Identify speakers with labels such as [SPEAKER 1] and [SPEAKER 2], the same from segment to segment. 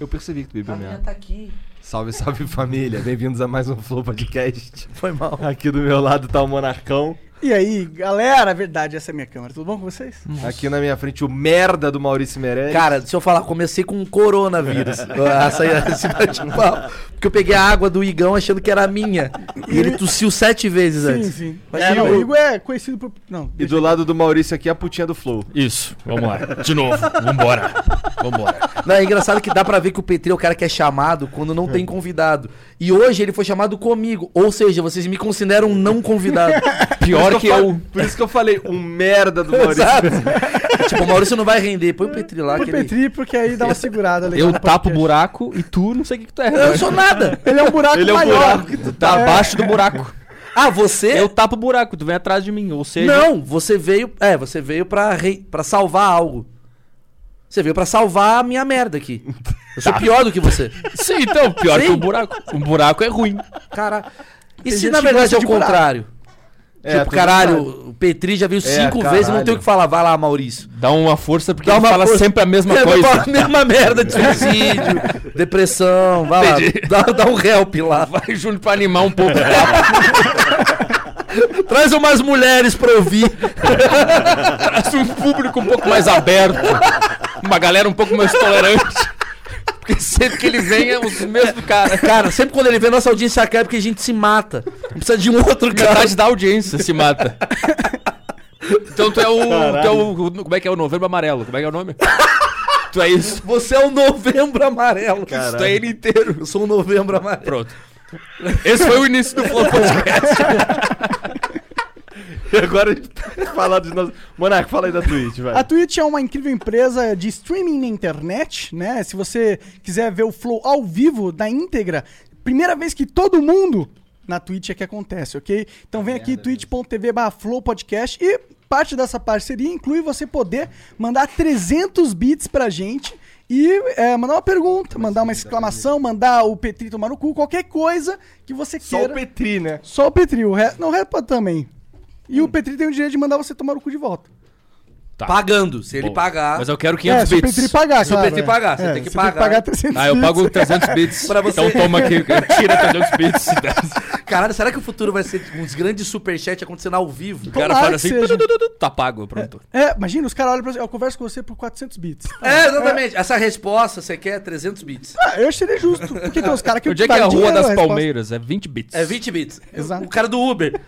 [SPEAKER 1] Eu percebi que tu bebeu
[SPEAKER 2] A minha
[SPEAKER 1] mesmo.
[SPEAKER 2] tá aqui.
[SPEAKER 1] Salve, salve família. Bem-vindos a mais um Flow Podcast.
[SPEAKER 3] Foi mal.
[SPEAKER 1] Aqui do meu lado tá o Monarcão.
[SPEAKER 3] E aí, galera, verdade, essa é a minha câmera. Tudo bom com vocês?
[SPEAKER 1] Aqui na minha frente o merda do Maurício Meirelles.
[SPEAKER 2] Cara, se eu falar, comecei com um coronavírus. essa, esse bate-papo. Porque eu peguei a água do Igão achando que era minha. E ele tossiu sete vezes
[SPEAKER 3] Sim,
[SPEAKER 2] antes.
[SPEAKER 3] sim.
[SPEAKER 2] Mas
[SPEAKER 3] É,
[SPEAKER 2] e
[SPEAKER 3] não,
[SPEAKER 2] o-
[SPEAKER 3] o Igor é conhecido por. Não.
[SPEAKER 1] e do lado do Maurício aqui a putinha do Flow.
[SPEAKER 4] Isso, vamos lá. De novo, vambora. Vambora.
[SPEAKER 2] Não, é engraçado que dá pra ver que o Petri é o cara que é chamado quando não tem convidado. E hoje ele foi chamado comigo. Ou seja, vocês me consideram um não convidado.
[SPEAKER 1] Por
[SPEAKER 4] Pior
[SPEAKER 1] isso
[SPEAKER 4] que
[SPEAKER 1] eu.
[SPEAKER 4] eu.
[SPEAKER 1] falo- Por isso que eu falei, um merda do Maurício.
[SPEAKER 2] Exato. tipo, o Maurício não vai render. Põe o Petri lá.
[SPEAKER 3] Por
[SPEAKER 2] que ele-
[SPEAKER 3] Petri, porque aí dá uma segurada legal.
[SPEAKER 4] Eu
[SPEAKER 3] no
[SPEAKER 4] tapo o
[SPEAKER 3] podcast.
[SPEAKER 4] buraco e tu não sei o que, que tu é.
[SPEAKER 2] Eu não sou nada.
[SPEAKER 3] Ele é um buraco
[SPEAKER 1] Ele é um
[SPEAKER 3] maior.
[SPEAKER 1] buraco.
[SPEAKER 4] Tu tá abaixo do buraco.
[SPEAKER 2] Ah, você...
[SPEAKER 4] Eu tapo o buraco, tu vem atrás de mim. Ou seja,
[SPEAKER 2] Não, você veio... É, você veio pra, re... pra salvar algo. Você veio pra salvar a minha merda aqui. Eu sou pior do que você.
[SPEAKER 4] Sim, então, pior
[SPEAKER 2] Sim.
[SPEAKER 4] que o buraco. O buraco é ruim.
[SPEAKER 2] Cara, e
[SPEAKER 3] Tem
[SPEAKER 2] se
[SPEAKER 3] gente
[SPEAKER 2] na
[SPEAKER 3] que
[SPEAKER 2] verdade
[SPEAKER 3] gosta
[SPEAKER 2] é o
[SPEAKER 3] de buraco.
[SPEAKER 2] contrário?
[SPEAKER 1] É,
[SPEAKER 2] tipo,
[SPEAKER 1] tô
[SPEAKER 2] caralho, o Petri já veio cinco
[SPEAKER 1] caralho.
[SPEAKER 2] vezes e não tem o que falar. Vai lá, Maurício.
[SPEAKER 4] Dá uma força porque
[SPEAKER 2] Dá
[SPEAKER 4] ele
[SPEAKER 2] uma
[SPEAKER 4] fala
[SPEAKER 2] força.
[SPEAKER 4] sempre a mesma
[SPEAKER 2] Ele
[SPEAKER 4] coisa.
[SPEAKER 2] fala a mesma merda de suicídio, depressão, vai lá, dá, dá um help lá.
[SPEAKER 4] Vai, Júlio, pra animar um pouco.
[SPEAKER 2] Traz umas mulheres pra ouvir.
[SPEAKER 4] Traz um público um pouco mais aberto. Uma galera um pouco mais tolerante. Porque sempre que ele vem é os mesmos cara.
[SPEAKER 2] Cara, sempre quando ele vê nossa audiência cai é porque a gente se mata. Não precisa de um outro cara.
[SPEAKER 4] Metade da audiência se mata. Então tu é o. Tu é o, o- Como é que é o novembro amarelo? Como é que é o nome? tu é isso.
[SPEAKER 2] Você é o novembro amarelo. Isso
[SPEAKER 4] Tu é ele inteiro.
[SPEAKER 2] Eu sou um novembro amarelo.
[SPEAKER 4] Pronto. Esse foi o início do Flow Podcast.
[SPEAKER 1] E agora a gente tá falando de nós. Monarco, fala aí da Twitch, vai.
[SPEAKER 3] A Twitch é uma incrível empresa de streaming na internet, né? Se você quiser ver o Flow ao vivo, na íntegra, primeira vez que todo mundo na Twitch é que acontece, ok? Então vem aqui, twitch.tv barra Flow Podcast e parte dessa parceria inclui você poder mandar 300 bits pra gente e é, mandar uma pergunta, mandar uma exclamação, mandar o Petri tomar no cu, qualquer coisa que você
[SPEAKER 1] Só o
[SPEAKER 3] queira.
[SPEAKER 1] Petri, né?
[SPEAKER 3] Só o Petri, o resto... Não, o resto pode também.
[SPEAKER 1] Hum.
[SPEAKER 3] E o Petri tem o direito de mandar você tomar o cu de volta.
[SPEAKER 2] Pagando. Se ele pagar.
[SPEAKER 4] Mas eu quero
[SPEAKER 3] É,
[SPEAKER 4] 500
[SPEAKER 3] se o
[SPEAKER 4] bits.
[SPEAKER 3] Petri pagar,
[SPEAKER 2] Se o
[SPEAKER 3] claro.
[SPEAKER 2] Petri
[SPEAKER 3] é.
[SPEAKER 2] pagar, você
[SPEAKER 3] É,
[SPEAKER 2] tem que
[SPEAKER 3] Tem que
[SPEAKER 2] pagar.
[SPEAKER 3] pagar 300
[SPEAKER 4] Ah, eu pago
[SPEAKER 3] bits.
[SPEAKER 4] 300 bits.
[SPEAKER 2] Pra você.
[SPEAKER 4] Então toma aqui, tira 300 bits.
[SPEAKER 2] Caralho, será que o futuro vai ser uns grandes superchats acontecendo ao vivo?
[SPEAKER 4] O cara
[SPEAKER 3] Tomara
[SPEAKER 4] fala
[SPEAKER 3] que
[SPEAKER 4] assim,
[SPEAKER 3] seja.
[SPEAKER 4] "Tu, tu, tu, tu", tá pago, pronto.
[SPEAKER 3] É, imagina, os caras olham pra você, eu converso com você por 400 bits.
[SPEAKER 2] É, exatamente. Essa resposta você quer 300 bits.
[SPEAKER 3] Ah, eu achei justo, porque tem uns caras que... né,
[SPEAKER 4] Onde é que é
[SPEAKER 3] pagam
[SPEAKER 4] a Rua
[SPEAKER 3] dinheiro,
[SPEAKER 4] das
[SPEAKER 3] resposta.
[SPEAKER 4] Palmeiras? É 20 bits.
[SPEAKER 2] É 20 bits.
[SPEAKER 3] Exato.
[SPEAKER 2] O cara do Uber.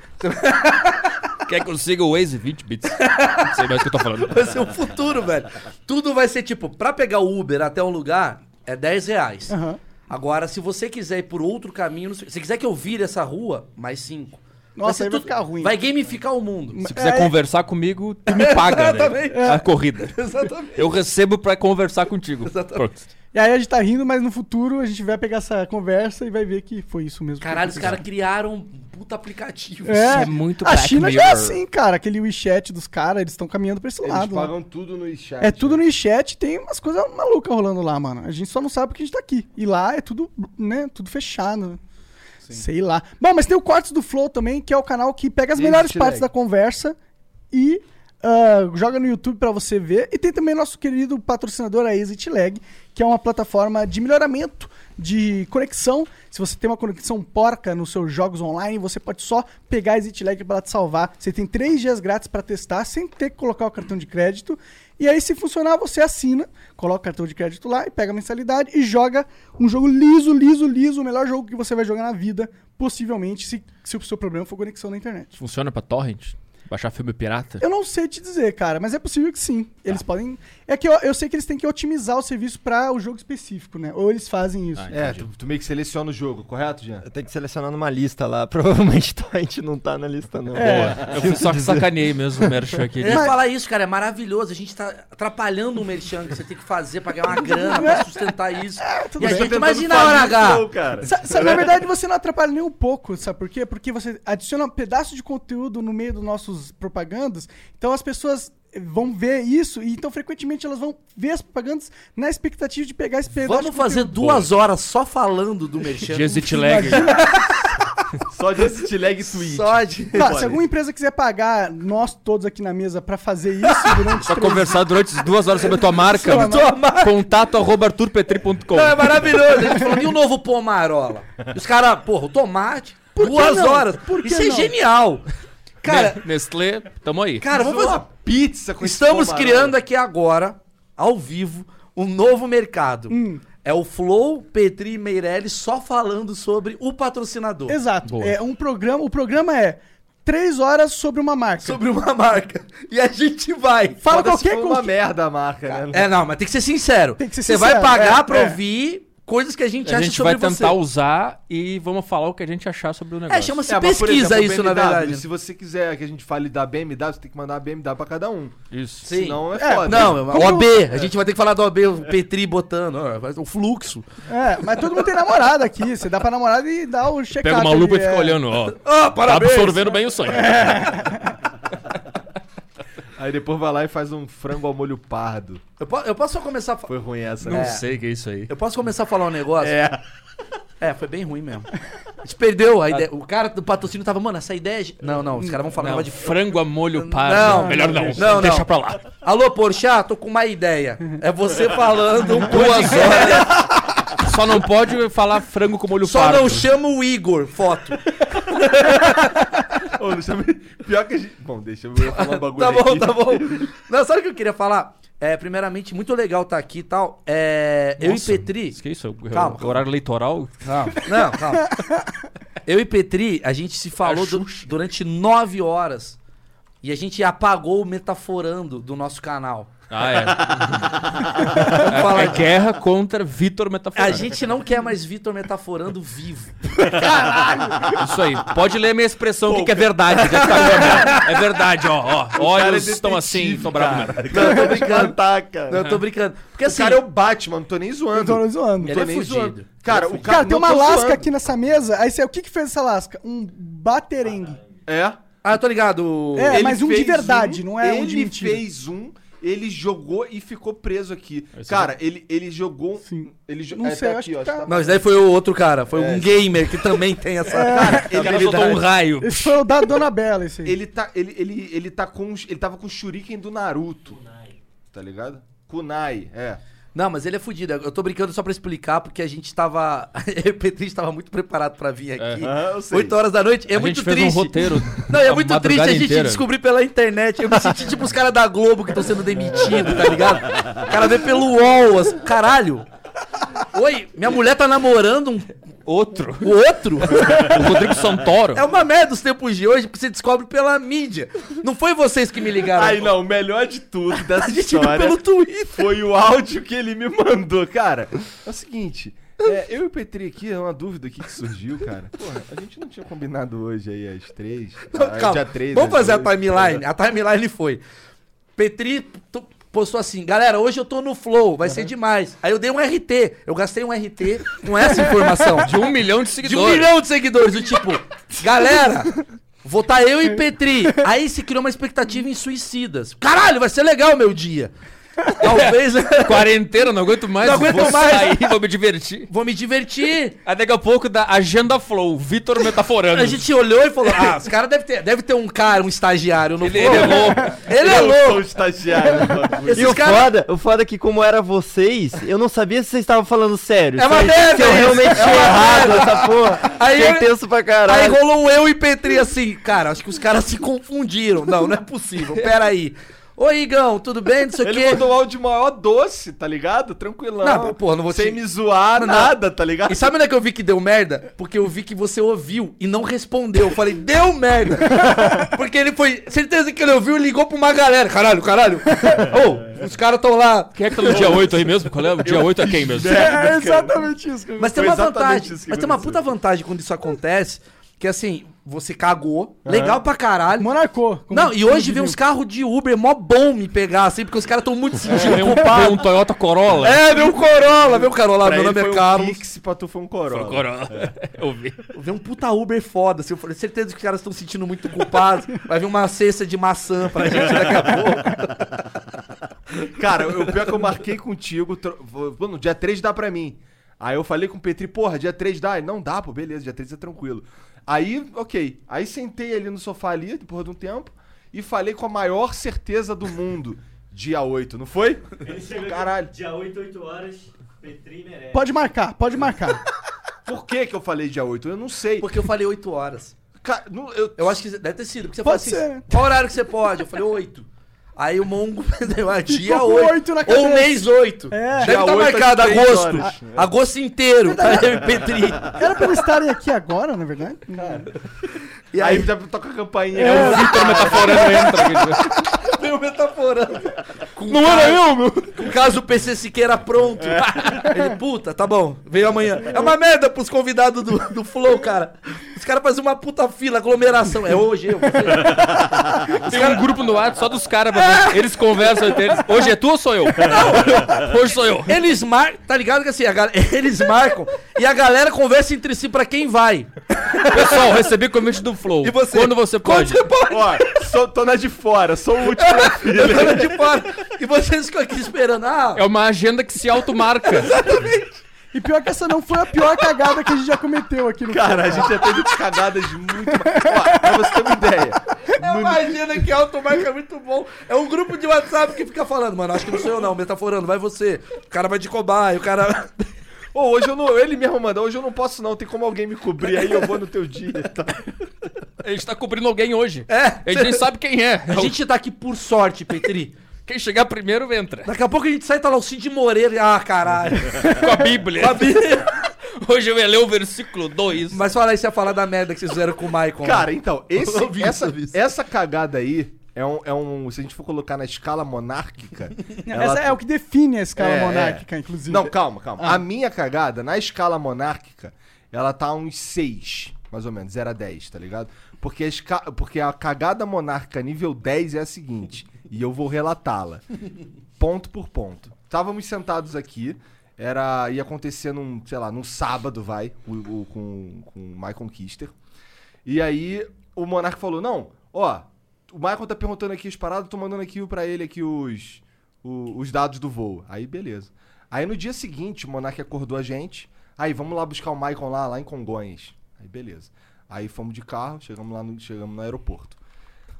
[SPEAKER 4] Quer que eu siga o Waze? 20 bits. Não sei mais o que eu tô falando.
[SPEAKER 2] Vai ser o futuro, velho. Tudo vai ser tipo, pra pegar o Uber até um lugar, é 10 reais.
[SPEAKER 3] Aham.
[SPEAKER 2] Agora, se você quiser ir por outro caminho, não sei- se quiser que eu vire essa rua, mais 5.
[SPEAKER 3] Nossa, aí vai ficar ruim.
[SPEAKER 2] Vai gamificar o mundo.
[SPEAKER 4] Se quiser
[SPEAKER 3] É.
[SPEAKER 4] conversar comigo, tu me paga
[SPEAKER 2] Exatamente.
[SPEAKER 4] né? a corrida.
[SPEAKER 2] Exatamente.
[SPEAKER 4] Eu recebo pra conversar contigo. Pronto.
[SPEAKER 3] E aí a gente tá rindo, mas no futuro a gente vai pegar essa conversa e vai ver que foi isso mesmo. que
[SPEAKER 2] Caralho, os
[SPEAKER 3] aconteceu.
[SPEAKER 2] caras criaram um puta aplicativo.
[SPEAKER 3] É,
[SPEAKER 4] é muito
[SPEAKER 3] a
[SPEAKER 4] Black
[SPEAKER 3] China já é
[SPEAKER 4] Mirror.
[SPEAKER 3] assim, cara. Aquele WeChat dos caras, eles estão caminhando pra esse
[SPEAKER 1] Eles
[SPEAKER 5] né?
[SPEAKER 3] lado. né? lá.
[SPEAKER 1] pagam tudo no chat. né?
[SPEAKER 3] É tudo no WeChat, tem umas coisas malucas rolando lá, mano. A gente só não sabe porque a gente tá aqui. E lá é tudo, né, tudo fechado. Sei lá. Bom, mas tem o Cortes do Flow também, que é o canal que pega as
[SPEAKER 1] Esse
[SPEAKER 3] melhores
[SPEAKER 1] lag.
[SPEAKER 3] partes da conversa e ah, joga no YouTube pra você ver. E tem também nosso querido patrocinador, a Exit Lag, que é uma plataforma de melhoramento de conexão. Se você tem uma conexão porca nos seus jogos online, você pode só pegar a Exit Lag pra ela te salvar. Você tem três dias grátis pra testar, sem ter que colocar o cartão de crédito. E aí, se funcionar, você assina, coloca o cartão de crédito lá e pega a mensalidade e joga um jogo liso, liso, liso, o melhor jogo que você vai jogar na vida, possivelmente, se, se o seu problema for conexão na internet.
[SPEAKER 4] Funciona pra torrent? Baixar filme pirata?
[SPEAKER 3] Eu não sei te dizer, cara, mas é possível que sim.
[SPEAKER 4] Tá.
[SPEAKER 3] Eles podem. É que eu, eu sei que eles têm que otimizar o serviço pra o jogo específico, né? Ou eles fazem isso.
[SPEAKER 4] Ah,
[SPEAKER 1] É, tu, tu meio que seleciona o jogo, correto, Jean?
[SPEAKER 5] Eu tenho que selecionar numa lista lá. Provavelmente a gente não tá na lista, não.
[SPEAKER 2] É.
[SPEAKER 4] Boa. É. Eu fui só que sacaneei mesmo o Merchan aqui.
[SPEAKER 2] Eu ia falar isso, cara, é maravilhoso. A gente tá atrapalhando o merchan que você tem que fazer pra ganhar uma grana, pra sustentar isso.
[SPEAKER 3] tudo
[SPEAKER 2] e a
[SPEAKER 3] bem.
[SPEAKER 2] gente
[SPEAKER 1] tá Tentando
[SPEAKER 2] imagina a
[SPEAKER 1] fazer
[SPEAKER 2] hora
[SPEAKER 1] o
[SPEAKER 2] H.
[SPEAKER 1] flow, cara.
[SPEAKER 3] Sa- sa- na verdade, você não atrapalha nem um pouco, sabe por quê? Porque você adiciona um pedaço de conteúdo no meio dos nossos propagandas, então as pessoas eh, vão ver isso, e então frequentemente elas vão ver as propagandas na expectativa de pegar esse pedaço
[SPEAKER 2] Vamos fazer duas horas só falando do merchan.
[SPEAKER 4] Exit lag.
[SPEAKER 6] Só de assistir lag tweet.
[SPEAKER 2] Só de...
[SPEAKER 3] Tá, se
[SPEAKER 6] Olha.
[SPEAKER 3] alguma empresa quiser pagar nós todos aqui na mesa pra fazer isso durante
[SPEAKER 4] Pra conversar durante as duas horas sobre a tua marca.
[SPEAKER 3] Sobre a
[SPEAKER 2] tua marca.
[SPEAKER 4] Contato arroba arturpetri.com.
[SPEAKER 2] Não, é maravilhoso. A gente falando, e o novo Pomarola? E Os caras, porra, o tomate,
[SPEAKER 3] Por que
[SPEAKER 2] duas
[SPEAKER 3] não?
[SPEAKER 2] horas.
[SPEAKER 3] Por que
[SPEAKER 2] Isso é
[SPEAKER 3] não?
[SPEAKER 2] genial. Cara,
[SPEAKER 4] Ne- Né? Nestlé, tamo aí.
[SPEAKER 2] cara, vamos fazer...
[SPEAKER 1] pizza com esse
[SPEAKER 2] Estamos
[SPEAKER 1] pomarol.
[SPEAKER 2] criando aqui agora, ao vivo, um novo mercado. É o Flow, Petri e Meirelles só falando sobre o patrocinador.
[SPEAKER 3] Exato.
[SPEAKER 4] Boa.
[SPEAKER 3] É um programa. O programa é três horas sobre uma marca.
[SPEAKER 2] Sobre uma marca. E a gente vai.
[SPEAKER 3] Fala
[SPEAKER 1] Foda-se,
[SPEAKER 3] qualquer
[SPEAKER 1] foi uma
[SPEAKER 3] coisa.
[SPEAKER 1] merda a marca, né?
[SPEAKER 2] É, não, mas tem que ser sincero.
[SPEAKER 3] Tem que ser
[SPEAKER 2] Você vai
[SPEAKER 3] sincero,
[SPEAKER 2] pagar
[SPEAKER 3] é,
[SPEAKER 2] pra
[SPEAKER 3] é.
[SPEAKER 2] ouvir coisas que a gente
[SPEAKER 4] A
[SPEAKER 2] acha
[SPEAKER 4] gente
[SPEAKER 2] sobre
[SPEAKER 4] vai tentar
[SPEAKER 2] você.
[SPEAKER 4] usar e vamos falar o que a gente achar sobre o negócio.
[SPEAKER 2] É, chama-se
[SPEAKER 1] É, mas, por
[SPEAKER 2] pesquisa
[SPEAKER 1] exemplo,
[SPEAKER 2] isso, na
[SPEAKER 1] BMW, tipo
[SPEAKER 2] verdade.
[SPEAKER 1] Se você quiser que a gente fale da BMW, você tem que mandar a BMW pra cada um.
[SPEAKER 4] Isso.
[SPEAKER 2] Sim.
[SPEAKER 1] Senão é
[SPEAKER 3] É,
[SPEAKER 1] foda.
[SPEAKER 2] Não,
[SPEAKER 3] Como
[SPEAKER 2] OB. A gente vai ter que falar do OB, o Petri botando. ó, faz O fluxo.
[SPEAKER 3] É, mas todo mundo tem namorada aqui. Você dá pra namorada e dá o check-up.
[SPEAKER 4] Pega uma lupa e
[SPEAKER 3] ali,
[SPEAKER 4] fica
[SPEAKER 3] é.
[SPEAKER 4] olhando, ó.
[SPEAKER 2] Ah,
[SPEAKER 4] Tá
[SPEAKER 2] parabéns. É.
[SPEAKER 4] absorvendo bem o sonho.
[SPEAKER 1] Aí depois vai lá e faz um frango ao molho pardo.
[SPEAKER 2] Eu, po- eu posso só começar a fa-
[SPEAKER 1] Foi ruim essa,
[SPEAKER 4] Não
[SPEAKER 1] né?
[SPEAKER 4] sei o que é isso aí.
[SPEAKER 2] Eu posso começar a falar um negócio? É. É, foi bem ruim mesmo. A gente perdeu a ideia. O cara do patrocínio tava, mano, essa ideia. é ge- Não, não, os caras vão falar um
[SPEAKER 4] Não,
[SPEAKER 2] negócio de
[SPEAKER 4] frango a molho pardo.
[SPEAKER 2] Não,
[SPEAKER 4] melhor não.
[SPEAKER 2] não, não.
[SPEAKER 4] Deixa pra lá.
[SPEAKER 2] Alô, Porchat, tô com uma ideia. É você falando
[SPEAKER 4] Duas
[SPEAKER 2] duas
[SPEAKER 4] horas. Só não pode falar frango com molho
[SPEAKER 2] Só
[SPEAKER 4] pardo.
[SPEAKER 2] não chama o Igor, foto.
[SPEAKER 1] Ô, deixa eu- Pior que a gente... Bom, deixa eu eu falar um bagulho
[SPEAKER 2] tá bom,
[SPEAKER 1] aqui.
[SPEAKER 2] tá bom. Não, sabe o que eu queria falar? É, primeiramente, muito legal estar aqui e tal. É, eu e
[SPEAKER 4] Nossa,
[SPEAKER 2] Petri.
[SPEAKER 4] Isso que é isso? É o-
[SPEAKER 2] Calma.
[SPEAKER 4] é o Horário eleitoral?
[SPEAKER 2] Calma. Não, calma. Eu e Petri, a gente se falou du- durante nove horas. E a gente apagou o metaforando do nosso canal.
[SPEAKER 4] Ah, é.
[SPEAKER 2] Vamos
[SPEAKER 4] É
[SPEAKER 2] falar aqui.
[SPEAKER 4] guerra contra Vitor
[SPEAKER 2] A
[SPEAKER 4] Metaforando.
[SPEAKER 2] gente não quer mais Vitor metaforando vivo.
[SPEAKER 4] Isso aí. Pode ler minha expressão aqui, que é verdade. já tá vendo? é verdade, ó. ó.
[SPEAKER 1] cara é
[SPEAKER 4] Olhos estão assim,
[SPEAKER 1] detetive,
[SPEAKER 4] estão bravos mesmo.
[SPEAKER 2] Não, eu tô brincando.
[SPEAKER 1] Ataca.
[SPEAKER 2] Não, eu tô brincando. Porque Tá,
[SPEAKER 1] O
[SPEAKER 2] assim.
[SPEAKER 1] cara é o Batman, não tô nem
[SPEAKER 3] Eu tô
[SPEAKER 1] zoando.
[SPEAKER 3] zoando.
[SPEAKER 1] Não
[SPEAKER 2] Ele
[SPEAKER 1] tô
[SPEAKER 2] é
[SPEAKER 1] nem
[SPEAKER 2] fudido.
[SPEAKER 1] zoando. Cara, o
[SPEAKER 3] Cara, tem
[SPEAKER 1] não
[SPEAKER 3] uma
[SPEAKER 1] tô
[SPEAKER 3] lasca
[SPEAKER 1] zoando.
[SPEAKER 3] aqui nessa mesa. Aí você, o que que fez essa lasca? Um baterengue.
[SPEAKER 1] É.
[SPEAKER 2] Ah, eu tô ligado.
[SPEAKER 3] É,
[SPEAKER 1] Ele
[SPEAKER 3] mas um de
[SPEAKER 1] fez
[SPEAKER 3] verdade, não é um
[SPEAKER 1] ele
[SPEAKER 3] de mentira.
[SPEAKER 1] fez um, ele jogou e ficou preso aqui.
[SPEAKER 4] Esse
[SPEAKER 1] cara, ele, ele jogou... um,
[SPEAKER 3] Sim.
[SPEAKER 1] Ele jo- é,
[SPEAKER 3] Não sei, eu acho que tá-
[SPEAKER 2] Não, isso daí foi o outro cara. Foi um gamer que também tem essa. Cara,
[SPEAKER 4] O cara soltou um raio.
[SPEAKER 3] Esse foi o da Dona Bela, esse aí.
[SPEAKER 1] tá- Ele tá, ele, ele, ele tá com, os- ele tava com o shuriken do Naruto. Tá ligado? Kunai, é.
[SPEAKER 2] Não, mas ele é fudido. Eu tô brincando só pra explicar, porque a gente tava. o Petri estava muito preparado pra vir aqui.
[SPEAKER 1] Aham, eu sei.
[SPEAKER 2] 8 horas da noite. É
[SPEAKER 4] a
[SPEAKER 2] muito
[SPEAKER 4] gente fez
[SPEAKER 2] triste.
[SPEAKER 4] um roteiro.
[SPEAKER 2] Não, é
[SPEAKER 4] a
[SPEAKER 2] muito triste
[SPEAKER 4] madrugada
[SPEAKER 2] a gente
[SPEAKER 4] inteira.
[SPEAKER 2] descobrir pela internet. Eu me senti tipo os caras da Globo que estão sendo demitidos, tá ligado? O cara vê pelo UOL, assim, caralho. Oi, minha mulher tá namorando um,
[SPEAKER 4] Outro.
[SPEAKER 2] o outro?
[SPEAKER 4] O Rodrigo Santoro.
[SPEAKER 2] É uma merda os tempos de hoje, porque você descobre pela mídia. Não foi vocês que me ligaram.
[SPEAKER 1] Aí não, o melhor de tudo
[SPEAKER 2] a
[SPEAKER 1] dessa
[SPEAKER 2] gente viu
[SPEAKER 1] história é
[SPEAKER 2] pelo Twitter.
[SPEAKER 1] foi o áudio que ele me mandou, cara. É o seguinte, é, eu e o Petri aqui, é uma dúvida aqui que surgiu, cara. Porra, a gente não tinha combinado hoje aí às três.
[SPEAKER 2] Não,
[SPEAKER 1] ah,
[SPEAKER 2] calma.
[SPEAKER 1] dia três,
[SPEAKER 2] Vamos
[SPEAKER 1] às
[SPEAKER 2] fazer a
[SPEAKER 1] duas.
[SPEAKER 2] timeline. A timeline foi. Petri t- postou assim, galera, hoje eu tô no flow, vai ser demais. Aí eu dei um RT, eu gastei um RT com essa informação.
[SPEAKER 4] De um milhão de
[SPEAKER 2] De um
[SPEAKER 4] seguidores.
[SPEAKER 2] milhão de seguidores, do tipo, galera, vou tá eu e Petri. Aí se criou uma expectativa em suicidas. Caralho, vai ser legal o meu dia. Talvez
[SPEAKER 4] Quarentena, não aguento mais.
[SPEAKER 2] Não aguento
[SPEAKER 4] vou
[SPEAKER 2] mais.
[SPEAKER 4] sair, vou me divertir.
[SPEAKER 2] vou me divertir.
[SPEAKER 4] Aí daqui a pouco da Agenda Flow, Vitor Metaforando.
[SPEAKER 2] A gente olhou e falou: Ah, os caras devem ter, deve ter um cara, um estagiário no
[SPEAKER 4] Ele-
[SPEAKER 2] flow.
[SPEAKER 4] ele é louco.
[SPEAKER 2] Ele é
[SPEAKER 1] Eu sou o
[SPEAKER 2] louco.
[SPEAKER 1] estagiário. do bagulho.
[SPEAKER 6] E
[SPEAKER 2] Esses
[SPEAKER 6] o
[SPEAKER 2] caras-
[SPEAKER 6] foda, o foda é que como era vocês, eu não sabia se vocês estavam falando sério.
[SPEAKER 2] É uma
[SPEAKER 6] se,
[SPEAKER 2] merda
[SPEAKER 6] se eu
[SPEAKER 2] isso,
[SPEAKER 6] realmente tinha errado essa porra.
[SPEAKER 2] Aí
[SPEAKER 6] Fiquei
[SPEAKER 2] eu-
[SPEAKER 6] tenso pra
[SPEAKER 2] Aí
[SPEAKER 6] caralho.
[SPEAKER 2] rolou um eu e Petri assim, cara, acho que os caras se confundiram. Não, não é possível, peraí. Oi, Igão, tudo bem? Não sei o
[SPEAKER 1] Ele
[SPEAKER 2] quê.
[SPEAKER 1] mandou um áudio maior doce, tá ligado? Tranquilão.
[SPEAKER 2] Não, porra, não vou
[SPEAKER 1] Sem
[SPEAKER 2] te-
[SPEAKER 1] me zoar,
[SPEAKER 2] Não, não.
[SPEAKER 1] nada, tá ligado?
[SPEAKER 2] E sabe onde é que eu vi que deu merda? Porque eu vi que você ouviu e não respondeu. Eu falei, deu merda. Porque ele foi. Certeza que ele ouviu e ligou pra uma galera. Caralho, caralho. Ô, os caras tão lá.
[SPEAKER 4] Quem é que tá no dia 8 aí mesmo? Qual é? O dia 8 é quem mesmo?
[SPEAKER 3] É, é exatamente isso. que eu-
[SPEAKER 2] Mas tem
[SPEAKER 1] Foi
[SPEAKER 2] uma
[SPEAKER 1] exatamente
[SPEAKER 2] vantagem.
[SPEAKER 1] isso que
[SPEAKER 2] Mas tem uma
[SPEAKER 1] aconteceu.
[SPEAKER 2] puta vantagem quando isso acontece. Que assim, você cagou. Legal pra caralho.
[SPEAKER 3] Monarcou. como-
[SPEAKER 2] Não, e
[SPEAKER 3] como
[SPEAKER 2] hoje vem
[SPEAKER 3] diriam.
[SPEAKER 2] uns carros de Uber é mó bom me pegar, assim, porque os caras tão
[SPEAKER 1] É,
[SPEAKER 2] muito se sentindo
[SPEAKER 4] Tem um,
[SPEAKER 2] culpados.
[SPEAKER 4] tem um Toyota Corolla.
[SPEAKER 2] É, meu Corolla, meu Corolla,
[SPEAKER 1] Pra
[SPEAKER 2] meu
[SPEAKER 1] ele
[SPEAKER 2] nome
[SPEAKER 1] foi
[SPEAKER 2] é
[SPEAKER 1] um
[SPEAKER 2] Carlos.
[SPEAKER 1] Pix, pra tu foi um Corolla.
[SPEAKER 4] Corolla. Eu vi.
[SPEAKER 2] Vem um puta Uber foda, assim, eu falei, certeza que os caras estão sentindo muito culpados. Vai vir uma cesta de maçã pra gente daqui a pouco.
[SPEAKER 1] Cara, eu- o pior é que eu marquei contigo. tro- vou- Mano, dia 3 dá pra mim. Aí eu falei com o Petri, porra, dia 3 dá? Ele, não dá, pô, beleza, dia 3 é tranquilo. Aí, ok. Aí sentei ali no sofá ali, depois de um tempo, e falei com a maior certeza do mundo. Dia 8, não foi?
[SPEAKER 6] Ele chegou aqui,
[SPEAKER 1] Caralho.
[SPEAKER 6] dia 8, 8 horas, Petri merece.
[SPEAKER 3] Pode marcar, pode marcar.
[SPEAKER 1] Por que que eu falei dia 8? Eu não sei.
[SPEAKER 2] Porque eu falei 8 horas.
[SPEAKER 1] Ca- não- eu-
[SPEAKER 2] Eu acho que deve ter sido. Porque você
[SPEAKER 3] Pode
[SPEAKER 2] fala assim,
[SPEAKER 3] ser, né?
[SPEAKER 2] qual horário que você pode? Eu falei 8. Aí o Mongo deu ah, dia
[SPEAKER 3] com
[SPEAKER 2] 8.
[SPEAKER 3] oito na
[SPEAKER 2] ou
[SPEAKER 3] cabeça.
[SPEAKER 2] mês 8.
[SPEAKER 3] É.
[SPEAKER 2] Deve
[SPEAKER 1] Dia
[SPEAKER 2] estar
[SPEAKER 1] oito às
[SPEAKER 2] marcado
[SPEAKER 1] três
[SPEAKER 2] agosto.
[SPEAKER 1] horas.
[SPEAKER 2] a- Agosto inteiro. Tá eu e Petri.
[SPEAKER 3] Era pra eles estarem aqui agora, na verdade.
[SPEAKER 1] E aí, já toca a campainha.
[SPEAKER 4] É o Vitor metaforando entra.
[SPEAKER 2] Meu metaforando. Com
[SPEAKER 4] Não
[SPEAKER 2] cara-
[SPEAKER 4] era eu, meu.
[SPEAKER 2] com caso o PC Siqueira pronto. Ele, puta, tá bom, veio amanhã. É uma merda pros convidados do, do Flow, cara. Os caras fazem uma puta fila, aglomeração. É hoje, eu. você.
[SPEAKER 4] Tem um grupo no ar só dos caras, pra ver. eles conversam entre eles. Hoje é tu ou sou eu? Hoje sou eu.
[SPEAKER 2] Eles marcam, tá ligado que assim, a gal- eles marcam e a galera conversa entre si pra quem vai.
[SPEAKER 4] Pessoal, recebi convite do Flow.
[SPEAKER 2] E você?
[SPEAKER 4] Quando você pode?
[SPEAKER 2] Quando você pode.
[SPEAKER 1] Ó, sou, tô na de fora, sou o último da fila.
[SPEAKER 2] Eu tô lá né, de fora. E vocês ficam aqui esperando. Ah,
[SPEAKER 4] É uma agenda que se automarca.
[SPEAKER 3] E pior que essa não foi a pior cagada que a gente já cometeu aqui no
[SPEAKER 1] Cara, a gente já teve cagadas muito. Ó, pra você ter uma ideia.
[SPEAKER 2] eu imagino que automarca é muito bom. É um grupo de WhatsApp que fica falando, mano, acho que não sou eu não, metaforando, vai você. O cara vai de cobaia, o cara...
[SPEAKER 1] Ô, hoje eu não. Ele mesmo mandou, hoje eu não posso não, tem como alguém me cobrir, aí eu vou no teu dia. Tá?
[SPEAKER 4] A gente tá cobrindo alguém hoje.
[SPEAKER 2] É.
[SPEAKER 4] A gente nem sabe quem é.
[SPEAKER 2] A gente tá aqui por sorte, Petri.
[SPEAKER 4] Quem chegar primeiro entra.
[SPEAKER 2] Daqui a pouco a gente sai e tá lá o Cid Moreira. Ah, caralho.
[SPEAKER 4] Com a Bíblia.
[SPEAKER 2] Sabe?
[SPEAKER 4] Hoje eu ia ler o versículo 2.
[SPEAKER 2] Mas fala aí, você ia falar da merda que vocês fizeram com o né? Maicon.
[SPEAKER 1] Cara, então, esse-
[SPEAKER 2] Eu ouvi
[SPEAKER 1] essa,
[SPEAKER 2] isso, eu ouvi isso.
[SPEAKER 1] essa cagada aí é um, é um. Se a gente for colocar na escala monárquica.
[SPEAKER 3] Essa é o que define a escala
[SPEAKER 1] É,
[SPEAKER 3] monárquica, inclusive. Ah.
[SPEAKER 1] Não, calma, calma. A minha cagada, na escala monárquica, ela tá uns 6, mais ou menos, 0 a 10, tá ligado? Porque a, esca- Porque a cagada monárquica nível 10 é a seguinte, e eu vou relatá-la, ponto por ponto. Estávamos sentados aqui, era ia acontecer num, sei lá, num sábado, vai, o- o- com, com o Michael Kister. E aí o Monark falou: não, ó, o Michael tá perguntando aqui as paradas, tô mandando aqui pra ele aqui os, o- os dados do voo. Aí beleza. Aí no dia seguinte, o Monark acordou a gente. Aí vamos lá buscar o Michael lá, lá em Congonhas. Aí beleza. Aí fomos de carro, chegamos lá no, chegamos no aeroporto.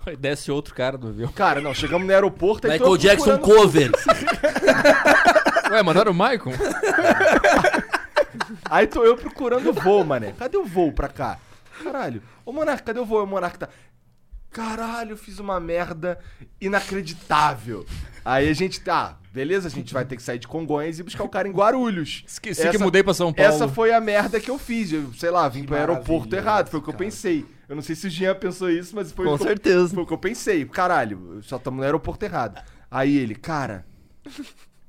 [SPEAKER 4] Aí Desce outro cara do avião.
[SPEAKER 1] Cara, não, chegamos no aeroporto aí
[SPEAKER 2] Michael
[SPEAKER 1] tô
[SPEAKER 2] Jackson
[SPEAKER 1] procurando-
[SPEAKER 2] cover.
[SPEAKER 4] Ué, mano, era o Maicon?
[SPEAKER 1] Aí tô eu procurando o voo, mané. Cadê o voo pra cá? Caralho. Ô, Monarca, cadê o voo? Ô, Monarca tá... Caralho, eu fiz uma merda inacreditável. Aí a gente... Tá, beleza, a gente vai ter que sair de Congonhas e buscar o cara em Guarulhos.
[SPEAKER 4] Esqueci que mudei pra São Paulo.
[SPEAKER 1] Essa foi a merda que eu fiz. Eu, sei lá, vim pro aeroporto errado. Foi o que eu pensei. Eu não sei se o Jean pensou isso, mas foi
[SPEAKER 7] Com
[SPEAKER 1] o que eu-
[SPEAKER 7] certeza.
[SPEAKER 1] foi o que eu pensei. Caralho, só estamos no aeroporto errado. Aí ele, cara.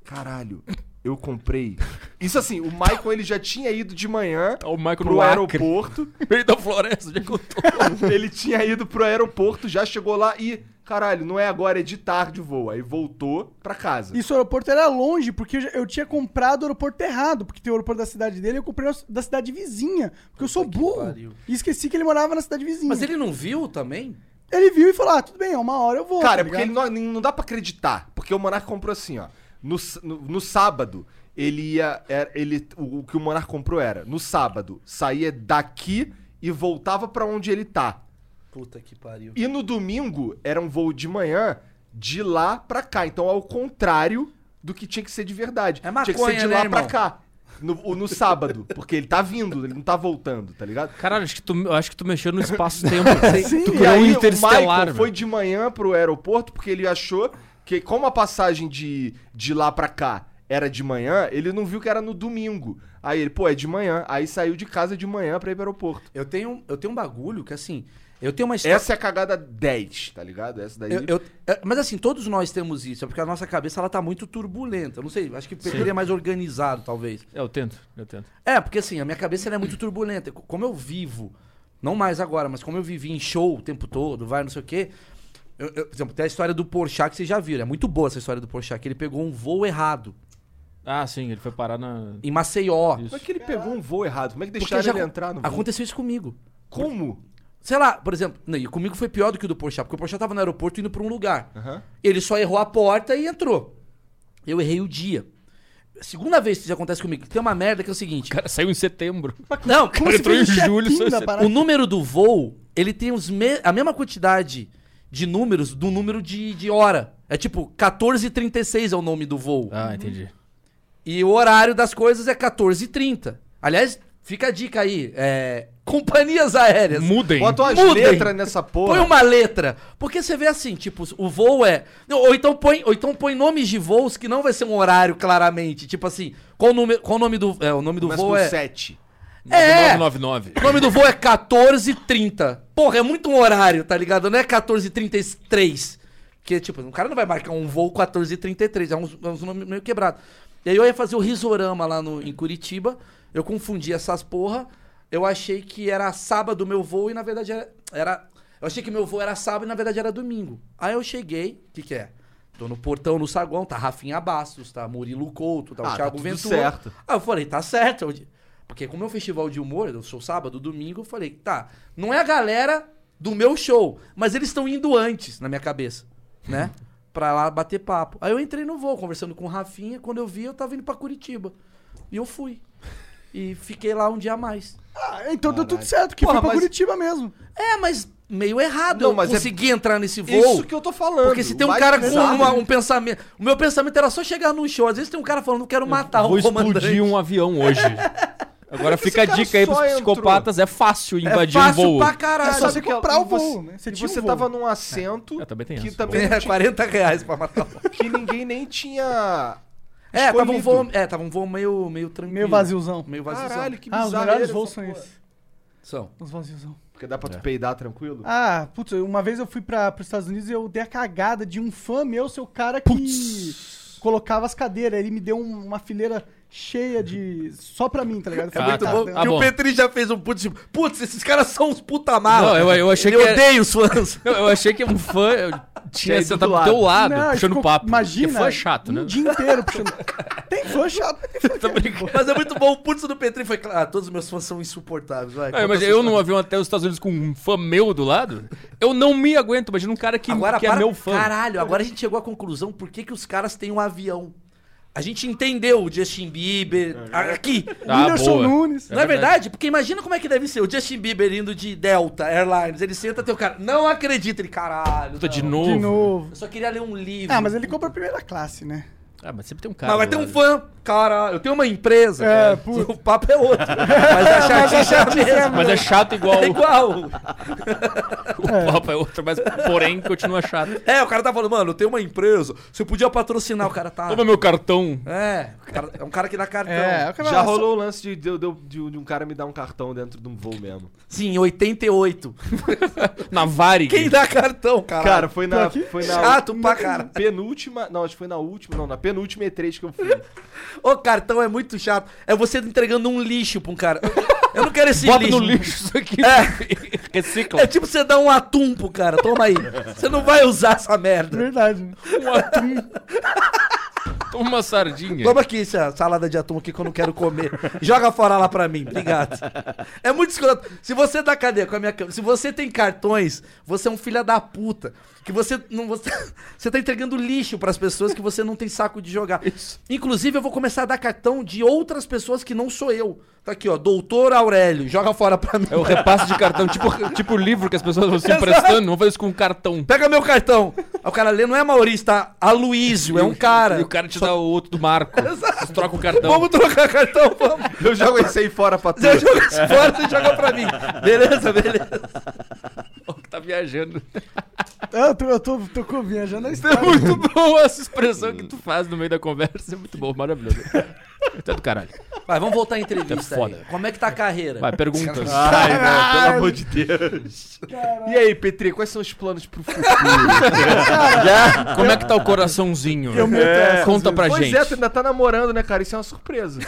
[SPEAKER 1] Caralho, eu comprei. Isso assim, o Michael ele já tinha ido de manhã
[SPEAKER 4] Tá O Maicon
[SPEAKER 1] pro
[SPEAKER 4] no Acre.
[SPEAKER 1] aeroporto.
[SPEAKER 4] Meio da floresta, já contou.
[SPEAKER 1] ele tinha ido pro aeroporto, já chegou lá e. Caralho, não é agora, é de tarde o voo. Aí voltou pra casa.
[SPEAKER 3] Isso, o aeroporto era longe, porque eu, já- eu tinha comprado o aeroporto errado, porque tem o aeroporto da cidade dele, eu comprei o da cidade vizinha, porque eu sou
[SPEAKER 2] que
[SPEAKER 3] burro.
[SPEAKER 2] pariu.
[SPEAKER 3] E esqueci que ele morava na cidade vizinha.
[SPEAKER 2] Mas ele não viu também?
[SPEAKER 3] Ele viu e falou, ah, tudo bem, é uma hora eu vou,
[SPEAKER 1] Cara, é
[SPEAKER 3] tá
[SPEAKER 1] porque ele
[SPEAKER 3] ligado?
[SPEAKER 1] não, não dá pra acreditar. Porque o Monark comprou assim, ó. No, s- no, no sábado, ele ia. era- ele, o, o que o Monark comprou era: no sábado, saía daqui e voltava pra onde ele tá.
[SPEAKER 2] Puta que pariu.
[SPEAKER 1] E no domingo, era um voo de manhã, de lá pra cá. Então, ao contrário do que tinha que ser de verdade.
[SPEAKER 2] É
[SPEAKER 1] tinha que ser
[SPEAKER 2] maconha,
[SPEAKER 1] de
[SPEAKER 2] né,
[SPEAKER 1] lá pra
[SPEAKER 2] irmão?
[SPEAKER 1] cá. No, o- no sábado, porque ele tá vindo, ele não tá voltando, tá ligado?
[SPEAKER 4] Caralho, acho que tu, eu acho que tu mexeu no espaço-tempo.
[SPEAKER 3] Sim,
[SPEAKER 4] tu
[SPEAKER 1] E
[SPEAKER 4] criou um
[SPEAKER 1] aí, o
[SPEAKER 4] interestelar,
[SPEAKER 1] Michael
[SPEAKER 4] velho.
[SPEAKER 1] foi de manhã pro aeroporto porque ele achou que, como a passagem de, de lá pra cá era de manhã, ele não viu que era no domingo. Aí ele, pô, é de manhã. Aí saiu de casa de manhã pra ir pro aeroporto.
[SPEAKER 2] Eu tenho, eu tenho um bagulho que assim, eu tenho uma história...
[SPEAKER 1] Essa é a cagada 10, tá ligado? Essa daí.
[SPEAKER 2] Eu- eu- é, mas assim, todos nós temos isso, é porque a nossa cabeça ela tá muito turbulenta. Eu não sei, acho que o Petri é mais organizado, talvez.
[SPEAKER 4] Eu tento, eu tento.
[SPEAKER 2] É, porque assim, a minha cabeça ela é muito turbulenta. Co- Como eu vivo, não mais agora, mas como eu vivi em show o tempo todo, vai, não sei o quê. eu- eu- por exemplo, tem a história do Porchat que vocês já viram. É muito boa essa história do Porchat, que ele pegou um voo errado
[SPEAKER 4] Ah, sim, ele foi parar na...
[SPEAKER 2] em Maceió.
[SPEAKER 4] Isso.
[SPEAKER 1] Como é que ele pegou um voo errado? Como é que
[SPEAKER 2] Porque
[SPEAKER 1] deixaram
[SPEAKER 2] já
[SPEAKER 1] ele
[SPEAKER 2] acon-
[SPEAKER 1] entrar no voo?
[SPEAKER 2] Aconteceu isso comigo.
[SPEAKER 1] Como?
[SPEAKER 2] Sei lá, por exemplo, não, e comigo foi pior do que o do Porchat, porque o Porchat tava no aeroporto
[SPEAKER 4] É.
[SPEAKER 2] indo pra um lugar.
[SPEAKER 1] Aham.
[SPEAKER 2] Ele só errou a porta e entrou. Eu errei o dia. Segunda vez que isso acontece comigo, tem uma merda que é o seguinte.
[SPEAKER 4] Cara, saiu em setembro.
[SPEAKER 2] Não,
[SPEAKER 3] Como
[SPEAKER 4] Cara,
[SPEAKER 3] você
[SPEAKER 4] entrou
[SPEAKER 3] fez
[SPEAKER 4] em
[SPEAKER 3] um
[SPEAKER 4] julho,
[SPEAKER 3] check-in
[SPEAKER 4] só
[SPEAKER 3] da
[SPEAKER 4] se-
[SPEAKER 3] parada?
[SPEAKER 2] o número do voo, ele tem os me- a mesma quantidade de números do número de, de hora. É tipo, 14h36 é o nome do voo.
[SPEAKER 4] Ah, entendi.
[SPEAKER 2] E o horário das coisas é 14h30. Aliás, fica a dica aí. é, companhias aéreas.
[SPEAKER 4] Mudem.
[SPEAKER 1] Bota umas
[SPEAKER 2] Mudem.
[SPEAKER 1] letras nessa porra.
[SPEAKER 2] Põe uma letra. Porque você vê assim, tipo, o voo é. Não, Ou então põe, ou então põe nomes de voos que não vai ser um horário, claramente. Tipo assim, qual o nome, qual o nome do. É, o nome do
[SPEAKER 1] Começa
[SPEAKER 2] voo
[SPEAKER 1] com
[SPEAKER 2] é.
[SPEAKER 1] 7.
[SPEAKER 2] É.
[SPEAKER 4] 999.
[SPEAKER 2] O nome do voo é 14h30. Porra, é muito um horário, tá ligado? Não é 14h33. Que, tipo, o cara não vai marcar um voo 14h33. É uns, é uns nomes meio quebrado. E aí eu ia fazer o risorama lá no, em Curitiba. Eu confundi essas porra. Eu achei que era sábado o meu voo e na verdade era, era- Eu achei que meu voo era sábado e na verdade era domingo. Aí eu cheguei. O que, que é? Tô no portão, no saguão, tá Rafinha Bastos, tá Murilo Couto, tá o
[SPEAKER 1] Ah, tá
[SPEAKER 2] Thiago
[SPEAKER 1] tudo
[SPEAKER 2] Ventura.
[SPEAKER 1] certo.
[SPEAKER 2] Aí eu falei, tá certo. eu di- Porque como é um festival de humor, eu sou sábado, domingo, eu falei, tá, não é a galera do meu show, mas eles estão indo antes, na minha cabeça, né? pra lá bater papo. Aí eu entrei no voo, conversando com o Rafinha, quando eu vi, eu tava indo pra Curitiba. E eu fui. E fiquei lá um dia a mais.
[SPEAKER 3] Ah, então deu tudo certo, que
[SPEAKER 1] Porra,
[SPEAKER 3] foi pra
[SPEAKER 1] mas-
[SPEAKER 3] Curitiba mesmo.
[SPEAKER 2] É, mas meio errado
[SPEAKER 1] Não,
[SPEAKER 2] eu
[SPEAKER 1] mas é-
[SPEAKER 2] consegui entrar nesse voo.
[SPEAKER 1] Isso que eu tô falando.
[SPEAKER 2] Porque se tem um
[SPEAKER 1] Mais
[SPEAKER 2] cara com
[SPEAKER 1] pesado,
[SPEAKER 2] uma-
[SPEAKER 1] né?
[SPEAKER 2] um pensamento. O meu pensamento era só chegar num show. Às vezes tem um cara falando, quero matar
[SPEAKER 4] Vou
[SPEAKER 2] um comandante.
[SPEAKER 4] explodir um avião hoje.
[SPEAKER 1] Tá
[SPEAKER 4] Agora
[SPEAKER 1] Esse
[SPEAKER 4] fica a
[SPEAKER 1] cara
[SPEAKER 4] dica aí
[SPEAKER 1] só
[SPEAKER 4] pros
[SPEAKER 1] entrou.
[SPEAKER 4] psicopatas, é fácil
[SPEAKER 2] É
[SPEAKER 4] invadir um
[SPEAKER 2] fácil
[SPEAKER 4] voo.
[SPEAKER 2] pra caralho.
[SPEAKER 3] É só você
[SPEAKER 1] Sabe que é-
[SPEAKER 3] comprar o
[SPEAKER 1] e você-
[SPEAKER 3] voo, né? Você
[SPEAKER 1] e
[SPEAKER 3] tinha um
[SPEAKER 1] você
[SPEAKER 3] voo.
[SPEAKER 1] tava num assento
[SPEAKER 4] É, também tem
[SPEAKER 1] que
[SPEAKER 4] essa.
[SPEAKER 1] também não
[SPEAKER 2] É,
[SPEAKER 1] tinha-
[SPEAKER 2] 40 reais pra matar um.
[SPEAKER 1] que ninguém nem tinha.
[SPEAKER 2] É, tava um
[SPEAKER 1] Escolhido.
[SPEAKER 2] voo, é, tava um voo meio, meio tranquilo.
[SPEAKER 3] Meio vaziozão.
[SPEAKER 2] Meio vaziozão.
[SPEAKER 1] Caralho, que
[SPEAKER 3] Ah,
[SPEAKER 1] bizarro.
[SPEAKER 3] os melhores
[SPEAKER 1] era
[SPEAKER 3] voos
[SPEAKER 1] essa
[SPEAKER 3] são
[SPEAKER 1] porra.
[SPEAKER 3] esses.
[SPEAKER 2] São.
[SPEAKER 3] Os vaziozão.
[SPEAKER 1] Porque dá pra tu peidar tranquilo?
[SPEAKER 3] Ah, putz, uma vez eu fui para os Estados Unidos e eu dei a cagada de um fã meu, seu cara que colocava as cadeiras. Ele me deu um- uma fileira cheia de. só pra mim, tá ligado? Foi
[SPEAKER 4] Ah,
[SPEAKER 2] Muito
[SPEAKER 4] tá.
[SPEAKER 2] bom.
[SPEAKER 4] Ah,
[SPEAKER 2] e o
[SPEAKER 4] bom.
[SPEAKER 2] Petri já fez um puto tipo, putz, esses caras são uns puta mala.
[SPEAKER 4] Não, eu- eu achei
[SPEAKER 2] Ele
[SPEAKER 4] que era-
[SPEAKER 2] odeia os fãs.
[SPEAKER 4] Não, eu achei que um fã eu
[SPEAKER 1] Tinha
[SPEAKER 4] tinha
[SPEAKER 1] ido
[SPEAKER 4] sentado
[SPEAKER 1] do
[SPEAKER 4] do teu lado,
[SPEAKER 3] Não, ele
[SPEAKER 4] puxando
[SPEAKER 3] ficou-
[SPEAKER 4] papo.
[SPEAKER 3] Imagina.
[SPEAKER 4] Porque fã é chato, né?
[SPEAKER 3] Um dia inteiro puxando. tem fã chato, mas tem fã
[SPEAKER 4] Tá
[SPEAKER 3] que é de boa.
[SPEAKER 4] brincando.
[SPEAKER 2] Mas é muito bom. O putz do Petri foi. Ah, todos os meus fãs são insuportáveis. Vai,
[SPEAKER 4] Não, mas
[SPEAKER 2] conta
[SPEAKER 4] eu
[SPEAKER 2] essa
[SPEAKER 4] num
[SPEAKER 2] história.
[SPEAKER 4] avião até os Estados Unidos com um fã meu do lado, eu não me aguento. Imagina um cara que,
[SPEAKER 2] agora,
[SPEAKER 4] que é
[SPEAKER 2] para-
[SPEAKER 4] meu fã.
[SPEAKER 2] Caralho, agora a gente chegou à conclusão por que, que os caras têm um avião. A gente entendeu o Justin Bieber. a- Aqui.
[SPEAKER 4] Ah,
[SPEAKER 3] Whindersson
[SPEAKER 4] boa.
[SPEAKER 3] Nunes.
[SPEAKER 2] Não é verdade? Porque imagina como é que deve ser o Justin Bieber indo de Delta Airlines. Ele senta, tem o cara. Não acredita, ele, caralho.
[SPEAKER 4] Puta, de
[SPEAKER 2] não.
[SPEAKER 4] novo.
[SPEAKER 3] De novo.
[SPEAKER 2] Eu só queria ler um livro.
[SPEAKER 3] Ah, mas ele compra a primeira classe, né?
[SPEAKER 4] Ah, mas sempre tem um cara.
[SPEAKER 2] Mas vai
[SPEAKER 4] do
[SPEAKER 2] ter um
[SPEAKER 4] lado.
[SPEAKER 2] fã. Cara, eu tenho uma empresa.
[SPEAKER 3] É,
[SPEAKER 2] cara.
[SPEAKER 3] puta.
[SPEAKER 2] O papo é outro. Mas a chatice é a mesma.
[SPEAKER 4] Mas é chato igual
[SPEAKER 2] É
[SPEAKER 4] o
[SPEAKER 2] igual.
[SPEAKER 4] papo é outro, mas porém continua chato.
[SPEAKER 2] É, o cara tá falando, mano, eu tenho uma empresa. Você podia patrocinar, o cara tá.
[SPEAKER 4] Toma meu cartão.
[SPEAKER 2] É, o cara- é um cara que dá cartão.
[SPEAKER 3] o cara
[SPEAKER 1] Já
[SPEAKER 3] vai lá,
[SPEAKER 1] rolou o lance de, de, de- de- de um cara me dar um cartão dentro de um voo mesmo.
[SPEAKER 2] Sim, 88.
[SPEAKER 4] Na Varig.
[SPEAKER 2] Quem dá cartão, cara?
[SPEAKER 1] Cara, foi na.
[SPEAKER 3] Pior que-
[SPEAKER 1] Foi na
[SPEAKER 2] Chato pra cara.
[SPEAKER 1] penúltima. Não, acho que foi na última. Não, na penúltima E3 que eu fui.
[SPEAKER 2] Ô, cartão é muito chato. É você entregando um lixo pra um cara. Eu não quero esse
[SPEAKER 4] Bota
[SPEAKER 2] lixo.
[SPEAKER 4] no lixo isso aqui. Recicla.
[SPEAKER 2] É tipo você dar um atum pro cara. Toma aí. Você não vai usar essa
[SPEAKER 3] É
[SPEAKER 2] merda.
[SPEAKER 3] verdade. né?
[SPEAKER 4] um atum. Toma uma sardinha.
[SPEAKER 2] Toma aqui essa salada de atum aqui que eu não quero comer. Joga fora lá pra mim. Obrigado. É muito escroto. Se você dá cadeia com a minha câmera, se você tem cartões, você é um filho da puta. Que você não você, você tá entregando lixo pras pessoas que você não tem saco de jogar. Inclusive eu vou começar a dar cartão de outras pessoas que não sou eu. Tá aqui, ó, doutor Aurélio, joga fora pra mim.
[SPEAKER 4] É o repasse de cartão, tipo, tipo o livro que as pessoas vão se emprestando. Vamos fazer isso com um cartão.
[SPEAKER 2] Pega meu cartão. Aí o cara lê, não é Maurício, tá? Aloísio, é um cara.
[SPEAKER 4] E o cara te dá o outro do Marco. Vocês trocam o cartão.
[SPEAKER 2] Vamos trocar cartão, vamos.
[SPEAKER 1] Eu jogo esse aí fora pra tu.
[SPEAKER 2] Você joga esse fora, você joga pra mim. Beleza, beleza.
[SPEAKER 4] que tá viajando.
[SPEAKER 3] Ah, Eu tô, eu tô, tô com- viajando na
[SPEAKER 4] É
[SPEAKER 3] história.
[SPEAKER 4] muito bom essa expressão que tu faz no meio da conversa. É muito bom, maravilhoso. Tá do caralho.
[SPEAKER 2] Vai, vamos voltar à entrevista
[SPEAKER 4] É foda.
[SPEAKER 2] aí. Como é que tá a carreira?
[SPEAKER 4] Vai, perguntas.
[SPEAKER 1] Ai, velho, pelo amor de Deus. E aí, Petri, quais são os planos pro futuro?
[SPEAKER 4] Como é que tá o coraçãozinho?
[SPEAKER 3] Eu meto essa.
[SPEAKER 4] Conta pra
[SPEAKER 1] pois
[SPEAKER 4] gente.
[SPEAKER 1] é, tu ainda tá namorando, né, cara? Isso é uma surpresa.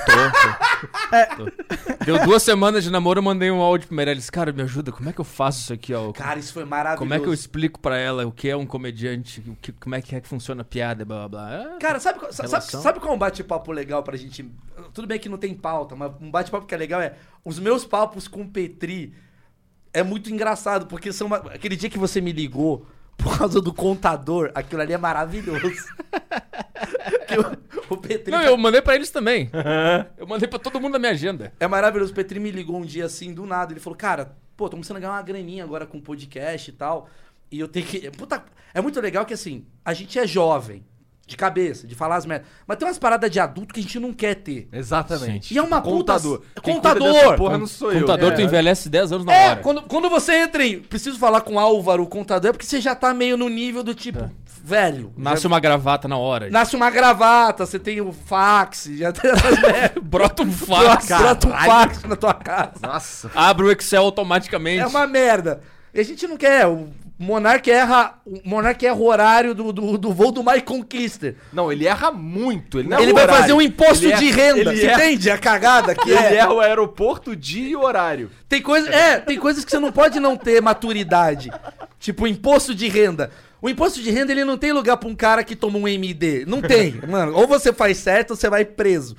[SPEAKER 4] Deu duas semanas de namoro, eu mandei um áudio pro Meirelles. Cara, me ajuda, como é que eu faço isso aqui, ó?
[SPEAKER 2] Cara, isso foi maravilhoso.
[SPEAKER 4] Como é que eu explico pra ela o que é um comediante, o que, como é que é que funciona a piada, blá blá blá.
[SPEAKER 2] Cara, sabe, qual- sa- sabe,
[SPEAKER 4] Relação?
[SPEAKER 2] sabe qual é um bate-papo legal pra gente. Tudo bem que não tem pauta, mas um bate-papo que é legal é. Os meus papos com o Petri é muito engraçado, porque são. uma- Aquele dia que você me ligou por causa do contador, aquilo ali é maravilhoso. Que o- O Petri.
[SPEAKER 4] Não, eu mandei pra eles também. Eu mandei pra todo mundo da minha agenda.
[SPEAKER 2] É maravilhoso. O Petri me ligou um dia assim, do nada. Ele falou, cara, pô, tô começando a ganhar uma graninha agora com podcast e tal. E eu tenho que. Puta, é muito legal que assim, a gente é jovem, de cabeça, de falar as merdas. Mas tem umas paradas de adulto que a gente não quer ter.
[SPEAKER 1] Exatamente.
[SPEAKER 2] E é uma puta-
[SPEAKER 1] contador. Quem cuida
[SPEAKER 2] Contador!
[SPEAKER 1] dessa porra não sou eu.
[SPEAKER 4] Contador,
[SPEAKER 1] É.
[SPEAKER 4] tu envelhece 10 anos na
[SPEAKER 2] É,
[SPEAKER 4] hora.
[SPEAKER 2] quando, quando você entra em. Preciso falar com o Álvaro, o contador, é porque você já tá meio no nível do tipo, velho.
[SPEAKER 4] É. Nasce
[SPEAKER 2] já-
[SPEAKER 4] uma gravata na hora.
[SPEAKER 2] nasce uma gravata, você tem o fax, já tem essas merdas.
[SPEAKER 4] Brota um
[SPEAKER 2] Nossa,
[SPEAKER 4] fax.
[SPEAKER 2] Brota um fax na tua casa.
[SPEAKER 1] Nossa.
[SPEAKER 4] Abre o Excel automaticamente.
[SPEAKER 2] É uma merda. E a gente não quer. O Monark erra, o Monark erra o horário do, do, do voo do My Conquister.
[SPEAKER 1] Não, ele erra muito. Ele, não
[SPEAKER 2] ele
[SPEAKER 1] erra É o
[SPEAKER 2] vai
[SPEAKER 1] horário.
[SPEAKER 2] fazer um imposto
[SPEAKER 1] Ele
[SPEAKER 2] de
[SPEAKER 1] erra-
[SPEAKER 2] renda.
[SPEAKER 1] Ele
[SPEAKER 2] Você
[SPEAKER 1] erra,
[SPEAKER 2] entende a cagada que
[SPEAKER 1] ele
[SPEAKER 2] é?
[SPEAKER 1] erra o aeroporto, o dia e o horário.
[SPEAKER 2] Tem coisa, é, tem coisas que você não pode não ter maturidade. Tipo, imposto de renda. O imposto de renda, ele não tem lugar pra um cara que toma um MD. Não tem, mano. Ou você faz certo ou você vai preso.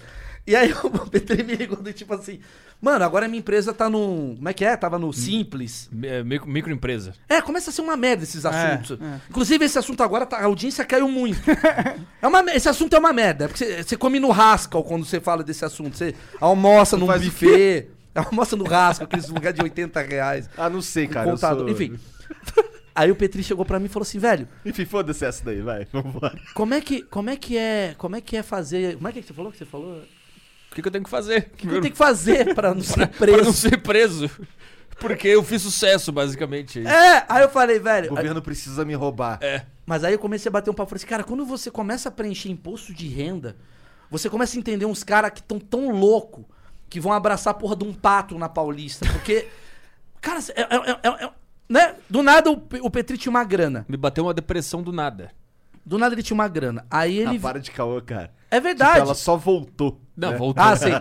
[SPEAKER 2] E aí o Petri me ligou do tipo assim... Mano, agora minha empresa tá no... Como é que é? Tava
[SPEAKER 1] Hum.
[SPEAKER 2] no Simples.
[SPEAKER 4] É, micro- microempresa.
[SPEAKER 2] É, começa a ser uma merda
[SPEAKER 1] É,
[SPEAKER 2] esses assuntos. Inclusive, esse assunto agora, tá- a audiência caiu muito. é uma, me- esse assunto é uma merda. Porque você- você come no Rascal quando você fala desse assunto. Você almoça num
[SPEAKER 1] faz o
[SPEAKER 2] buffet. Almoça no Rascal, aqueles lugar de 80 reais.
[SPEAKER 1] Ah, não sei, cara. eu
[SPEAKER 2] contado.
[SPEAKER 1] sou-
[SPEAKER 2] Enfim. Aí o Petri chegou pra mim e falou assim, velho,
[SPEAKER 1] Enfim, foda-se essa daí, vai. Vambora.
[SPEAKER 2] como é que, como é, que é, como é que é fazer... Como é que você falou que você falou? O
[SPEAKER 4] O que, que eu tenho que fazer?
[SPEAKER 2] que, que eu tenho que fazer pra não ser
[SPEAKER 4] Pra não
[SPEAKER 2] preso?
[SPEAKER 4] ser preso. Porque eu fiz sucesso, basicamente.
[SPEAKER 2] É, aí eu falei,
[SPEAKER 1] O
[SPEAKER 2] velho...
[SPEAKER 1] governo precisa me roubar. Ah,
[SPEAKER 2] Mas aí eu comecei a bater um papo. Falei assim, cara, quando você começa a preencher imposto de renda, você começa a entender uns caras que estão tão louco que vão abraçar a porra de um pato na Paulista. Porque, cara, é, é- é- é- né? do nada o, Pe- o Petri tinha uma grana.
[SPEAKER 4] Me bateu uma depressão do nada.
[SPEAKER 2] Do nada ele tinha uma grana. Aí ele...
[SPEAKER 1] Ah, para de caô, cara. Tipo,
[SPEAKER 2] É verdade.
[SPEAKER 1] Ela só voltou.
[SPEAKER 4] Não,
[SPEAKER 1] né?
[SPEAKER 4] voltou.
[SPEAKER 2] Ah, sei.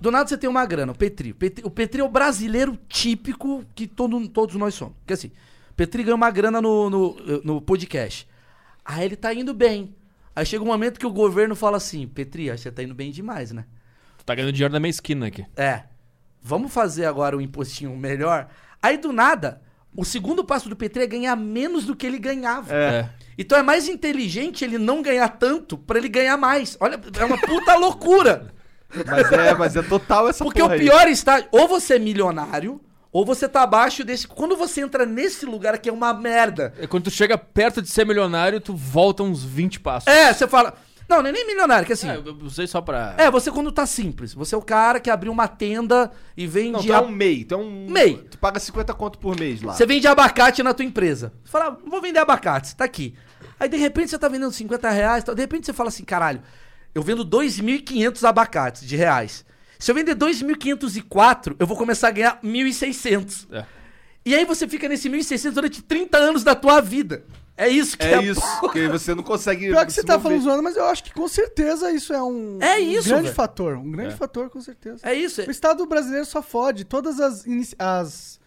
[SPEAKER 2] Do nada você tem uma grana, o Petri. O Petri, o Petri é o brasileiro típico que todo, todos nós somos. Porque assim, o Petri ganha uma grana no, no, no podcast. Aí ele tá indo bem. Aí chega um momento que o governo fala assim: Petri, acho que você tá indo bem demais, né?
[SPEAKER 4] Tá ganhando dinheiro na minha esquina aqui.
[SPEAKER 2] É. Vamos fazer agora um impostinho melhor. Aí do nada, o segundo passo do Petri é ganhar menos do que ele ganhava.
[SPEAKER 4] É.
[SPEAKER 2] Então é mais inteligente ele não ganhar tanto pra ele ganhar mais. Olha, é uma puta loucura.
[SPEAKER 1] Mas é, mas é total essa
[SPEAKER 2] Porque
[SPEAKER 1] porra
[SPEAKER 2] o
[SPEAKER 1] aí.
[SPEAKER 2] pior estágio, ou você é milionário, ou você tá abaixo desse. Quando você entra nesse lugar que é uma merda.
[SPEAKER 4] É Quando tu chega perto de ser milionário, tu volta uns 20 passos.
[SPEAKER 2] É, você fala. Não, não é nem milionário, que assim.
[SPEAKER 4] É, eu usei só pra...
[SPEAKER 2] É, você quando tá simples. Você é o cara que abriu uma tenda e vende.
[SPEAKER 1] Não, tu é
[SPEAKER 2] a-
[SPEAKER 1] um MEI. Tu é um...
[SPEAKER 2] MEI.
[SPEAKER 1] Tu paga 50 conto por mês lá.
[SPEAKER 2] Você vende abacate na tua empresa. Você fala, "Ah, vou vender abacate, tá aqui. Aí de repente você tá vendendo 50 reais, tal. de repente você fala assim, caralho, eu vendo 2.500 abacates de reais. Se eu vender 2.504, eu vou começar a ganhar 1.600.
[SPEAKER 4] É.
[SPEAKER 2] E aí você fica nesse 1.600 durante 30 anos da tua vida. É isso que
[SPEAKER 1] É
[SPEAKER 2] a
[SPEAKER 1] isso.
[SPEAKER 2] porra.
[SPEAKER 1] Porque você não consegue...
[SPEAKER 3] Pior que você
[SPEAKER 1] se
[SPEAKER 3] tá
[SPEAKER 1] mover.
[SPEAKER 3] falando zoando, mas eu acho que com certeza isso é um,
[SPEAKER 2] É
[SPEAKER 3] um
[SPEAKER 2] isso,
[SPEAKER 3] grande
[SPEAKER 2] velho.
[SPEAKER 3] fator. Um grande fator, com certeza.
[SPEAKER 2] É isso.
[SPEAKER 3] O Estado brasileiro só fode. Todas as. inici- as-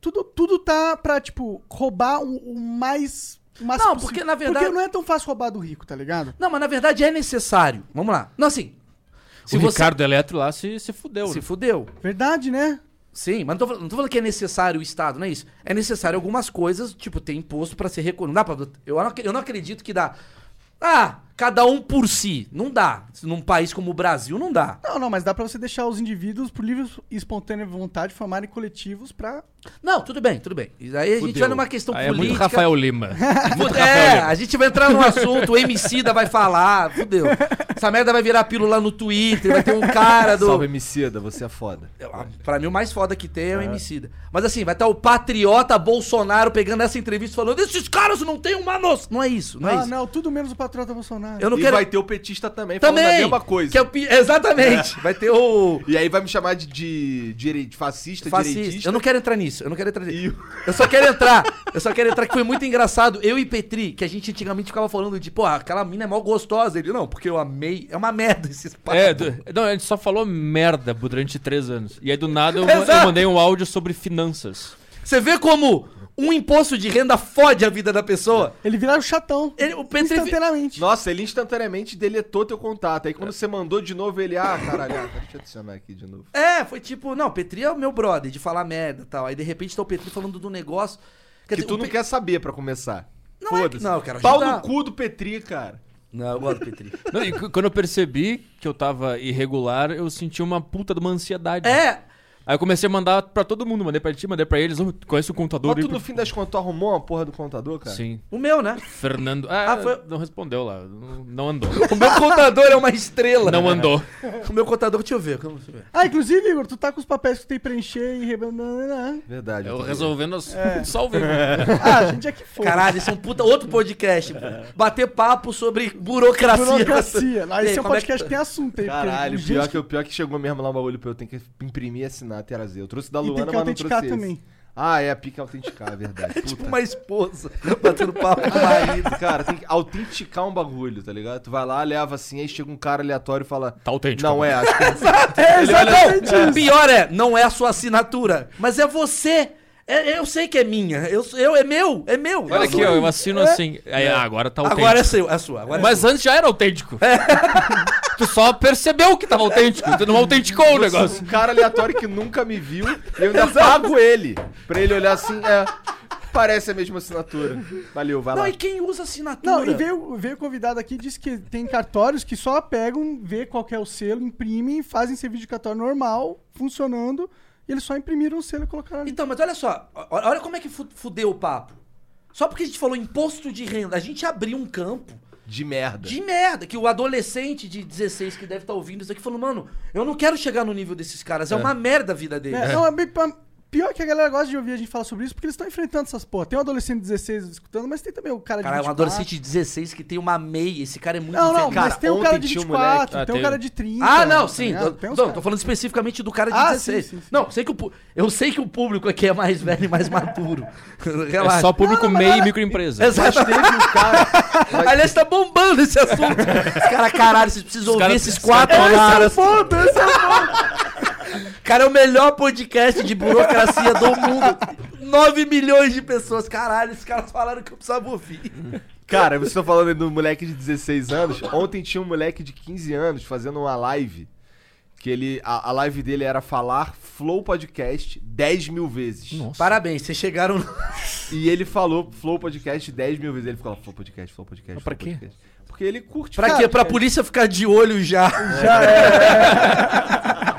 [SPEAKER 3] tudo, tudo tá pra, tipo, roubar o, o mais. o máximo
[SPEAKER 2] Não, porque, na verdade-
[SPEAKER 3] Porque não é tão fácil roubar do rico, tá ligado?
[SPEAKER 2] Não, mas na verdade é necessário. Vamos lá. Não, assim. Se
[SPEAKER 4] o
[SPEAKER 2] você
[SPEAKER 4] Ricardo Eletro lá se, se fudeu.
[SPEAKER 2] se
[SPEAKER 4] né?
[SPEAKER 2] fudeu.
[SPEAKER 3] Verdade, né?
[SPEAKER 2] Sim, mas não tô, falando, não tô falando que é necessário o Estado, não é isso. É necessário algumas coisas, tipo, ter imposto pra ser recolhido. Não dá pra. Eu não, acre- eu não acredito que dá. Ah, cada um por si. Não dá. Num país como o Brasil, não dá.
[SPEAKER 3] Não, não, mas dá pra você deixar os indivíduos por livre e espontânea vontade formarem coletivos pra.
[SPEAKER 2] Não, tudo bem, tudo bem. E Aí a gente
[SPEAKER 1] Fudeu.
[SPEAKER 2] vai numa questão
[SPEAKER 4] Aí é
[SPEAKER 2] política.
[SPEAKER 4] muito Rafael Lima.
[SPEAKER 2] Fudeu. É, a gente vai entrar num assunto, o MC da vai falar, fudeu. Essa merda vai virar pílula no Twitter, vai ter um cara do.
[SPEAKER 1] Salve, Emicida, você é foda.
[SPEAKER 2] Ah, Pra mim, o mais foda que tem é o Emicida. Mas assim, vai estar o patriota Bolsonaro pegando essa entrevista e falando: esses caras não têm uma noção. Não é isso, não é
[SPEAKER 3] ah,
[SPEAKER 2] isso.
[SPEAKER 3] não, tudo menos o patriota Bolsonaro.
[SPEAKER 2] Eu não
[SPEAKER 1] e
[SPEAKER 2] quero.
[SPEAKER 1] vai ter o petista também,
[SPEAKER 2] Também!
[SPEAKER 1] falando a mesma coisa. É.
[SPEAKER 2] que é o pi- Exatamente. Vai ter o.
[SPEAKER 1] E aí vai me chamar de, de, de, de fascista,
[SPEAKER 2] Fascista.
[SPEAKER 1] direitista.
[SPEAKER 2] Eu não quero entrar nisso. Eu não quero entrar nisso.
[SPEAKER 1] E o-
[SPEAKER 2] Eu só quero entrar. Eu só quero entrar que foi muito engraçado. Eu e Petri, que a gente antigamente ficava falando de, pô, aquela mina é mó gostosa. Ele, não, porque eu amei. É uma merda esses
[SPEAKER 4] É,
[SPEAKER 2] papos.
[SPEAKER 4] do- não, a gente só falou merda durante três anos. E aí do nada eu,
[SPEAKER 2] Exato.
[SPEAKER 4] eu mandei um áudio sobre finanças.
[SPEAKER 2] Você vê como um imposto de renda fode a vida da pessoa?
[SPEAKER 3] Ele viraram chatão.
[SPEAKER 2] Ele- o Petri-
[SPEAKER 3] Instantaneamente.
[SPEAKER 1] Nossa, ele instantaneamente deletou teu contato. Aí
[SPEAKER 4] É.
[SPEAKER 1] quando você mandou de novo, ele. Ah, caralho, ah, deixa eu adicionar aqui de novo.
[SPEAKER 2] É, foi tipo, não, Petri é o meu brother de falar merda e tal. Aí de repente tá o Petri falando do negócio. Quer
[SPEAKER 1] que
[SPEAKER 2] dizer,
[SPEAKER 1] tu
[SPEAKER 2] o
[SPEAKER 1] não
[SPEAKER 2] Pe-
[SPEAKER 1] quer saber pra começar.
[SPEAKER 2] Não é que-
[SPEAKER 1] Foda-se.
[SPEAKER 2] não, eu quero
[SPEAKER 1] Pau
[SPEAKER 2] ajudar.
[SPEAKER 1] no cu do Petri, cara.
[SPEAKER 2] Não, eu gosto do Petri.
[SPEAKER 4] Não, e c- quando eu percebi que eu tava irregular, eu senti uma puta de uma ansiedade.
[SPEAKER 2] É!
[SPEAKER 4] Aí eu comecei a mandar pra todo mundo, mandei pra ti, mandei pra eles. "Ô, conhece o contador
[SPEAKER 1] Mas
[SPEAKER 4] aí
[SPEAKER 1] tu,
[SPEAKER 4] pro-
[SPEAKER 1] no fim das contas, tu arrumou uma porra do contador, cara?
[SPEAKER 4] Sim.
[SPEAKER 2] O meu, né?
[SPEAKER 4] Fernando. Ah,
[SPEAKER 2] Ah, foi-
[SPEAKER 4] não respondeu lá. Não não andou.
[SPEAKER 2] O meu contador é uma estrela.
[SPEAKER 4] Não andou.
[SPEAKER 2] O meu contador, deixa eu ver. calma, deixa eu ver.
[SPEAKER 3] Ah, inclusive, Igor, tu tá com os papéis que tu tem que preencher e rebanana.
[SPEAKER 1] Verdade.
[SPEAKER 4] Eu
[SPEAKER 1] tô
[SPEAKER 4] resolvendo as...
[SPEAKER 2] É.
[SPEAKER 4] só o vivo.
[SPEAKER 3] Ah, a gente é que foi.
[SPEAKER 2] Caralho, esse é um puta outro podcast. pô. Bater papo sobre burocracia.
[SPEAKER 3] Burocracia. Ah,
[SPEAKER 2] E aí,
[SPEAKER 3] Esse é um
[SPEAKER 2] como
[SPEAKER 3] podcast que tem assunto aí. porque
[SPEAKER 1] Caralho,
[SPEAKER 3] gente
[SPEAKER 1] pior que, o pior que chegou mesmo lá o bagulho pra eu ter que imprimir e assinar até trazer. Eu trouxe da
[SPEAKER 3] E tem
[SPEAKER 1] Luana,
[SPEAKER 3] que
[SPEAKER 1] mas não trouxe
[SPEAKER 3] autenticar
[SPEAKER 1] esse.
[SPEAKER 3] também.
[SPEAKER 1] Ah, é, a pica autenticar, é verdade.
[SPEAKER 2] Tipo
[SPEAKER 1] Puta.
[SPEAKER 2] uma esposa batendo papo.
[SPEAKER 1] Ah, Marido, cara, tem que autenticar um bagulho, tá ligado? Tu vai lá, leva assim, aí chega um cara aleatório e fala.
[SPEAKER 4] Tá autêntico.
[SPEAKER 1] Não é, acho que
[SPEAKER 2] É exatamente não, Pior é, não é a sua assinatura, mas é você. É- eu sei que é minha. Eu, eu é meu, é meu.
[SPEAKER 4] Olha aqui, ó, eu assino assim. Aí, ah, agora tá autêntico.
[SPEAKER 2] Agora é seu, é sua. Agora é
[SPEAKER 4] Mas antes já era autêntico. tu só percebeu que tava autêntico. Tu não autenticou o negócio.
[SPEAKER 1] um cara aleatório que nunca me viu e eu ainda pago ele. Pra ele olhar assim, é. Parece a mesma assinatura. Valeu, vai
[SPEAKER 2] Não,
[SPEAKER 1] lá.
[SPEAKER 2] e quem usa assinatura?
[SPEAKER 3] Não, e veio, veio convidado aqui, disse que tem cartórios que só pegam, vê qual que é o selo, imprimem, fazem serviço de cartório normal, funcionando, e eles só imprimiram o selo e colocaram ali.
[SPEAKER 2] Então, mas olha só, o- olha como é que fu- fudeu o papo. Só porque a gente falou imposto de renda, a gente abriu um campo
[SPEAKER 1] De merda.
[SPEAKER 3] É.
[SPEAKER 2] de merda, que o adolescente de 16 que deve estar ouvindo isso aqui falando, mano, eu não quero chegar no nível desses caras, é, uma merda a vida deles.
[SPEAKER 3] É, não, é bem pa- pior que a galera gosta de ouvir a gente falar sobre isso, porque eles estão enfrentando essas porra. Tem um adolescente de 16 escutando, mas tem também o cara de
[SPEAKER 2] Cara, é um
[SPEAKER 3] 24.
[SPEAKER 2] adolescente de 16 que tem uma MEI, esse cara é muito
[SPEAKER 3] Não, não,
[SPEAKER 2] infeliz.
[SPEAKER 3] mas
[SPEAKER 1] Cara,
[SPEAKER 3] tem um
[SPEAKER 1] ontem
[SPEAKER 3] cara de
[SPEAKER 1] tinha um
[SPEAKER 3] 24,
[SPEAKER 4] moleque- Ah,
[SPEAKER 3] tem um
[SPEAKER 4] tem-
[SPEAKER 3] cara de 30.
[SPEAKER 2] Ah, não,
[SPEAKER 3] tá
[SPEAKER 2] sim.
[SPEAKER 3] ligado?
[SPEAKER 2] eu-
[SPEAKER 3] Tem uns
[SPEAKER 2] não,
[SPEAKER 3] cara-
[SPEAKER 2] tô falando especificamente do cara de
[SPEAKER 3] Ah,
[SPEAKER 2] 16.
[SPEAKER 3] sim, sim, sim.
[SPEAKER 2] Não, sei que o, pu- eu sei que o público aqui é mais velho e mais maduro. Relaxa.
[SPEAKER 4] É só público MEI e microempresa.
[SPEAKER 1] Mas
[SPEAKER 2] Exato.
[SPEAKER 1] teve um cara.
[SPEAKER 2] Aliás, tá bombando esse assunto. Os caras, caralho, vocês precisam ouvir
[SPEAKER 4] caras-
[SPEAKER 2] esses
[SPEAKER 4] os
[SPEAKER 2] quatro
[SPEAKER 4] caras-
[SPEAKER 2] caras. Cara, é o melhor podcast de burocracia do mundo. 9 milhões de pessoas. Caralho, esses caras falaram que eu precisava ouvir.
[SPEAKER 1] Cara, vocês estão falando do moleque de 16 anos. Ontem tinha um moleque de 15 anos fazendo uma live. Que ele. A, a live dele era falar Flow Podcast 10 mil vezes.
[SPEAKER 2] Parabéns, vocês chegaram. no-
[SPEAKER 1] E ele falou Flow Podcast 10 mil vezes. Ele ficou lá, Flow Podcast, Flow Podcast.
[SPEAKER 4] Mas pra
[SPEAKER 1] Flow
[SPEAKER 4] quê?
[SPEAKER 1] Podcast. Porque ele curte.
[SPEAKER 2] Pra
[SPEAKER 1] cara.
[SPEAKER 2] quê? Pra polícia ficar de olho já.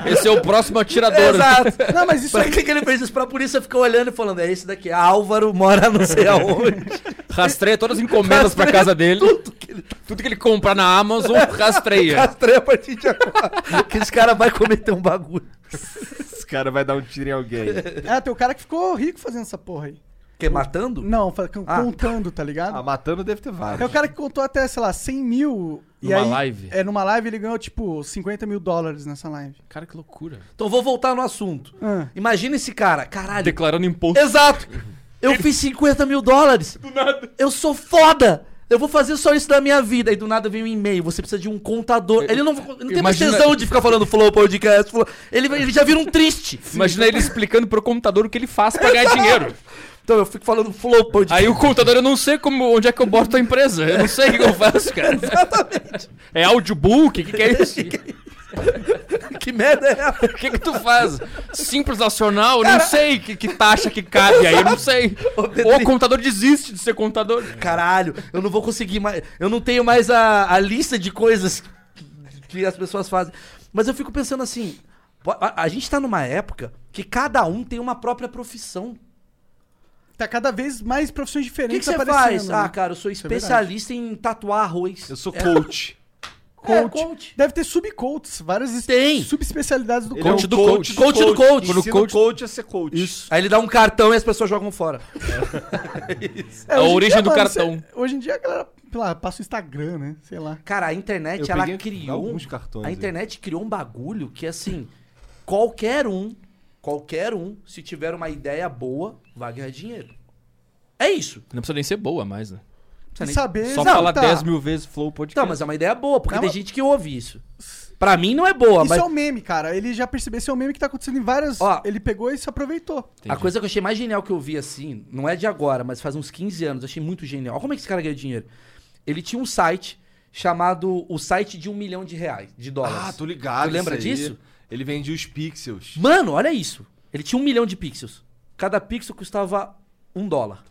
[SPEAKER 4] Esse é o próximo atirador.
[SPEAKER 2] Exato.
[SPEAKER 3] Não, mas isso é
[SPEAKER 2] Pra
[SPEAKER 3] aí
[SPEAKER 2] que, que ele fez isso? Pra polícia ficar olhando e falando, é esse daqui, Álvaro mora não sei aonde.
[SPEAKER 4] Rastreia todas as encomendas pra
[SPEAKER 2] Rastreia
[SPEAKER 4] casa dele.
[SPEAKER 2] Tudo que ele
[SPEAKER 4] Tudo que ele comprar na Amazon, rastreia.
[SPEAKER 2] rastreia a partir de agora. que esse cara vai cometer um bagulho.
[SPEAKER 1] Esse cara vai dar um tiro em alguém.
[SPEAKER 3] É, tem o cara que ficou rico fazendo essa porra aí.
[SPEAKER 2] Quer matando?
[SPEAKER 3] Não, fa- con-
[SPEAKER 2] Ah.
[SPEAKER 3] contando, tá ligado?
[SPEAKER 1] ah, matando deve ter
[SPEAKER 3] É o
[SPEAKER 1] vários.
[SPEAKER 3] cara que contou até, sei lá, 100 mil. e
[SPEAKER 4] Numa
[SPEAKER 3] aí-
[SPEAKER 4] live?
[SPEAKER 3] É, numa live ele ganhou, tipo, 50 mil dólares nessa live.
[SPEAKER 4] Cara, que loucura.
[SPEAKER 2] Então vou voltar no assunto.
[SPEAKER 3] Ah.
[SPEAKER 2] Imagina esse cara, caralho.
[SPEAKER 4] Declarando imposto.
[SPEAKER 2] Exato. Eu fiz 50 mil dólares. Do nada. Eu sou foda. Eu vou fazer só isso da minha vida. E do nada vem um e-mail. Você precisa de um contador. Ele não, não tem mais
[SPEAKER 4] Imagina-
[SPEAKER 2] tesão de ficar falando flow podcast. Flow. Ele, ele já vira um triste.
[SPEAKER 4] Imagina ele explicando pro computador o que ele faz pra ganhar dinheiro.
[SPEAKER 2] Então eu fico falando flow podcast.
[SPEAKER 4] Aí o computador, eu não sei como, onde é que eu boto a empresa. Eu não sei o que que eu faço, cara.
[SPEAKER 2] Exatamente.
[SPEAKER 4] É audiobook? O que, que é isso? O
[SPEAKER 2] Que merda é essa?
[SPEAKER 4] que, que tu faz? Simples nacional? Não sei que, que taxa que cabe aí, eu não sei. Ou o computador desiste de ser contador.
[SPEAKER 2] Caralho, eu não vou conseguir mais. Eu não tenho mais a, a lista de coisas que as pessoas fazem. Mas eu fico pensando assim: po- a, a gente tá numa época que cada um tem uma própria profissão.
[SPEAKER 3] Tá cada vez mais profissões
[SPEAKER 2] O que que
[SPEAKER 3] diferentes
[SPEAKER 2] você
[SPEAKER 3] aparecendo.
[SPEAKER 2] faz?
[SPEAKER 3] né?
[SPEAKER 2] Ah, cara, eu sou
[SPEAKER 3] é
[SPEAKER 2] especialista em tatuar arroz.
[SPEAKER 1] Eu sou coach.
[SPEAKER 3] coach.
[SPEAKER 2] É, coach.
[SPEAKER 3] Deve ter subcoaches, várias es-
[SPEAKER 2] Tem.
[SPEAKER 3] subespecialidades do
[SPEAKER 2] É
[SPEAKER 1] Ele é
[SPEAKER 3] coach.
[SPEAKER 4] coach do coach.
[SPEAKER 2] Coach do coach.
[SPEAKER 1] Ensina o coach. a ser coach.
[SPEAKER 4] Isso.
[SPEAKER 2] Aí ele dá um cartão e as pessoas jogam fora.
[SPEAKER 3] É,
[SPEAKER 4] a
[SPEAKER 3] hoje em
[SPEAKER 4] origem do
[SPEAKER 3] mano,
[SPEAKER 4] cartão.
[SPEAKER 3] você- hoje em dia a galera, sei lá, passa o Instagram, né? Sei lá.
[SPEAKER 2] Cara, a internet,
[SPEAKER 1] Eu
[SPEAKER 2] ela
[SPEAKER 1] peguei
[SPEAKER 2] criou.
[SPEAKER 1] alguns cartões
[SPEAKER 2] a
[SPEAKER 1] aí.
[SPEAKER 2] internet criou um bagulho que, assim, qualquer um, qualquer um, se tiver uma ideia boa, vai ganhar dinheiro. É isso.
[SPEAKER 4] Não precisa nem ser boa mais, né?
[SPEAKER 2] Precisa
[SPEAKER 3] E
[SPEAKER 2] nem-
[SPEAKER 3] saber...
[SPEAKER 4] Só
[SPEAKER 3] Não,
[SPEAKER 4] falar
[SPEAKER 3] tá.
[SPEAKER 4] 10 mil vezes flow
[SPEAKER 2] Não,
[SPEAKER 4] podcast.
[SPEAKER 2] mas é uma ideia boa, porque
[SPEAKER 3] É
[SPEAKER 2] tem
[SPEAKER 3] uma-
[SPEAKER 2] gente que ouve isso. Pra mim não é boa,
[SPEAKER 3] Isso
[SPEAKER 2] mas
[SPEAKER 3] é um meme, cara. Ele já percebeu. Esse é um meme que tá acontecendo em várias...
[SPEAKER 2] Ó.
[SPEAKER 3] Ele pegou e se aproveitou.
[SPEAKER 2] a coisa que eu achei mais genial que eu vi assim, não é de agora, mas faz uns 15 anos, eu achei muito genial. Olha como é que esse cara ganhou dinheiro. Ele tinha um site chamado o site de um milhão de reais, de dólares.
[SPEAKER 1] Ah, tô ligado.
[SPEAKER 2] Tu lembra
[SPEAKER 1] isso aí.
[SPEAKER 2] disso?
[SPEAKER 1] Ele vendia os pixels.
[SPEAKER 2] Mano, olha isso. Ele tinha um milhão de pixels. Cada pixel custava um dólar.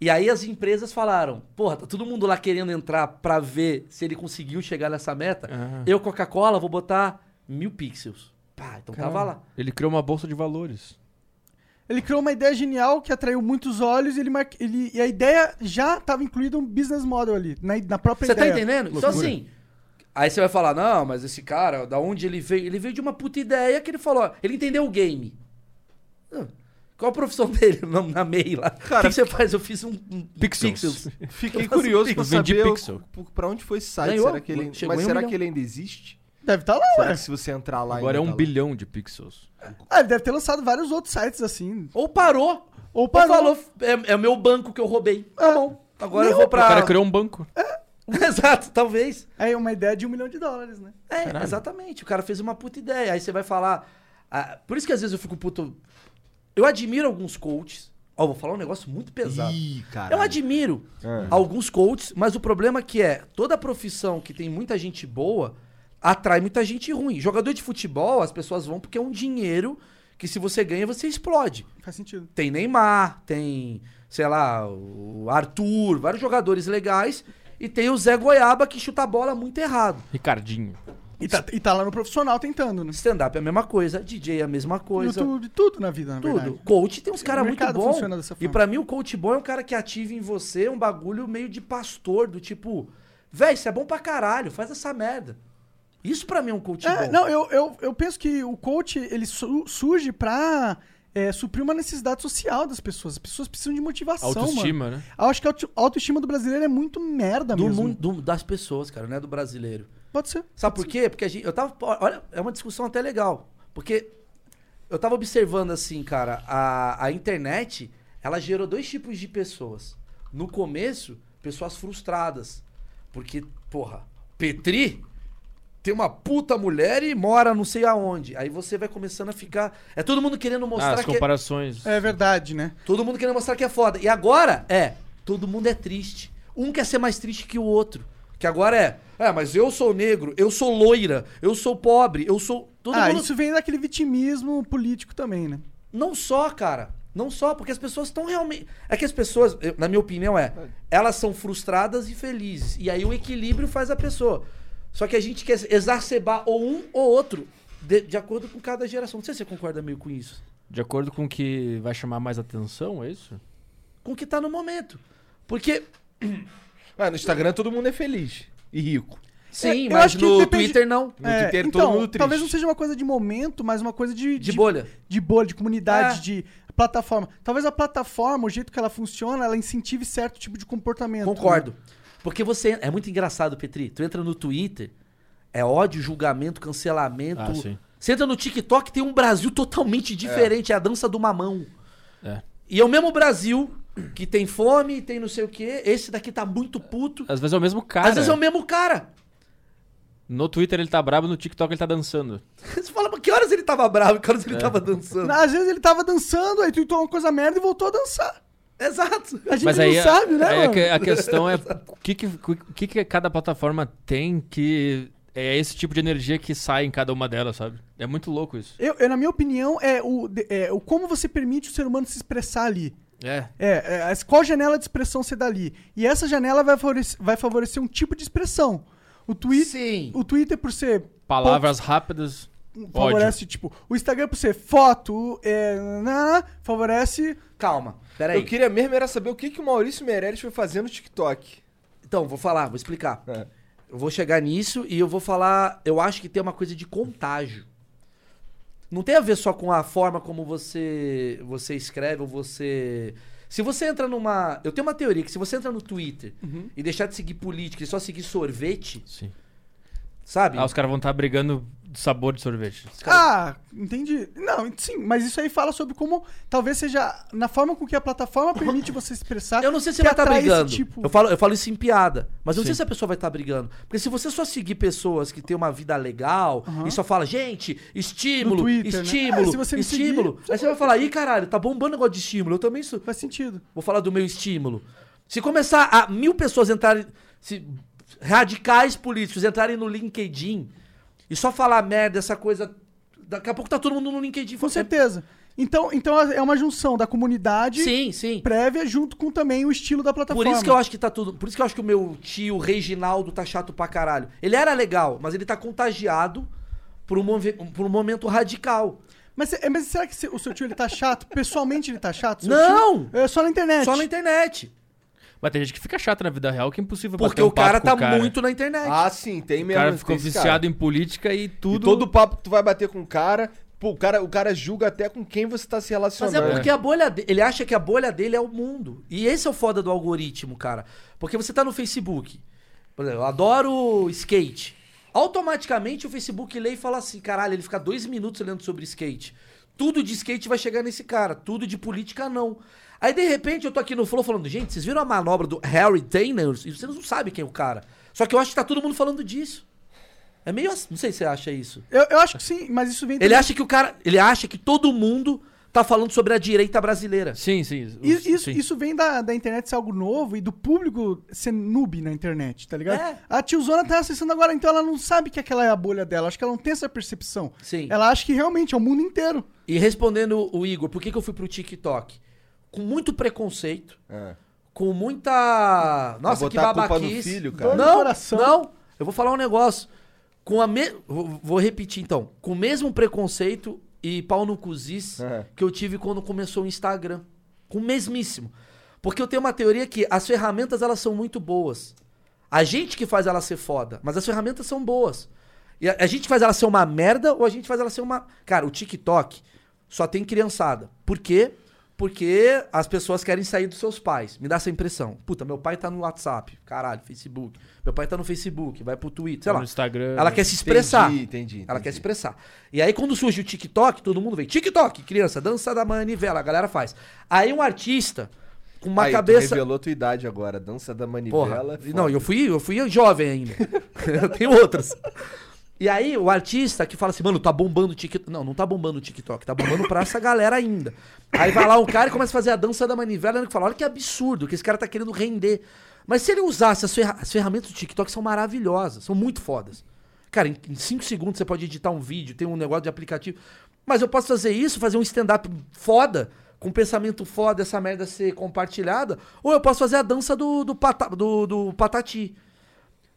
[SPEAKER 2] E aí as empresas falaram: porra, tá todo mundo lá querendo entrar pra ver se ele conseguiu chegar nessa meta. Eu, Coca-Cola, vou botar mil pixels. Pá, então tava lá.
[SPEAKER 4] Ele criou uma bolsa de valores.
[SPEAKER 3] Ele criou uma ideia genial que atraiu muitos olhos e, ele mar... ele... e a ideia já estava incluída um business model ali, na, na própria
[SPEAKER 2] Você tá
[SPEAKER 3] ideia.
[SPEAKER 2] entendendo? Então assim. Aí você vai falar, não, mas esse cara, da onde ele veio? Ele veio de uma puta ideia que ele falou, ó, ele entendeu o game. Ah, Qual a profissão dele na, na MEI lá? o que que você faz? Eu fiz um, um
[SPEAKER 4] Pixels.
[SPEAKER 1] Fiquei
[SPEAKER 2] Eu faço
[SPEAKER 1] curioso pra
[SPEAKER 4] pixel. Vendi
[SPEAKER 1] saber o-
[SPEAKER 4] pixel.
[SPEAKER 1] por- pra onde foi esse site.
[SPEAKER 2] Ganhou.
[SPEAKER 1] Será que ele,
[SPEAKER 2] Chegou
[SPEAKER 1] mas
[SPEAKER 2] em um
[SPEAKER 1] será
[SPEAKER 2] milhão.
[SPEAKER 1] que ele ainda existe?
[SPEAKER 3] Deve estar lá,
[SPEAKER 1] Será
[SPEAKER 3] ué.
[SPEAKER 1] que se você entrar lá
[SPEAKER 4] Agora é
[SPEAKER 1] ainda
[SPEAKER 4] um
[SPEAKER 1] tá lá?
[SPEAKER 4] bilhão de pixels.
[SPEAKER 3] Ah, ele deve ter lançado vários outros sites assim.
[SPEAKER 2] Ou parou.
[SPEAKER 3] Ou
[SPEAKER 2] Ou
[SPEAKER 3] parou.
[SPEAKER 2] falou, é, é o meu banco que eu roubei. Tá bom. Agora eu vou pra.
[SPEAKER 4] Ah, O cara criou um banco.
[SPEAKER 2] Exato, talvez.
[SPEAKER 3] É uma ideia de um milhão de dólares, né?
[SPEAKER 2] É, exatamente. O cara fez uma puta ideia. Aí você vai falar. ah, por isso que às vezes eu fico puto. Eu admiro alguns coaches. Ó, vou falar um negócio muito pesado.
[SPEAKER 1] Ih, cara.
[SPEAKER 2] Eu admiro
[SPEAKER 1] É.
[SPEAKER 2] alguns coaches, mas o problema que é, toda profissão que tem muita gente boa atrai muita gente ruim. Jogador de futebol, as pessoas vão porque é um dinheiro que se você ganha, você explode.
[SPEAKER 3] Faz sentido.
[SPEAKER 2] Tem Neymar, tem, sei lá, o Arthur, vários jogadores legais. E tem o Zé Goiaba que chuta a bola muito errado.
[SPEAKER 4] Ricardinho.
[SPEAKER 3] E tá, e tá lá no profissional tentando, né?
[SPEAKER 2] Stand-up é a mesma coisa, DJ é a mesma coisa.
[SPEAKER 3] YouTube, tudo na vida, na
[SPEAKER 2] Tudo.
[SPEAKER 3] verdade.
[SPEAKER 2] Coach tem uns
[SPEAKER 3] O
[SPEAKER 2] caras muito
[SPEAKER 3] mercado
[SPEAKER 2] bons.
[SPEAKER 3] funciona dessa
[SPEAKER 2] E
[SPEAKER 3] forma.
[SPEAKER 2] pra mim, o coach bom é um cara que ativa em você um bagulho meio de pastor, do tipo, véi, isso é bom pra caralho, faz essa merda. Isso pra mim é um coach
[SPEAKER 3] É,
[SPEAKER 2] bom.
[SPEAKER 3] não, eu, eu, eu penso que o coach ele su- surge pra é, suprir uma necessidade social das pessoas. As pessoas precisam de motivação. Mano.
[SPEAKER 4] Autoestima, né?
[SPEAKER 3] Eu acho que a auto- autoestima do brasileiro é muito merda
[SPEAKER 2] do
[SPEAKER 3] mesmo.
[SPEAKER 2] mundo do- das pessoas, cara, não é do brasileiro.
[SPEAKER 3] Pode ser.
[SPEAKER 2] Sabe por quê? Porque a gente, eu tava. Olha, é uma discussão até legal. Porque eu tava observando assim, cara, a, a internet, ela gerou dois tipos de pessoas. No começo, pessoas frustradas. Porque, porra, Petri tem uma puta mulher e mora não sei aonde. Aí você vai começando a ficar. É todo mundo querendo
[SPEAKER 4] Ah,
[SPEAKER 2] mostrar
[SPEAKER 4] as
[SPEAKER 2] que. é-
[SPEAKER 4] comparações.
[SPEAKER 3] É verdade, né?
[SPEAKER 2] Todo mundo querendo mostrar que é foda. E agora é, todo mundo é triste. Um quer ser mais triste que o outro. Que agora é, é, mas eu sou negro, eu sou loira, eu sou pobre, eu sou. Todo
[SPEAKER 3] ah,
[SPEAKER 2] mundo.
[SPEAKER 3] isso vem daquele vitimismo político também, né?
[SPEAKER 2] Não só, cara. Não só, porque as pessoas estão realmente. É que as pessoas, eu- na minha opinião, é. Elas são frustradas e felizes. E aí o equilíbrio faz a pessoa. Só que a gente quer exacerbar ou um ou outro, de, de acordo com cada geração. Não sei se você concorda meio com isso.
[SPEAKER 4] De acordo com o que vai chamar mais atenção, é isso?
[SPEAKER 2] Com o que tá no momento. Porque
[SPEAKER 1] Mas no Instagram todo mundo é feliz e rico.
[SPEAKER 2] Sim,
[SPEAKER 3] eu
[SPEAKER 2] mas
[SPEAKER 3] acho que
[SPEAKER 2] no
[SPEAKER 3] depende-
[SPEAKER 2] Twitter não.
[SPEAKER 1] No Twitter
[SPEAKER 3] então,
[SPEAKER 1] todo mundo triste.
[SPEAKER 3] talvez não seja uma coisa de momento, mas uma coisa de,
[SPEAKER 2] De bolha.
[SPEAKER 3] de bolha, de comunidade,
[SPEAKER 2] É.
[SPEAKER 3] de plataforma. Talvez a plataforma, o jeito que ela funciona, ela incentive certo tipo de comportamento.
[SPEAKER 2] Concordo. Porque você. É muito engraçado, Petri. Tu entra no Twitter, é ódio, julgamento, cancelamento.
[SPEAKER 4] Ah, sim.
[SPEAKER 2] Você entra no TikTok, tem um Brasil totalmente diferente. É, a dança do mamão.
[SPEAKER 4] É.
[SPEAKER 2] E é o mesmo Brasil que tem fome, tem não sei o quê. Esse daqui tá muito puto.
[SPEAKER 4] Às vezes é o mesmo cara.
[SPEAKER 2] Às vezes é o mesmo cara.
[SPEAKER 4] No Twitter ele tá brabo, no TikTok ele tá dançando.
[SPEAKER 2] Você fala, mas que horas ele tava bravo, que horas
[SPEAKER 4] É.
[SPEAKER 2] ele tava dançando.
[SPEAKER 3] Né? Às vezes ele tava dançando, aí tweetou uma coisa merda e voltou a dançar.
[SPEAKER 2] Exato.
[SPEAKER 3] A gente
[SPEAKER 4] Mas
[SPEAKER 3] não
[SPEAKER 4] aí, a-
[SPEAKER 3] sabe, né,
[SPEAKER 4] aí a
[SPEAKER 3] mano?
[SPEAKER 4] que- a, questão é o que, que, o que, que cada plataforma tem que é esse tipo de energia que sai em cada uma delas, sabe? É muito louco isso.
[SPEAKER 3] Eu, eu, na minha opinião, é o, de- é o como você permite o ser humano se expressar ali.
[SPEAKER 4] É.
[SPEAKER 3] É, é, as- qual janela de expressão você dá ali? E essa janela vai favorecer, vai favorecer um tipo de expressão. O, twi
[SPEAKER 2] Sim.
[SPEAKER 3] o Twitter, por ser.
[SPEAKER 4] Palavras rápidas.
[SPEAKER 3] pouco, Favorece, tipo. O Instagram, por ser foto, é, na- favorece.
[SPEAKER 2] Calma, peraí.
[SPEAKER 1] Eu queria mesmo era saber o que, que o Maurício Meirelles foi fazer no TikTok.
[SPEAKER 2] Então, vou falar, vou explicar.
[SPEAKER 1] É.
[SPEAKER 2] Eu vou chegar nisso e eu vou falar. Eu acho que tem uma coisa de contágio. Não tem a ver só com a forma como você você escreve ou você. Se você entra numa. Eu tenho uma teoria que se você entra no Twitter e deixar de seguir política e só seguir sorvete,
[SPEAKER 4] Sim.
[SPEAKER 2] sabe?
[SPEAKER 4] Ah, os caras vão estar brigando de sabor de sorvete.
[SPEAKER 3] Ah, entendi. Não, sim, mas isso aí fala sobre como talvez seja na forma com que a plataforma permite você se expressar.
[SPEAKER 2] Eu não sei se
[SPEAKER 3] que
[SPEAKER 2] vai estar
[SPEAKER 3] atrai esse
[SPEAKER 2] brigando.
[SPEAKER 3] tipo.
[SPEAKER 2] Eu, falo, eu falo isso em piada. Mas eu não sei
[SPEAKER 4] Sim.
[SPEAKER 2] se a pessoa vai estar brigando. Porque se você só seguir pessoas que têm uma vida legal e só fala, gente, estímulo,
[SPEAKER 3] No Twitter, né?
[SPEAKER 2] estímulo,
[SPEAKER 3] É, se você me seguir,
[SPEAKER 2] estímulo. Aí você vai falar, ih, caralho, tá bombando o negócio de estímulo. Eu também sou.
[SPEAKER 3] Faz sentido.
[SPEAKER 2] Vou falar do meu estímulo. Se começar a mil pessoas entrarem. Se radicais políticos entrarem no LinkedIn e só falar merda, essa coisa. Daqui a pouco tá todo mundo no LinkedIn.
[SPEAKER 3] Com
[SPEAKER 2] Você
[SPEAKER 3] certeza. Então, então é uma junção da comunidade
[SPEAKER 2] Sim, sim.
[SPEAKER 3] prévia junto com também o estilo da plataforma.
[SPEAKER 2] Por isso que eu acho que tá tudo. Por isso que eu acho que o meu tio Reginaldo tá chato pra caralho. Ele era legal, mas ele tá contagiado por um, move- por um momento radical.
[SPEAKER 3] Mas, é- mas será que se- o seu tio ele tá chato? Pessoalmente ele tá chato? Seu
[SPEAKER 2] Não!
[SPEAKER 3] tio- é só na internet.
[SPEAKER 2] Só na internet.
[SPEAKER 4] Mas tem gente que fica chata na vida real que é impossível
[SPEAKER 2] Porque
[SPEAKER 4] bater um
[SPEAKER 2] o cara
[SPEAKER 4] papo com
[SPEAKER 2] tá
[SPEAKER 4] o cara.
[SPEAKER 2] muito na internet.
[SPEAKER 1] Ah, sim, tem
[SPEAKER 4] O
[SPEAKER 1] mesmo.
[SPEAKER 4] cara ficou
[SPEAKER 1] tem esse
[SPEAKER 4] viciado em política e
[SPEAKER 1] E
[SPEAKER 4] tudo.
[SPEAKER 1] todo papo que tu vai bater com o cara, pô, o cara, o cara julga até com quem você tá se
[SPEAKER 2] Mas
[SPEAKER 1] relacionando.
[SPEAKER 2] é porque a bolha dele. Ele acha que a bolha dele é o mundo. E esse é o foda do algoritmo, cara. Porque você tá no Facebook. Por exemplo, eu adoro skate. Automaticamente o Facebook lê e fala assim: caralho, ele fica dois minutos lendo sobre skate. Tudo de skate vai chegar nesse cara, tudo de política não. Aí de repente eu tô aqui no Flow falando: gente, vocês viram a manobra do Harry Taylor? E vocês não sabem quem é o cara. Só que eu acho que tá todo mundo falando disso. É meio assim, não sei se você acha isso.
[SPEAKER 3] Eu, eu acho que sim, mas isso vem.
[SPEAKER 2] Ele acha que o cara. Ele acha que todo mundo tá falando sobre a direita brasileira.
[SPEAKER 4] Sim, sim. o-
[SPEAKER 3] Isso, isso,
[SPEAKER 4] sim.
[SPEAKER 3] isso vem da, da internet ser algo novo e do público ser noob na internet, tá ligado?
[SPEAKER 2] É.
[SPEAKER 3] A tiozona tá acessando agora, então ela não sabe que aquela é a bolha dela. Acho que ela não tem essa percepção.
[SPEAKER 2] Sim.
[SPEAKER 3] Ela acha que realmente é o mundo inteiro.
[SPEAKER 2] E respondendo o Igor, por que, que eu fui pro TikTok? Com muito preconceito,
[SPEAKER 1] É.
[SPEAKER 2] com muita. Nossa, que
[SPEAKER 1] botar a culpa
[SPEAKER 2] babaquice.
[SPEAKER 1] no filho, cara.
[SPEAKER 3] Dor no
[SPEAKER 2] Não,
[SPEAKER 3] coração.
[SPEAKER 2] não. Eu vou falar um negócio. Com a me... vou- Vou repetir então. Com o mesmo preconceito e pau no cuzis
[SPEAKER 1] É.
[SPEAKER 2] que eu tive quando começou o Instagram. Com o mesmíssimo. Porque eu tenho uma teoria que as ferramentas elas são muito boas. A gente que faz ela ser foda, mas as ferramentas são boas. E a, a gente faz ela ser uma merda ou a gente faz ela ser uma. Cara, o TikTok só tem criançada. Por quê? Porque as pessoas querem sair dos seus pais. Me dá essa impressão. Puta, meu pai tá no WhatsApp. Caralho, Facebook. Meu pai tá no Facebook, vai pro Twitter, sei
[SPEAKER 4] Tá
[SPEAKER 2] lá.
[SPEAKER 4] no Instagram.
[SPEAKER 2] Ela quer se expressar.
[SPEAKER 1] Entendi, entendi.
[SPEAKER 2] Ela
[SPEAKER 1] entendi.
[SPEAKER 2] quer se expressar. E aí, quando surge o TikTok, todo mundo vem. TikTok, criança, dança da manivela, a galera faz. Aí um artista com uma
[SPEAKER 1] Aí, tu
[SPEAKER 2] cabeça.
[SPEAKER 1] revelou tua idade agora, dança da manivela. é
[SPEAKER 2] Porra,
[SPEAKER 1] foda.
[SPEAKER 2] não, eu fui, eu fui jovem ainda. eu tenho outras. E aí, o artista que fala assim, mano, tá bombando o TikTok. Não, não tá bombando o TikTok, tá bombando pra essa galera ainda. Aí vai lá um cara e começa a fazer a dança da manivela e ele fala, olha que absurdo, que esse cara tá querendo render. Mas se ele usasse as, ferra- as ferramentas do TikTok, são maravilhosas, são muito fodas. Cara, em 5 segundos você pode editar um vídeo, tem um negócio de aplicativo. Mas eu posso fazer isso, fazer um stand-up foda, com um pensamento foda, essa merda ser compartilhada. Ou eu posso fazer a dança do, do, pata- do- do patati.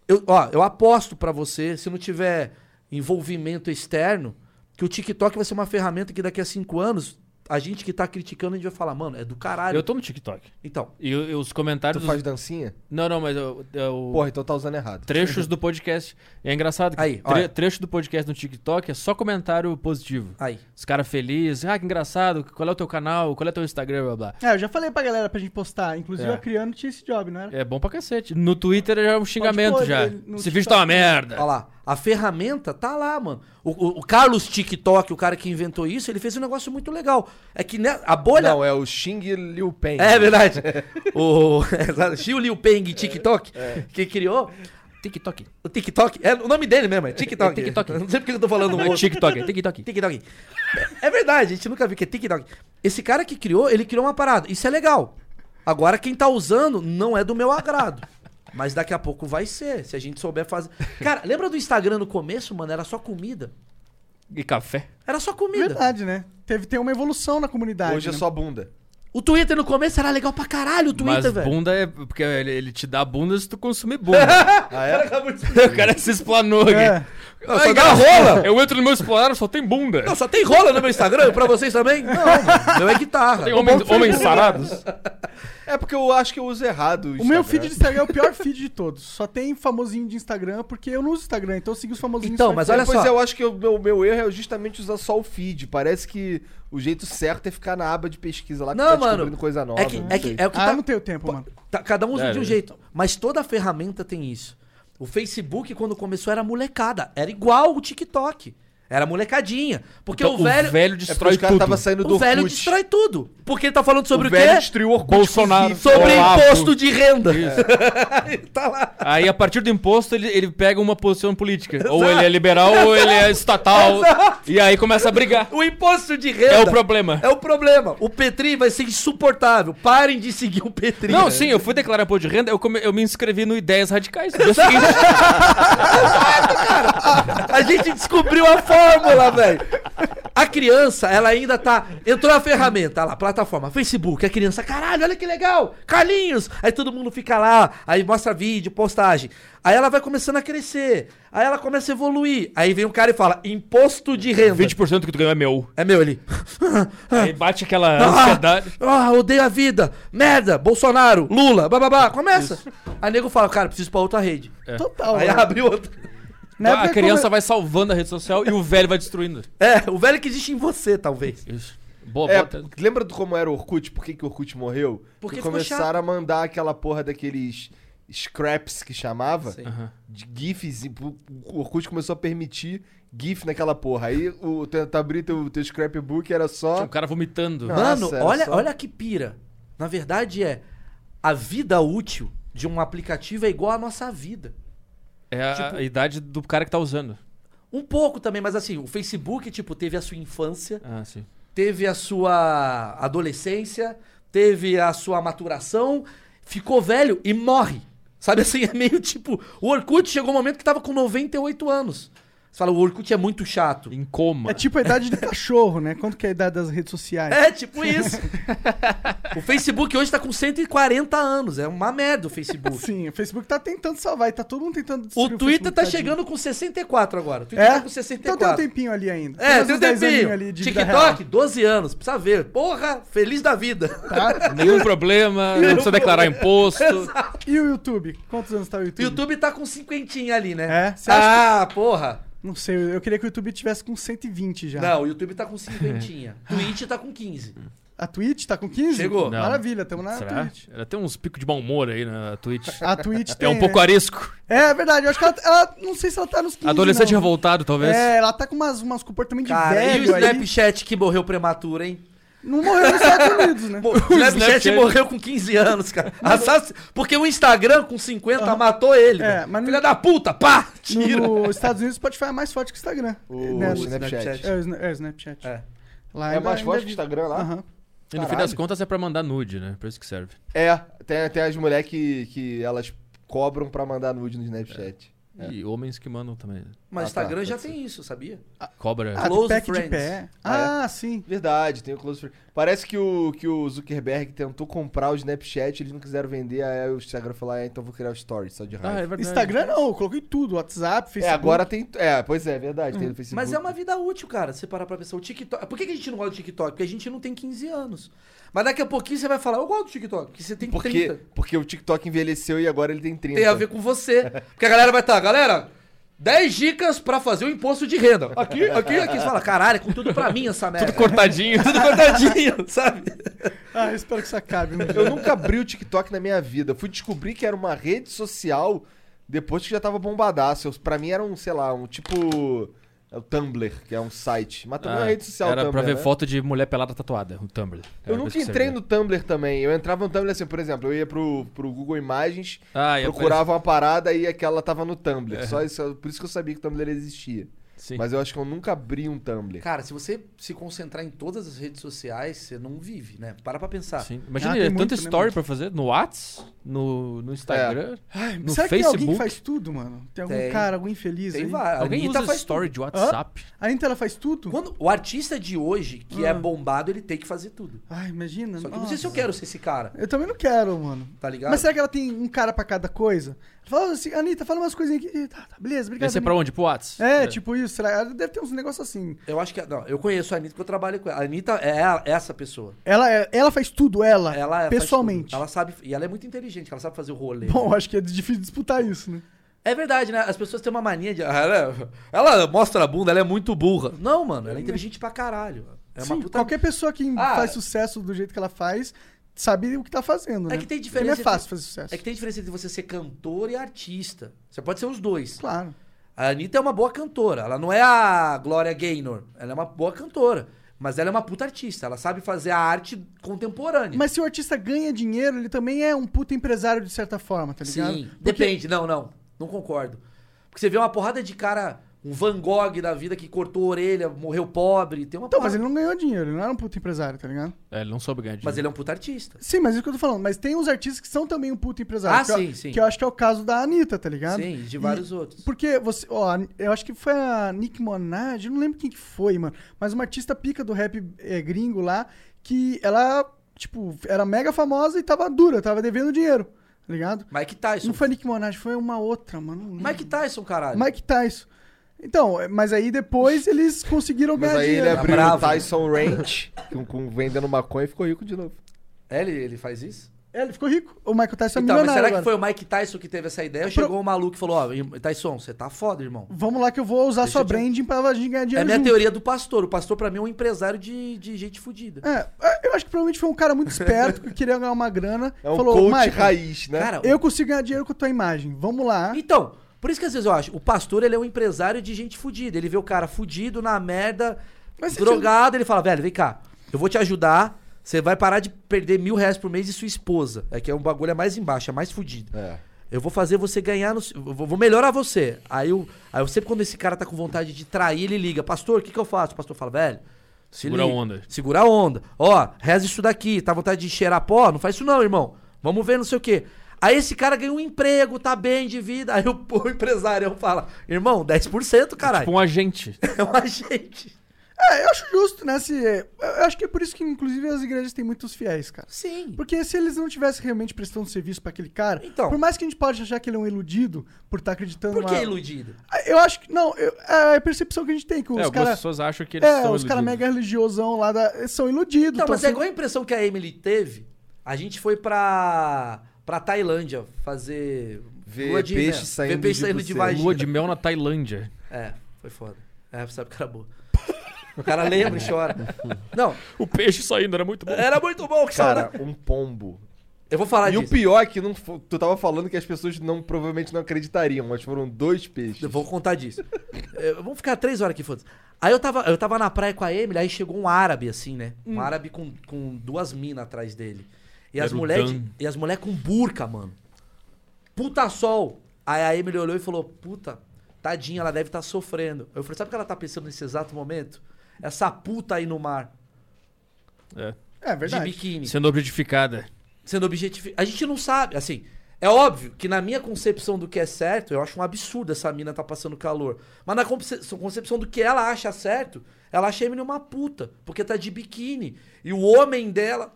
[SPEAKER 2] Eu, ó, eu aposto pra você, se não tiver envolvimento externo, que o TikTok vai ser uma ferramenta que daqui a cinco anos, a gente que tá criticando, a gente vai falar, mano, é do caralho.
[SPEAKER 4] Eu tô no TikTok.
[SPEAKER 2] Então,
[SPEAKER 4] E, e os
[SPEAKER 1] Tu
[SPEAKER 4] comentários. dos-
[SPEAKER 1] faz dancinha?
[SPEAKER 4] Não, não, mas eu, eu-
[SPEAKER 1] Porra, então tá usando errado.
[SPEAKER 4] trechos do podcast. E é engraçado que
[SPEAKER 2] Aí,
[SPEAKER 4] tre-
[SPEAKER 2] olha.
[SPEAKER 4] trecho do podcast no TikTok é só comentário positivo.
[SPEAKER 2] aí.
[SPEAKER 4] Os caras felizes, ah, que engraçado, qual é o teu canal, qual é o teu Instagram, blá blá.
[SPEAKER 3] É, eu já falei pra galera pra gente postar. Inclusive
[SPEAKER 4] É.
[SPEAKER 3] a Criano tinha esse job, não era?
[SPEAKER 4] É bom pra cacete. No Twitter já é um xingamento
[SPEAKER 3] pôr
[SPEAKER 4] já.
[SPEAKER 3] ele no
[SPEAKER 4] Esse vídeo tá uma merda.
[SPEAKER 2] Olha lá, a ferramenta tá lá, mano. O, o- o Carlos TikTok, o cara que inventou isso, ele fez um negócio muito legal. É que né, a bolha.
[SPEAKER 1] Não, é o Xing Liu Pen.
[SPEAKER 2] É verdade. o exato, Xiu Liu Peng TikTok, que criou
[SPEAKER 4] TikTok.
[SPEAKER 2] o TikTok. É o nome dele mesmo, é TikTok.
[SPEAKER 4] É TikTok.
[SPEAKER 2] Não sei porque eu tô falando
[SPEAKER 4] Não é
[SPEAKER 2] outro.
[SPEAKER 4] TikTok, é TikTok.
[SPEAKER 2] TikTok. É verdade, a gente nunca viu que é TikTok. Esse cara que criou, ele criou uma parada. Isso é legal. Agora, quem tá usando não é do meu agrado. Mas daqui a pouco vai ser, se a gente souber fazer. Cara, lembra do Instagram no começo, mano? Era só comida.
[SPEAKER 4] E café.
[SPEAKER 2] Era só comida.
[SPEAKER 3] Verdade, né? Teve, tem uma evolução na comunidade.
[SPEAKER 1] Hoje é
[SPEAKER 3] né?
[SPEAKER 1] só bunda.
[SPEAKER 2] O Twitter no começo era legal pra caralho, o Twitter,
[SPEAKER 4] Mas
[SPEAKER 2] velho.
[SPEAKER 4] bunda é. Porque ele, ele te dá bunda se tu consumir bunda.
[SPEAKER 1] Ah, é?
[SPEAKER 4] o cara se explanou aqui.
[SPEAKER 3] É.
[SPEAKER 4] Não, só dá rola! Eu entro no meu explorar, só tem bunda.
[SPEAKER 2] Não, só tem rola no meu Instagram, pra vocês também? Não, mano, meu é guitarra.
[SPEAKER 4] Tem homens, homens sarados.
[SPEAKER 1] É porque eu acho que eu uso errado.
[SPEAKER 3] O meu
[SPEAKER 4] né?
[SPEAKER 3] feed de Instagram é o pior feed de todos. Só tem famosinho de Instagram, porque eu não uso Instagram, então eu sigo os famosinhos
[SPEAKER 2] Então,
[SPEAKER 3] do
[SPEAKER 2] mas
[SPEAKER 3] Instagram.
[SPEAKER 2] olha
[SPEAKER 1] Pois
[SPEAKER 2] só.
[SPEAKER 1] é, eu acho que o meu, meu erro é justamente usar só o feed. Parece que o jeito certo é ficar na aba de pesquisa lá que
[SPEAKER 2] Não,
[SPEAKER 1] tá
[SPEAKER 2] mano,
[SPEAKER 1] descobrindo coisa nova.
[SPEAKER 2] É que,
[SPEAKER 1] não
[SPEAKER 2] é,
[SPEAKER 1] sei.
[SPEAKER 2] que, é o que
[SPEAKER 3] Ah,
[SPEAKER 2] tá,
[SPEAKER 3] eu não tenho tempo, mano.
[SPEAKER 2] tá- Cada um usa
[SPEAKER 4] É,
[SPEAKER 2] de um
[SPEAKER 4] é.
[SPEAKER 2] jeito. Mas toda ferramenta tem isso. O Facebook, quando começou, era molecada. Era igual o TikTok. Era molecadinha. Porque
[SPEAKER 4] Então,
[SPEAKER 2] o velho.
[SPEAKER 1] É porque
[SPEAKER 4] destrói
[SPEAKER 1] os caras
[SPEAKER 4] tudo.
[SPEAKER 1] tava saindo do
[SPEAKER 2] o velho
[SPEAKER 1] Orkut.
[SPEAKER 2] destrói tudo. Porque ele tá falando sobre o,
[SPEAKER 1] o velho
[SPEAKER 2] quê?
[SPEAKER 1] destruiu o Orkut.
[SPEAKER 4] Bolsonaro.
[SPEAKER 2] Sobre
[SPEAKER 4] Olavo.
[SPEAKER 2] imposto de renda. tá lá.
[SPEAKER 4] Aí, a partir do imposto, ele, ele pega uma posição política. Ou ele é liberal, ou ele é estatal. E aí começa a brigar.
[SPEAKER 2] O imposto de renda.
[SPEAKER 4] É o problema.
[SPEAKER 2] É o problema. O Petri vai ser insuportável. Parem de seguir o Petri. Né?
[SPEAKER 4] Não, sim, eu fui declarar imposto de renda, eu, come- eu me inscrevi no Ideias Radicais. no dia seguinte.
[SPEAKER 2] A gente descobriu a fórmula, velho. A criança, ela ainda tá. Entrou a ferramenta, olha lá, plataforma, Facebook, a criança, caralho, olha que legal! Carlinhos! Aí todo mundo fica lá, aí mostra vídeo, postagem. Aí ela vai começando a crescer, aí ela começa a evoluir. Aí vem um cara e fala: imposto de renda.
[SPEAKER 4] 20% que tu ganhou é meu.
[SPEAKER 2] É meu ele.
[SPEAKER 4] Aí bate aquela
[SPEAKER 2] Ah,
[SPEAKER 4] É ansiedade.
[SPEAKER 2] ah, odeio a vida. Merda, Bolsonaro, Lula, bababá. Começa. Aí nego fala, cara, preciso ir pra outra rede.
[SPEAKER 3] Total.
[SPEAKER 2] Aí
[SPEAKER 3] mano.
[SPEAKER 2] abre outra.
[SPEAKER 3] Na
[SPEAKER 4] a
[SPEAKER 3] época
[SPEAKER 4] criança
[SPEAKER 3] come-
[SPEAKER 4] vai salvando a rede social e o velho vai destruindo.
[SPEAKER 2] É, o velho que existe em você, talvez.
[SPEAKER 4] Isso. Boa,
[SPEAKER 1] É,
[SPEAKER 4] bota.
[SPEAKER 1] lembra do como era o Orkut? Por que, que o Orkut morreu?
[SPEAKER 2] Porque ficou chato.
[SPEAKER 1] começaram a mandar aquela porra daqueles scraps que chamava de GIFs e pu- o Orkut começou a permitir GIF naquela porra. Aí o tu tu abria teu, teu scrapbook era
[SPEAKER 4] Tinha
[SPEAKER 1] só.
[SPEAKER 4] um cara vomitando.
[SPEAKER 1] Não.
[SPEAKER 2] Mano,
[SPEAKER 1] Nossa, era
[SPEAKER 2] olha,
[SPEAKER 1] só-
[SPEAKER 2] olha que pira. Na verdade é a vida útil de um aplicativo é igual à nossa vida.
[SPEAKER 4] É a, a idade do cara que tá usando.
[SPEAKER 2] Um pouco também, mas assim, o Facebook, tipo, teve a sua infância,
[SPEAKER 4] Ah, sim.
[SPEAKER 2] teve a sua adolescência, teve a sua maturação, ficou velho e morre. Sabe assim, é meio tipo. O Orkut chegou um momento que tava com 98 anos. Você fala, o Orkut é muito chato.
[SPEAKER 4] Em coma.
[SPEAKER 3] É tipo a idade do cachorro, né? Quanto que é a idade das redes sociais?
[SPEAKER 2] É, tipo isso. o Facebook hoje tá com 140 anos. É uma merda o Facebook.
[SPEAKER 3] Sim, o Facebook tá tentando salvar e tá todo mundo tentando
[SPEAKER 2] O
[SPEAKER 3] destruir
[SPEAKER 2] Twitter
[SPEAKER 3] Facebook,
[SPEAKER 2] tá
[SPEAKER 3] tadinho.
[SPEAKER 2] chegando com 64 agora. O Twitter
[SPEAKER 3] É?
[SPEAKER 2] tá com
[SPEAKER 3] Então tem um
[SPEAKER 2] 64.
[SPEAKER 3] tempinho ali ainda.
[SPEAKER 2] é,
[SPEAKER 3] Menos
[SPEAKER 2] tem um
[SPEAKER 3] uns 10 aninhos
[SPEAKER 2] tempinho.
[SPEAKER 3] vida
[SPEAKER 2] TikTok, 12 anos. Precisa ver. Porra, feliz da vida.
[SPEAKER 4] Nenhum problema, não precisa declarar imposto.
[SPEAKER 3] real. E o YouTube? Quantos anos tá o
[SPEAKER 2] O
[SPEAKER 3] YouTube?
[SPEAKER 2] YouTube tá com cinquentinha ali, né?
[SPEAKER 3] É? Você acha
[SPEAKER 2] Ah, porra.
[SPEAKER 3] que- Não sei, eu queria que o YouTube tivesse com 120 já.
[SPEAKER 2] Não, o YouTube tá com cinquentinha. Twitch tá com 15.
[SPEAKER 3] A Twitch tá com 15?
[SPEAKER 2] Chegou.
[SPEAKER 4] Não.
[SPEAKER 3] Maravilha, tamo na
[SPEAKER 4] Será?
[SPEAKER 3] Twitch.
[SPEAKER 4] Ela tem uns picos de mau humor aí na Twitch.
[SPEAKER 3] A Twitch tem,
[SPEAKER 4] é um pouco
[SPEAKER 3] né?
[SPEAKER 4] arisco.
[SPEAKER 3] É verdade, eu acho que ela, ela- Não sei se ela tá nos 15,
[SPEAKER 4] Adolescente
[SPEAKER 3] não.
[SPEAKER 4] revoltado, talvez.
[SPEAKER 3] É, ela tá com umas, umas comportamento de
[SPEAKER 2] Cara,
[SPEAKER 3] velho
[SPEAKER 2] e o
[SPEAKER 3] aí.
[SPEAKER 2] Snapchat que morreu prematuro, hein?
[SPEAKER 3] Não morreu nos Estados Unidos, né?
[SPEAKER 2] Mo- O Snapchat,
[SPEAKER 4] Snapchat.
[SPEAKER 2] morreu com 15 anos, cara. Assassin- Porque o Instagram com 50 matou ele.
[SPEAKER 3] É,
[SPEAKER 2] velho.
[SPEAKER 3] mas
[SPEAKER 2] Filha
[SPEAKER 3] não-
[SPEAKER 2] da puta, pá! Tira.
[SPEAKER 3] No- Nos Estados Unidos, o Spotify é mais forte que o Instagram.
[SPEAKER 1] O
[SPEAKER 3] Né?
[SPEAKER 1] Snapchat.
[SPEAKER 2] Snapchat.
[SPEAKER 3] É, o Sna- é o Snapchat.
[SPEAKER 2] É.
[SPEAKER 3] Lá
[SPEAKER 1] É
[SPEAKER 3] ainda-
[SPEAKER 1] mais
[SPEAKER 3] ainda
[SPEAKER 1] forte que o
[SPEAKER 3] vi-
[SPEAKER 1] Instagram lá?
[SPEAKER 3] Aham.
[SPEAKER 4] E no fim
[SPEAKER 1] Caralho.
[SPEAKER 4] das contas é pra mandar nude, né? Pra isso que serve.
[SPEAKER 1] É, tem, tem as mulheres que, que elas cobram pra mandar nude no Snapchat.
[SPEAKER 4] E homens que mandam também.
[SPEAKER 2] Mas
[SPEAKER 1] Ah,
[SPEAKER 2] Instagram
[SPEAKER 1] tá,
[SPEAKER 2] já
[SPEAKER 1] pode ser.
[SPEAKER 2] tem isso, sabia?
[SPEAKER 4] Cobra.
[SPEAKER 3] Ah, tem
[SPEAKER 2] É. Close
[SPEAKER 3] pack de
[SPEAKER 2] friends. É.
[SPEAKER 3] pé.
[SPEAKER 1] Ah,
[SPEAKER 3] Ah, sim.
[SPEAKER 1] Verdade, tem o Close Friends. Parece que o, que o Zuckerberg tentou comprar o Snapchat, eles não quiseram vender, aí o Instagram falou, ah, então vou criar o Stories, só de raiva.
[SPEAKER 4] Ah,
[SPEAKER 2] é
[SPEAKER 4] é verdade.
[SPEAKER 3] Instagram não, eu coloquei tudo. WhatsApp,
[SPEAKER 1] É,
[SPEAKER 3] Facebook.
[SPEAKER 1] agora tem. É, pois é, é verdade. Tem no Facebook.
[SPEAKER 2] Mas é uma vida útil, cara, se parar pra pensar. O TikTok. Por que que a gente não gosta do TikTok? Porque a gente não tem 15 anos. Mas daqui a pouquinho você vai falar, eu gosto do TikTok, porque você tem
[SPEAKER 1] Porque,
[SPEAKER 2] 30.
[SPEAKER 1] porque o TikTok envelheceu e agora ele tem 30.
[SPEAKER 2] Tem a ver com você. Porque a galera vai estar, galera, 10 dicas pra fazer o imposto de renda. Aqui, aqui, aqui. Você fala, caralho, é com tudo pra mim essa merda.
[SPEAKER 4] Tudo cortadinho.
[SPEAKER 2] Tudo cortadinho, sabe?
[SPEAKER 3] Ah, eu espero que isso acabe. um dia.
[SPEAKER 1] Eu nunca abri o TikTok na minha vida. Eu fui descobrir que era uma rede social depois que já tava bombadaço. Eu, pra mim era um, sei lá, um tipo. É o Tumblr, que é um site. Mas
[SPEAKER 3] Tá
[SPEAKER 1] também é uma
[SPEAKER 4] Ah,
[SPEAKER 1] rede social
[SPEAKER 4] Era
[SPEAKER 1] Tumblr.
[SPEAKER 4] pra ver
[SPEAKER 1] né?
[SPEAKER 4] foto de mulher pelada tatuada, o Tumblr. Era
[SPEAKER 1] Eu nunca
[SPEAKER 4] pra isso que
[SPEAKER 1] entrei no
[SPEAKER 4] servia.
[SPEAKER 1] Tumblr também. Eu entrava no Tumblr assim, por exemplo, eu ia pro, pro Google Imagens,
[SPEAKER 4] Ah, e
[SPEAKER 1] procurava uma parada e aquela tava no Tumblr. Só isso, por isso que eu sabia que o Tumblr existia.
[SPEAKER 4] aparece- Sim.
[SPEAKER 1] Mas eu acho que eu nunca abri um Tumblr.
[SPEAKER 2] Cara, se você se concentrar em todas as redes sociais, você não vive, né? Para pra pensar.
[SPEAKER 4] Sim. Imagina,
[SPEAKER 3] Ah,
[SPEAKER 4] é
[SPEAKER 3] tem
[SPEAKER 4] tanta
[SPEAKER 3] muito, né,
[SPEAKER 4] story
[SPEAKER 3] muito.
[SPEAKER 4] pra fazer no Whats, no, no Instagram, no
[SPEAKER 3] É. Será que tem alguém que
[SPEAKER 4] Facebook.
[SPEAKER 3] faz tá tudo, mano? Tem algum
[SPEAKER 2] Tem.
[SPEAKER 3] cara, algum infeliz
[SPEAKER 2] Tem
[SPEAKER 3] aí?
[SPEAKER 2] vários.
[SPEAKER 4] Alguém
[SPEAKER 2] Anitta
[SPEAKER 4] usa
[SPEAKER 2] faz
[SPEAKER 4] story
[SPEAKER 2] tudo.
[SPEAKER 4] de WhatsApp?
[SPEAKER 3] A Inter, ela faz tudo?
[SPEAKER 2] Quando o artista de hoje, que
[SPEAKER 4] Ah.
[SPEAKER 2] é bombado, ele tem que fazer tudo.
[SPEAKER 3] Ai, Ah, imagina.
[SPEAKER 2] Só que eu não
[SPEAKER 3] nossa.
[SPEAKER 2] sei se eu quero ser esse cara,
[SPEAKER 3] Eu também não quero, mano.
[SPEAKER 2] tá ligado?
[SPEAKER 3] Mas será que ela tem um cara pra cada coisa? Fala assim, Anitta, fala umas coisinhas aqui. Ih, Tá, tá, beleza,
[SPEAKER 4] Vai
[SPEAKER 3] obrigado.
[SPEAKER 4] ser é pra onde? Pro Whats?
[SPEAKER 3] Anitta. É, tipo isso. Será? Ela deve ter uns negócios assim.
[SPEAKER 2] Eu acho que. Não, eu conheço a Anitta porque eu trabalho com ela. A Anitta é a- essa pessoa.
[SPEAKER 3] Ela, é- ela faz tudo, ela,
[SPEAKER 2] Ela faz
[SPEAKER 3] Ah, pessoalmente.
[SPEAKER 2] tudo. Ela sabe. E ela é muito inteligente, ela sabe fazer o rolê.
[SPEAKER 3] Bom, acho que é difícil disputar isso, né?
[SPEAKER 2] É verdade, né? As pessoas têm uma mania de. ah, Ela, ela mostra a bunda, ela é muito burra. Não, mano, ela é inteligente pra caralho. É uma
[SPEAKER 3] Sim,
[SPEAKER 2] puta.
[SPEAKER 3] qualquer pessoa que
[SPEAKER 2] Ah.
[SPEAKER 3] faz sucesso do jeito que ela faz sabe o que tá fazendo, né?
[SPEAKER 2] É que tem
[SPEAKER 3] Não
[SPEAKER 2] diferença.
[SPEAKER 3] é fácil fazer sucesso.
[SPEAKER 2] entre... É que tem diferença entre você ser cantor e artista. Você pode ser os dois.
[SPEAKER 3] Claro.
[SPEAKER 2] A Anitta é uma boa cantora. Ela não é a Glória Gaynor. Ela é uma boa cantora. Mas ela é uma puta artista. Ela sabe fazer a arte contemporânea.
[SPEAKER 3] Mas se o artista ganha dinheiro, ele também é um puta empresário de certa forma, tá ligado?
[SPEAKER 2] Sim.
[SPEAKER 3] Porque-
[SPEAKER 2] Depende. Não, não. Não concordo. Porque você vê uma porrada de cara um Van Gogh da vida que cortou a orelha, morreu pobre. Tem uma
[SPEAKER 3] Então,
[SPEAKER 2] parada.
[SPEAKER 3] mas ele não ganhou dinheiro, ele não era um puto empresário, tá ligado?
[SPEAKER 4] É, ele não soube ganhar dinheiro.
[SPEAKER 2] Mas ele é um puta artista.
[SPEAKER 3] Sim, mas é isso que eu tô falando. Mas tem uns artistas que são também um puto empresário.
[SPEAKER 2] Ah,
[SPEAKER 3] que eu-
[SPEAKER 2] sim, sim.
[SPEAKER 3] Que eu acho que é o caso da Anitta, tá ligado?
[SPEAKER 2] Sim, e de vários outros.
[SPEAKER 3] Porque você, ó, eu acho que foi a Nick Monaj, eu não lembro quem que foi, mano, mas uma artista pica do rap eh, gringo lá, que ela, tipo, era mega famosa e tava dura, tava devendo dinheiro, tá ligado?
[SPEAKER 2] Mike Tyson.
[SPEAKER 3] Não foi a Nick Monaj, foi uma outra, mano. não lembro.
[SPEAKER 2] Mike Tyson, caralho.
[SPEAKER 3] Mike Tyson. Então, eh, mas aí depois eles conseguiram
[SPEAKER 1] Mas
[SPEAKER 3] ganhar
[SPEAKER 1] aí ele é-
[SPEAKER 3] dinheiro.
[SPEAKER 1] abriu
[SPEAKER 2] bravo,
[SPEAKER 1] o Tyson Ranch com, com- vendendo maconha e ficou rico de novo.
[SPEAKER 2] É, ele, ele faz isso?
[SPEAKER 3] É, ele ficou rico. O Michael Tyson é
[SPEAKER 2] Então, mas
[SPEAKER 3] milionário
[SPEAKER 2] será que
[SPEAKER 3] agora.
[SPEAKER 2] foi o Mike Tyson que teve essa ideia? Chegou um maluco e falou, ó, irmão, Tyson, você tá foda, irmão.
[SPEAKER 3] Vamos lá que eu vou usar
[SPEAKER 2] Deixa
[SPEAKER 3] sua
[SPEAKER 2] eu te-
[SPEAKER 3] branding pra gente ganhar
[SPEAKER 2] É a
[SPEAKER 3] dinheiro
[SPEAKER 2] minha
[SPEAKER 3] junto.
[SPEAKER 2] teoria do pastor. O pastor, pra mim, é um empresário de, de gente fodida.
[SPEAKER 3] É, eu acho que provavelmente foi um cara muito esperto que queria ganhar uma grana.
[SPEAKER 1] É um
[SPEAKER 3] falou,
[SPEAKER 1] coach
[SPEAKER 3] Michael,
[SPEAKER 1] raiz, né?
[SPEAKER 2] Cara,
[SPEAKER 3] eu consigo ganhar dinheiro com a tua imagem. Vamos lá.
[SPEAKER 2] Então, por isso que às vezes eu acho, o pastor ele é um empresário de gente fudida. Ele vê o cara fudido, na merda,
[SPEAKER 3] Mas você
[SPEAKER 2] drogado, ele fala, velho, vem cá, eu vou te ajudar. Você vai parar de perder mil reais por mês e sua esposa. É que é um bagulho é mais embaixo, é mais fudido.
[SPEAKER 1] É.
[SPEAKER 2] Eu vou fazer você ganhar, no, eu vou vou melhorar você. Aí eu, aí eu sempre quando esse cara tá com vontade de trair, ele liga, pastor, o que, que eu faço? O pastor fala, velho, se
[SPEAKER 4] Segura a
[SPEAKER 2] liga,
[SPEAKER 4] onda."
[SPEAKER 2] Segura a onda. Ó, reza isso daqui, tá vontade de cheirar pó? Não faz isso não, irmão. Vamos ver não sei o quê. Aí esse cara ganha um emprego, tá bem de vida. Aí o, o empresário fala, irmão, 10%, caralho.
[SPEAKER 4] Tipo um agente.
[SPEAKER 2] É um agente.
[SPEAKER 3] É, eu acho justo, né? Se, eu acho que é por isso que, inclusive, as igrejas têm muitos fiéis, cara.
[SPEAKER 2] Sim.
[SPEAKER 3] Porque se eles não tivessem realmente prestando serviço pra aquele cara,
[SPEAKER 2] Então.
[SPEAKER 3] por mais que a gente pode achar que ele é um iludido por estar acreditando
[SPEAKER 2] Por que é
[SPEAKER 3] numa-
[SPEAKER 2] iludido?
[SPEAKER 3] Eu acho que. Não, eu- é a percepção que a gente tem, que
[SPEAKER 4] é,
[SPEAKER 3] os
[SPEAKER 4] algumas
[SPEAKER 3] caras.
[SPEAKER 4] pessoas acham que eles
[SPEAKER 3] É,
[SPEAKER 4] são
[SPEAKER 3] os caras
[SPEAKER 4] iludidos.
[SPEAKER 3] mega religiosão lá da- são iludidos.
[SPEAKER 2] Não,
[SPEAKER 3] tão
[SPEAKER 2] mas
[SPEAKER 3] assim.
[SPEAKER 2] é
[SPEAKER 3] sempre-
[SPEAKER 2] igual a impressão que a Emily teve. A gente foi pra, pra Tailândia fazer.
[SPEAKER 1] Ver
[SPEAKER 2] lua de
[SPEAKER 1] peixe
[SPEAKER 2] mel.
[SPEAKER 1] saindo
[SPEAKER 2] Ver peixe
[SPEAKER 1] de
[SPEAKER 2] saindo de,
[SPEAKER 1] buceta.
[SPEAKER 2] vagina.
[SPEAKER 4] Lua de mel na Tailândia.
[SPEAKER 2] É, foi foda. É, sabe que era boa. O cara lembra e chora. Não,
[SPEAKER 4] O peixe saindo era muito bom.
[SPEAKER 2] era muito bom, cara.
[SPEAKER 1] Cara, um pombo.
[SPEAKER 2] Eu vou falar
[SPEAKER 1] E o
[SPEAKER 2] disso.
[SPEAKER 1] pior é que não, fo- tu tava falando que as pessoas não, provavelmente não acreditariam, mas foram dois peixes.
[SPEAKER 2] Eu vou contar disso. É, vamos ficar três horas aqui, foda-se. Aí eu tava, eu tava na praia com a Emily, aí chegou um árabe, assim, né? Um árabe com, com duas minas atrás dele. E
[SPEAKER 4] Era
[SPEAKER 2] as
[SPEAKER 4] o
[SPEAKER 2] mulheres
[SPEAKER 4] Dan.
[SPEAKER 2] e as mulher com burca, mano. Puta sol. Aí a Emily olhou e falou, puta, tadinha, ela deve estar sofrendo. Eu falei, sabe o que ela tá pensando nesse exato momento? Essa puta aí no mar,
[SPEAKER 4] É.
[SPEAKER 3] É
[SPEAKER 2] de
[SPEAKER 3] verdade.
[SPEAKER 2] biquíni.
[SPEAKER 4] Sendo objetificada.
[SPEAKER 2] sendo objetificado. A gente não sabe, assim. É óbvio que na minha concepção do que é certo, eu acho um absurdo essa mina tá passando calor. Mas na conce- concepção do que ela acha certo, ela acha a Emily uma puta, porque tá de biquíni. E o homem dela.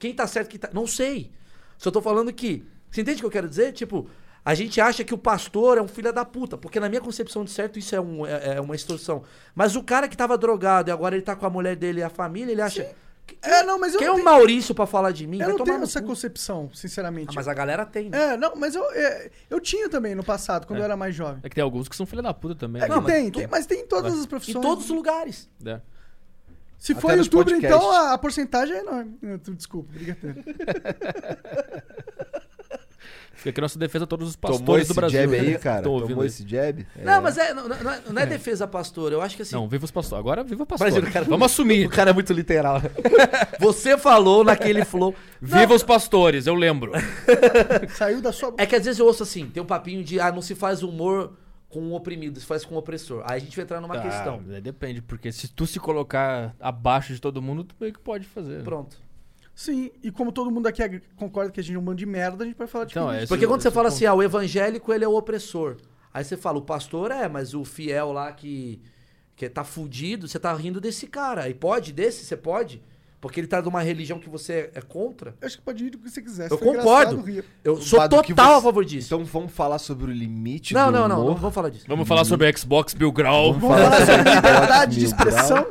[SPEAKER 2] Quem tá certo, quem tá. Não sei. Só tô falando que. Você entende o que eu quero dizer? Tipo, a gente acha que o pastor é um filho da puta, porque na minha concepção de certo isso é, um- é- é uma extorsão. Mas o cara que tava drogado e agora ele tá com a mulher dele e a família, ele acha. Que-
[SPEAKER 3] É, não, mas eu
[SPEAKER 2] quem é
[SPEAKER 3] não
[SPEAKER 2] o
[SPEAKER 3] tenho-
[SPEAKER 2] Maurício pra falar de mim?
[SPEAKER 3] Eu
[SPEAKER 2] Vai
[SPEAKER 3] não
[SPEAKER 2] tomar
[SPEAKER 3] tenho
[SPEAKER 2] no
[SPEAKER 3] essa
[SPEAKER 2] cu.
[SPEAKER 3] concepção, sinceramente.
[SPEAKER 2] Ah, mas a galera tem, né?
[SPEAKER 3] É, não, mas eu, é, eu tinha também no passado, quando eu era mais jovem.
[SPEAKER 4] É que tem alguns que são filha da puta também.
[SPEAKER 3] É
[SPEAKER 4] né?
[SPEAKER 3] que
[SPEAKER 2] Não, mas
[SPEAKER 3] tem,
[SPEAKER 2] tu-
[SPEAKER 3] tem, mas tem em todas as
[SPEAKER 2] Em
[SPEAKER 3] profissões.
[SPEAKER 2] todos os lugares.
[SPEAKER 4] É.
[SPEAKER 3] Se
[SPEAKER 1] Até
[SPEAKER 3] for
[SPEAKER 1] nos
[SPEAKER 3] youtuber,
[SPEAKER 1] podcasts.
[SPEAKER 3] então a, a porcentagem é enorme. Não, tu- Desculpa, obrigado.
[SPEAKER 4] Fica aqui a nossa defesa a todos os
[SPEAKER 1] Tomou
[SPEAKER 4] pastores
[SPEAKER 1] esse
[SPEAKER 4] do Brasil.
[SPEAKER 1] jab
[SPEAKER 4] né?
[SPEAKER 1] aí,
[SPEAKER 4] Estão
[SPEAKER 1] cara? Tomou
[SPEAKER 4] ouvindo
[SPEAKER 1] esse jab?
[SPEAKER 2] Não, mas é, não, não- não é, não é defesa pastor. Eu acho que assim.
[SPEAKER 4] Não, viva os pastores. Agora viva o pastor.
[SPEAKER 2] Imagina, o cara-
[SPEAKER 4] Vamos assumir.
[SPEAKER 2] O cara é muito literal. Você falou naquele flow. Não,
[SPEAKER 4] Viva os pastores, eu lembro.
[SPEAKER 3] Saiu da sua.
[SPEAKER 2] É que às vezes eu ouço assim, tem um papinho de ah, não se faz humor com o oprimido, se faz com o opressor. Aí a gente vai entrar numa
[SPEAKER 4] Ah,
[SPEAKER 2] questão.
[SPEAKER 4] mas aí depende, porque se tu se colocar abaixo de todo mundo, tu meio que pode fazer. né?
[SPEAKER 2] Pronto.
[SPEAKER 3] Sim, e como todo mundo aqui ag- concorda que a gente é um bando de merda, a gente pode falar de
[SPEAKER 4] Então,
[SPEAKER 3] tudo
[SPEAKER 4] é
[SPEAKER 3] isso.
[SPEAKER 2] Porque quando você
[SPEAKER 4] esse
[SPEAKER 2] fala
[SPEAKER 4] ponto.
[SPEAKER 2] assim, ah, o evangélico ele é o opressor. Aí você fala, o pastor é, mas o fiel lá que, que tá fudido, você tá rindo desse cara. E pode desse? Você pode? Porque ele tá de uma religião que você é contra?
[SPEAKER 3] Eu Acho que pode ir do que você quiser.
[SPEAKER 2] Eu
[SPEAKER 3] Se for
[SPEAKER 2] concordo.
[SPEAKER 3] engraçado, ria.
[SPEAKER 4] Um
[SPEAKER 2] Eu sou
[SPEAKER 1] Bado, que
[SPEAKER 2] total
[SPEAKER 1] você-
[SPEAKER 2] a favor disso.
[SPEAKER 1] Então vamos falar sobre o limite
[SPEAKER 2] não,
[SPEAKER 1] do
[SPEAKER 2] não,
[SPEAKER 1] humor.
[SPEAKER 2] não, não vamos falar disso.
[SPEAKER 4] Vamos falar sobre Xbox Bill Grau.
[SPEAKER 3] Vamos falar sobre liberdade de
[SPEAKER 1] Mil grau.
[SPEAKER 3] expressão.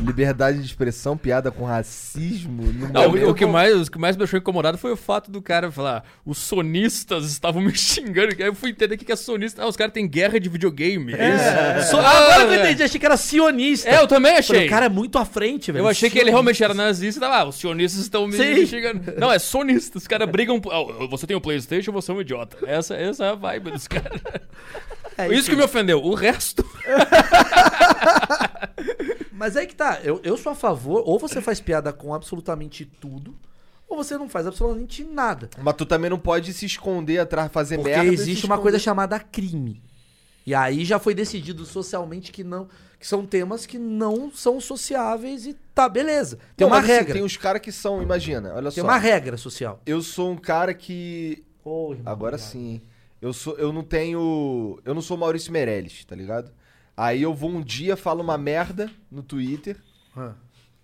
[SPEAKER 1] Liberdade de expressão, piada com racismo. não-
[SPEAKER 4] Não, o-
[SPEAKER 1] eu-
[SPEAKER 4] o, que mais, o que mais me deixou incomodado foi o fato do cara falar os sonistas estavam me xingando. que Aí eu fui entender o que que é sonista. Ah, os caras têm guerra de videogame. É isso?
[SPEAKER 2] So-
[SPEAKER 4] Ah,
[SPEAKER 2] agora que eu
[SPEAKER 4] velho.
[SPEAKER 2] entendi, achei que era sionista.
[SPEAKER 4] É, eu também
[SPEAKER 2] Falei,
[SPEAKER 4] achei.
[SPEAKER 2] o cara é muito à frente, velho.
[SPEAKER 4] eu achei que ele
[SPEAKER 2] Sionista.
[SPEAKER 4] realmente era nazista. e tava, Ah, os sionistas estão me,
[SPEAKER 2] Sim.
[SPEAKER 4] me xingando. Não, é sonista. Os caras brigam. por- "Ah, você tem o PlayStation, você é um idiota. Essa, essa é a vibe dos caras.
[SPEAKER 2] É,
[SPEAKER 4] Isso que me ofendeu. O resto.
[SPEAKER 2] Mas aí que tá, eu, eu sou a favor, ou você faz piada com absolutamente tudo, ou você não faz absolutamente nada.
[SPEAKER 1] Mas tu também não pode se esconder atrás, fazer
[SPEAKER 2] Porque
[SPEAKER 1] merda. e se
[SPEAKER 2] existe uma
[SPEAKER 1] esconder.
[SPEAKER 2] coisa chamada crime. E aí já foi decidido socialmente que não. Que são temas que não são sociáveis e tá, beleza. Tem
[SPEAKER 1] Não,
[SPEAKER 2] uma
[SPEAKER 1] mas, assim,
[SPEAKER 2] regra.
[SPEAKER 4] um
[SPEAKER 1] tem uns caras que são, imagina, olha
[SPEAKER 2] tem
[SPEAKER 1] só.
[SPEAKER 2] uma regra social.
[SPEAKER 1] Eu sou um cara que. Agora sim, hein? Eu, sou, eu não tenho. Eu não sou Maurício Meirelles, tá ligado? Aí eu vou um dia, falo uma merda no Twitter.
[SPEAKER 2] Ah.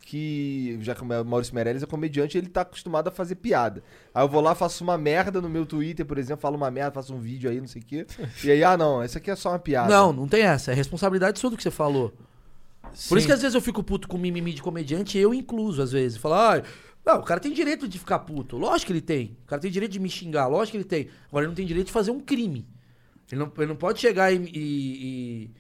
[SPEAKER 1] Que. Já que o Maurício Meirelles é comediante, ele tá acostumado a fazer piada. Aí eu vou lá, faço uma merda no meu Twitter, por exemplo, falo uma merda, faço um vídeo aí, não sei o quê. E aí, ah não, isso aqui é só uma piada.
[SPEAKER 2] Não, não tem essa. É responsabilidade sua do que você falou. Por isso que às vezes eu fico puto com mimimi de comediante, eu incluso, às vezes. Falar, ah, não, o cara tem direito de ficar puto. Lógico que ele tem. O cara tem direito de me xingar, lógico que ele tem. Agora ele não tem direito de fazer um crime. Ele não, ele não pode chegar e, e- e-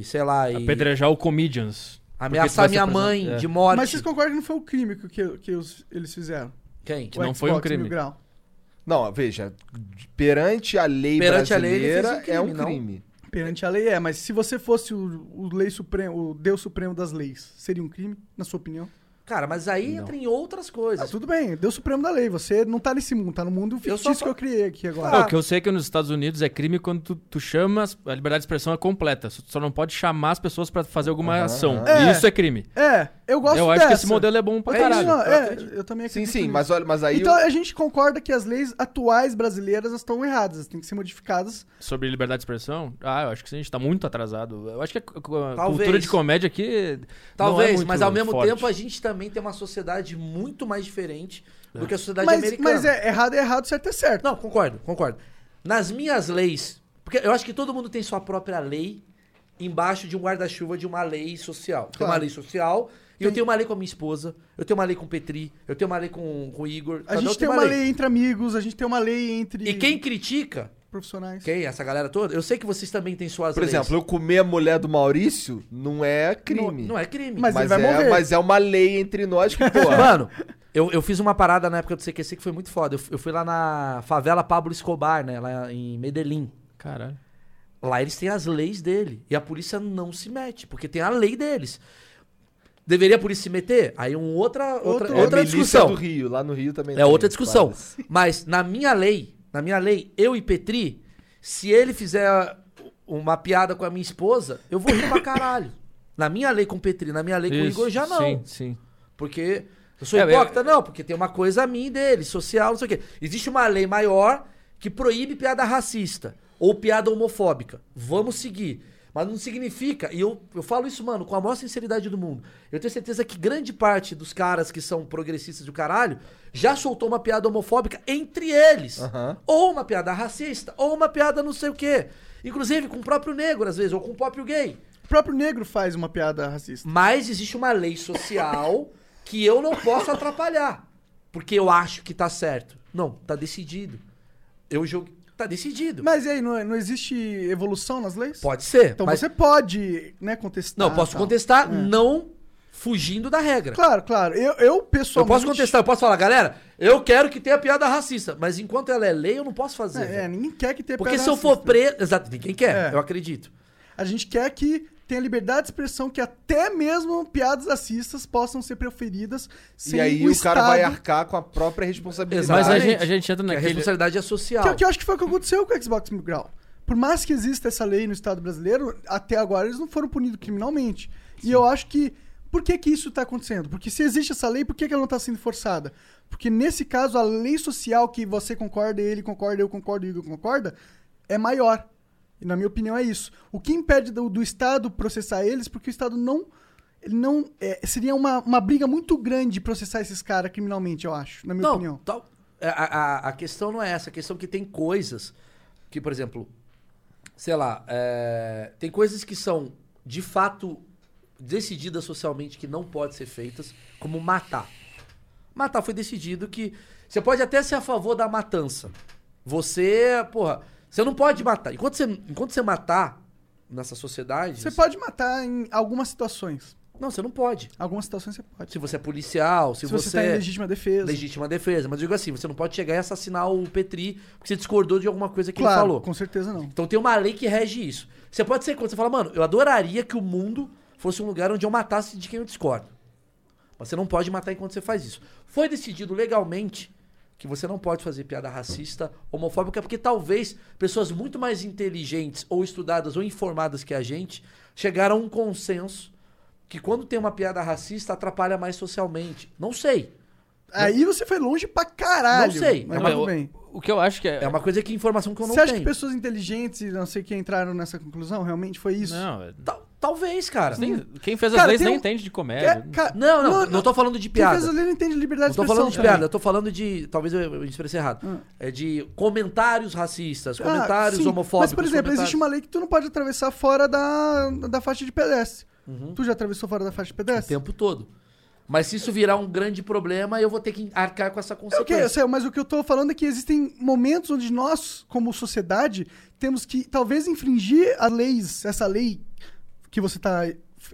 [SPEAKER 2] e, sei lá, e
[SPEAKER 4] Apedrejar o comedians. Porque tu
[SPEAKER 2] ameaçar
[SPEAKER 4] vai ser
[SPEAKER 2] minha
[SPEAKER 4] apresentado-
[SPEAKER 2] mãe
[SPEAKER 4] é.
[SPEAKER 2] de morte.
[SPEAKER 3] Mas vocês concordam que não foi o crime que, que, que os- eles fizeram?
[SPEAKER 2] Quem?
[SPEAKER 4] Que
[SPEAKER 3] O
[SPEAKER 4] não foi um
[SPEAKER 3] Xbox
[SPEAKER 4] crime.
[SPEAKER 3] Mil Grau.
[SPEAKER 1] Não, veja, perante a lei
[SPEAKER 2] Perante a lei, ele fez
[SPEAKER 1] brasileira
[SPEAKER 2] um crime,
[SPEAKER 1] é um
[SPEAKER 2] não?
[SPEAKER 1] crime.
[SPEAKER 3] Perante a lei é, mas se você fosse o, o lei supremo, o Deus Supremo das leis, seria um crime, na sua opinião?
[SPEAKER 2] Cara, mas aí entra em outras
[SPEAKER 3] Ah,
[SPEAKER 2] coisas.
[SPEAKER 3] tudo bem, Deus Supremo da lei. Você não tá nesse mundo, tá no mundo
[SPEAKER 2] Eu
[SPEAKER 3] fictício
[SPEAKER 2] só fa-
[SPEAKER 3] que eu criei aqui
[SPEAKER 2] Ah.
[SPEAKER 3] agora.
[SPEAKER 4] Não, o que eu sei é que nos Estados Unidos é crime quando tu, tu chamas, a liberdade de expressão é completa. Tu só não pode chamar as pessoas pra fazer alguma
[SPEAKER 2] Ah.
[SPEAKER 1] Aham,
[SPEAKER 4] ação.
[SPEAKER 3] É.
[SPEAKER 4] Isso é crime.
[SPEAKER 3] É, eu gosto
[SPEAKER 4] eu acho
[SPEAKER 3] dessa.
[SPEAKER 4] que esse modelo é bom pra
[SPEAKER 3] é
[SPEAKER 4] caralho.
[SPEAKER 3] Não,
[SPEAKER 4] Eu
[SPEAKER 3] é,
[SPEAKER 4] acredito.
[SPEAKER 3] eu também
[SPEAKER 1] Sim,
[SPEAKER 2] um
[SPEAKER 3] acredito
[SPEAKER 1] sim,
[SPEAKER 3] nisso.
[SPEAKER 1] mas olha, mas aí.
[SPEAKER 3] Então
[SPEAKER 1] eu-
[SPEAKER 3] a gente concorda que as leis atuais brasileiras elas estão erradas, elas têm que ser modificadas.
[SPEAKER 4] Sobre liberdade de expressão? Ah, eu acho que sim, a gente tá muito atrasado. Eu acho que a, cu- cu- a
[SPEAKER 2] Talvez.
[SPEAKER 4] cultura de comédia aqui.
[SPEAKER 2] Talvez,
[SPEAKER 4] não é muito
[SPEAKER 2] mas ao mesmo
[SPEAKER 4] forte.
[SPEAKER 2] tempo a gente também tem uma sociedade muito mais diferente
[SPEAKER 4] É.
[SPEAKER 2] do que a sociedade
[SPEAKER 3] Mas,
[SPEAKER 2] americana.
[SPEAKER 3] mas é errado é errado, certo é certo.
[SPEAKER 2] Não, concordo, concordo. Nas minhas leis, porque eu acho que todo mundo tem sua própria lei embaixo de um guarda-chuva de uma lei social. Tem uma
[SPEAKER 3] Claro.
[SPEAKER 2] lei social, e eu tenho uma lei com a minha esposa, eu tenho uma lei com o Petri, eu tenho uma lei com, com o Igor.
[SPEAKER 3] a
[SPEAKER 2] cada um
[SPEAKER 3] gente tem uma lei. entre amigos, a gente tem uma lei entre
[SPEAKER 2] E quem critica,
[SPEAKER 3] profissionais.
[SPEAKER 2] quem? Essa galera toda, eu sei que vocês também têm suas
[SPEAKER 1] Por
[SPEAKER 2] leis.
[SPEAKER 1] exemplo, eu comer a mulher do Maurício não é crime.
[SPEAKER 2] Não é crime.
[SPEAKER 3] Mas- é ele vai
[SPEAKER 1] é,
[SPEAKER 3] morrer.
[SPEAKER 1] mas é uma lei entre nós que, porra.
[SPEAKER 2] Mano, eu, eu fiz uma parada na época do CQC que foi muito foda. Eu, f- eu fui lá na favela Pablo Escobar, né? Lá em Medellín.
[SPEAKER 4] Caralho.
[SPEAKER 2] Lá eles têm as leis dele. E a polícia não se mete, porque tem a lei deles. Deveria a polícia se meter? Aí um outra, outra,
[SPEAKER 3] Outro-
[SPEAKER 1] É a
[SPEAKER 2] outra
[SPEAKER 1] milícia do
[SPEAKER 2] discussão.
[SPEAKER 1] Rio, lá no Rio também.
[SPEAKER 2] É
[SPEAKER 1] tem,
[SPEAKER 2] outra discussão.
[SPEAKER 1] foda-se.
[SPEAKER 2] Mas na minha lei, na minha lei, eu e Petri, se ele fizer uma piada com a minha esposa, eu vou rir pra caralho. Na minha lei com o Petri, na minha lei com o Igor, já não.
[SPEAKER 4] Sim, sim.
[SPEAKER 2] Porque eu sou
[SPEAKER 4] É,
[SPEAKER 2] hipócrita? Não, porque tem uma coisa a mim dele, social, não sei o quê. Existe uma lei maior que proíbe piada racista ou piada homofóbica. Vamos seguir. Mas não significa, e eu, eu falo isso, mano, com a maior sinceridade do mundo. Eu tenho certeza que grande parte dos caras que são progressistas do caralho já soltou uma piada homofóbica entre eles.
[SPEAKER 1] Aham.
[SPEAKER 2] Ou uma piada racista, ou uma piada não sei o quê. Inclusive com o próprio negro, às vezes, ou com o próprio gay.
[SPEAKER 3] O próprio negro faz uma piada racista.
[SPEAKER 2] Mas existe uma lei social que eu não posso atrapalhar. Porque eu acho que tá certo. Não, tá decidido. Eu jogo. Tá decidido.
[SPEAKER 3] Mas e aí, não, não existe evolução nas leis?
[SPEAKER 2] Pode ser.
[SPEAKER 3] Então
[SPEAKER 2] mas...
[SPEAKER 3] você pode, né, contestar.
[SPEAKER 2] Não, eu posso
[SPEAKER 3] tal.
[SPEAKER 2] contestar,
[SPEAKER 3] É.
[SPEAKER 2] não fugindo da regra.
[SPEAKER 3] Claro, claro. Eu, eu
[SPEAKER 2] eu
[SPEAKER 3] pessoalmente.
[SPEAKER 2] posso contestar, eu posso falar, galera, eu quero que tenha piada racista. Mas enquanto ela é lei, eu não posso fazer.
[SPEAKER 3] É, é,
[SPEAKER 2] velho.
[SPEAKER 3] ninguém quer que tenha
[SPEAKER 2] porque
[SPEAKER 3] piada
[SPEAKER 2] se eu for
[SPEAKER 3] racista.
[SPEAKER 2] preso. Exato, ninguém quer,
[SPEAKER 3] É.
[SPEAKER 2] eu acredito.
[SPEAKER 3] A gente quer que tenha liberdade de expressão, que até mesmo piadas racistas possam ser preferidas sem
[SPEAKER 1] E aí o, cara vai arcar com a própria responsabilidade.
[SPEAKER 4] Mas a
[SPEAKER 2] Exatamente.
[SPEAKER 4] gente, a gente entra
[SPEAKER 2] Porque A
[SPEAKER 4] Então, naquele.
[SPEAKER 2] responsabilidade é social.
[SPEAKER 3] Que, é o que eu acho que foi o que aconteceu com o Xbox Mil Grau. Por mais que exista essa lei no Estado brasileiro, até agora eles não foram punidos criminalmente. E eu acho que. Por que, que isso está acontecendo? Porque se existe essa lei, por que, que ela não está sendo forçada? Porque nesse caso, a lei social que você concorda, ele concorda, eu concordo, o Igor concorda, é maior. E na minha opinião é isso. O que impede do, do Estado processar eles, porque o Estado não. Ele não é, seria uma, uma briga muito grande processar esses caras criminalmente, eu acho, na minha
[SPEAKER 2] não,
[SPEAKER 3] opinião.
[SPEAKER 2] tal- é, a, a- a questão não é essa. A questão é que tem coisas que, por exemplo, sei lá, é, tem coisas que são de fato decididas socialmente que não podem ser feitas, como matar. Matar foi decidido que. Você pode até ser a favor da matança. Você, porra, você não pode matar. Enquanto você, enquanto você matar nessa sociedade.
[SPEAKER 3] Você pode matar em algumas situações.
[SPEAKER 2] Não, você não pode.
[SPEAKER 3] Algumas situações você pode.
[SPEAKER 2] Se você é policial, se, é
[SPEAKER 3] Se, você está em legítima defesa.
[SPEAKER 2] legítima defesa. Mas eu digo assim, você não pode chegar e assassinar o Petri porque você discordou de alguma coisa que
[SPEAKER 3] Claro,
[SPEAKER 2] ele falou.
[SPEAKER 3] com certeza não.
[SPEAKER 2] Então tem uma lei que rege isso. Você pode ser contra, você fala, mano, eu adoraria que o mundo fosse um lugar onde eu matasse de quem eu discordo. Mas você não pode matar enquanto você faz isso. Foi decidido legalmente que você não pode fazer piada racista, homofóbica, porque talvez pessoas muito mais inteligentes ou estudadas ou informadas que a gente chegaram a um consenso que quando tem uma piada racista atrapalha mais socialmente. Não sei.
[SPEAKER 3] Aí você foi longe pra caralho.
[SPEAKER 2] Não sei.
[SPEAKER 3] Mas
[SPEAKER 4] Não, mas
[SPEAKER 3] tudo
[SPEAKER 4] eu-
[SPEAKER 3] bem.
[SPEAKER 4] O que eu acho que é.
[SPEAKER 2] É uma coisa que informação que eu não
[SPEAKER 3] Você acha que
[SPEAKER 2] tenho.
[SPEAKER 3] pessoas inteligentes e não sei quem entraram nessa conclusão? Realmente foi isso?
[SPEAKER 4] Não, é-
[SPEAKER 2] Tal- talvez, cara.
[SPEAKER 4] nem- quem fez
[SPEAKER 3] Cara,
[SPEAKER 4] as leis
[SPEAKER 3] tem
[SPEAKER 4] nem
[SPEAKER 3] um-
[SPEAKER 4] entende de
[SPEAKER 3] Que
[SPEAKER 4] comédia.
[SPEAKER 3] é- ca-
[SPEAKER 2] Não, não, não,
[SPEAKER 3] Mano,
[SPEAKER 2] tô falando de
[SPEAKER 3] Quem
[SPEAKER 2] piada.
[SPEAKER 3] fez a lei não entende liberdade
[SPEAKER 2] Não tô
[SPEAKER 3] de expressão. Hum.
[SPEAKER 2] falando de piada, eu tô falando de. Talvez eu, eu me expressei errado. É de comentários racistas,
[SPEAKER 3] Ah,
[SPEAKER 2] comentários
[SPEAKER 3] sim.
[SPEAKER 2] homofóbicos.
[SPEAKER 3] Mas, por exemplo,
[SPEAKER 2] comentários-
[SPEAKER 3] existe uma lei que tu não pode atravessar fora da, da faixa de pedestre.
[SPEAKER 2] Uhum.
[SPEAKER 3] Tu já atravessou fora da faixa de
[SPEAKER 2] O
[SPEAKER 3] pedestre?
[SPEAKER 2] tempo todo. Mas se isso virar um grande problema, eu vou ter que arcar com essa
[SPEAKER 3] Eu quero, eu
[SPEAKER 2] consequência.
[SPEAKER 3] sei, mas É o que eu tô falando é que existem momentos onde nós, como sociedade, temos que talvez infringir as leis, essa lei que você tá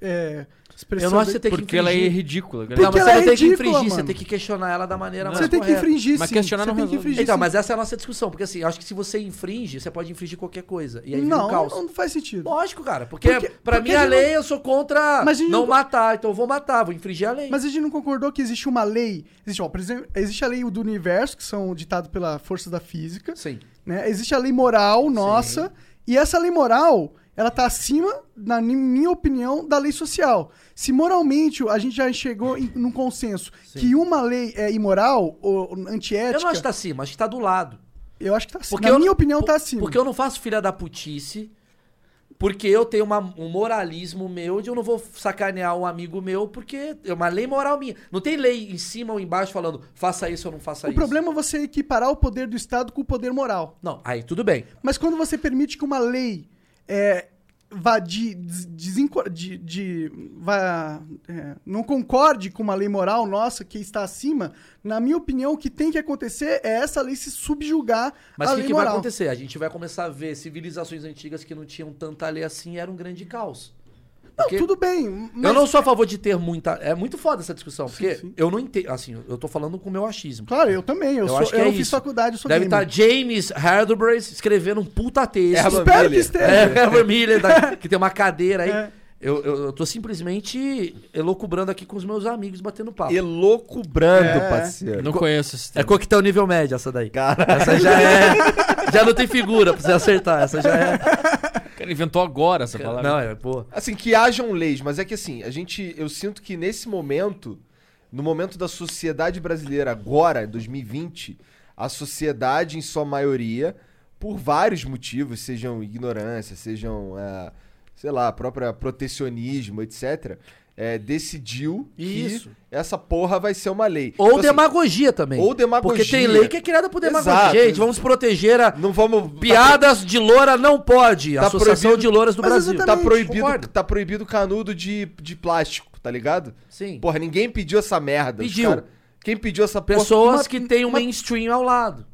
[SPEAKER 3] é, expressando.
[SPEAKER 2] Eu não acho que você
[SPEAKER 3] aí.
[SPEAKER 2] tem que
[SPEAKER 4] Porque ela é
[SPEAKER 2] infringir.
[SPEAKER 4] ridícula.
[SPEAKER 2] Não,
[SPEAKER 3] Porque
[SPEAKER 2] mas
[SPEAKER 3] ela
[SPEAKER 2] você não
[SPEAKER 3] é
[SPEAKER 2] tem que
[SPEAKER 3] ridícula,
[SPEAKER 2] infringir, você
[SPEAKER 3] mano.
[SPEAKER 2] tem que questionar ela da maneira mais
[SPEAKER 3] Você tem que
[SPEAKER 2] correta.
[SPEAKER 3] infringir,
[SPEAKER 4] Mas
[SPEAKER 3] sim.
[SPEAKER 4] questionar
[SPEAKER 3] você
[SPEAKER 4] não
[SPEAKER 3] tem que
[SPEAKER 4] resolve.
[SPEAKER 3] infringir,
[SPEAKER 2] Então,
[SPEAKER 3] sim.
[SPEAKER 2] mas essa é a nossa discussão. Porque assim, eu acho que se você infringe, você pode infringir qualquer coisa. E aí vira
[SPEAKER 3] não,
[SPEAKER 2] um caos.
[SPEAKER 3] não faz sentido.
[SPEAKER 2] Lógico, cara. Porque,
[SPEAKER 3] Porque-
[SPEAKER 2] pra
[SPEAKER 3] porque
[SPEAKER 2] mim
[SPEAKER 3] a
[SPEAKER 2] a
[SPEAKER 3] gente
[SPEAKER 2] lei, eu sou contra
[SPEAKER 3] Mas a gente
[SPEAKER 2] não
[SPEAKER 3] não-
[SPEAKER 2] matar. Então eu vou matar, vou infringir a lei.
[SPEAKER 3] Mas a gente não concordou que existe uma lei. Existe, ó, por exemplo, existe a lei do universo, que são ditados pela força da física.
[SPEAKER 2] Sim.
[SPEAKER 3] né? Existe a lei moral nossa, e essa lei moral, ela tá acima, na ni- minha opinião, da lei social. Se moralmente a gente já chegou em, num consenso que uma lei é imoral ou antiética,
[SPEAKER 2] Eu não acho que tá acima, acho que tá do lado.
[SPEAKER 3] que tá acima.
[SPEAKER 2] Porque
[SPEAKER 3] na
[SPEAKER 2] eu-
[SPEAKER 3] minha opinião,
[SPEAKER 2] po-
[SPEAKER 3] tá acima.
[SPEAKER 2] Porque eu não faço filha da putice. Porque eu tenho uma- um moralismo meu de eu não vou sacanear um amigo meu, porque é uma lei moral minha. Não tem lei em cima ou embaixo falando faça isso ou não faça
[SPEAKER 3] O
[SPEAKER 2] isso.
[SPEAKER 3] problema é você equiparar o poder do Estado com o poder moral.
[SPEAKER 2] Não, aí tudo bem.
[SPEAKER 3] Mas quando você permite que uma lei é, vá de, des- desenco- de- de- vá, é, não concorde com uma lei moral nossa que está acima, na minha opinião, o que tem que acontecer é essa lei se subjugar
[SPEAKER 2] Mas
[SPEAKER 3] à
[SPEAKER 2] o que,
[SPEAKER 3] lei
[SPEAKER 2] que vai
[SPEAKER 3] moral.
[SPEAKER 2] acontecer? A gente vai começar a ver civilizações antigas que não tinham tanta lei assim e era um grande caos.
[SPEAKER 3] Não,
[SPEAKER 2] Porque-
[SPEAKER 3] tudo bem. Mas,
[SPEAKER 2] Eu não sou a favor de ter muita. É muito foda essa discussão, porque
[SPEAKER 3] sim.
[SPEAKER 2] eu não entendo. Assim, eu tô falando com o meu achismo.
[SPEAKER 3] Claro, eu também. Eu,
[SPEAKER 2] Eu
[SPEAKER 3] sou,
[SPEAKER 2] acho que
[SPEAKER 3] eu
[SPEAKER 2] é
[SPEAKER 3] não fiz
[SPEAKER 2] isso.
[SPEAKER 3] faculdade, eu sou
[SPEAKER 2] Deve tá estar
[SPEAKER 3] gamer.
[SPEAKER 2] James Hardenbrace escrevendo um puta texto.
[SPEAKER 1] Erva
[SPEAKER 3] Espero que
[SPEAKER 1] Miller.
[SPEAKER 3] esteja.
[SPEAKER 2] É, a família, da- que tem uma cadeira aí.
[SPEAKER 3] É.
[SPEAKER 2] Eu, eu, eu tô simplesmente elocubrando aqui com os meus amigos, batendo papo.
[SPEAKER 1] Elocubrando,
[SPEAKER 3] É.
[SPEAKER 1] parceiro.
[SPEAKER 4] Não conheço esse
[SPEAKER 2] É
[SPEAKER 4] termo.
[SPEAKER 2] coquetel nível médio essa daí. Essa já é. Já não tem figura pra você acertar. Essa já é.
[SPEAKER 4] O cara inventou agora essa palavra.
[SPEAKER 2] Não, é, pô.
[SPEAKER 1] Assim, que hajam leis, mas é que assim, a gente. Eu sinto que nesse momento, no momento da sociedade brasileira agora, em 2020, a sociedade, em sua maioria, por vários motivos, sejam ignorância, sejam, ah, sei lá, a própria protecionismo, etc., eh, decidiu
[SPEAKER 2] Isso.
[SPEAKER 1] que essa porra vai ser uma
[SPEAKER 3] Tipo
[SPEAKER 1] lei.
[SPEAKER 2] Ou
[SPEAKER 1] Então, assim,
[SPEAKER 2] demagogia também.
[SPEAKER 1] ou demagogia.
[SPEAKER 2] Porque tem lei que é criada por demagogia.
[SPEAKER 1] Exato.
[SPEAKER 2] Gente, vamos proteger a.
[SPEAKER 1] Não vamos.
[SPEAKER 2] Piadas de loura não pode.
[SPEAKER 1] Tá
[SPEAKER 2] Associação
[SPEAKER 1] proibido.
[SPEAKER 2] de louras do
[SPEAKER 3] Mas
[SPEAKER 2] Brasil.
[SPEAKER 1] Tá
[SPEAKER 3] exatamente,
[SPEAKER 1] proibido,
[SPEAKER 2] Concordo.
[SPEAKER 1] tá proibido canudo de, de plástico, tá ligado?
[SPEAKER 2] Sim.
[SPEAKER 1] Porra, ninguém pediu essa merda. os
[SPEAKER 2] Pediu.
[SPEAKER 1] cara- Quem pediu essa porra-
[SPEAKER 2] Pessoas
[SPEAKER 1] Uma-
[SPEAKER 2] que têm um
[SPEAKER 1] uma- É.
[SPEAKER 2] mainstream ao lado.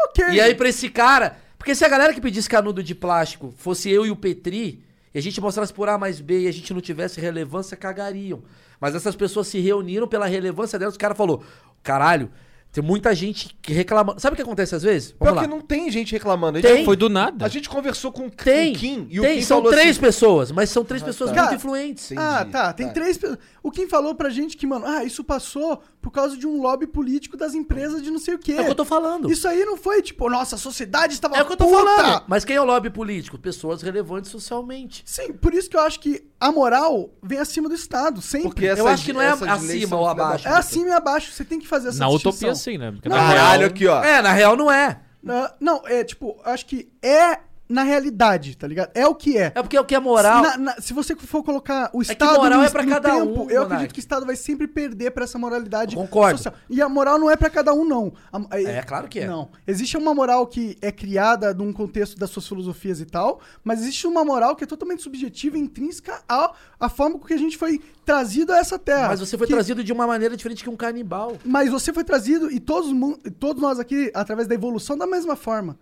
[SPEAKER 3] Ok.
[SPEAKER 2] E aí, pra esse cara. Porque se a galera que pedisse canudo de plástico fosse eu e o Petri, e a gente mostrasse por A mais B e a gente não tivesse relevância, cagariam. Mas essas pessoas se reuniram pela relevância delas, o cara falou: caralho, tem muita gente que reclamando. Sabe o que acontece às vezes?
[SPEAKER 1] Pior
[SPEAKER 2] Vamos lá.
[SPEAKER 1] que não tem gente reclamando. A
[SPEAKER 2] Tem.
[SPEAKER 1] gente,
[SPEAKER 4] Foi do nada.
[SPEAKER 1] a gente conversou com o Kim-
[SPEAKER 2] Tem,
[SPEAKER 1] o Kim e o
[SPEAKER 2] tem,
[SPEAKER 1] Kim
[SPEAKER 2] são
[SPEAKER 1] falou
[SPEAKER 2] três
[SPEAKER 1] assim, tá.
[SPEAKER 2] pessoas, mas são três pessoas
[SPEAKER 3] Cara,
[SPEAKER 2] muito influentes.
[SPEAKER 1] Entendi.
[SPEAKER 3] Ah, tá. Tem
[SPEAKER 1] Tá.
[SPEAKER 3] três pessoas. O Kim falou pra gente que, mano, ah, isso passou por causa de um lobby político das empresas de não sei o quê.
[SPEAKER 2] É o que eu tô falando.
[SPEAKER 3] Isso aí não foi tipo, nossa, a sociedade estava
[SPEAKER 2] é o que eu tô
[SPEAKER 3] puta.
[SPEAKER 2] falando. Mas quem é o lobby político? Pessoas relevantes socialmente.
[SPEAKER 3] Sim, por isso que eu acho que a moral vem acima do Estado, sempre.
[SPEAKER 1] Porque essas,
[SPEAKER 2] Eu acho que não é
[SPEAKER 1] essas leis
[SPEAKER 2] acima
[SPEAKER 1] são
[SPEAKER 2] ou
[SPEAKER 1] filha da
[SPEAKER 2] abaixo.
[SPEAKER 3] É
[SPEAKER 1] puta.
[SPEAKER 3] acima e abaixo, você tem que fazer essa
[SPEAKER 4] Na
[SPEAKER 3] distinção.
[SPEAKER 4] utopia, sim, né? Porque
[SPEAKER 3] Não,
[SPEAKER 4] na real-
[SPEAKER 1] Caralho, aqui, ó.
[SPEAKER 2] É, na real não é.
[SPEAKER 3] Na- não, é tipo, eu acho que é na realidade, tá ligado? É o que é.
[SPEAKER 2] É porque o que é moral.
[SPEAKER 3] Se, na- na- se você for colocar o
[SPEAKER 2] que
[SPEAKER 3] Estado
[SPEAKER 2] moral
[SPEAKER 3] no,
[SPEAKER 2] é pra
[SPEAKER 3] no
[SPEAKER 2] cada um,
[SPEAKER 3] tempo, eu acredito
[SPEAKER 2] Monark.
[SPEAKER 3] que o Estado vai sempre perder pra essa moralidade
[SPEAKER 2] Eu concordo.
[SPEAKER 3] E a moral não é pra cada um, não. A-
[SPEAKER 2] É, claro que é.
[SPEAKER 3] Não. Existe uma moral que é criada num contexto das suas filosofias e tal, mas existe uma moral que é totalmente subjetiva e intrínseca à, à forma com que a gente foi trazido a essa terra.
[SPEAKER 2] Mas você foi
[SPEAKER 3] Que-
[SPEAKER 2] trazido de uma maneira diferente que um canibal.
[SPEAKER 3] Mas você foi trazido, e todos, mu- todos nós aqui, através da evolução, da mesma forma.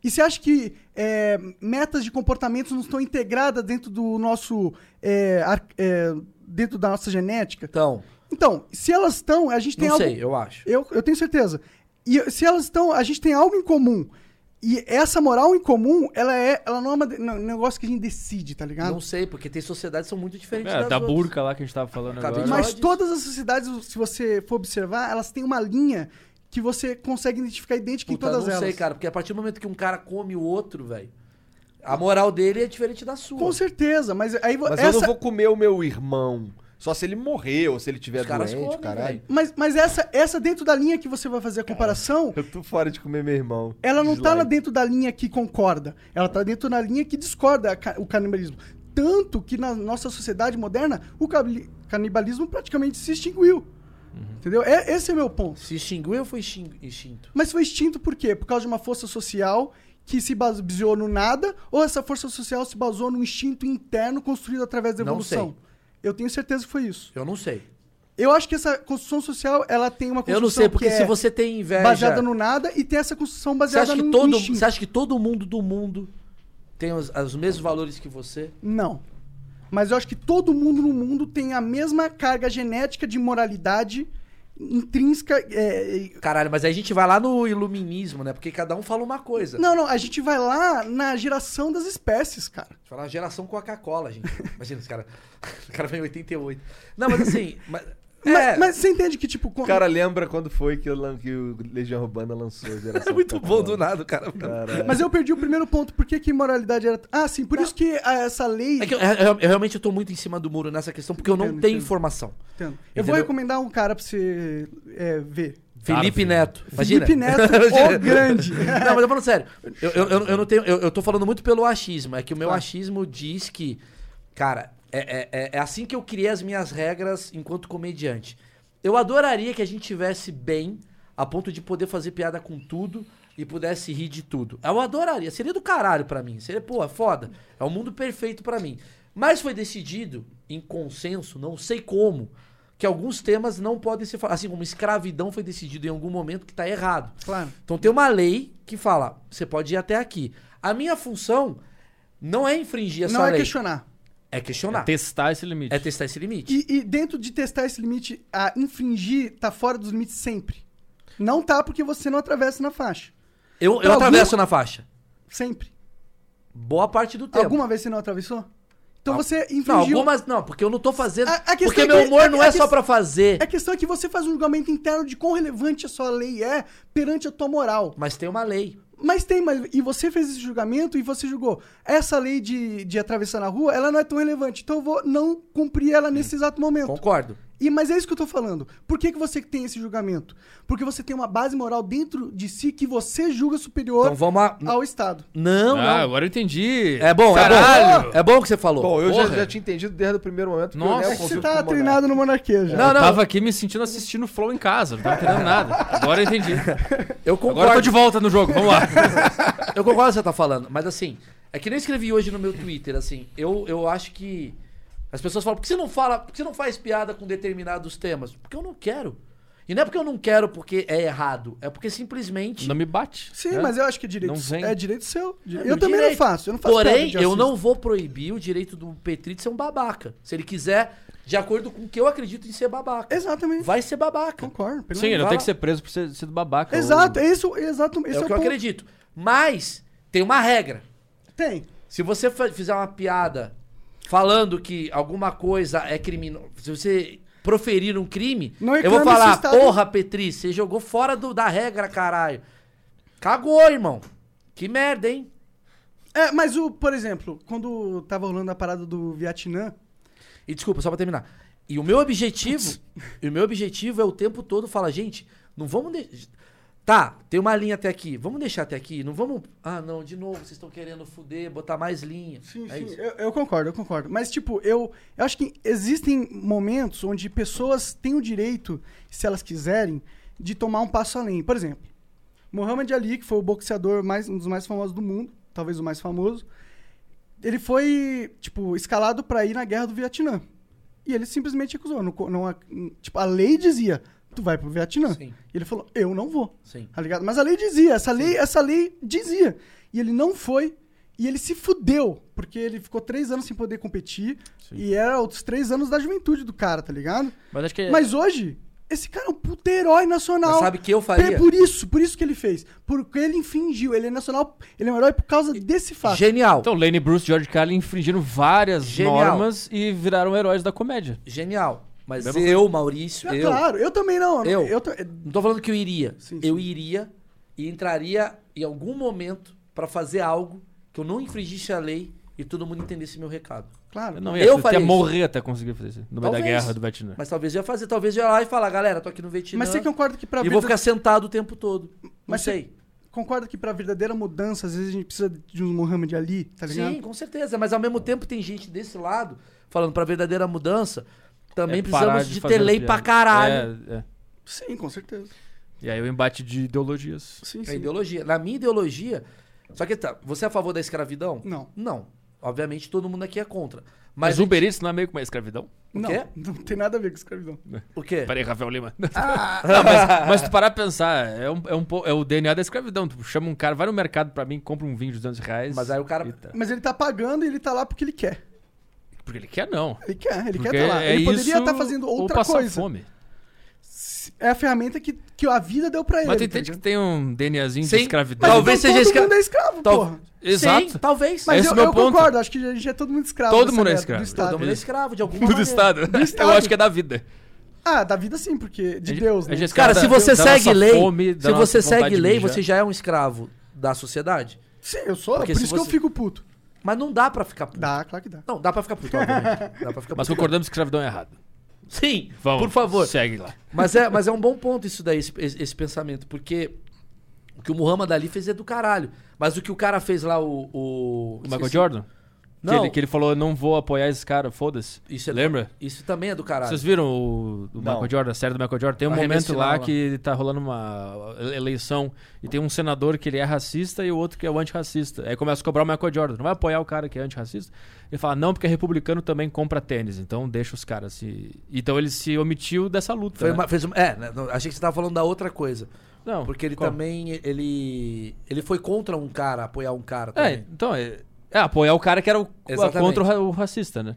[SPEAKER 3] E você acha que é, metas de comportamentos não estão integradas dentro do nosso. é, ar- é, dentro da nossa genética?
[SPEAKER 2] Então,
[SPEAKER 3] Então, se elas estão, a gente tem
[SPEAKER 2] não
[SPEAKER 3] algo.
[SPEAKER 2] sei, eu acho.
[SPEAKER 3] Eu, eu tenho certeza. E se elas estão, a gente tem algo em comum. E essa moral em comum, ela é, ela não é uma de- não, um negócio que a gente decide, tá ligado?
[SPEAKER 2] Não sei, porque tem sociedades que são muito diferentes
[SPEAKER 4] É,
[SPEAKER 2] das
[SPEAKER 4] da
[SPEAKER 2] outras.
[SPEAKER 4] burca lá que a gente tava falando
[SPEAKER 2] Acabei
[SPEAKER 4] agora.
[SPEAKER 2] de falar.
[SPEAKER 3] Mas
[SPEAKER 2] disso.
[SPEAKER 3] todas as sociedades, se você for observar, elas têm uma linha que você consegue identificar idêntica
[SPEAKER 2] Puta,
[SPEAKER 3] em todas
[SPEAKER 2] não
[SPEAKER 3] elas.
[SPEAKER 2] sei, cara, porque a partir do momento que um cara come o outro, velho, a moral dele é diferente da sua.
[SPEAKER 3] Com certeza, mas aí vo-
[SPEAKER 1] Mas
[SPEAKER 3] essa,
[SPEAKER 1] eu não vou comer o meu irmão. Só se ele morrer ou se ele tiver
[SPEAKER 2] Os caras
[SPEAKER 1] doente,
[SPEAKER 2] comem,
[SPEAKER 1] caralho.
[SPEAKER 2] velho.
[SPEAKER 3] mas, mas essa, essa dentro da linha que você vai fazer a comparação,
[SPEAKER 1] Eu tô fora de comer meu irmão.
[SPEAKER 3] ela não tá
[SPEAKER 1] Slide.
[SPEAKER 3] lá dentro da linha que concorda, ela tá dentro da linha que discorda a ca- o canibalismo. Tanto que na nossa sociedade moderna, o cabli- canibalismo praticamente se extinguiu.
[SPEAKER 1] Uhum.
[SPEAKER 3] Entendeu? É, esse é o meu ponto.
[SPEAKER 2] Se extinguiu, foi extin- extinto.
[SPEAKER 3] Mas foi extinto por quê? Por causa de uma força social que se baseou no nada ou essa força social se baseou num instinto interno construído através da
[SPEAKER 2] Não
[SPEAKER 3] evolução?
[SPEAKER 2] sei.
[SPEAKER 3] Eu tenho certeza que foi isso.
[SPEAKER 2] Eu não sei.
[SPEAKER 3] Eu acho que essa construção social, ela tem uma construção
[SPEAKER 2] Eu não sei, porque
[SPEAKER 3] que
[SPEAKER 2] se
[SPEAKER 3] é
[SPEAKER 2] você tem inveja.
[SPEAKER 3] baseada no nada e tem essa construção
[SPEAKER 2] você,
[SPEAKER 3] baseada
[SPEAKER 2] acha que
[SPEAKER 3] no
[SPEAKER 2] todo,
[SPEAKER 3] instinto.
[SPEAKER 2] você acha que todo mundo do mundo tem os, os mesmos valores que você?
[SPEAKER 3] Não. Mas eu acho que todo mundo no mundo tem a mesma carga genética de moralidade intrínseca. é,
[SPEAKER 2] Caralho, mas aí a gente vai lá no iluminismo, né? Porque cada um fala uma coisa.
[SPEAKER 3] Não, não, a gente vai lá na geração das espécies, cara.
[SPEAKER 2] Deixa eu falar, "Ah, geração Coca-Cola, gente. Imagina, os cara, o cara vem em 88. Não, mas assim. mas-
[SPEAKER 3] Ma-
[SPEAKER 2] é,
[SPEAKER 3] Mas, você entende que, tipo,
[SPEAKER 1] O
[SPEAKER 3] co-
[SPEAKER 1] cara lembra quando foi que, o lan- que o Legião Urbana lançou a
[SPEAKER 2] é
[SPEAKER 1] geração
[SPEAKER 2] muito bom do
[SPEAKER 1] Coca-Cola.
[SPEAKER 2] nada, cara.
[SPEAKER 3] Mas eu perdi o primeiro ponto. Por que que moralidade era... Ah, sim, por isso que ah, essa lei...
[SPEAKER 2] É que eu, eu- eu realmente eu tô muito em cima do muro nessa questão, porque eu não
[SPEAKER 3] Entendo,
[SPEAKER 2] tenho
[SPEAKER 3] entendo.
[SPEAKER 2] informação.
[SPEAKER 3] Entendo. Então, Eu vou
[SPEAKER 2] Entendeu?
[SPEAKER 3] recomendar um cara pra você é, ver.
[SPEAKER 2] Felipe Neto. Imagina.
[SPEAKER 3] Felipe Neto, o grande.
[SPEAKER 2] Não, mas eu falando sério. Eu, eu, eu, eu não tenho. Eu, eu tô falando muito pelo achismo. É que o meu achismo diz que, cara, é, é- é, é assim que eu criei as minhas regras enquanto comediante. Eu adoraria que a gente tivesse bem a ponto de poder fazer piada com tudo e pudesse rir de tudo. Eu adoraria. Seria do caralho pra mim. Seria, pô, é foda. É um mundo perfeito pra mim. Mas foi decidido, em consenso, não sei como, que alguns temas não podem ser falados. Assim como escravidão foi decidido em algum momento que tá errado.
[SPEAKER 3] Claro.
[SPEAKER 2] Então tem uma lei que fala, você pode ir até aqui. A minha função não é infringir essa
[SPEAKER 3] Não é
[SPEAKER 2] lei,
[SPEAKER 3] questionar.
[SPEAKER 2] é questionar, é,
[SPEAKER 4] Testar esse limite.
[SPEAKER 2] testar esse limite.
[SPEAKER 3] E, e dentro de testar esse limite, a infringir tá fora dos limites sempre. Não tá porque você não atravessa na faixa.
[SPEAKER 2] Eu, eu
[SPEAKER 3] Pra
[SPEAKER 2] atravesso na faixa.
[SPEAKER 3] Sempre.
[SPEAKER 2] Boa parte do tempo.
[SPEAKER 3] Alguma vez você não atravessou? Então você
[SPEAKER 2] Não,
[SPEAKER 3] infringiu...
[SPEAKER 2] algumas não, porque eu não tô fazendo...
[SPEAKER 3] A- a questão
[SPEAKER 2] porque
[SPEAKER 3] é
[SPEAKER 2] meu
[SPEAKER 3] que-
[SPEAKER 2] humor
[SPEAKER 3] a-
[SPEAKER 2] não
[SPEAKER 3] a
[SPEAKER 2] é só
[SPEAKER 3] questão-
[SPEAKER 2] pra fazer.
[SPEAKER 3] A questão é que você faz um julgamento interno de quão relevante a sua lei é perante a tua moral.
[SPEAKER 2] Mas tem uma lei.
[SPEAKER 3] Mas tem, mas e você fez esse julgamento e você julgou. Essa lei de, de atravessar na rua, ela não é tão relevante. Então eu vou não cumprir ela nesse exato momento.
[SPEAKER 2] Concordo.
[SPEAKER 3] E mas é isso que eu tô falando. Por que, que você tem esse julgamento? Porque você tem uma base moral dentro de si que você julga superior
[SPEAKER 2] Então vamos... A...
[SPEAKER 3] ao Estado.
[SPEAKER 2] Não,
[SPEAKER 4] ah,
[SPEAKER 2] não.
[SPEAKER 4] agora eu entendi.
[SPEAKER 2] É bom, é
[SPEAKER 4] Caralho!
[SPEAKER 2] bom. É bom o que você falou.
[SPEAKER 1] Bom, eu já,
[SPEAKER 4] Porra.
[SPEAKER 1] já tinha entendido desde o primeiro momento. porque
[SPEAKER 4] Nossa.
[SPEAKER 1] eu,
[SPEAKER 3] É
[SPEAKER 1] né,
[SPEAKER 3] que
[SPEAKER 1] convivo
[SPEAKER 3] você
[SPEAKER 1] com
[SPEAKER 3] tá
[SPEAKER 1] o monarca.
[SPEAKER 3] treinado no monarquia já.
[SPEAKER 2] Não,
[SPEAKER 4] eu
[SPEAKER 2] não.
[SPEAKER 4] tava aqui me sentindo assistindo Flow em casa, não tava entendendo nada. Agora eu entendi.
[SPEAKER 2] Eu concordo.
[SPEAKER 4] Agora eu tô de volta no jogo, vamos lá.
[SPEAKER 2] Eu concordo com o que você tá falando, mas assim, é que nem eu escrevi hoje no meu Twitter, assim, eu, eu acho que. As pessoas falam, por que você não fala, por que você não faz piada com determinados temas? Porque eu não quero. E não é porque eu não quero porque é errado, é porque simplesmente.
[SPEAKER 4] Não me bate.
[SPEAKER 3] Sim,
[SPEAKER 4] né?
[SPEAKER 3] mas eu acho que é direito,
[SPEAKER 4] Não vem.
[SPEAKER 3] é direito seu.
[SPEAKER 2] é
[SPEAKER 3] Eu
[SPEAKER 2] meu
[SPEAKER 3] também não
[SPEAKER 2] direito.
[SPEAKER 3] faço. Eu não faço piada
[SPEAKER 2] Porém,
[SPEAKER 3] de
[SPEAKER 2] eu
[SPEAKER 3] racista.
[SPEAKER 2] não vou proibir o direito do Petri de ser um babaca. Se ele quiser, de acordo com o que eu acredito em ser babaca.
[SPEAKER 3] Exatamente.
[SPEAKER 2] Vai É ser babaca.
[SPEAKER 3] Concordo. pelo
[SPEAKER 4] Sim, ele
[SPEAKER 3] menos.
[SPEAKER 4] não
[SPEAKER 2] Vai
[SPEAKER 4] tem
[SPEAKER 2] lá.
[SPEAKER 4] que ser preso por ser, ser do babaca.
[SPEAKER 3] Exato, isso, exato, esse
[SPEAKER 2] é o que eu
[SPEAKER 3] ponto.
[SPEAKER 2] acredito. Mas tem uma regra.
[SPEAKER 3] Tem.
[SPEAKER 2] Se você fa- fizer uma piada falando que alguma coisa é criminosa, se você proferir um crime,
[SPEAKER 3] Não
[SPEAKER 2] eu vou
[SPEAKER 3] reclame se o
[SPEAKER 2] falar,
[SPEAKER 3] Estado-
[SPEAKER 2] porra, Petri, você jogou fora do- da regra, caralho. Cagou, irmão. Que merda, hein?
[SPEAKER 3] É, mas o, por exemplo, quando tava rolando a parada do Vietnã,
[SPEAKER 2] E desculpa, só pra terminar. E o meu objetivo, e o meu objetivo é o tempo todo falar, gente, não vamos de... Tá, tem uma linha até aqui. Vamos deixar até aqui, não vamos. Ah, não, de novo, vocês estão querendo fuder, botar mais linha.
[SPEAKER 3] Sim,
[SPEAKER 2] é
[SPEAKER 3] sim,
[SPEAKER 2] isso.
[SPEAKER 3] Eu, eu concordo, eu concordo. Mas, tipo, eu, eu acho que existem momentos onde pessoas têm o direito, se elas quiserem, de tomar um passo além. Por exemplo, Muhammad Ali, que foi o boxeador mais, um dos mais famosos do mundo, talvez o mais famoso, ele foi, tipo, escalado para ir na guerra do Vietnã. E ele simplesmente recusou. Não, co- não ac- tipo, a lei dizia, tu vai pro Vietnã.
[SPEAKER 2] Sim.
[SPEAKER 3] E ele falou, eu não vou.
[SPEAKER 2] Sim.
[SPEAKER 3] Tá ligado? Mas a lei dizia, essa lei, essa lei dizia. E ele não foi, e ele se fudeu, porque ele ficou três anos sem poder competir, e era os três anos da juventude do cara, tá ligado?
[SPEAKER 4] Mas acho que é-
[SPEAKER 3] Mas hoje, esse cara é um puta herói nacional.
[SPEAKER 2] Mas sabe que eu faria?
[SPEAKER 3] Por isso, por isso que ele fez. Porque ele infringiu, ele é nacional, ele é um herói por causa desse fato.
[SPEAKER 2] Genial.
[SPEAKER 4] Então, Lane Bruce e George Carlin infringiram várias
[SPEAKER 2] Genial.
[SPEAKER 4] normas e viraram heróis da comédia.
[SPEAKER 2] Genial. Mas eu, Maurício,
[SPEAKER 3] É
[SPEAKER 2] eu.
[SPEAKER 3] Claro, eu também não.
[SPEAKER 2] Eu?
[SPEAKER 3] ta- é,
[SPEAKER 2] Não tô falando que eu iria.
[SPEAKER 3] Sim,
[SPEAKER 2] Eu iria e entraria em algum momento pra fazer algo que eu não infringisse a lei e todo mundo entendesse meu recado.
[SPEAKER 3] Claro.
[SPEAKER 4] Não, ia,
[SPEAKER 2] Eu
[SPEAKER 4] eu até
[SPEAKER 2] faria isso.
[SPEAKER 4] morrer até conseguir fazer isso. No meio da
[SPEAKER 2] Talvez.
[SPEAKER 4] guerra do Vietnã. É
[SPEAKER 2] Mas talvez eu ia fazer, talvez eu ia lá e falar, galera, tô aqui no Vietnã.
[SPEAKER 3] Mas você concorda que é pra
[SPEAKER 2] E vou ficar sentado o tempo todo. Não
[SPEAKER 3] Mas você-
[SPEAKER 2] sei.
[SPEAKER 3] Concorda que pra verdadeira mudança, às vezes a gente precisa de um Muhammad Ali, tá ligado?
[SPEAKER 2] Sim, com certeza. Mas ao mesmo tempo tem gente desse lado falando pra verdadeira mudança. Também
[SPEAKER 4] É parar
[SPEAKER 2] precisamos de, ter
[SPEAKER 4] fazer
[SPEAKER 2] lei
[SPEAKER 4] piada.
[SPEAKER 2] pra caralho.
[SPEAKER 4] É, é.
[SPEAKER 3] Sim, com certeza.
[SPEAKER 4] E aí o embate de ideologias.
[SPEAKER 3] Sim,
[SPEAKER 2] É,
[SPEAKER 3] sim.
[SPEAKER 2] ideologia. Na minha ideologia. Só que tá, você é a favor da escravidão?
[SPEAKER 3] Não.
[SPEAKER 2] Não. Obviamente todo mundo aqui é contra. Mas,
[SPEAKER 4] Mas o Uber Eats não é meio que uma escravidão?
[SPEAKER 2] O
[SPEAKER 3] Não,
[SPEAKER 2] quê?
[SPEAKER 3] não tem nada a ver com escravidão.
[SPEAKER 2] o quê?
[SPEAKER 4] Peraí, Rafael Lima. Não, mas, mas se tu parar pra pensar, é, um, é, um, po- é o DNA da escravidão. Tu chama um cara, vai no mercado pra mim, compra um vinho de 200 reais.
[SPEAKER 2] Mas aí o cara-
[SPEAKER 4] e tá.
[SPEAKER 3] Mas ele tá pagando e ele tá lá porque ele quer.
[SPEAKER 4] Porque ele quer não.
[SPEAKER 3] Ele quer, ele
[SPEAKER 4] Porque
[SPEAKER 3] quer tá lá.
[SPEAKER 4] é
[SPEAKER 3] Ele poderia
[SPEAKER 4] isso
[SPEAKER 3] estar fazendo
[SPEAKER 4] ou
[SPEAKER 3] outra
[SPEAKER 4] passar
[SPEAKER 3] coisa.
[SPEAKER 4] fome.
[SPEAKER 3] É a ferramenta que, que a vida deu pra ele.
[SPEAKER 4] Mas tu
[SPEAKER 3] tá
[SPEAKER 4] entende que
[SPEAKER 3] ligado?
[SPEAKER 4] tem um DNAzinho de
[SPEAKER 2] Sim.
[SPEAKER 4] escravidão.
[SPEAKER 3] Mas
[SPEAKER 2] Talvez
[SPEAKER 3] então
[SPEAKER 2] seja
[SPEAKER 3] todo
[SPEAKER 2] escra-
[SPEAKER 3] mundo é escravo,
[SPEAKER 2] Tal-
[SPEAKER 3] porra.
[SPEAKER 4] Exato.
[SPEAKER 2] Sim, talvez.
[SPEAKER 3] Mas
[SPEAKER 4] Esse
[SPEAKER 3] eu,
[SPEAKER 4] é o meu
[SPEAKER 3] eu
[SPEAKER 4] ponto.
[SPEAKER 3] concordo, acho que a gente é todo mundo escravo.
[SPEAKER 4] Todo
[SPEAKER 3] dessa
[SPEAKER 4] mundo é
[SPEAKER 3] merda,
[SPEAKER 4] escravo.
[SPEAKER 3] Do
[SPEAKER 2] Todo
[SPEAKER 3] Estado.
[SPEAKER 2] mundo é escravo de alguma
[SPEAKER 4] Do
[SPEAKER 2] maneira.
[SPEAKER 4] estado.
[SPEAKER 3] Estado.
[SPEAKER 4] Eu acho que é da vida.
[SPEAKER 3] Ah, da vida sim, porque de
[SPEAKER 4] A gente-
[SPEAKER 3] Deus,
[SPEAKER 4] a
[SPEAKER 3] né?
[SPEAKER 4] gente-
[SPEAKER 2] Cara,
[SPEAKER 4] Da-
[SPEAKER 2] se você
[SPEAKER 4] da
[SPEAKER 2] segue
[SPEAKER 4] nossa
[SPEAKER 2] lei,
[SPEAKER 4] fome, da
[SPEAKER 2] se
[SPEAKER 4] nossa
[SPEAKER 2] você
[SPEAKER 4] vontade
[SPEAKER 2] segue
[SPEAKER 4] de
[SPEAKER 2] lei,
[SPEAKER 4] mijar.
[SPEAKER 2] você já é um escravo da sociedade.
[SPEAKER 3] Sim, eu sou,
[SPEAKER 2] Porque
[SPEAKER 3] por
[SPEAKER 2] se
[SPEAKER 3] isso que
[SPEAKER 2] você-
[SPEAKER 3] eu fico puto.
[SPEAKER 2] Mas não dá pra ficar puto.
[SPEAKER 3] Dá, claro que dá.
[SPEAKER 2] Não, dá pra ficar puto, obviamente. Dá pra ficar
[SPEAKER 4] Mas
[SPEAKER 2] puto.
[SPEAKER 4] concordamos que escravidão é errado.
[SPEAKER 2] Sim,
[SPEAKER 4] Vamos.
[SPEAKER 2] por favor.
[SPEAKER 4] Segue lá.
[SPEAKER 2] Mas é, mas é um bom ponto isso daí, esse, esse- esse pensamento, porque o que o Muhammad Ali fez é do caralho. Mas o que o cara fez lá, o. O,
[SPEAKER 4] O Michael
[SPEAKER 2] esqueci.
[SPEAKER 4] Jordan? Que
[SPEAKER 2] Não.
[SPEAKER 4] ele, que ele falou, não vou apoiar esse cara, foda-se.
[SPEAKER 2] Isso é-
[SPEAKER 4] Lembra?
[SPEAKER 2] Isso também é do caralho.
[SPEAKER 4] Vocês viram o, o
[SPEAKER 1] Não.
[SPEAKER 4] Michael Jordan, a série do Michael Jordan? Tem um
[SPEAKER 2] Arremesso
[SPEAKER 4] momento lá
[SPEAKER 2] final lá.
[SPEAKER 4] que tá rolando uma eleição e tem um senador que ele é racista e o outro que é o antirracista. Aí começa a cobrar o Michael Jordan. Não vai apoiar o cara que é antirracista? Ele fala, não, porque republicano também compra tênis, então deixa os caras se... Então ele se omitiu dessa luta,
[SPEAKER 2] Foi
[SPEAKER 4] né?
[SPEAKER 2] uma- fez uma- é, né, não, achei que você tava falando da outra coisa.
[SPEAKER 4] Não,
[SPEAKER 2] Porque ele
[SPEAKER 4] qual?
[SPEAKER 2] também. Ele. Ele foi contra um cara, apoiar um cara
[SPEAKER 4] É,
[SPEAKER 2] também.
[SPEAKER 4] então, é, é apoiar o cara que era o,
[SPEAKER 2] Exatamente.
[SPEAKER 4] contra o, ra- o racista, né?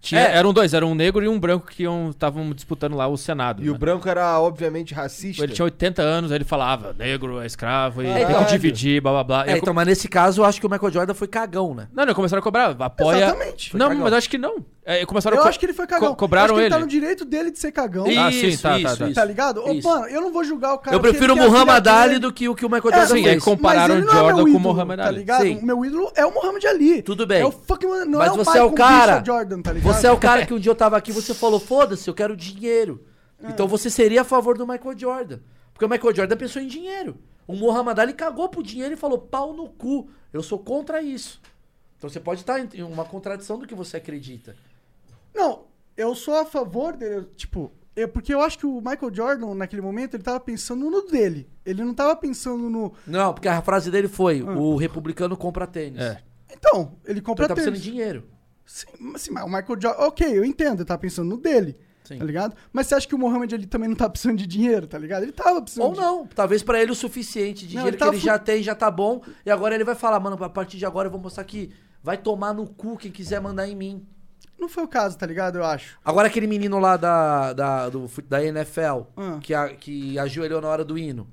[SPEAKER 4] Tinha,
[SPEAKER 2] É.
[SPEAKER 4] Eram dois, era um negro e um branco que estavam disputando lá o Senado.
[SPEAKER 1] E o
[SPEAKER 4] né?
[SPEAKER 1] branco era, obviamente, racista.
[SPEAKER 4] Ele tinha 80 anos, aí ele falava, negro é escravo, e tem
[SPEAKER 1] Caralho.
[SPEAKER 4] que dividir, blá blá blá. E
[SPEAKER 2] É,
[SPEAKER 4] aí
[SPEAKER 2] então,
[SPEAKER 4] come-
[SPEAKER 2] mas nesse caso eu acho que o Michael Jordan foi cagão, né?
[SPEAKER 4] Não, não, começaram a cobrar, apoia.
[SPEAKER 3] Exatamente. Foi
[SPEAKER 4] Não,
[SPEAKER 2] cagão.
[SPEAKER 4] mas eu acho que não. É, começaram
[SPEAKER 3] Eu
[SPEAKER 4] a co-
[SPEAKER 3] acho que ele foi cagão.
[SPEAKER 4] co-
[SPEAKER 3] acho
[SPEAKER 4] cobraram
[SPEAKER 3] que ele. tá
[SPEAKER 4] ele.
[SPEAKER 3] no direito dele de ser cagão.
[SPEAKER 4] Ih, Ah, sim, tá, tá, tá.
[SPEAKER 3] Tá ligado? Ô,
[SPEAKER 2] Isso.
[SPEAKER 3] mano, eu não vou julgar o cara.
[SPEAKER 2] eu
[SPEAKER 3] porque
[SPEAKER 2] prefiro o
[SPEAKER 3] ele tem a
[SPEAKER 2] Muhammad
[SPEAKER 3] filha dele.
[SPEAKER 2] Ali do que o que o Michael
[SPEAKER 3] É,
[SPEAKER 2] Jordan
[SPEAKER 4] sim,
[SPEAKER 2] fez.
[SPEAKER 4] é com- compararam
[SPEAKER 3] mas ele não é
[SPEAKER 4] Jordan
[SPEAKER 3] meu
[SPEAKER 4] com
[SPEAKER 3] ídolo,
[SPEAKER 4] Muhammad
[SPEAKER 3] Tá
[SPEAKER 4] Ali.
[SPEAKER 3] ligado?
[SPEAKER 2] Sim.
[SPEAKER 3] O meu ídolo é o Muhammad Ali.
[SPEAKER 2] Tudo bem.
[SPEAKER 3] É o fucking, não
[SPEAKER 2] Mas
[SPEAKER 3] é o
[SPEAKER 2] você é o
[SPEAKER 3] Michael
[SPEAKER 2] cara.
[SPEAKER 3] Bishop Jordan, tá ligado?
[SPEAKER 2] Você é o cara que um dia eu tava aqui e você falou, foda-se, eu quero dinheiro.
[SPEAKER 3] É.
[SPEAKER 2] Então você seria a favor do Michael Jordan. Porque o Michael Jordan pensou em dinheiro. O Muhammad Ali cagou pro dinheiro e falou, pau no cu, eu sou contra isso. Então você pode estar em uma contradição do que você acredita.
[SPEAKER 3] Não, eu sou a favor dele, eu, tipo, é porque eu acho que o Michael Jordan, naquele momento, ele tava pensando no dele. Ele não tava pensando no.
[SPEAKER 2] Não, porque a frase dele foi, o republicano compra tênis.
[SPEAKER 4] É.
[SPEAKER 3] Então, ele
[SPEAKER 2] Então
[SPEAKER 3] Ah. compra
[SPEAKER 2] ele tá precisando
[SPEAKER 3] tênis.
[SPEAKER 2] de dinheiro.
[SPEAKER 3] Sim, mas, sim, mas o Michael Jordan. Ok, eu entendo, ele tava pensando no dele.
[SPEAKER 2] Sim.
[SPEAKER 3] Tá ligado? Mas você acha que o Muhammad Ali também não tá precisando de dinheiro, tá ligado? Ele tava precisando
[SPEAKER 2] Ou
[SPEAKER 3] de-
[SPEAKER 2] não, talvez pra ele o suficiente de
[SPEAKER 3] Não,
[SPEAKER 2] dinheiro
[SPEAKER 3] ele tava
[SPEAKER 2] que ele
[SPEAKER 3] fu-
[SPEAKER 2] já tem, já tá bom. E agora ele vai falar, mano, a partir de agora eu vou mostrar que vai tomar no cu quem quiser mandar em mim.
[SPEAKER 3] Não foi o caso, tá ligado? Eu acho.
[SPEAKER 2] Agora aquele menino lá da, da, do fu- da NFL,
[SPEAKER 3] Ah.
[SPEAKER 2] que, a- que ajoelhou na hora do hino,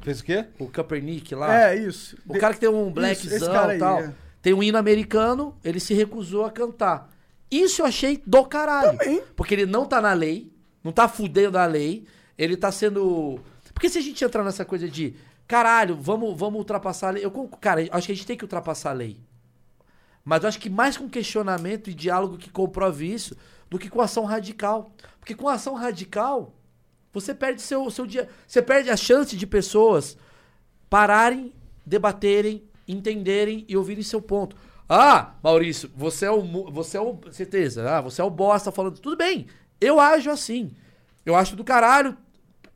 [SPEAKER 1] Fez o quê?
[SPEAKER 2] o Kaepernick lá.
[SPEAKER 3] É, isso.
[SPEAKER 2] Ah. o
[SPEAKER 3] De-
[SPEAKER 2] cara que tem um blackzão e
[SPEAKER 3] cara aí,
[SPEAKER 2] tal.
[SPEAKER 3] é.
[SPEAKER 2] Tem um hino americano, ele se recusou a cantar. Isso eu achei do caralho.
[SPEAKER 3] Também.
[SPEAKER 2] Porque ele não tá na lei, não tá fudendo a lei, ele tá sendo... Porque se a gente entrar nessa coisa de, caralho, vamos, vamos ultrapassar a lei... Eu, con- cara, acho que a gente tem que ultrapassar a lei. Mas eu acho que mais com questionamento e diálogo que comprove isso do que com ação radical. Porque com ação radical, você perde seu, seu dia. Você perde a chance de pessoas pararem, debaterem, entenderem e ouvirem seu ponto. Ah, Maurício, você é o. mu- Você é o. Certeza, ah, você é o bosta falando. Tudo bem, eu ajo assim. Eu acho do caralho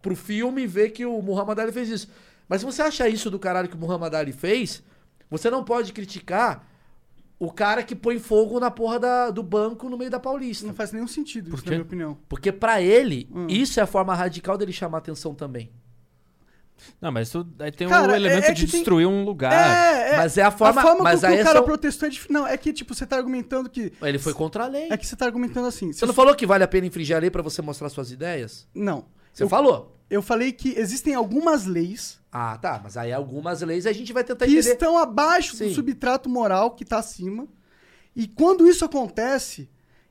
[SPEAKER 2] pro filme ver que o Muhammad Ali fez isso. Mas se você achar isso do caralho que o Muhammad Ali fez, você não pode criticar o cara que põe fogo na porra da- do banco no meio da Paulista.
[SPEAKER 3] Não faz nenhum sentido, isso,
[SPEAKER 4] quê?
[SPEAKER 3] na minha opinião.
[SPEAKER 2] Porque pra ele,
[SPEAKER 3] Hum.
[SPEAKER 2] isso é a forma radical dele chamar atenção também.
[SPEAKER 4] Não, mas isso aí tem um
[SPEAKER 3] Cara, é-
[SPEAKER 4] elemento
[SPEAKER 3] é
[SPEAKER 4] de
[SPEAKER 3] que tem-
[SPEAKER 4] destruir um
[SPEAKER 2] Ah.
[SPEAKER 4] lugar.
[SPEAKER 3] é, é.
[SPEAKER 2] Mas é a forma.
[SPEAKER 3] a forma
[SPEAKER 2] mas
[SPEAKER 3] com que
[SPEAKER 2] aí
[SPEAKER 3] o
[SPEAKER 2] é
[SPEAKER 3] cara
[SPEAKER 2] só-
[SPEAKER 3] protestou é dif... Não, é que, tipo, você tá argumentando que.
[SPEAKER 2] Ele foi contra a lei.
[SPEAKER 3] É que você tá argumentando assim.
[SPEAKER 2] Você não falou que vale a pena infringir a lei pra você mostrar suas ideias?
[SPEAKER 3] Não.
[SPEAKER 2] Você
[SPEAKER 3] eu,
[SPEAKER 2] falou.
[SPEAKER 3] eu falei que existem algumas leis
[SPEAKER 2] Ah, tá. Mas aí algumas leis a gente vai tentar
[SPEAKER 3] que
[SPEAKER 2] entender.
[SPEAKER 3] estão abaixo
[SPEAKER 2] Tá Sim.
[SPEAKER 3] do subtrato moral que tá acima. E quando isso acontece,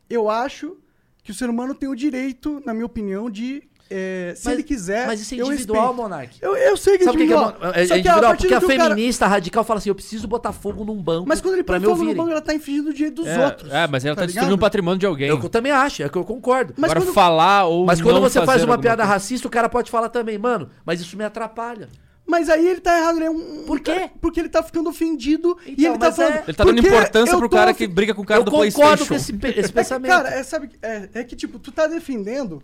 [SPEAKER 3] eu acho que o ser humano tem o direito, na minha opinião, de. é, se
[SPEAKER 2] Mas-
[SPEAKER 3] ele quiser.
[SPEAKER 2] Mas isso é
[SPEAKER 3] eu
[SPEAKER 2] individual,
[SPEAKER 3] respeito.
[SPEAKER 2] Monark.
[SPEAKER 3] Eu, eu sei que
[SPEAKER 2] Sabe o que que é,
[SPEAKER 3] individual.
[SPEAKER 2] mon- é, é
[SPEAKER 3] Só que a
[SPEAKER 2] individual?
[SPEAKER 3] partir
[SPEAKER 2] Porque a
[SPEAKER 3] do que o cara-
[SPEAKER 2] feminista radical fala assim: eu preciso botar fogo num banco.
[SPEAKER 3] Mas quando ele
[SPEAKER 2] pra
[SPEAKER 3] põe
[SPEAKER 2] me
[SPEAKER 3] fogo no
[SPEAKER 2] ouvirem.
[SPEAKER 3] banco, ela tá infringindo o direito dos
[SPEAKER 4] é,
[SPEAKER 3] outros.
[SPEAKER 4] É, mas ela tá,
[SPEAKER 3] tá
[SPEAKER 4] destruindo
[SPEAKER 3] ligado?
[SPEAKER 4] o patrimônio de alguém.
[SPEAKER 2] Eu co- também acho, é que eu concordo.
[SPEAKER 3] Mas
[SPEAKER 4] Agora
[SPEAKER 3] quando-
[SPEAKER 4] falar ou
[SPEAKER 2] Mas quando
[SPEAKER 4] não
[SPEAKER 2] você faz
[SPEAKER 4] fazer
[SPEAKER 2] uma
[SPEAKER 4] alguma
[SPEAKER 2] piada
[SPEAKER 4] coisa.
[SPEAKER 2] racista, o cara pode falar também, mano, mas isso me atrapalha.
[SPEAKER 3] Mas aí ele tá errado, ele é um. um
[SPEAKER 2] Por quê?
[SPEAKER 3] cara- porque ele tá ficando ofendido e
[SPEAKER 2] Então,
[SPEAKER 3] ele tá
[SPEAKER 2] mas é-
[SPEAKER 3] falando.
[SPEAKER 4] Ele tá dando
[SPEAKER 3] "Porque
[SPEAKER 4] importância
[SPEAKER 3] eu
[SPEAKER 4] pro
[SPEAKER 3] tô
[SPEAKER 4] cara
[SPEAKER 3] ofen-
[SPEAKER 4] que briga com o cara
[SPEAKER 2] eu
[SPEAKER 4] do
[SPEAKER 2] concordo
[SPEAKER 4] PlayStation.
[SPEAKER 2] com esse, pe- esse
[SPEAKER 3] É que,
[SPEAKER 2] pensamento.
[SPEAKER 3] Cara, é, sabe, é, é que tipo, tu tá defendendo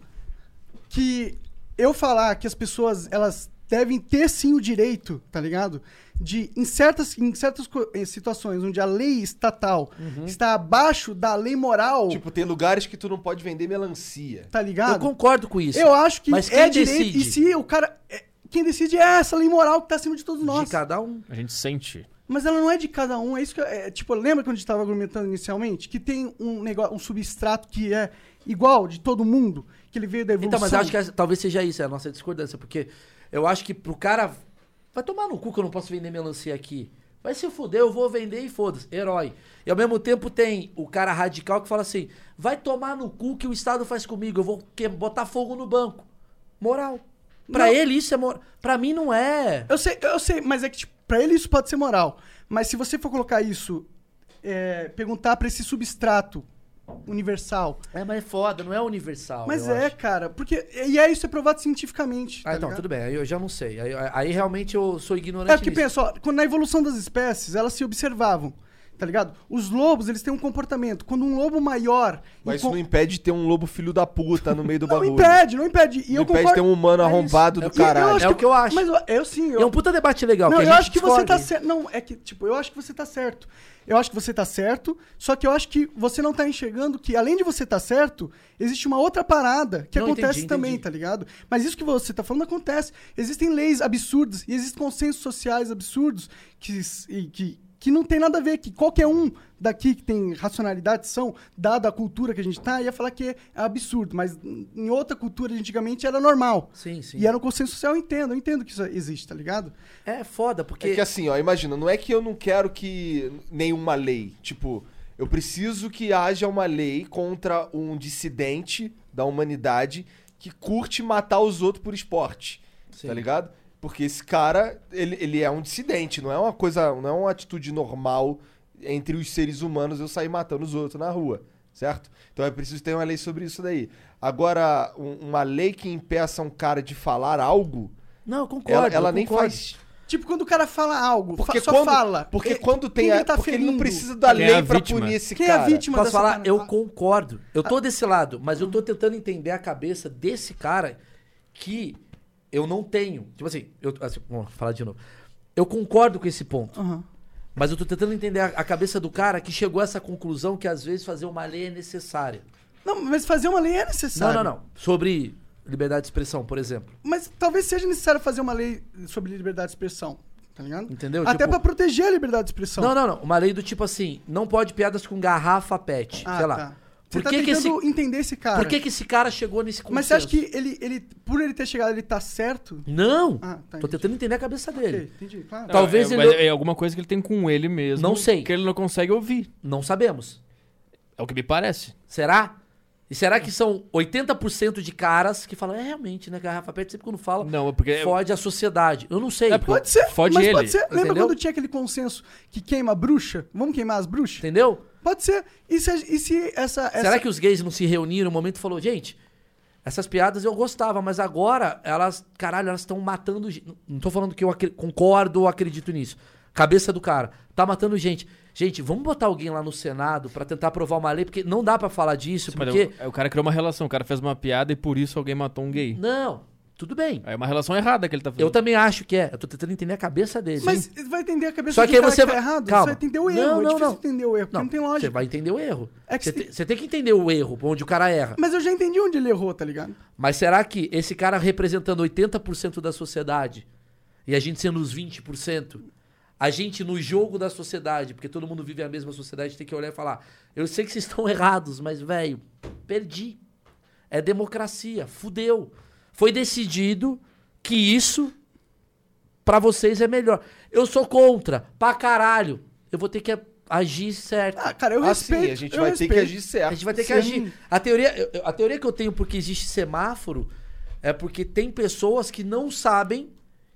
[SPEAKER 3] que eu falar que as pessoas, elas devem ter sim o direito, tá ligado? De, em certas, em certas co- eh, situações onde a lei estatal
[SPEAKER 2] Uhum.
[SPEAKER 3] está abaixo da lei moral,
[SPEAKER 1] Tipo, tem lugares que tu não pode vender melancia.
[SPEAKER 3] tá
[SPEAKER 2] eu
[SPEAKER 3] ligado?
[SPEAKER 2] concordo com isso.
[SPEAKER 3] Eu acho que
[SPEAKER 2] Mas quem
[SPEAKER 3] é direito.
[SPEAKER 2] decide?
[SPEAKER 3] E se o cara. é, Quem decide é essa lei moral que tá acima de todos nós.
[SPEAKER 2] De cada um.
[SPEAKER 4] A gente sente.
[SPEAKER 3] Mas ela não é de cada um, é isso que. eu- É, tipo, lembra quando a gente tava argumentando inicialmente? Que tem um negócio, um substrato que é igual de todo mundo, que ele veio da evolução.
[SPEAKER 2] Então, mas eu acho que essa- talvez seja isso, é a nossa discordância, porque eu acho que pro cara. Vai tomar no cu que eu não posso vender melancia aqui. Vai se fuder, eu vou vender e foda-se. Herói. E ao mesmo tempo tem o cara radical que fala assim: vai tomar no cu que o Estado faz comigo, eu vou que- botar fogo no banco. Moral. Pra
[SPEAKER 3] Não.
[SPEAKER 2] ele isso é moral. Pra mim não é.
[SPEAKER 3] Eu sei, eu sei, mas é que, tipo, pra ele isso pode ser moral. Mas se você for colocar isso, é, perguntar pra esse substrato universal.
[SPEAKER 2] É, mas é foda, não é universal.
[SPEAKER 3] mas
[SPEAKER 2] eu
[SPEAKER 3] é,
[SPEAKER 2] acho.
[SPEAKER 3] cara, porque. E é isso é provado cientificamente.
[SPEAKER 2] Ah,
[SPEAKER 3] tá
[SPEAKER 2] então,
[SPEAKER 3] ligado?
[SPEAKER 2] tudo bem, aí eu já não sei. Aí, aí realmente eu sou ignorante.
[SPEAKER 3] É porque
[SPEAKER 2] nisso.
[SPEAKER 3] pensa, ó, quando na evolução das espécies, elas se observavam, tá ligado? Os lobos, eles têm um comportamento. Quando um lobo maior.
[SPEAKER 1] Mas isso
[SPEAKER 3] encon-
[SPEAKER 1] não impede de ter um lobo filho da puta no meio do
[SPEAKER 3] Não
[SPEAKER 1] bagulho.
[SPEAKER 3] impede, não impede. E
[SPEAKER 1] não
[SPEAKER 3] eu
[SPEAKER 1] impede de
[SPEAKER 3] concordo.
[SPEAKER 1] ter um humano arrombado do
[SPEAKER 3] E eu
[SPEAKER 1] caralho.
[SPEAKER 3] acho
[SPEAKER 2] É o que eu acho.
[SPEAKER 3] Mas eu, eu sim, eu.
[SPEAKER 2] E é um puta debate legal.
[SPEAKER 3] não,
[SPEAKER 2] a
[SPEAKER 3] eu
[SPEAKER 2] gente
[SPEAKER 3] acho que você
[SPEAKER 2] discorda
[SPEAKER 3] tá
[SPEAKER 2] aí.
[SPEAKER 3] certo. Não, é que, tipo, eu acho que você tá certo. Eu acho que você tá certo, só que eu acho que você não tá enxergando que, além de você tá certo, existe uma outra parada que
[SPEAKER 2] Não,
[SPEAKER 3] acontece
[SPEAKER 2] entendi,
[SPEAKER 3] também,
[SPEAKER 2] entendi.
[SPEAKER 3] tá ligado? Mas isso que você tá falando acontece. Existem leis absurdas e existem consensos sociais absurdos que, s- e que, que não tem nada a ver, que qualquer um daqui que tem racionalidade são, dada a cultura que a gente tá, ia falar que é absurdo. Mas em em outra cultura, antigamente, era normal.
[SPEAKER 2] Sim, sim.
[SPEAKER 3] E era um consenso social, eu entendo, eu entendo que isso existe, tá ligado?
[SPEAKER 2] É foda, porque.
[SPEAKER 1] É que assim, ó, imagina, não é que eu não quero que nenhuma lei, tipo, eu preciso que haja uma lei contra um dissidente da humanidade que curte matar os outros por esporte,
[SPEAKER 2] Sim.
[SPEAKER 1] tá ligado? Porque esse cara, ele, ele é um dissidente, não é uma coisa, não é uma atitude normal entre os seres humanos eu sair matando os outros na rua, certo? Então é preciso ter uma lei sobre isso daí. Agora, um- uma lei que impeça um cara de falar algo,
[SPEAKER 2] Não, eu concordo.
[SPEAKER 1] ela, ela
[SPEAKER 2] eu
[SPEAKER 1] nem
[SPEAKER 2] concordo.
[SPEAKER 1] faz
[SPEAKER 3] Tipo, quando o cara fala algo,
[SPEAKER 1] porque
[SPEAKER 3] fa- só
[SPEAKER 1] quando,
[SPEAKER 3] fala.
[SPEAKER 1] Porque
[SPEAKER 3] É,
[SPEAKER 1] quando
[SPEAKER 3] quem
[SPEAKER 1] tem a,
[SPEAKER 3] ele tá
[SPEAKER 1] porque ele não
[SPEAKER 3] ferindo?
[SPEAKER 1] precisa da
[SPEAKER 4] Quem é
[SPEAKER 1] lei
[SPEAKER 4] a
[SPEAKER 1] pra
[SPEAKER 4] vítima?
[SPEAKER 1] punir esse
[SPEAKER 3] Quem é a
[SPEAKER 1] cara.
[SPEAKER 3] vítima
[SPEAKER 2] Posso
[SPEAKER 3] dessa
[SPEAKER 2] falar?
[SPEAKER 3] parada? tá? Ah.
[SPEAKER 2] Eu concordo. Eu tô desse lado, mas eu tô tentando entender a cabeça desse cara que eu não tenho. Tipo assim, eu, assim, vamos falar de novo. Eu concordo com esse ponto.
[SPEAKER 3] Aham.
[SPEAKER 2] Mas eu tô tentando entender a, a cabeça do cara que chegou a essa conclusão que às vezes fazer uma lei é necessária.
[SPEAKER 3] Não, mas fazer uma lei é necessário.
[SPEAKER 2] Não, não, não. Sobre liberdade de expressão, por exemplo.
[SPEAKER 3] Mas talvez seja necessário fazer uma lei sobre liberdade de expressão, tá ligado?
[SPEAKER 2] Entendeu?
[SPEAKER 3] Até
[SPEAKER 2] Tipo-
[SPEAKER 3] pra proteger a liberdade de expressão.
[SPEAKER 2] Não, não, não. Uma lei do tipo assim, não pode piadas com garrafa pet.
[SPEAKER 3] Ah,
[SPEAKER 2] sei lá.
[SPEAKER 3] tá.
[SPEAKER 2] Por
[SPEAKER 3] Você tá
[SPEAKER 2] que, que esse.
[SPEAKER 3] tentando entender esse cara.
[SPEAKER 2] Por que, que esse cara chegou nesse consenso?
[SPEAKER 3] Mas você acha que ele, ele, por ele ter chegado, ele tá certo?
[SPEAKER 2] Não!
[SPEAKER 3] Ah,
[SPEAKER 2] Tô
[SPEAKER 3] tá, entendi.
[SPEAKER 2] tentando entender a cabeça
[SPEAKER 3] Ok,
[SPEAKER 2] dele.
[SPEAKER 3] entendi, claro.
[SPEAKER 4] Não,
[SPEAKER 2] Talvez
[SPEAKER 4] é,
[SPEAKER 2] ele-
[SPEAKER 4] mas é alguma coisa que ele tem com ele mesmo.
[SPEAKER 2] Não sei.
[SPEAKER 4] Que ele não consegue ouvir.
[SPEAKER 2] Não sabemos.
[SPEAKER 4] É o que me parece.
[SPEAKER 2] Será? E será que são 80% de caras que falam, é realmente, né, garrafa pet, sempre quando fala,
[SPEAKER 3] é
[SPEAKER 4] Não, porque.
[SPEAKER 2] fode a sociedade. Eu não sei.
[SPEAKER 4] É porque-
[SPEAKER 3] Pode ser,
[SPEAKER 4] Fode
[SPEAKER 3] mas
[SPEAKER 4] ele,
[SPEAKER 3] pode ser. Lembra
[SPEAKER 2] entendeu?
[SPEAKER 3] quando tinha aquele consenso que queima a bruxa? Vamos queimar as bruxas?
[SPEAKER 2] Entendeu?
[SPEAKER 3] Pode ser. E se, e se essa, essa...
[SPEAKER 2] Será que os gays não se reuniram no momento e falou, gente, essas piadas eu gostava, mas agora elas, caralho, elas estão matando gente. Não tô falando que eu acre- concordo ou acredito nisso. Cabeça do cara, tá matando gente. Gente, vamos botar alguém lá no Senado pra tentar aprovar uma lei, porque não dá pra falar disso,
[SPEAKER 4] Mas
[SPEAKER 2] porque...
[SPEAKER 4] o, o cara criou uma relação, o cara fez uma piada e por isso alguém matou um gay.
[SPEAKER 2] Não, tudo bem.
[SPEAKER 4] É uma relação errada que ele tá fazendo.
[SPEAKER 2] Eu também acho que é. Eu tô tentando entender a cabeça dele.
[SPEAKER 3] Mas vai entender a cabeça
[SPEAKER 2] Só
[SPEAKER 3] do
[SPEAKER 2] que aí
[SPEAKER 3] cara
[SPEAKER 2] você
[SPEAKER 3] que tá
[SPEAKER 2] vai-
[SPEAKER 3] errado?
[SPEAKER 2] Calma.
[SPEAKER 3] Você vai entender o
[SPEAKER 2] Não,
[SPEAKER 3] erro. é
[SPEAKER 2] não,
[SPEAKER 3] difícil
[SPEAKER 2] não.
[SPEAKER 3] entender o erro, porque não, tem
[SPEAKER 2] Você
[SPEAKER 3] lógica.
[SPEAKER 2] vai entender o erro.
[SPEAKER 3] É que
[SPEAKER 2] você,
[SPEAKER 3] você
[SPEAKER 2] te-
[SPEAKER 3] tem-
[SPEAKER 2] você tem que entender o erro, onde o cara erra.
[SPEAKER 3] Mas eu já entendi onde ele errou, tá ligado?
[SPEAKER 2] Mas será que esse cara representando 80% da sociedade e a gente sendo os 20%, a gente no jogo da sociedade, porque todo mundo vive a mesma sociedade, tem que olhar e falar: eu sei que vocês estão errados, mas velho, perdi. É democracia, fudeu. Foi decidido que isso pra vocês é melhor. Eu sou contra, pra caralho. Eu vou ter que a- agir certo.
[SPEAKER 3] Ah, cara, eu
[SPEAKER 1] assim,
[SPEAKER 3] respeito.
[SPEAKER 1] a gente
[SPEAKER 3] eu
[SPEAKER 1] vai ter que
[SPEAKER 3] respeito.
[SPEAKER 1] agir certo.
[SPEAKER 2] A gente vai ter que
[SPEAKER 3] É, Sim.
[SPEAKER 2] agir. A teoria, eu- eu- a teoria que eu tenho porque existe semáforo é porque tem pessoas que não sabem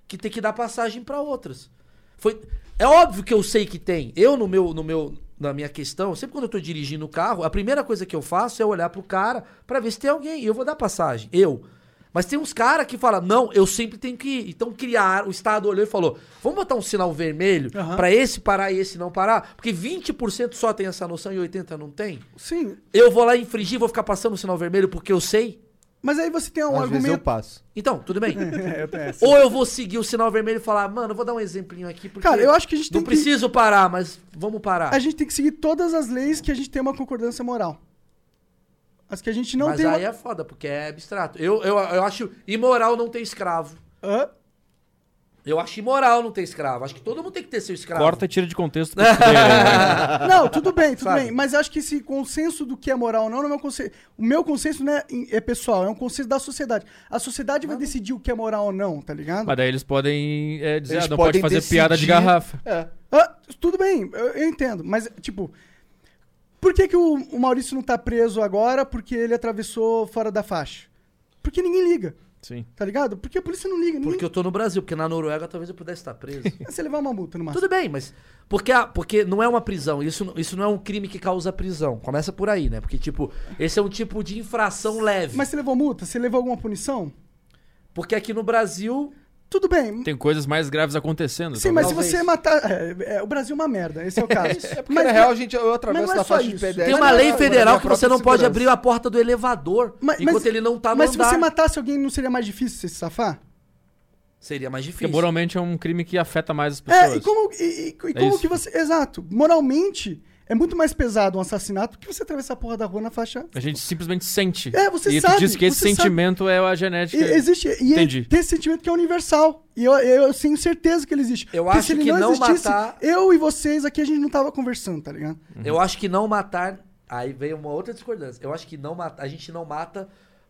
[SPEAKER 2] que tem que dar passagem para outras. Foi, é óbvio que eu sei que tem. Eu no meu no meu na minha questão, sempre quando eu tô dirigindo o carro, a primeira coisa que eu faço é olhar pro cara para ver se tem alguém e eu vou dar passagem. Eu mas tem uns caras que falam, não, eu sempre tenho que ir. Então criar, o Estado olhou e falou, vamos botar um sinal vermelho
[SPEAKER 3] Aham.
[SPEAKER 2] pra esse parar e esse não parar? Porque 20% só tem essa noção e 80% não tem?
[SPEAKER 3] Sim,
[SPEAKER 2] Eu vou lá infringir, vou ficar passando o sinal vermelho porque eu sei.
[SPEAKER 3] mas aí você tem um
[SPEAKER 1] Às vezes eu
[SPEAKER 3] argumento.
[SPEAKER 1] passo.
[SPEAKER 2] Então, tudo bem.
[SPEAKER 3] É, eu tenho essa.
[SPEAKER 2] Ou eu vou seguir o sinal vermelho e falar, mano, eu vou dar um exemplinho aqui porque
[SPEAKER 3] Cara, eu acho que a gente
[SPEAKER 2] não
[SPEAKER 3] tem que.
[SPEAKER 2] preciso parar, mas vamos parar.
[SPEAKER 3] A gente tem que seguir todas as leis que a gente tem uma concordância moral. As que a gente não
[SPEAKER 2] mas
[SPEAKER 3] tem.
[SPEAKER 2] aí
[SPEAKER 3] uma-
[SPEAKER 2] é foda, porque é abstrato. Eu, eu, eu acho imoral não ter escravo.
[SPEAKER 3] Hã?
[SPEAKER 2] Eu acho imoral não ter escravo. Acho que todo mundo tem que ter seu escravo.
[SPEAKER 4] Corta e tira de contexto. pra fuder, né?
[SPEAKER 3] Não, tudo bem, tudo
[SPEAKER 2] Sabe?
[SPEAKER 3] bem. Mas eu acho que esse consenso do que é moral ou não, não é meu consenso. O meu consenso não é, é pessoal, é um consenso da sociedade. A sociedade vai decidir o que é moral ou não, tá ligado?
[SPEAKER 4] Mas daí eles podem é, dizer,
[SPEAKER 1] Eles
[SPEAKER 4] ah, não pode
[SPEAKER 1] podem
[SPEAKER 4] fazer piada de
[SPEAKER 1] decidir-
[SPEAKER 4] garrafa.
[SPEAKER 1] É.
[SPEAKER 3] Ah, tudo bem, eu, eu entendo. Mas, tipo, por que, que o, o Maurício não tá preso agora porque ele atravessou fora da faixa? Porque ninguém liga,
[SPEAKER 4] Sim.
[SPEAKER 3] tá ligado? Porque a polícia não liga.
[SPEAKER 2] Porque
[SPEAKER 3] Ninguém...
[SPEAKER 2] eu tô no Brasil, porque na Noruega talvez eu pudesse estar preso.
[SPEAKER 3] Você levar uma multa numa
[SPEAKER 2] Tudo bem, mas. Porque, a- porque não é uma prisão. Isso, isso não é um crime que causa prisão. Começa por aí, né? Porque, tipo, esse é um tipo de infração leve.
[SPEAKER 3] Mas você levou multa? Você levou alguma punição?
[SPEAKER 2] Porque aqui no Brasil.
[SPEAKER 3] Tudo bem.
[SPEAKER 4] Tem coisas mais graves acontecendo. tá
[SPEAKER 3] Sim, mas
[SPEAKER 4] talvez.
[SPEAKER 2] talvez.
[SPEAKER 3] se você matar. é, é, o Brasil é uma merda, esse é o caso.
[SPEAKER 1] É porque, na real, a gente, eu atravesso
[SPEAKER 3] mas não é
[SPEAKER 1] na
[SPEAKER 3] só
[SPEAKER 1] faixa de
[SPEAKER 3] isso.
[SPEAKER 1] pedestre.
[SPEAKER 2] Tem
[SPEAKER 1] mas
[SPEAKER 2] uma
[SPEAKER 1] não é
[SPEAKER 2] lei
[SPEAKER 1] minha
[SPEAKER 2] federal que
[SPEAKER 1] própria
[SPEAKER 2] você não pode
[SPEAKER 1] segurança.
[SPEAKER 2] abrir a porta do elevador
[SPEAKER 3] Mas-
[SPEAKER 2] enquanto
[SPEAKER 3] mas-
[SPEAKER 2] ele não tá no
[SPEAKER 3] Mas se
[SPEAKER 2] andar.
[SPEAKER 3] você matasse alguém, não seria mais difícil você se safar?
[SPEAKER 2] Seria mais
[SPEAKER 4] Porque
[SPEAKER 2] difícil.
[SPEAKER 4] moralmente é um crime que afeta mais as pessoas.
[SPEAKER 3] É, e como, e- e- e como
[SPEAKER 4] isso.
[SPEAKER 3] que você. Exato. Moralmente, é muito mais pesado um assassinato do que você atravessar a porra da rua na faixa.
[SPEAKER 4] A gente simplesmente sente.
[SPEAKER 3] É, você
[SPEAKER 4] e
[SPEAKER 3] sabe,
[SPEAKER 4] tu diz que esse
[SPEAKER 3] você sabe.
[SPEAKER 4] sentimento é a
[SPEAKER 3] E,
[SPEAKER 4] genética.
[SPEAKER 3] existe. E
[SPEAKER 4] Entendi.
[SPEAKER 3] tem esse sentimento que é universal. E eu, eu tenho certeza que ele existe.
[SPEAKER 2] Eu
[SPEAKER 3] Porque
[SPEAKER 2] acho que não matar-
[SPEAKER 3] Eu e vocês aqui, a gente não tava conversando, tá ligado?
[SPEAKER 2] Uhum. Eu acho que não matar. Aí veio uma outra discordância. Eu acho que não mata... a gente não mata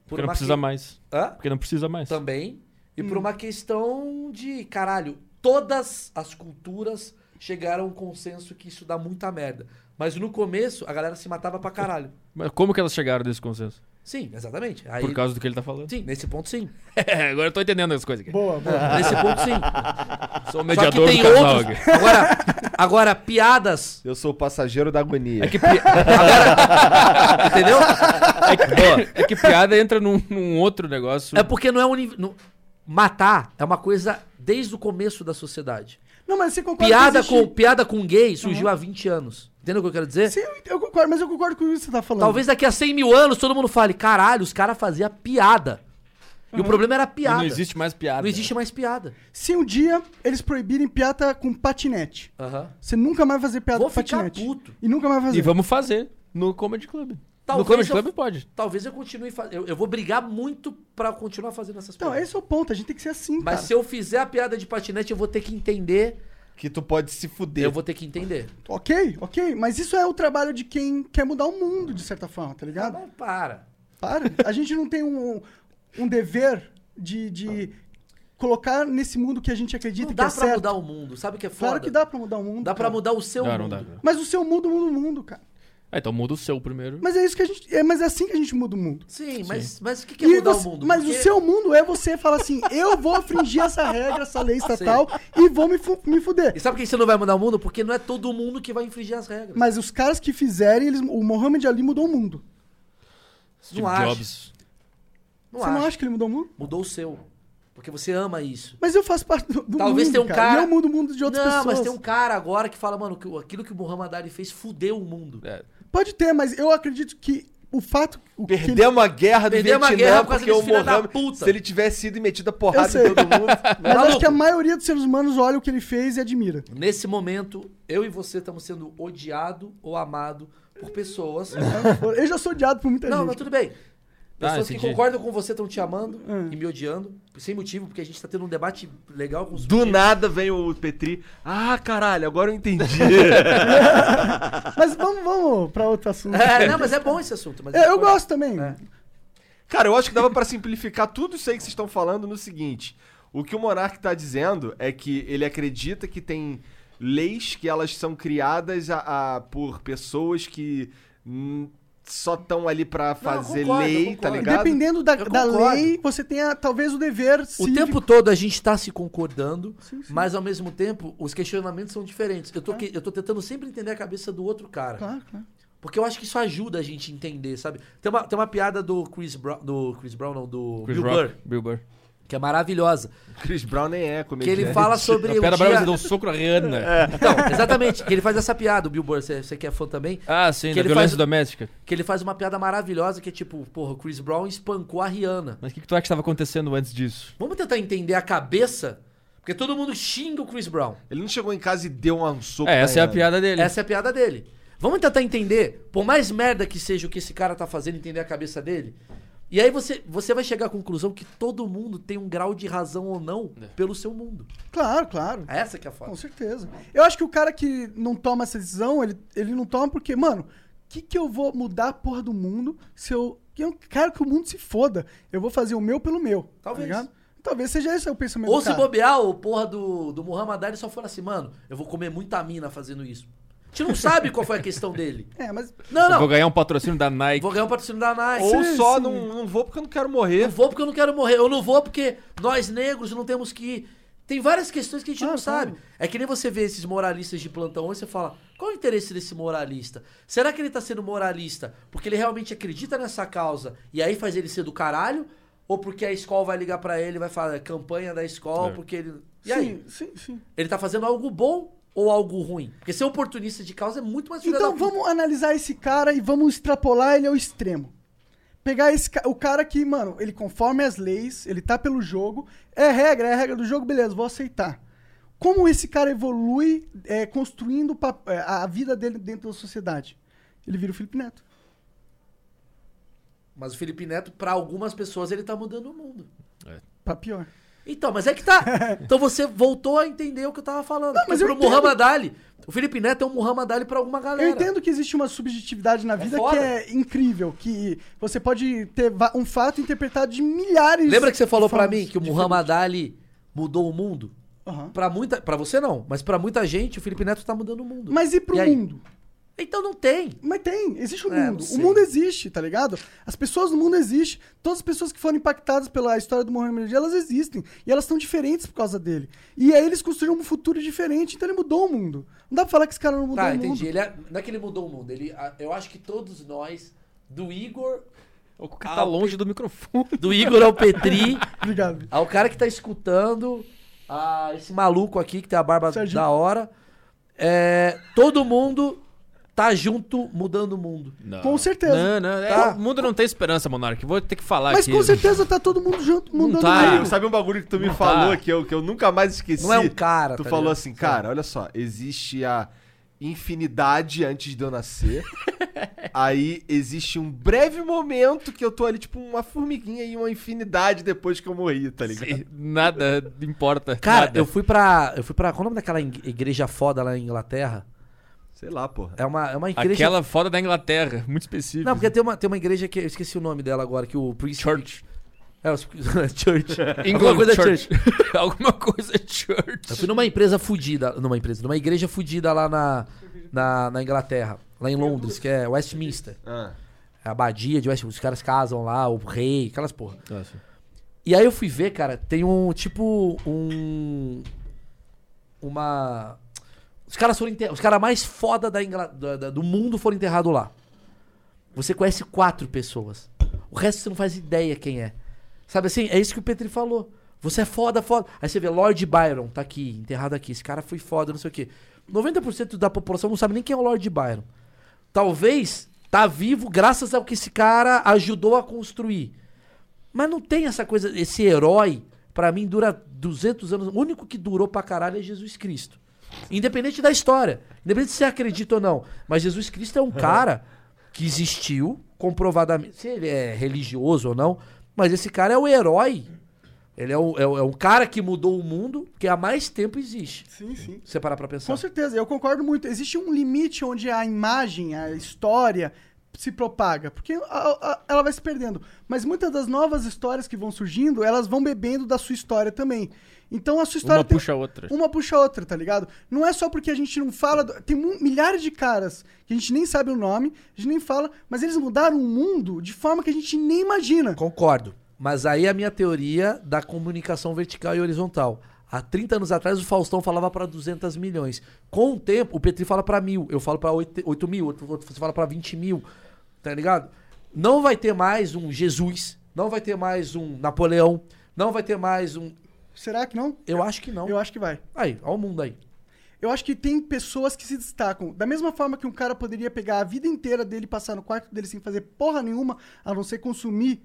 [SPEAKER 2] por
[SPEAKER 4] porque não
[SPEAKER 2] uma.
[SPEAKER 4] precisa
[SPEAKER 2] que-
[SPEAKER 4] mais.
[SPEAKER 2] Hã?
[SPEAKER 4] Porque não precisa mais.
[SPEAKER 2] Também. E por uma questão de, caralho, todas as culturas chegaram a um consenso que isso dá muita merda. Mas no começo, a galera se matava pra caralho.
[SPEAKER 4] Mas como que elas chegaram desse consenso?
[SPEAKER 2] Sim, exatamente. Aí,
[SPEAKER 4] Por causa do que ele tá falando.
[SPEAKER 2] Sim, nesse ponto sim.
[SPEAKER 4] Agora eu tô entendendo as coisas aqui.
[SPEAKER 3] Boa, boa.
[SPEAKER 2] Nesse ponto sim.
[SPEAKER 4] Sou
[SPEAKER 2] Só que
[SPEAKER 4] o mediador do
[SPEAKER 2] tem
[SPEAKER 4] casal aqui.
[SPEAKER 2] outros. Agora, agora, piadas.
[SPEAKER 1] Eu sou o passageiro da agonia.
[SPEAKER 4] É que, pi-
[SPEAKER 2] Entendeu?
[SPEAKER 4] é que- é que piada entra num, num outro negócio.
[SPEAKER 2] É porque não é um. nível- não- Matar é uma coisa desde o começo da sociedade.
[SPEAKER 3] Não, mas você concorda
[SPEAKER 2] Piada
[SPEAKER 3] que existe- Uhum.
[SPEAKER 2] com, piada com gay surgiu há 20 anos. Entendeu o que eu quero dizer?
[SPEAKER 3] Sim, eu concordo, mas eu concordo com isso que você tá falando.
[SPEAKER 2] Talvez daqui a 100 mil anos todo mundo fale: caralho, os caras faziam piada. E o
[SPEAKER 3] Uhum.
[SPEAKER 2] problema era
[SPEAKER 4] E
[SPEAKER 2] piada.
[SPEAKER 4] não existe mais piada.
[SPEAKER 2] Não existe mais piada.
[SPEAKER 3] Se um dia eles proibirem piada com patinete, você nunca mais vai fazer piada
[SPEAKER 2] Vou
[SPEAKER 3] com
[SPEAKER 2] ficar
[SPEAKER 3] patinete.
[SPEAKER 2] puto.
[SPEAKER 3] E nunca mais vai fazer.
[SPEAKER 4] E vamos fazer no Comedy Club.
[SPEAKER 2] Talvez
[SPEAKER 4] no Comedy
[SPEAKER 2] eu-
[SPEAKER 4] Club pode.
[SPEAKER 2] Talvez eu continue fazendo. Eu, eu vou brigar muito pra continuar fazendo essas
[SPEAKER 3] Então, esse é o ponto, a gente tem que ser assim,
[SPEAKER 2] Mas
[SPEAKER 3] cara.
[SPEAKER 2] se eu fizer a piada de patinete, eu vou ter que entender.
[SPEAKER 1] Que tu pode se fuder.
[SPEAKER 2] Eu vou ter que entender.
[SPEAKER 3] Ok, ok, mas isso é o trabalho de quem quer mudar o mundo, de certa forma, tá ligado?
[SPEAKER 2] Mas para.
[SPEAKER 3] Para. A gente não tem um, um dever de, de colocar nesse mundo que a gente acredita
[SPEAKER 2] Não
[SPEAKER 3] que
[SPEAKER 2] dá
[SPEAKER 3] é
[SPEAKER 2] pra
[SPEAKER 3] certo.
[SPEAKER 2] mudar o mundo. Sabe o que é foda?
[SPEAKER 3] claro que dá pra mudar o mundo.
[SPEAKER 2] Dá pra
[SPEAKER 3] cara.
[SPEAKER 2] mudar o seu
[SPEAKER 4] Não, não
[SPEAKER 2] mundo.
[SPEAKER 4] dá.
[SPEAKER 3] Mas o seu mundo muda o mundo, cara.
[SPEAKER 4] Ah, então muda o seu primeiro.
[SPEAKER 3] Mas é isso que a gente. É, mas é assim que a gente muda o mundo.
[SPEAKER 2] Sim, mas, mas o que, que é
[SPEAKER 3] E
[SPEAKER 2] mudar
[SPEAKER 3] você-
[SPEAKER 2] o mundo?
[SPEAKER 3] Mas
[SPEAKER 2] Porque
[SPEAKER 3] o seu mundo é você falar assim: eu vou fringir essa regra, essa lei estatal e vou me, fu- me
[SPEAKER 2] E
[SPEAKER 3] fuder.
[SPEAKER 2] sabe por que você não vai mudar o mundo? Porque não é todo mundo que vai infringir as regras.
[SPEAKER 3] Mas os caras que fizerem, eles, o Mohamed Ali mudou o mundo.
[SPEAKER 4] Steve
[SPEAKER 2] não acho.
[SPEAKER 4] Tipo Jobs.
[SPEAKER 2] Não
[SPEAKER 3] você
[SPEAKER 2] acho.
[SPEAKER 3] não acha que ele mudou o mundo?
[SPEAKER 2] Mudou o seu. Porque você ama isso.
[SPEAKER 3] Mas eu faço parte do, do
[SPEAKER 2] Talvez
[SPEAKER 3] mundo,
[SPEAKER 2] tenha um
[SPEAKER 3] E
[SPEAKER 2] cara-
[SPEAKER 3] eu mudo o mundo de
[SPEAKER 2] Não,
[SPEAKER 3] outras pessoas.
[SPEAKER 2] mas tem um cara agora que fala, mano, que o- aquilo que o Muhammad Ali fez fudeu o mundo.
[SPEAKER 4] É,
[SPEAKER 3] Pode ter, mas eu acredito que o fato... O que ele-
[SPEAKER 1] Perdemos a guerra do
[SPEAKER 2] Perdemos a
[SPEAKER 1] Vietnã
[SPEAKER 2] guerra por causa
[SPEAKER 1] porque o
[SPEAKER 2] desse filho da
[SPEAKER 1] Mohammed,
[SPEAKER 2] puta.
[SPEAKER 1] se ele tivesse ido e metido a
[SPEAKER 3] Eu
[SPEAKER 1] porrada
[SPEAKER 3] sei.
[SPEAKER 1] em todo mundo...
[SPEAKER 3] Mas acho
[SPEAKER 2] Maluco.
[SPEAKER 3] que a maioria dos seres humanos olha o que ele fez e admira.
[SPEAKER 2] Nesse momento, eu e você estamos sendo odiado ou amado por pessoas.
[SPEAKER 3] Eu já sou odiado por muita
[SPEAKER 2] não, mas
[SPEAKER 3] gente.
[SPEAKER 2] tudo bem. Pessoas que
[SPEAKER 4] Ah, entendi.
[SPEAKER 2] concordam com você estão te amando
[SPEAKER 3] Hum.
[SPEAKER 2] e me odiando, sem motivo, porque a gente tá tendo um debate legal com os
[SPEAKER 1] Do nada vem o Petri. Ah, caralho, agora eu entendi.
[SPEAKER 3] Mas vamos, vamos pra outro assunto.
[SPEAKER 2] tá. É, não, mas é bom esse assunto. Mas
[SPEAKER 3] Eu, eu gosto também.
[SPEAKER 1] Cara, eu acho que dava pra simplificar tudo isso aí que vocês estão falando no seguinte. O que o Monark tá dizendo é que ele acredita que tem leis que elas são criadas a, a- por pessoas que hum, só estão ali pra fazer
[SPEAKER 2] concordo, eu
[SPEAKER 1] lei, tá
[SPEAKER 2] concordo.
[SPEAKER 1] ligado?
[SPEAKER 3] Dependendo da,
[SPEAKER 2] Eu
[SPEAKER 3] da
[SPEAKER 2] concordo.
[SPEAKER 3] lei, você tenha talvez o dever
[SPEAKER 2] O
[SPEAKER 3] cívico.
[SPEAKER 2] tempo todo a gente tá se concordando,
[SPEAKER 3] Sim, sim.
[SPEAKER 2] mas ao mesmo tempo os questionamentos são diferentes. Eu tô, que- eu tô tentando sempre entender a cabeça do outro cara.
[SPEAKER 3] Claro, claro.
[SPEAKER 2] Porque eu acho que isso ajuda a gente a entender, sabe? Tem uma, tem uma piada do Chris Brown, do Chris Brown não, do
[SPEAKER 4] Chris
[SPEAKER 2] Bill
[SPEAKER 4] Rock,
[SPEAKER 2] Burr,
[SPEAKER 4] Bill Burr.
[SPEAKER 2] que é maravilhosa.
[SPEAKER 1] Chris Brown nem é
[SPEAKER 2] Que
[SPEAKER 1] comediante.
[SPEAKER 2] ele fala sobre
[SPEAKER 4] A
[SPEAKER 2] o
[SPEAKER 4] Pedra Brava
[SPEAKER 2] dia...
[SPEAKER 4] deu um soco na Rihanna.
[SPEAKER 2] Então, exatamente, que ele faz essa piada, o Bill Burr, você você que é fã também,
[SPEAKER 4] Ah, sim,
[SPEAKER 2] Que
[SPEAKER 4] da
[SPEAKER 2] ele
[SPEAKER 4] violência
[SPEAKER 2] faz-
[SPEAKER 4] doméstica.
[SPEAKER 2] que ele faz uma piada maravilhosa que é tipo, porra, o Chris Brown espancou a Rihanna.
[SPEAKER 4] Mas o que, que tu acha que estava acontecendo antes disso?
[SPEAKER 2] Vamos tentar entender a cabeça, porque todo mundo xinga o Chris Brown.
[SPEAKER 1] Ele não chegou em casa e deu um soco.
[SPEAKER 4] É,
[SPEAKER 1] na
[SPEAKER 4] essa é a
[SPEAKER 1] Rihanna.
[SPEAKER 4] piada dele.
[SPEAKER 2] Essa é a piada dele. Vamos tentar entender, por mais merda que seja o que esse cara tá fazendo, entender a cabeça dele. E aí você, você vai chegar à conclusão que todo mundo tem um grau de razão ou não
[SPEAKER 4] É.
[SPEAKER 2] pelo seu mundo.
[SPEAKER 3] Claro, claro.
[SPEAKER 2] É essa que é a foda.
[SPEAKER 3] Com certeza. Eu acho que o cara que não toma essa decisão, ele, ele não toma porque, mano, o que, que eu vou mudar a porra do mundo se eu. Eu quero que o mundo se foda. Eu vou fazer o meu pelo meu. tá
[SPEAKER 2] Talvez.
[SPEAKER 3] ligado? Talvez seja esse o pensamento
[SPEAKER 2] Ou
[SPEAKER 3] do
[SPEAKER 2] se
[SPEAKER 3] cara.
[SPEAKER 2] bobear, o porra do, do Muhammad Ali só fala assim, mano, eu vou comer muita mina fazendo isso. A gente não sabe qual foi a questão dele.
[SPEAKER 3] É, mas.
[SPEAKER 2] Não,
[SPEAKER 4] Vou
[SPEAKER 2] não.
[SPEAKER 4] ganhar um patrocínio da Nike.
[SPEAKER 2] Vou ganhar um patrocínio da Nike.
[SPEAKER 1] Ou
[SPEAKER 3] Sim,
[SPEAKER 1] só
[SPEAKER 3] sim.
[SPEAKER 1] não, não vou porque eu não quero
[SPEAKER 2] Eu
[SPEAKER 1] morrer.
[SPEAKER 2] não vou porque eu não quero morrer. Eu não vou porque nós negros não temos que ir. Tem várias questões que a gente
[SPEAKER 3] Claro,
[SPEAKER 2] não sabe.
[SPEAKER 3] Ah, claro.
[SPEAKER 2] É que nem você vê esses moralistas de plantão e você fala: qual o interesse desse moralista? Será que ele tá sendo moralista porque ele realmente acredita nessa causa e aí faz ele ser do caralho? Ou porque a escola vai ligar pra ele e vai falar "É campanha da escola, porque ele. E aí?
[SPEAKER 3] Sim, sim, sim.
[SPEAKER 2] Ele tá fazendo algo bom ou algo ruim? Porque ser oportunista de causa é muito mais filha
[SPEAKER 3] Então
[SPEAKER 2] da puta.
[SPEAKER 3] vamos analisar esse cara e vamos extrapolar ele ao extremo. Pegar esse ca- o cara que, mano, ele conforme as leis, ele tá pelo jogo, é regra, é regra do jogo, beleza, vou aceitar. Como esse cara evolui é, construindo o pap- é, a vida dele dentro da sociedade? Ele vira o Felipe Neto.
[SPEAKER 2] Mas o Felipe Neto, pra algumas pessoas, ele tá mudando o mundo.
[SPEAKER 3] Pra pior.
[SPEAKER 2] Então, mas é que tá. Então você voltou a entender o que eu tava falando.
[SPEAKER 3] mas
[SPEAKER 2] mas pro
[SPEAKER 3] eu entendo.
[SPEAKER 2] Muhammad Ali, o Felipe Neto é um Muhammad Ali pra alguma galera.
[SPEAKER 3] Eu entendo que existe uma subjetividade na vida que
[SPEAKER 2] foda.
[SPEAKER 3] é incrível, que você pode ter va- um fato interpretado de milhares.
[SPEAKER 2] Lembra que você falou
[SPEAKER 3] de
[SPEAKER 2] pra
[SPEAKER 3] formas
[SPEAKER 2] mim que o
[SPEAKER 3] diferentes.
[SPEAKER 2] Muhammad Ali mudou o mundo?
[SPEAKER 3] Aham.
[SPEAKER 2] Pra muita, para você não, mas pra muita gente o Felipe Neto tá mudando o mundo.
[SPEAKER 3] Mas e pro
[SPEAKER 2] E aí?
[SPEAKER 3] mundo?
[SPEAKER 2] Então não tem.
[SPEAKER 3] Mas tem, existe o
[SPEAKER 2] É, não
[SPEAKER 3] mundo. O
[SPEAKER 2] sei.
[SPEAKER 3] mundo existe, tá ligado? As pessoas do mundo existem. Todas as pessoas que foram impactadas pela história do Muhammad Ali, elas existem. E elas estão diferentes por causa dele. E aí eles construíram um futuro diferente, então ele mudou o mundo. Não dá pra falar que esse cara não mudou
[SPEAKER 2] Tá,
[SPEAKER 3] o mundo.
[SPEAKER 2] entendi. Ele é- não é que ele mudou o mundo. Ele, a- eu acho que todos nós, do Igor,
[SPEAKER 4] O cara tá longe do microfone.
[SPEAKER 2] do Igor ao Petri,
[SPEAKER 3] Obrigado.
[SPEAKER 2] Ao cara que tá escutando, a esse maluco aqui que tem a barba
[SPEAKER 3] Serginho.
[SPEAKER 2] da hora, é, todo mundo tá junto mudando o mundo.
[SPEAKER 4] Não.
[SPEAKER 3] Com certeza.
[SPEAKER 4] Não, não. é,
[SPEAKER 2] Tá.
[SPEAKER 4] o mundo não tem esperança, Monark. Vou ter que falar
[SPEAKER 3] Mas
[SPEAKER 4] aqui.
[SPEAKER 3] com certeza tá todo mundo junto, mudando
[SPEAKER 4] tá.
[SPEAKER 3] o
[SPEAKER 1] Aí,
[SPEAKER 3] mundo.
[SPEAKER 1] sabe um bagulho que tu me
[SPEAKER 4] Não
[SPEAKER 1] falou
[SPEAKER 4] tá.
[SPEAKER 1] que eu, que eu nunca mais esqueci?
[SPEAKER 2] Não é um cara,
[SPEAKER 1] Tu
[SPEAKER 2] tá
[SPEAKER 1] falou
[SPEAKER 2] ligado?
[SPEAKER 1] assim, cara, olha só, existe a infinidade antes de eu nascer. aí existe um breve momento que eu tô ali, tipo, uma formiguinha e uma infinidade depois que eu morri, tá ligado?
[SPEAKER 4] E Nada importa.
[SPEAKER 2] Cara,
[SPEAKER 4] nada.
[SPEAKER 2] eu fui pra. Eu fui pra. Qual é o nome daquela ing- igreja foda lá na Inglaterra?
[SPEAKER 1] Sei lá, porra.
[SPEAKER 2] É uma, é uma igreja.
[SPEAKER 4] Aquela foda da Inglaterra, muito específica.
[SPEAKER 2] Não, porque tem uma, tem uma igreja que. Eu esqueci o nome dela agora, que o Príncipe.
[SPEAKER 4] Church.
[SPEAKER 2] É, os, Church.
[SPEAKER 4] England
[SPEAKER 2] coisa
[SPEAKER 4] Church. Alguma coisa Church.
[SPEAKER 2] Eu fui numa empresa fudida, numa empresa, numa igreja fudida lá na, na, na Inglaterra, lá em Londres, que é Westminster.
[SPEAKER 1] Ah.
[SPEAKER 2] A abadia de Westminster, os caras casam lá, o rei, aquelas porra. E aí eu fui ver, cara, tem um tipo um uma os caras foram enterra- os caras mais foda da Ingla- da- da- do mundo foram enterrados lá. Você conhece quatro pessoas. O resto você não faz ideia quem é. Sabe assim? É isso que o Petri falou. Você é foda, foda. Aí você vê Lord Byron tá aqui, enterrado aqui. Esse cara foi foda, não sei o quê. 90% da população não sabe nem quem é o Lord Byron. Talvez tá vivo graças ao que esse cara ajudou a construir. Mas não tem essa coisa, esse herói, pra mim, dura 200 anos. O único que durou pra caralho é Jesus Cristo. Independente da história, independente se você acredita ou não. Mas Jesus Cristo é um cara que existiu, comprovadamente, se ele é religioso ou não, mas esse cara é o herói. Ele é, o, é, o- é um cara que mudou o mundo, que há mais tempo existe.
[SPEAKER 3] Sim, sim.
[SPEAKER 2] Se Você parar pra pensar.
[SPEAKER 3] Com certeza, eu concordo muito. Existe um limite onde a imagem, a história se propaga, porque a- a- ela vai se perdendo. Mas muitas das novas histórias que vão surgindo, elas vão bebendo da sua história também. Então a sua história
[SPEAKER 4] Uma
[SPEAKER 3] tem-
[SPEAKER 4] puxa a outra.
[SPEAKER 3] uma puxa a outra, tá ligado? Não é só porque a gente não fala. do- Tem mu- milhares de caras que a gente nem sabe o nome, a gente nem fala, mas eles mudaram o mundo de forma que a gente nem imagina.
[SPEAKER 2] Concordo. Mas aí a minha teoria da comunicação vertical e horizontal. Há 30 anos atrás, o Faustão falava para 200 milhões. Com o tempo, o Petri fala para mil, eu falo para 8, mil, outro, outro você fala para 20 mil, tá ligado? Não vai ter mais um Jesus, não vai ter mais um Napoleão, não vai ter mais um...
[SPEAKER 3] Será que não?
[SPEAKER 2] Eu acho que não.
[SPEAKER 3] Eu acho que vai.
[SPEAKER 2] Aí, olha o mundo aí.
[SPEAKER 3] Eu acho que tem pessoas que se destacam. Da mesma forma que um cara poderia pegar a vida inteira dele, passar no quarto dele sem fazer porra nenhuma, a não ser consumir,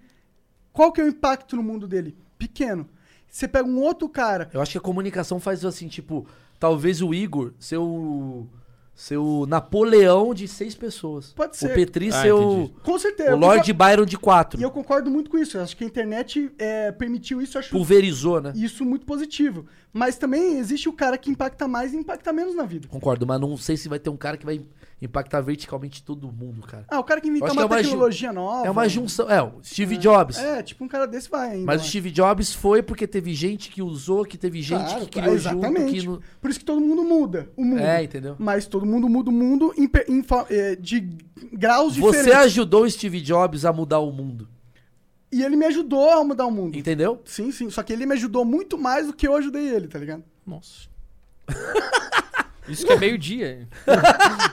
[SPEAKER 3] qual que é o impacto no mundo dele? Pequeno. Você pega um outro cara.
[SPEAKER 2] Eu acho que a comunicação faz assim, tipo, talvez o Igor ser o, ser o Napoleão de seis pessoas.
[SPEAKER 3] Pode ser.
[SPEAKER 2] O Petri
[SPEAKER 4] Ah,
[SPEAKER 2] ser o,
[SPEAKER 4] entendi.
[SPEAKER 3] Com certeza.
[SPEAKER 2] o
[SPEAKER 3] É, eu
[SPEAKER 2] Lord Byron de quatro.
[SPEAKER 3] E eu concordo muito com isso. Eu acho que a internet é, permitiu isso. Eu acho
[SPEAKER 2] pulverizou, né?
[SPEAKER 3] isso muito positivo. Mas também existe o cara que impacta mais e impacta menos na vida.
[SPEAKER 2] Concordo, mas não sei se vai ter um cara que vai impactar verticalmente todo mundo, cara.
[SPEAKER 3] Ah, o cara que inventa
[SPEAKER 2] acho que
[SPEAKER 3] uma
[SPEAKER 2] é uma ju-
[SPEAKER 3] tecnologia nova.
[SPEAKER 2] É uma junção. É, o Steve Jobs.
[SPEAKER 3] Ah, É, tipo, um cara desse vai ainda.
[SPEAKER 2] Mas o
[SPEAKER 3] né?
[SPEAKER 2] Steve Jobs foi porque teve gente que usou, que teve gente
[SPEAKER 3] Claro,
[SPEAKER 2] que criou junto.
[SPEAKER 3] exatamente.
[SPEAKER 2] Que não...
[SPEAKER 3] Por isso que todo mundo muda o mundo.
[SPEAKER 2] É, entendeu?
[SPEAKER 3] Mas todo mundo muda o mundo em pe- em fa- eh, de graus
[SPEAKER 2] Você
[SPEAKER 3] diferentes.
[SPEAKER 2] ajudou o Steve Jobs a mudar o mundo.
[SPEAKER 3] E ele me ajudou a mudar o mundo.
[SPEAKER 2] Entendeu?
[SPEAKER 3] Sim, sim. Só que ele me ajudou muito mais do que eu ajudei ele, tá ligado?
[SPEAKER 4] Nossa. Isso que é meio-dia. hein?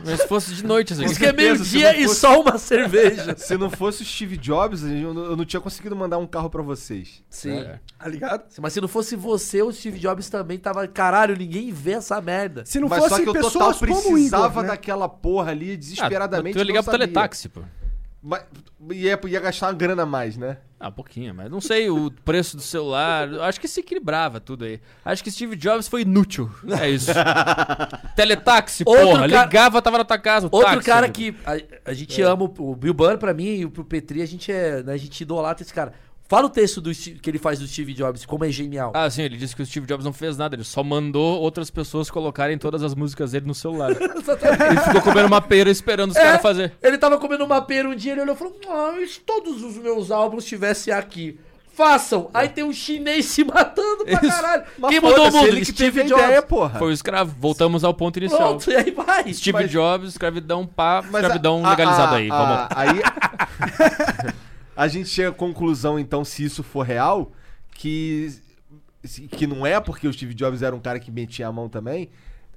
[SPEAKER 4] Mas se fosse de noite, assim.
[SPEAKER 2] Isso que é
[SPEAKER 1] certeza, se
[SPEAKER 2] meio-dia
[SPEAKER 1] não
[SPEAKER 2] e
[SPEAKER 1] fosse-
[SPEAKER 2] só uma cerveja.
[SPEAKER 1] Se não fosse o Steve Jobs, eu não eu não tinha conseguido mandar um carro pra vocês.
[SPEAKER 2] Sim.
[SPEAKER 4] É.
[SPEAKER 3] Tá ligado?
[SPEAKER 2] Mas se não fosse você, o Steve Jobs também tava. Caralho, ninguém vê essa merda.
[SPEAKER 3] Se não
[SPEAKER 1] Mas só
[SPEAKER 3] fosse
[SPEAKER 1] que eu total
[SPEAKER 3] pessoas como o
[SPEAKER 1] precisava
[SPEAKER 3] Igor, né?
[SPEAKER 1] daquela porra ali
[SPEAKER 4] Ah,
[SPEAKER 1] desesperadamente.
[SPEAKER 4] tu ia ligar
[SPEAKER 1] não
[SPEAKER 4] pro
[SPEAKER 1] sabia.
[SPEAKER 4] teletaxi, pô.
[SPEAKER 1] Mas ia, ia gastar uma grana a mais, né?
[SPEAKER 4] Ah, pouquinho, mas não sei o preço do celular. Acho que se equilibrava tudo aí. Acho que Steve Jobs foi inútil. É isso. Teletaxi,
[SPEAKER 2] Outro
[SPEAKER 4] porra.
[SPEAKER 2] cara-
[SPEAKER 4] Ligava, tava na tua casa. o
[SPEAKER 2] Outro
[SPEAKER 4] táxi.
[SPEAKER 1] né?
[SPEAKER 2] cara que a, a
[SPEAKER 1] É.
[SPEAKER 2] gente ama, o o Bill Burr pra mim e o pro Petri, a gente é, né, a gente idolatra esse cara. Fala o texto do, Steve- que ele faz do Steve Jobs, como é genial.
[SPEAKER 4] Ah, sim, ele disse que o Steve Jobs não fez nada, ele só mandou outras pessoas colocarem todas as músicas dele no celular.
[SPEAKER 1] Ah.
[SPEAKER 4] ele ficou comendo uma pera esperando os
[SPEAKER 2] É.
[SPEAKER 4] caras fazer.
[SPEAKER 2] Ele tava comendo uma pera um dia, ele olhou e falou: "Ah, e se todos os meus álbuns estivessem aqui? Façam! Aí tem um chinês se matando pra
[SPEAKER 4] Isso.
[SPEAKER 2] caralho.
[SPEAKER 1] É. Mas
[SPEAKER 2] Quem mudou o
[SPEAKER 1] foda-se,
[SPEAKER 2] mundo?
[SPEAKER 1] Ele que teve a ideia, porra.
[SPEAKER 4] Foi o escravo, voltamos ao ponto
[SPEAKER 1] é
[SPEAKER 4] inicial.
[SPEAKER 2] Pronto, e aí vai.
[SPEAKER 4] Steve
[SPEAKER 1] Mas-
[SPEAKER 4] Jobs, escravidão pá,
[SPEAKER 1] Mas a-
[SPEAKER 4] escravidão
[SPEAKER 1] a-
[SPEAKER 4] legalizada aí.
[SPEAKER 1] a-
[SPEAKER 4] Vamos.
[SPEAKER 1] Aí a gente chega à conclusão, então, se isso for real, que, se- que não é porque o Steve Jobs era um cara que metia a mão também.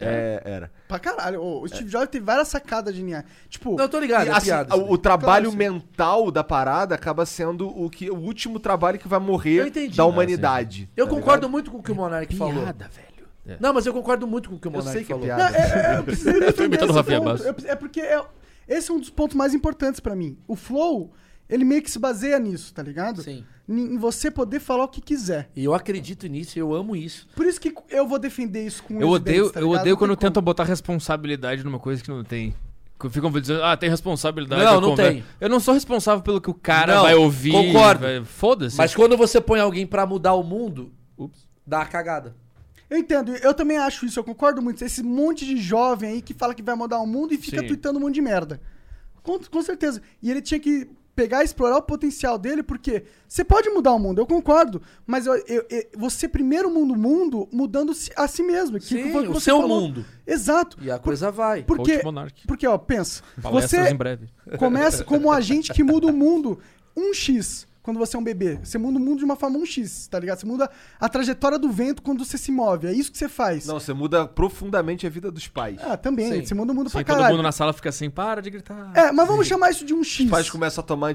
[SPEAKER 1] É, era.
[SPEAKER 3] Pra caralho. O o Steve Jobs teve várias sacadas geniais. Tipo,
[SPEAKER 2] Não, eu tô ligado,
[SPEAKER 1] E,
[SPEAKER 2] é
[SPEAKER 1] assim,
[SPEAKER 2] piada.
[SPEAKER 1] o, o trabalho
[SPEAKER 3] Claro, sim.
[SPEAKER 1] mental da parada acaba sendo o, que, o último trabalho que vai
[SPEAKER 2] Eu
[SPEAKER 1] morrer
[SPEAKER 2] entendi.
[SPEAKER 1] da
[SPEAKER 2] Ah,
[SPEAKER 1] humanidade.
[SPEAKER 2] Eu
[SPEAKER 1] tá
[SPEAKER 2] concordo
[SPEAKER 1] ligado? É
[SPEAKER 2] muito com o que o Monark falou.
[SPEAKER 4] velho.
[SPEAKER 2] Não, mas eu concordo muito com o que o
[SPEAKER 1] Eu sei
[SPEAKER 2] Monark
[SPEAKER 1] que é
[SPEAKER 2] falou.
[SPEAKER 1] piada.
[SPEAKER 3] Não, é, é, eu precisei defender
[SPEAKER 4] imitando
[SPEAKER 3] esse
[SPEAKER 4] o Rafinha
[SPEAKER 3] ponto.
[SPEAKER 4] Bastos.
[SPEAKER 3] Eu pre- é porque é- esse é um dos pontos mais importantes pra mim. O flow, ele meio que se baseia nisso, tá ligado?
[SPEAKER 2] Sim.
[SPEAKER 3] Em em você poder falar o que quiser.
[SPEAKER 2] E eu acredito nisso, eu amo isso.
[SPEAKER 3] Por isso que eu vou defender isso com
[SPEAKER 4] Eu
[SPEAKER 3] os
[SPEAKER 4] odeio,
[SPEAKER 3] dentes, tá
[SPEAKER 4] eu
[SPEAKER 3] ligado?
[SPEAKER 4] odeio quando
[SPEAKER 3] Não tem
[SPEAKER 4] tentam botar responsabilidade numa coisa que não tem. Que Ficam dizendo, ah, tem responsabilidade.
[SPEAKER 2] Não,
[SPEAKER 4] eu
[SPEAKER 2] não
[SPEAKER 4] conver-
[SPEAKER 2] tem.
[SPEAKER 4] Eu não sou responsável pelo que o cara
[SPEAKER 2] Não,
[SPEAKER 4] vai ouvir.
[SPEAKER 2] concordo.
[SPEAKER 4] vai- Foda-se.
[SPEAKER 2] Mas quando você põe alguém pra mudar o mundo,
[SPEAKER 4] Ups.
[SPEAKER 2] dá uma cagada.
[SPEAKER 3] Eu entendo, eu também acho isso, eu concordo muito. Esse monte de jovem aí que fala que vai mudar o mundo e fica
[SPEAKER 4] Sim.
[SPEAKER 3] tweetando um monte de merda. Com, com certeza. E ele tinha que pegar e explorar o potencial dele, porque você pode mudar o mundo, eu concordo, mas eu- eu- eu- você primeiro muda o mundo mudando si- a si mesmo. que
[SPEAKER 2] Sim,
[SPEAKER 3] foi que
[SPEAKER 2] o
[SPEAKER 3] você
[SPEAKER 2] seu
[SPEAKER 3] falou.
[SPEAKER 2] mundo.
[SPEAKER 3] Exato.
[SPEAKER 2] E a coisa vai.
[SPEAKER 3] Porque,
[SPEAKER 4] Coach Monark.
[SPEAKER 3] porque, ó, pensa,
[SPEAKER 4] Palestras
[SPEAKER 3] você
[SPEAKER 4] em breve.
[SPEAKER 3] começa como um agente que muda o mundo 1x quando você é um bebê. Você muda o mundo de uma forma 1x, tá ligado? Você muda a trajetória do vento quando você se move. É isso que você faz.
[SPEAKER 1] Não, você muda profundamente a vida dos pais.
[SPEAKER 3] Ah, também.
[SPEAKER 2] Sim.
[SPEAKER 3] Você muda o mundo pra
[SPEAKER 4] Sim, todo
[SPEAKER 3] caralho.
[SPEAKER 4] mundo na sala fica assim, para de gritar.
[SPEAKER 3] É, mas vamos chamar isso de um X.
[SPEAKER 1] Os pais começam a tomar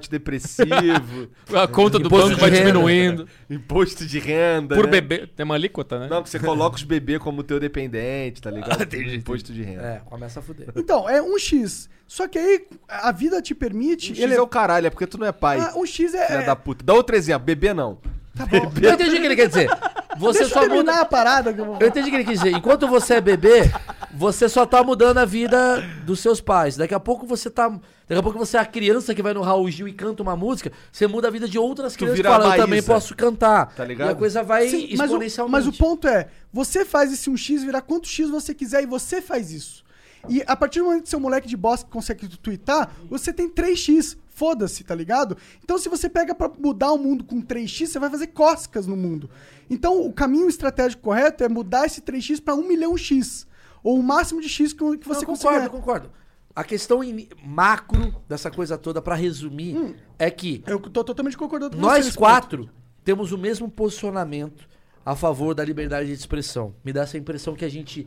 [SPEAKER 1] antidepressivo,
[SPEAKER 4] A conta do
[SPEAKER 2] Imposto
[SPEAKER 4] banco
[SPEAKER 2] de
[SPEAKER 4] vai
[SPEAKER 2] renda.
[SPEAKER 4] diminuindo.
[SPEAKER 1] imposto de renda.
[SPEAKER 4] Por
[SPEAKER 1] né?
[SPEAKER 4] bebê. Tem uma alíquota, né?
[SPEAKER 1] Não, que você coloca os bebês como teu dependente, tá ligado?
[SPEAKER 4] Ah, entendi,
[SPEAKER 1] Imposto de renda.
[SPEAKER 2] É, começa a fuder.
[SPEAKER 3] Então, é um X. Só que aí a vida te permite.
[SPEAKER 1] O X
[SPEAKER 3] ele
[SPEAKER 1] é o caralho, é porque tu não é pai.
[SPEAKER 3] Ah, um X é.
[SPEAKER 1] Filha da puta. Dá outro exemplo, bebê não.
[SPEAKER 3] Tá bom.
[SPEAKER 2] Eu entendi o que ele quer dizer. Você
[SPEAKER 3] Deixa eu
[SPEAKER 2] só
[SPEAKER 3] terminar
[SPEAKER 2] muda.
[SPEAKER 3] a parada. que eu vou-
[SPEAKER 2] Eu entendi o que ele quis dizer. Enquanto você é bebê, você só tá mudando a vida dos seus pais. Daqui a pouco você tá. Daqui a pouco você é a criança que vai no Raul Gil e canta uma música, você muda a vida de outras crianças que
[SPEAKER 1] vira a
[SPEAKER 2] falam, eu também
[SPEAKER 1] Maísa."
[SPEAKER 2] posso cantar.
[SPEAKER 1] Tá ligado?
[SPEAKER 2] E a coisa vai
[SPEAKER 3] Sim, mas, o,
[SPEAKER 2] exponencialmente.
[SPEAKER 3] mas o ponto é: você faz esse um X virar quanto X você quiser e você faz isso. E a partir do momento que seu moleque de bosta consegue tweetar, você tem 3x. Foda-se, tá ligado? Então, se você pega pra mudar o mundo com 3x, você vai fazer cóscas no mundo. Então, o caminho estratégico correto é mudar esse 3x pra 1 milhão x. Ou o máximo de x que que você
[SPEAKER 2] Não,
[SPEAKER 3] consegue.
[SPEAKER 2] concordo, concordo. A questão em- macro dessa coisa toda, pra resumir, é que
[SPEAKER 3] Hum. Eu tô totalmente concordando com você
[SPEAKER 2] nós
[SPEAKER 3] nesse
[SPEAKER 2] quatro temos o mesmo posicionamento a favor da liberdade de expressão. Me dá essa impressão que a gente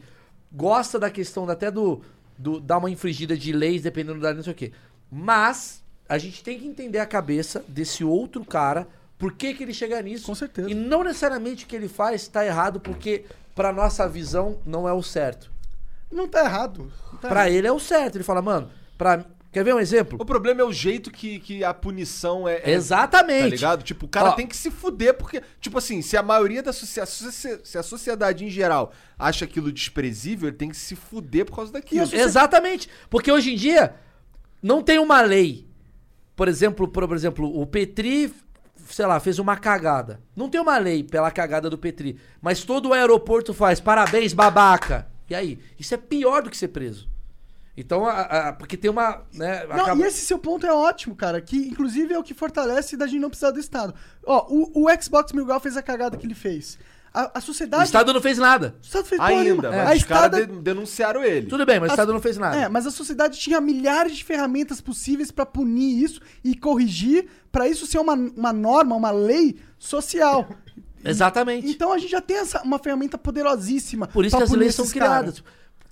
[SPEAKER 2] gosta da questão da- até do, do dar uma infringida de leis, dependendo da não sei o quê. Mas a gente tem que entender a cabeça desse outro cara, por que, que ele chega nisso.
[SPEAKER 3] Com certeza.
[SPEAKER 2] E não necessariamente o que ele faz está errado, porque pra nossa visão não é o certo.
[SPEAKER 3] ponto. Não tá errado. Não tá
[SPEAKER 2] Pra
[SPEAKER 3] errado.
[SPEAKER 2] ele é o certo. Ele fala, mano, pra... quer ver um exemplo?
[SPEAKER 1] O problema é o jeito que, que a punição é, é
[SPEAKER 2] Exatamente.
[SPEAKER 1] Tá ligado? Tipo, o cara
[SPEAKER 2] Ó.
[SPEAKER 1] tem que se fuder, porque, tipo assim, se a maioria da sociedade, se a sociedade em geral acha aquilo desprezível, ele tem que se fuder por causa daquilo.
[SPEAKER 2] Isso, Exatamente. Porque hoje em dia não tem uma lei. Por exemplo, por, por exemplo, o Petri, sei lá, fez uma cagada. Não tem uma lei pela cagada do Petri. Mas todo o aeroporto faz parabéns, babaca. E aí? Isso é pior do que ser preso. Então, a- a- porque tem uma. Né,
[SPEAKER 3] Não,
[SPEAKER 2] acaba-
[SPEAKER 3] e esse seu ponto é ótimo, cara. Que inclusive é o que fortalece da gente não precisar do Estado. Ó, o, o Xbox Mil Grau fez a cagada que ele fez. A, a sociedade.
[SPEAKER 2] O Estado não fez nada.
[SPEAKER 3] o Estado fez porra
[SPEAKER 1] Ainda,
[SPEAKER 3] nenhuma.
[SPEAKER 1] mas
[SPEAKER 3] a
[SPEAKER 1] os caras
[SPEAKER 3] Estado-
[SPEAKER 1] de- denunciaram ele.
[SPEAKER 2] Tudo bem, mas
[SPEAKER 3] As-
[SPEAKER 2] o Estado não fez nada.
[SPEAKER 3] É, mas a sociedade tinha milhares de ferramentas possíveis pra punir isso e corrigir, pra isso ser uma, uma norma, uma lei social.
[SPEAKER 2] Exatamente.
[SPEAKER 3] Então a gente já tem essa, uma ferramenta poderosíssima.
[SPEAKER 2] Por isso
[SPEAKER 3] pra
[SPEAKER 2] que as
[SPEAKER 3] punir
[SPEAKER 2] leis são
[SPEAKER 3] esses caras.
[SPEAKER 2] criadas.
[SPEAKER 3] Uhum.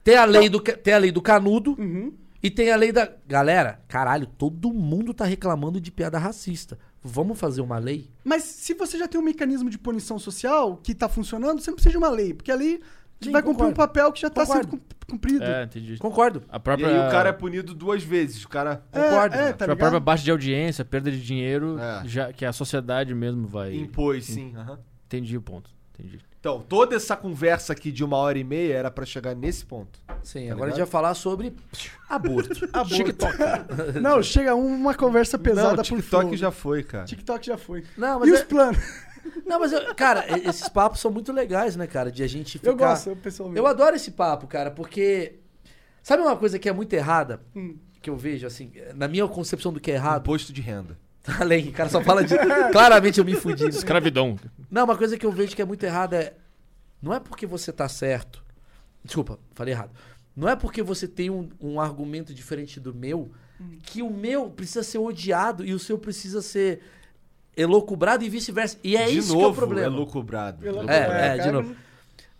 [SPEAKER 2] Tem a lei do, ca- tem a lei do canudo e tem a lei da. Galera, caralho, todo mundo tá reclamando de piada racista. Vamos fazer uma lei?
[SPEAKER 3] Mas se você já tem um mecanismo de punição social que tá funcionando, você não precisa de uma lei, porque a lei
[SPEAKER 2] Sim,
[SPEAKER 3] vai cumprir
[SPEAKER 2] concordo.
[SPEAKER 3] um papel que já tá
[SPEAKER 2] Concordo.
[SPEAKER 3] sendo cum- cumprido.
[SPEAKER 4] É, entendi.
[SPEAKER 2] Concordo.
[SPEAKER 4] A
[SPEAKER 1] E
[SPEAKER 4] própria,
[SPEAKER 1] aí o cara é punido duas vezes. O cara.
[SPEAKER 2] Concordo,
[SPEAKER 3] É, é,
[SPEAKER 2] né?
[SPEAKER 3] tá
[SPEAKER 4] Tipo, a própria
[SPEAKER 3] ligado?
[SPEAKER 4] baixa de audiência, perda de dinheiro,
[SPEAKER 1] É.
[SPEAKER 4] já que a sociedade mesmo vai.
[SPEAKER 1] Impôs, sim. aham.
[SPEAKER 4] Entendi o ponto. Entendi.
[SPEAKER 1] Então, toda essa conversa aqui de uma hora e meia era pra chegar nesse ponto.
[SPEAKER 2] Sim, agora a
[SPEAKER 1] ligado?
[SPEAKER 2] gente vai falar sobre aborto. TikTok.
[SPEAKER 3] Não, chega um, uma conversa pesada
[SPEAKER 1] Não, o
[SPEAKER 3] por
[SPEAKER 1] TikTok
[SPEAKER 3] flow.
[SPEAKER 1] já foi, cara.
[SPEAKER 3] TikTok já foi.
[SPEAKER 2] Não,
[SPEAKER 3] e
[SPEAKER 2] mas,
[SPEAKER 3] os
[SPEAKER 2] é-
[SPEAKER 3] planos?
[SPEAKER 2] não, mas eu- cara, e- esses papos são muito legais, né, cara? De a gente ficar.
[SPEAKER 3] Eu gosto, eu pessoalmente.
[SPEAKER 2] Eu adoro esse papo, cara, porque. Sabe uma coisa que é muito errada?
[SPEAKER 3] Hum.
[SPEAKER 2] Que eu vejo, assim, na minha concepção do que é errado? tá
[SPEAKER 1] Imposto de renda.
[SPEAKER 2] Além, o cara só fala de. Claramente eu me fudi. né?
[SPEAKER 4] Escravidão.
[SPEAKER 2] Não, uma coisa que eu vejo que é muito errada é. Não é porque você tá certo. Desculpa, falei errado. Não é porque você tem um, um argumento diferente do meu
[SPEAKER 3] Hum.
[SPEAKER 2] que o meu precisa ser odiado e o seu precisa ser elocubrado e vice-versa. E é
[SPEAKER 1] de
[SPEAKER 2] isso
[SPEAKER 1] novo,
[SPEAKER 2] que é o problema.
[SPEAKER 1] É lucubrado.
[SPEAKER 3] Pelo-
[SPEAKER 2] É,
[SPEAKER 1] Lucubrado.
[SPEAKER 2] é, de novo.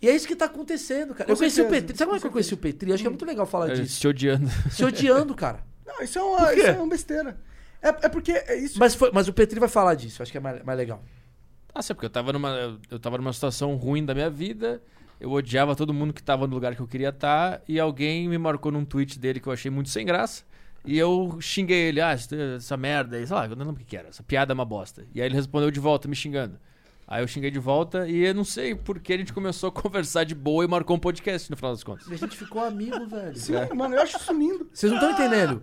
[SPEAKER 2] E é isso que tá acontecendo, cara.
[SPEAKER 3] Com
[SPEAKER 2] eu conheci o
[SPEAKER 3] certeza,
[SPEAKER 2] Petri. Sabe como é que eu conheci o Petri? Acho que é muito legal falar
[SPEAKER 4] É,
[SPEAKER 2] disso.
[SPEAKER 4] Se odiando.
[SPEAKER 2] Se odiando, cara.
[SPEAKER 3] Não, isso é uma, isso é uma besteira. É, é porque é isso.
[SPEAKER 2] Mas, foi- mas o Petri vai falar disso. Acho que é mais, mais legal.
[SPEAKER 4] Ah, sim, porque eu tava numa. Eu tava numa situação ruim da minha vida. Eu odiava todo mundo que tava no lugar que eu queria estar. e alguém me marcou num tweet dele que eu achei muito sem graça. E eu xinguei ele, ah, isso- essa merda aí, sei lá, eu não lembro o que que era, essa piada é uma bosta. E aí ele respondeu de volta, me xingando. Aí eu xinguei de volta e eu não sei por que a gente começou a conversar de boa e marcou um podcast no final das contas.
[SPEAKER 2] E a gente ficou amigo, velho.
[SPEAKER 3] Sim, mano, eu acho isso lindo.
[SPEAKER 2] Vocês
[SPEAKER 4] Ah.
[SPEAKER 2] não estão entendendo.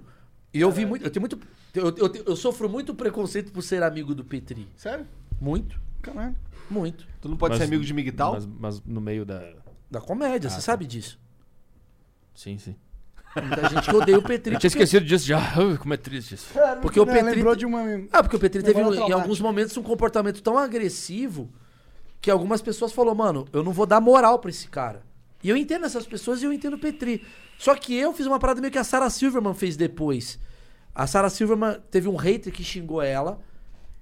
[SPEAKER 2] E eu vi muito. Eu tenho muito. Eu, eu, eu sofro muito preconceito por ser amigo do Petri.
[SPEAKER 3] Sério?
[SPEAKER 2] Muito,
[SPEAKER 3] Caralho.
[SPEAKER 2] muito.
[SPEAKER 1] Tu não pode
[SPEAKER 4] Mas-
[SPEAKER 1] ser amigo de Miguel?
[SPEAKER 4] Mas, mas no meio da.
[SPEAKER 2] Da
[SPEAKER 4] Ah,
[SPEAKER 2] comédia,
[SPEAKER 4] tá.
[SPEAKER 2] você sabe disso.
[SPEAKER 4] Sim, sim.
[SPEAKER 2] Muita gente que odeia o Petri.
[SPEAKER 4] Eu tinha
[SPEAKER 2] porque-
[SPEAKER 4] esquecido disso já. Ai, Como é triste isso.
[SPEAKER 2] Porque o
[SPEAKER 3] Não,
[SPEAKER 2] Petri-
[SPEAKER 3] lembrou de uma.
[SPEAKER 2] Ah, porque o Petri teve
[SPEAKER 3] Memória
[SPEAKER 2] em
[SPEAKER 3] traumática.
[SPEAKER 2] alguns momentos um comportamento tão agressivo que algumas pessoas falaram, mano, eu não vou dar moral pra esse cara. E eu entendo essas pessoas e eu entendo o Petri. Só que eu fiz uma parada meio que a Sarah Silverman fez depois. A Sarah Silverman teve um hater que xingou ela.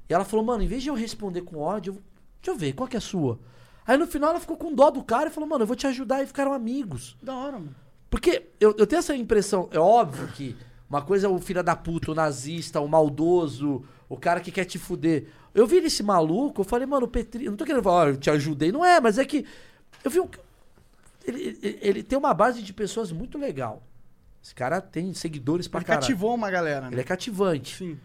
[SPEAKER 2] E ela falou, mano, em vez de eu responder com ódio, eu- deixa eu ver, qual que é a sua? Aí no final ela ficou com dó do cara e falou, mano, eu vou te ajudar. E ficaram amigos.
[SPEAKER 3] Da hora, mano.
[SPEAKER 2] Porque eu, eu tenho essa impressão, é óbvio que uma coisa é o filho da puta, o nazista, o maldoso, o cara que quer te fuder. Eu vi esse maluco, eu falei, mano, o Petri. Eu não tô querendo falar, "Ah, eu te ajudei. Não é, mas é que. Eu vi um. Ele, ele- ele tem uma base de pessoas muito legal. Esse cara tem seguidores pra
[SPEAKER 3] Ele é
[SPEAKER 2] caralho.
[SPEAKER 3] cativou uma galera.
[SPEAKER 2] Ele
[SPEAKER 3] Né?
[SPEAKER 2] é cativante.
[SPEAKER 3] Sim.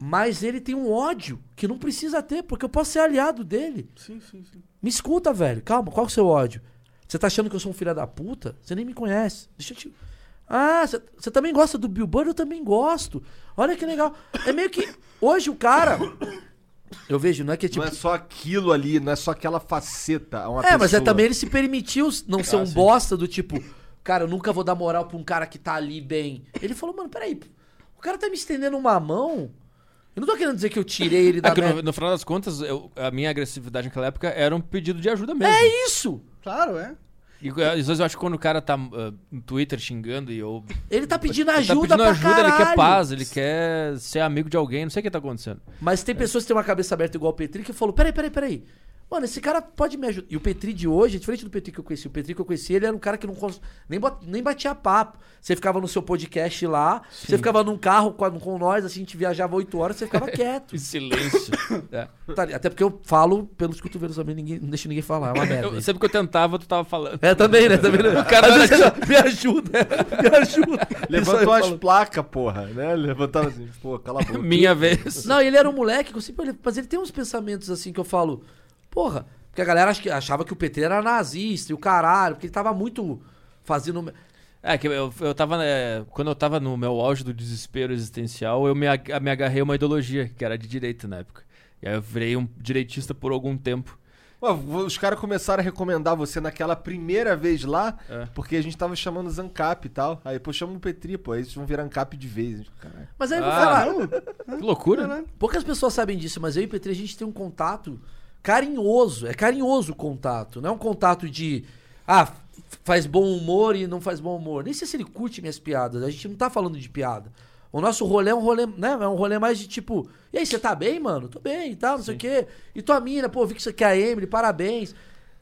[SPEAKER 2] Mas ele tem um ódio que não precisa ter, porque eu posso ser aliado dele.
[SPEAKER 3] Sim, sim, sim.
[SPEAKER 2] Me escuta, velho. Calma, qual é o seu ódio? Você tá achando que eu sou um filho da puta? Você nem me conhece. Deixa eu te. Ah, você- você também gosta do Bill Burr? Eu também gosto. Olha que legal. É meio que. Hoje o cara. Eu vejo, não é que é tipo.
[SPEAKER 1] Não é só aquilo ali, não é só aquela faceta. a Uma
[SPEAKER 2] É, mas é
[SPEAKER 1] pessoa. É assim.
[SPEAKER 2] também ele se permitiu não ser
[SPEAKER 4] Ah,
[SPEAKER 2] um
[SPEAKER 4] sim.
[SPEAKER 2] bosta do tipo. cara, eu nunca vou dar moral pra um cara que tá ali bem. Ele falou, mano, peraí, o cara tá me estendendo uma mão. Eu não tô querendo dizer que eu tirei ele da
[SPEAKER 4] É que
[SPEAKER 2] meta.
[SPEAKER 4] no, no final das contas, eu- a minha agressividade naquela época era um pedido de ajuda mesmo.
[SPEAKER 2] É isso!
[SPEAKER 3] Claro, é.
[SPEAKER 4] E eh, às vezes eu acho que quando o cara tá ah, no Twitter xingando e eu.
[SPEAKER 2] Ele tá pedindo
[SPEAKER 4] Ele tá
[SPEAKER 2] ajuda
[SPEAKER 4] pedindo
[SPEAKER 2] pra
[SPEAKER 4] ajuda,
[SPEAKER 2] caralho.
[SPEAKER 4] ele quer paz, ele quer ser amigo de alguém, não sei o que tá acontecendo.
[SPEAKER 2] Mas tem pessoas que têm uma cabeça aberta igual o Petri que falou: peraí, peraí, peraí. Mano, esse cara pode me ajudar. E o Petri de hoje é diferente do Petri que eu conheci. O Petri que eu conheci, ele era um cara que não cons- nem, bat- nem batia papo. Você ficava no seu podcast lá, você ficava num carro com, a- com nós, assim, a gente viajava oito horas, você ficava quieto.
[SPEAKER 4] Em silêncio. É.
[SPEAKER 2] Tá ali. Até porque eu falo pelos cotovelos também, ninguém, não deixo ninguém falar. É uma merda.
[SPEAKER 4] Eu-
[SPEAKER 2] isso.
[SPEAKER 4] sempre que eu tentava, tu tava falando.
[SPEAKER 2] É, também, né? Também, né?
[SPEAKER 4] cara
[SPEAKER 2] Às vezes, me ajuda, me ajuda. Isso
[SPEAKER 1] Levantou
[SPEAKER 2] aí,
[SPEAKER 1] as
[SPEAKER 2] fala.
[SPEAKER 1] placas, porra, né? Levantava assim, pô, cala
[SPEAKER 2] É
[SPEAKER 1] a boca.
[SPEAKER 4] Minha vez.
[SPEAKER 2] Não, ele era um moleque, que eu sempre olhei- mas ele tem uns pensamentos assim que eu falo, porra, porque a galera acha que- achava que o PT era nazista e o caralho, porque ele tava muito fazendo.
[SPEAKER 4] É, que eu, eu tava. né, quando eu tava no meu auge do desespero existencial, eu me, ag- me agarrei a uma ideologia, que era de direita na época. E aí eu virei um direitista por algum tempo.
[SPEAKER 1] Ué, vo- os caras começaram a recomendar você naquela primeira vez lá,
[SPEAKER 4] É.
[SPEAKER 1] porque a gente tava chamando Zancap e tal. Aí, pô, chama o Petri, pô, aí eles vão virar Ancap de vez. Caralho.
[SPEAKER 2] Mas aí eu vou
[SPEAKER 4] Ah,
[SPEAKER 2] falar,
[SPEAKER 4] Que loucura, né?
[SPEAKER 2] poucas pessoas sabem disso, mas eu e o PT a gente tem um contato carinhoso, é carinhoso o contato, não é um contato de ah, f- faz bom humor e não faz bom humor. Nem sei se ele curte minhas piadas, a gente não tá falando de piada. O nosso rolê é um rolê, né? É um rolê mais de tipo, e aí, você tá bem, mano? Tô bem e tal, não sei o quê. E tua mina, pô, vi que você quer a Emily, parabéns.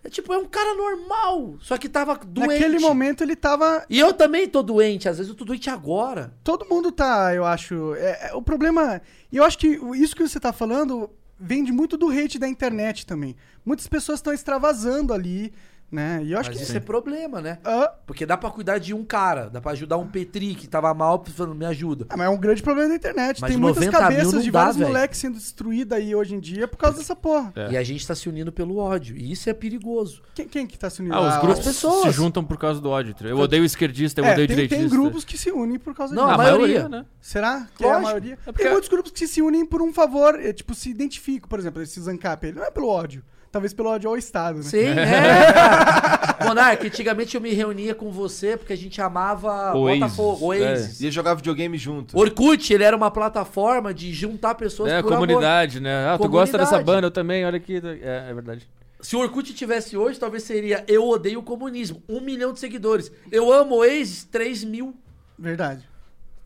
[SPEAKER 2] É tipo, é um cara normal, só que tava doente.
[SPEAKER 3] Naquele momento ele tava.
[SPEAKER 2] E eu também tô doente, às vezes eu tô doente agora.
[SPEAKER 3] Todo mundo tá, eu acho. é- é, o problema. E eu acho que isso que você tá falando vem de muito do hate da internet também. Muitas pessoas estão extravasando ali, né? E eu acho
[SPEAKER 2] Mas
[SPEAKER 3] que.
[SPEAKER 2] isso é problema, né?
[SPEAKER 3] Ah,
[SPEAKER 2] Porque dá pra cuidar de um cara, dá pra ajudar um Petri que tava mal, falando, me ajuda.
[SPEAKER 3] ah, mas é um grande problema da internet.
[SPEAKER 2] Mas
[SPEAKER 3] Tem muitas
[SPEAKER 2] 90 mil não
[SPEAKER 3] cabeças de
[SPEAKER 2] dá,
[SPEAKER 3] vários
[SPEAKER 2] velho.
[SPEAKER 3] moleques sendo destruídas aí hoje em dia por causa dessa porra.
[SPEAKER 4] É.
[SPEAKER 2] E a gente tá se unindo pelo ódio. E isso é perigoso.
[SPEAKER 3] Quem, quem que tá se unindo?
[SPEAKER 4] Ah, os grupos
[SPEAKER 2] as pessoas.
[SPEAKER 4] se juntam por causa do ódio. entendeu? Eu odeio esquerdista,
[SPEAKER 2] um
[SPEAKER 4] eu
[SPEAKER 3] É,
[SPEAKER 4] odeio
[SPEAKER 3] tem,
[SPEAKER 4] direitista.
[SPEAKER 3] tem grupos que se unem por causa
[SPEAKER 2] né? Não,
[SPEAKER 3] disso.
[SPEAKER 2] a
[SPEAKER 4] A
[SPEAKER 2] maioria.
[SPEAKER 4] maioria, né?
[SPEAKER 3] Será que é a
[SPEAKER 2] Lógico.
[SPEAKER 3] maioria?
[SPEAKER 4] porque-
[SPEAKER 3] Tem muitos grupos que se unem por um favor, é, tipo, se identificam, por exemplo, esse Zancap, ele não é pelo ódio. Talvez pelo ódio ao Estado, né?
[SPEAKER 2] Sim, é. Monark, antigamente eu me reunia com você porque a gente amava
[SPEAKER 4] Oasis, É.
[SPEAKER 2] Botafogo, Oasis.
[SPEAKER 1] Ia jogar videogame junto.
[SPEAKER 2] Orkut, ele era uma plataforma de juntar pessoas
[SPEAKER 4] É, a
[SPEAKER 2] por amor.
[SPEAKER 4] comunidade, né? Ah, tu gosta dessa
[SPEAKER 2] Comunidade.
[SPEAKER 4] banda, eu também, olha aqui. É, é verdade.
[SPEAKER 2] Se o Orkut tivesse hoje, talvez seria Eu odeio o comunismo. Um milhão de seguidores. Eu amo Oasis, 3 mil.
[SPEAKER 3] Verdade.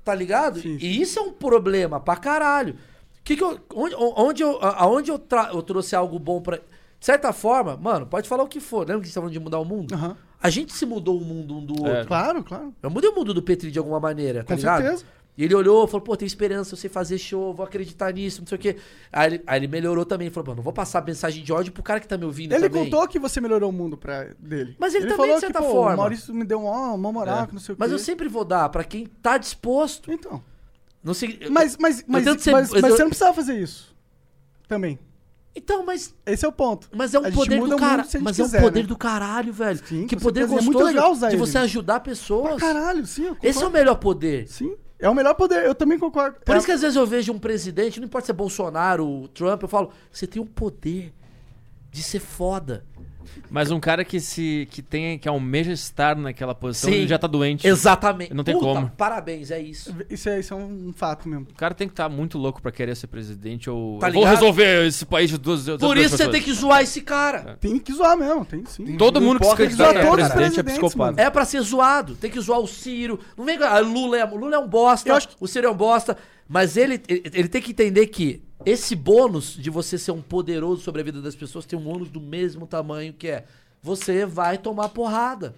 [SPEAKER 2] Tá ligado?
[SPEAKER 3] Sim,
[SPEAKER 2] E isso é um problema pra caralho. Que que eu, onde, onde eu, aonde eu, tra- eu trouxe algo bom pra. De certa forma, mano, pode falar o que for. Lembra que você falando de mudar o mundo?
[SPEAKER 3] Aham.
[SPEAKER 2] A gente se mudou o mundo um do
[SPEAKER 4] É.
[SPEAKER 2] outro.
[SPEAKER 3] Claro, claro.
[SPEAKER 2] Eu mudei o mundo do Petri de alguma maneira, tá
[SPEAKER 3] Com
[SPEAKER 2] ligado?
[SPEAKER 3] certeza.
[SPEAKER 2] E ele olhou e falou, pô, tem esperança, eu sei fazer show, vou acreditar nisso, não sei o quê. Aí ele, aí ele melhorou também, falou, mano, não vou passar mensagem de ódio pro cara que tá me ouvindo
[SPEAKER 3] Ele
[SPEAKER 2] também.
[SPEAKER 3] contou que você melhorou o mundo pra dele.
[SPEAKER 2] Mas ele também, de certa forma.
[SPEAKER 3] O Maurício me deu uma, uma moral, que não sei o quê.
[SPEAKER 2] Mas eu sempre vou dar pra quem tá disposto.
[SPEAKER 3] Então.
[SPEAKER 2] Não sei, eu-
[SPEAKER 3] Mas, mas, mas,
[SPEAKER 2] tento ser-
[SPEAKER 3] mas,
[SPEAKER 2] eu-
[SPEAKER 3] mas você não precisava fazer isso. Também.
[SPEAKER 2] Então, mas
[SPEAKER 3] Esse é o ponto.
[SPEAKER 2] Mas é
[SPEAKER 3] A
[SPEAKER 2] um
[SPEAKER 3] gente
[SPEAKER 2] poder
[SPEAKER 3] muda
[SPEAKER 2] do
[SPEAKER 3] o mundo
[SPEAKER 2] caralho.
[SPEAKER 3] se a gente
[SPEAKER 2] Mas é
[SPEAKER 3] quiser,
[SPEAKER 2] um poder
[SPEAKER 3] né?
[SPEAKER 2] do caralho, velho.
[SPEAKER 3] Sim,
[SPEAKER 2] que
[SPEAKER 3] com
[SPEAKER 2] poder
[SPEAKER 3] certeza. E é
[SPEAKER 2] gostoso
[SPEAKER 3] muito legal usar
[SPEAKER 2] de
[SPEAKER 3] ele.
[SPEAKER 2] você ajudar
[SPEAKER 3] Pra
[SPEAKER 2] pessoas.
[SPEAKER 3] caralho, sim. eu concordo.
[SPEAKER 2] Esse é o melhor poder.
[SPEAKER 3] Sim. É o melhor poder, eu também concordo.
[SPEAKER 2] Por
[SPEAKER 3] É-
[SPEAKER 2] isso que às vezes eu vejo um presidente, não importa se é Bolsonaro, Trump, eu falo, você tem um poder de ser foda.
[SPEAKER 4] Mas um cara que se que tem que almeja estar naquela posição,
[SPEAKER 2] Sim.
[SPEAKER 4] ele já tá doente.
[SPEAKER 2] Exatamente.
[SPEAKER 4] Não tem como.
[SPEAKER 2] Parabéns, é isso.
[SPEAKER 3] Isso é, isso é um fato mesmo.
[SPEAKER 4] O cara tem que estar muito louco pra querer ser presidente ou
[SPEAKER 2] Tá
[SPEAKER 4] eu vou
[SPEAKER 2] ligado?
[SPEAKER 4] resolver esse país de duas das
[SPEAKER 2] Por
[SPEAKER 4] duas
[SPEAKER 2] isso você
[SPEAKER 4] pessoas.
[SPEAKER 2] tem que zoar esse cara.
[SPEAKER 3] Tem que zoar mesmo, tem sim.
[SPEAKER 4] Todo
[SPEAKER 1] Não
[SPEAKER 4] mundo que se
[SPEAKER 1] importa, tem que
[SPEAKER 4] candidata
[SPEAKER 1] zoar
[SPEAKER 4] a
[SPEAKER 1] todos os
[SPEAKER 4] presidente é
[SPEAKER 3] presidentes,
[SPEAKER 4] psicopata.
[SPEAKER 3] mano.
[SPEAKER 2] É pra ser zoado. Tem que zoar o Ciro. Não vem com, ah, Lula é, Lula é um bosta.
[SPEAKER 3] Eu acho que-
[SPEAKER 2] O Ciro é um bosta. Mas ele, ele, ele tem que entender que esse bônus de você ser um poderoso sobre a vida das pessoas tem um bônus do mesmo tamanho que é você vai tomar porrada.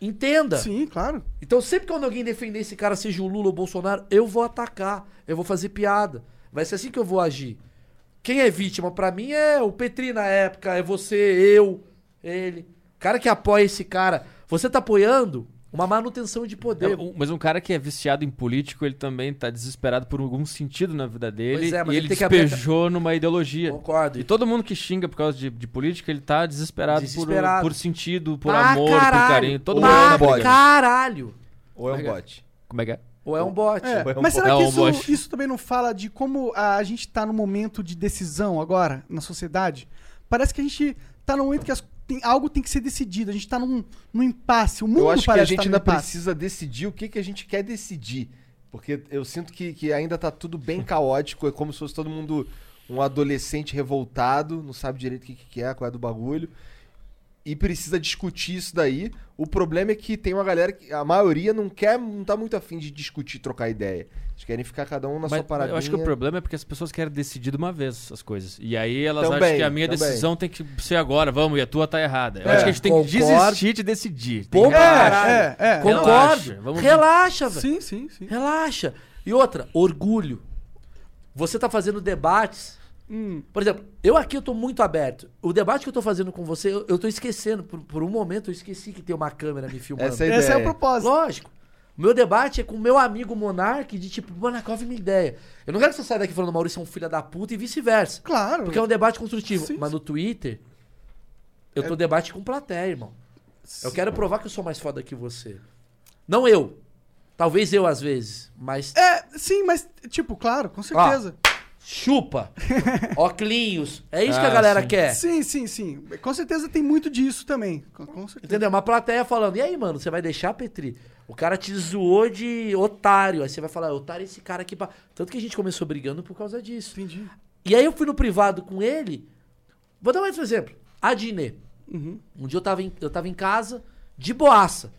[SPEAKER 2] Entenda.
[SPEAKER 3] Sim, claro.
[SPEAKER 2] Então sempre que alguém defender esse cara, seja o Lula ou o Bolsonaro, eu vou atacar. Eu vou fazer piada. Vai ser assim que eu vou agir. Quem é vítima pra mim é o Petri na época, é você, eu, ele. O cara que apoia esse cara. Você tá apoiando uma manutenção de poder.
[SPEAKER 4] É, um- Mas um cara que é viciado em político, ele também tá desesperado por algum sentido na vida dele.
[SPEAKER 2] Pois é, mas
[SPEAKER 4] e
[SPEAKER 2] ele
[SPEAKER 4] ele,
[SPEAKER 2] tem que abrir a
[SPEAKER 4] despejou numa ideologia.
[SPEAKER 2] Concordo.
[SPEAKER 4] E todo mundo que xinga por causa de, de política, ele tá desesperado,
[SPEAKER 2] Desesperado.
[SPEAKER 4] Por, por sentido, por
[SPEAKER 2] Pra
[SPEAKER 4] amor, por carinho. Todo
[SPEAKER 1] Pra
[SPEAKER 4] mundo tá
[SPEAKER 2] pra
[SPEAKER 1] bode.
[SPEAKER 4] brigando.
[SPEAKER 2] um caralho.
[SPEAKER 1] Ou é um
[SPEAKER 4] Legal.
[SPEAKER 1] bot.
[SPEAKER 4] Como é que é?
[SPEAKER 2] Ou é um bote.
[SPEAKER 3] É,
[SPEAKER 1] Foi um
[SPEAKER 3] mas
[SPEAKER 1] pouco-
[SPEAKER 3] será
[SPEAKER 4] É um
[SPEAKER 3] que isso,
[SPEAKER 4] boche.
[SPEAKER 3] isso também não fala de como a gente tá num momento de decisão agora na sociedade? Parece que a gente tá num momento que as tem- algo tem que ser decidido. A gente tá num, num impasse. O mundo
[SPEAKER 1] eu acho que a
[SPEAKER 3] parece
[SPEAKER 1] gente
[SPEAKER 3] tá num
[SPEAKER 1] ainda
[SPEAKER 3] impasse.
[SPEAKER 1] precisa decidir o que, que a gente quer decidir. Porque eu sinto que, que ainda tá tudo bem caótico, é como se fosse todo mundo um adolescente revoltado, não sabe direito o que, que é, qual é do bagulho. E precisa discutir isso daí. O problema é que tem uma galera que. A maioria não quer, não tá muito afim de discutir, trocar ideia. Eles querem ficar cada um na sua
[SPEAKER 4] Mas
[SPEAKER 1] paradinha.
[SPEAKER 4] eu acho que o problema é porque as pessoas querem decidir de uma vez as coisas. E aí elas
[SPEAKER 1] Também,
[SPEAKER 4] acham que a minha
[SPEAKER 1] também.
[SPEAKER 4] decisão tem que ser agora, vamos, e a tua tá errada. Eu
[SPEAKER 1] É,
[SPEAKER 4] acho que a gente tem que
[SPEAKER 2] concordo.
[SPEAKER 4] desistir de decidir. Tem
[SPEAKER 2] Pô,
[SPEAKER 4] que-
[SPEAKER 2] caralho.
[SPEAKER 3] É, é.
[SPEAKER 4] Relaxa,
[SPEAKER 2] Concordo.
[SPEAKER 4] vamos-
[SPEAKER 2] Relaxa, velho.
[SPEAKER 3] Sim, sim,
[SPEAKER 1] é
[SPEAKER 3] sim.
[SPEAKER 2] Relaxa. E outra, orgulho. Você tá fazendo debates.
[SPEAKER 3] Hum.
[SPEAKER 2] Por exemplo, eu aqui eu tô muito aberto. O debate que eu tô fazendo com você, eu, eu tô esquecendo. Por, por um momento eu esqueci que tem uma câmera me filmando.
[SPEAKER 1] Essa é a ideia.
[SPEAKER 3] Esse é o propósito.
[SPEAKER 2] Lógico. O meu debate é com o meu amigo Monark de tipo, Monark, minha ideia. Eu não quero que você saia daqui falando Maurício é um filho da puta e vice-versa.
[SPEAKER 3] Claro.
[SPEAKER 2] Porque é um debate construtivo.
[SPEAKER 3] Sim, É-
[SPEAKER 2] Mas
[SPEAKER 3] sim.
[SPEAKER 2] no Twitter, eu tô debate com plateia, irmão. Eu quero provar que eu sou mais foda que você. Não eu. Talvez eu às vezes, mas
[SPEAKER 3] É, sim, mas, tipo, claro,
[SPEAKER 1] Ah,
[SPEAKER 3] com certeza.
[SPEAKER 2] chupa. Oclinhos. É isso que a
[SPEAKER 4] Ah,
[SPEAKER 2] galera
[SPEAKER 4] sim.
[SPEAKER 2] quer.
[SPEAKER 3] Sim, sim, sim. Com certeza tem muito disso também. Com, com certeza.
[SPEAKER 2] Entendeu? Uma plateia falando, e aí, mano, você vai deixar, Petri? O cara te zoou de otário. Aí você vai falar, "É otário esse cara aqui. Pra... Tanto que a gente começou brigando por causa disso.
[SPEAKER 3] Entendi.
[SPEAKER 2] E aí eu fui no privado com ele. Vou dar mais um exemplo. A Dinê.
[SPEAKER 3] Uhum.
[SPEAKER 2] Um dia eu tava, em, eu tava em casa, de boaça.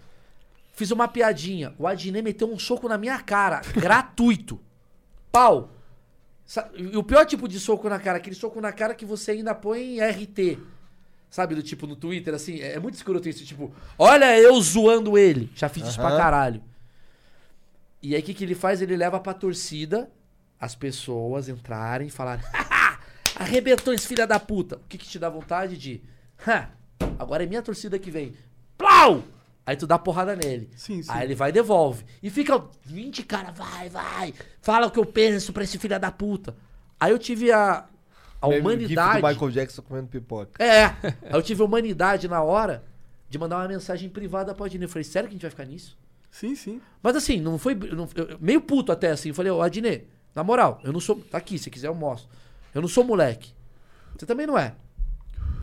[SPEAKER 2] Fiz uma piadinha. O Adinê meteu um soco na minha cara, gratuito. Pau. Sa- E o pior tipo de soco na cara, aquele soco na cara que você ainda põe em RT. Sabe, do tipo no Twitter, assim, é é muito escroto isso, tipo, olha eu zoando ele. Já fiz isso pra
[SPEAKER 1] Aham.
[SPEAKER 2] caralho. E aí o que, que ele faz? Ele leva pra torcida as pessoas entrarem e falarem, "Haha, arrebentou esse filho da puta. O que, que te dá vontade de, "Ha, agora é minha torcida que vem. Plau! Aí tu dá porrada nele.
[SPEAKER 3] Sim, sim.
[SPEAKER 2] Aí ele vai e devolve. E fica 20 cara, vai, vai, fala o que eu penso pra esse filho da puta. Aí eu tive a, a
[SPEAKER 1] Mesmo
[SPEAKER 2] humanidade.
[SPEAKER 1] gif do Michael Jackson comendo pipoca.
[SPEAKER 2] É. Aí eu tive a humanidade na hora de mandar uma mensagem privada pra Adnê. Eu falei, sério que a gente vai ficar nisso?
[SPEAKER 3] Sim, sim.
[SPEAKER 2] Mas assim, não foi. não- eu- eu- meio puto até assim. Eu falei, ô Adnê, na moral, eu não sou. Tá aqui, se quiser eu mostro. Eu não sou moleque. Você também não é.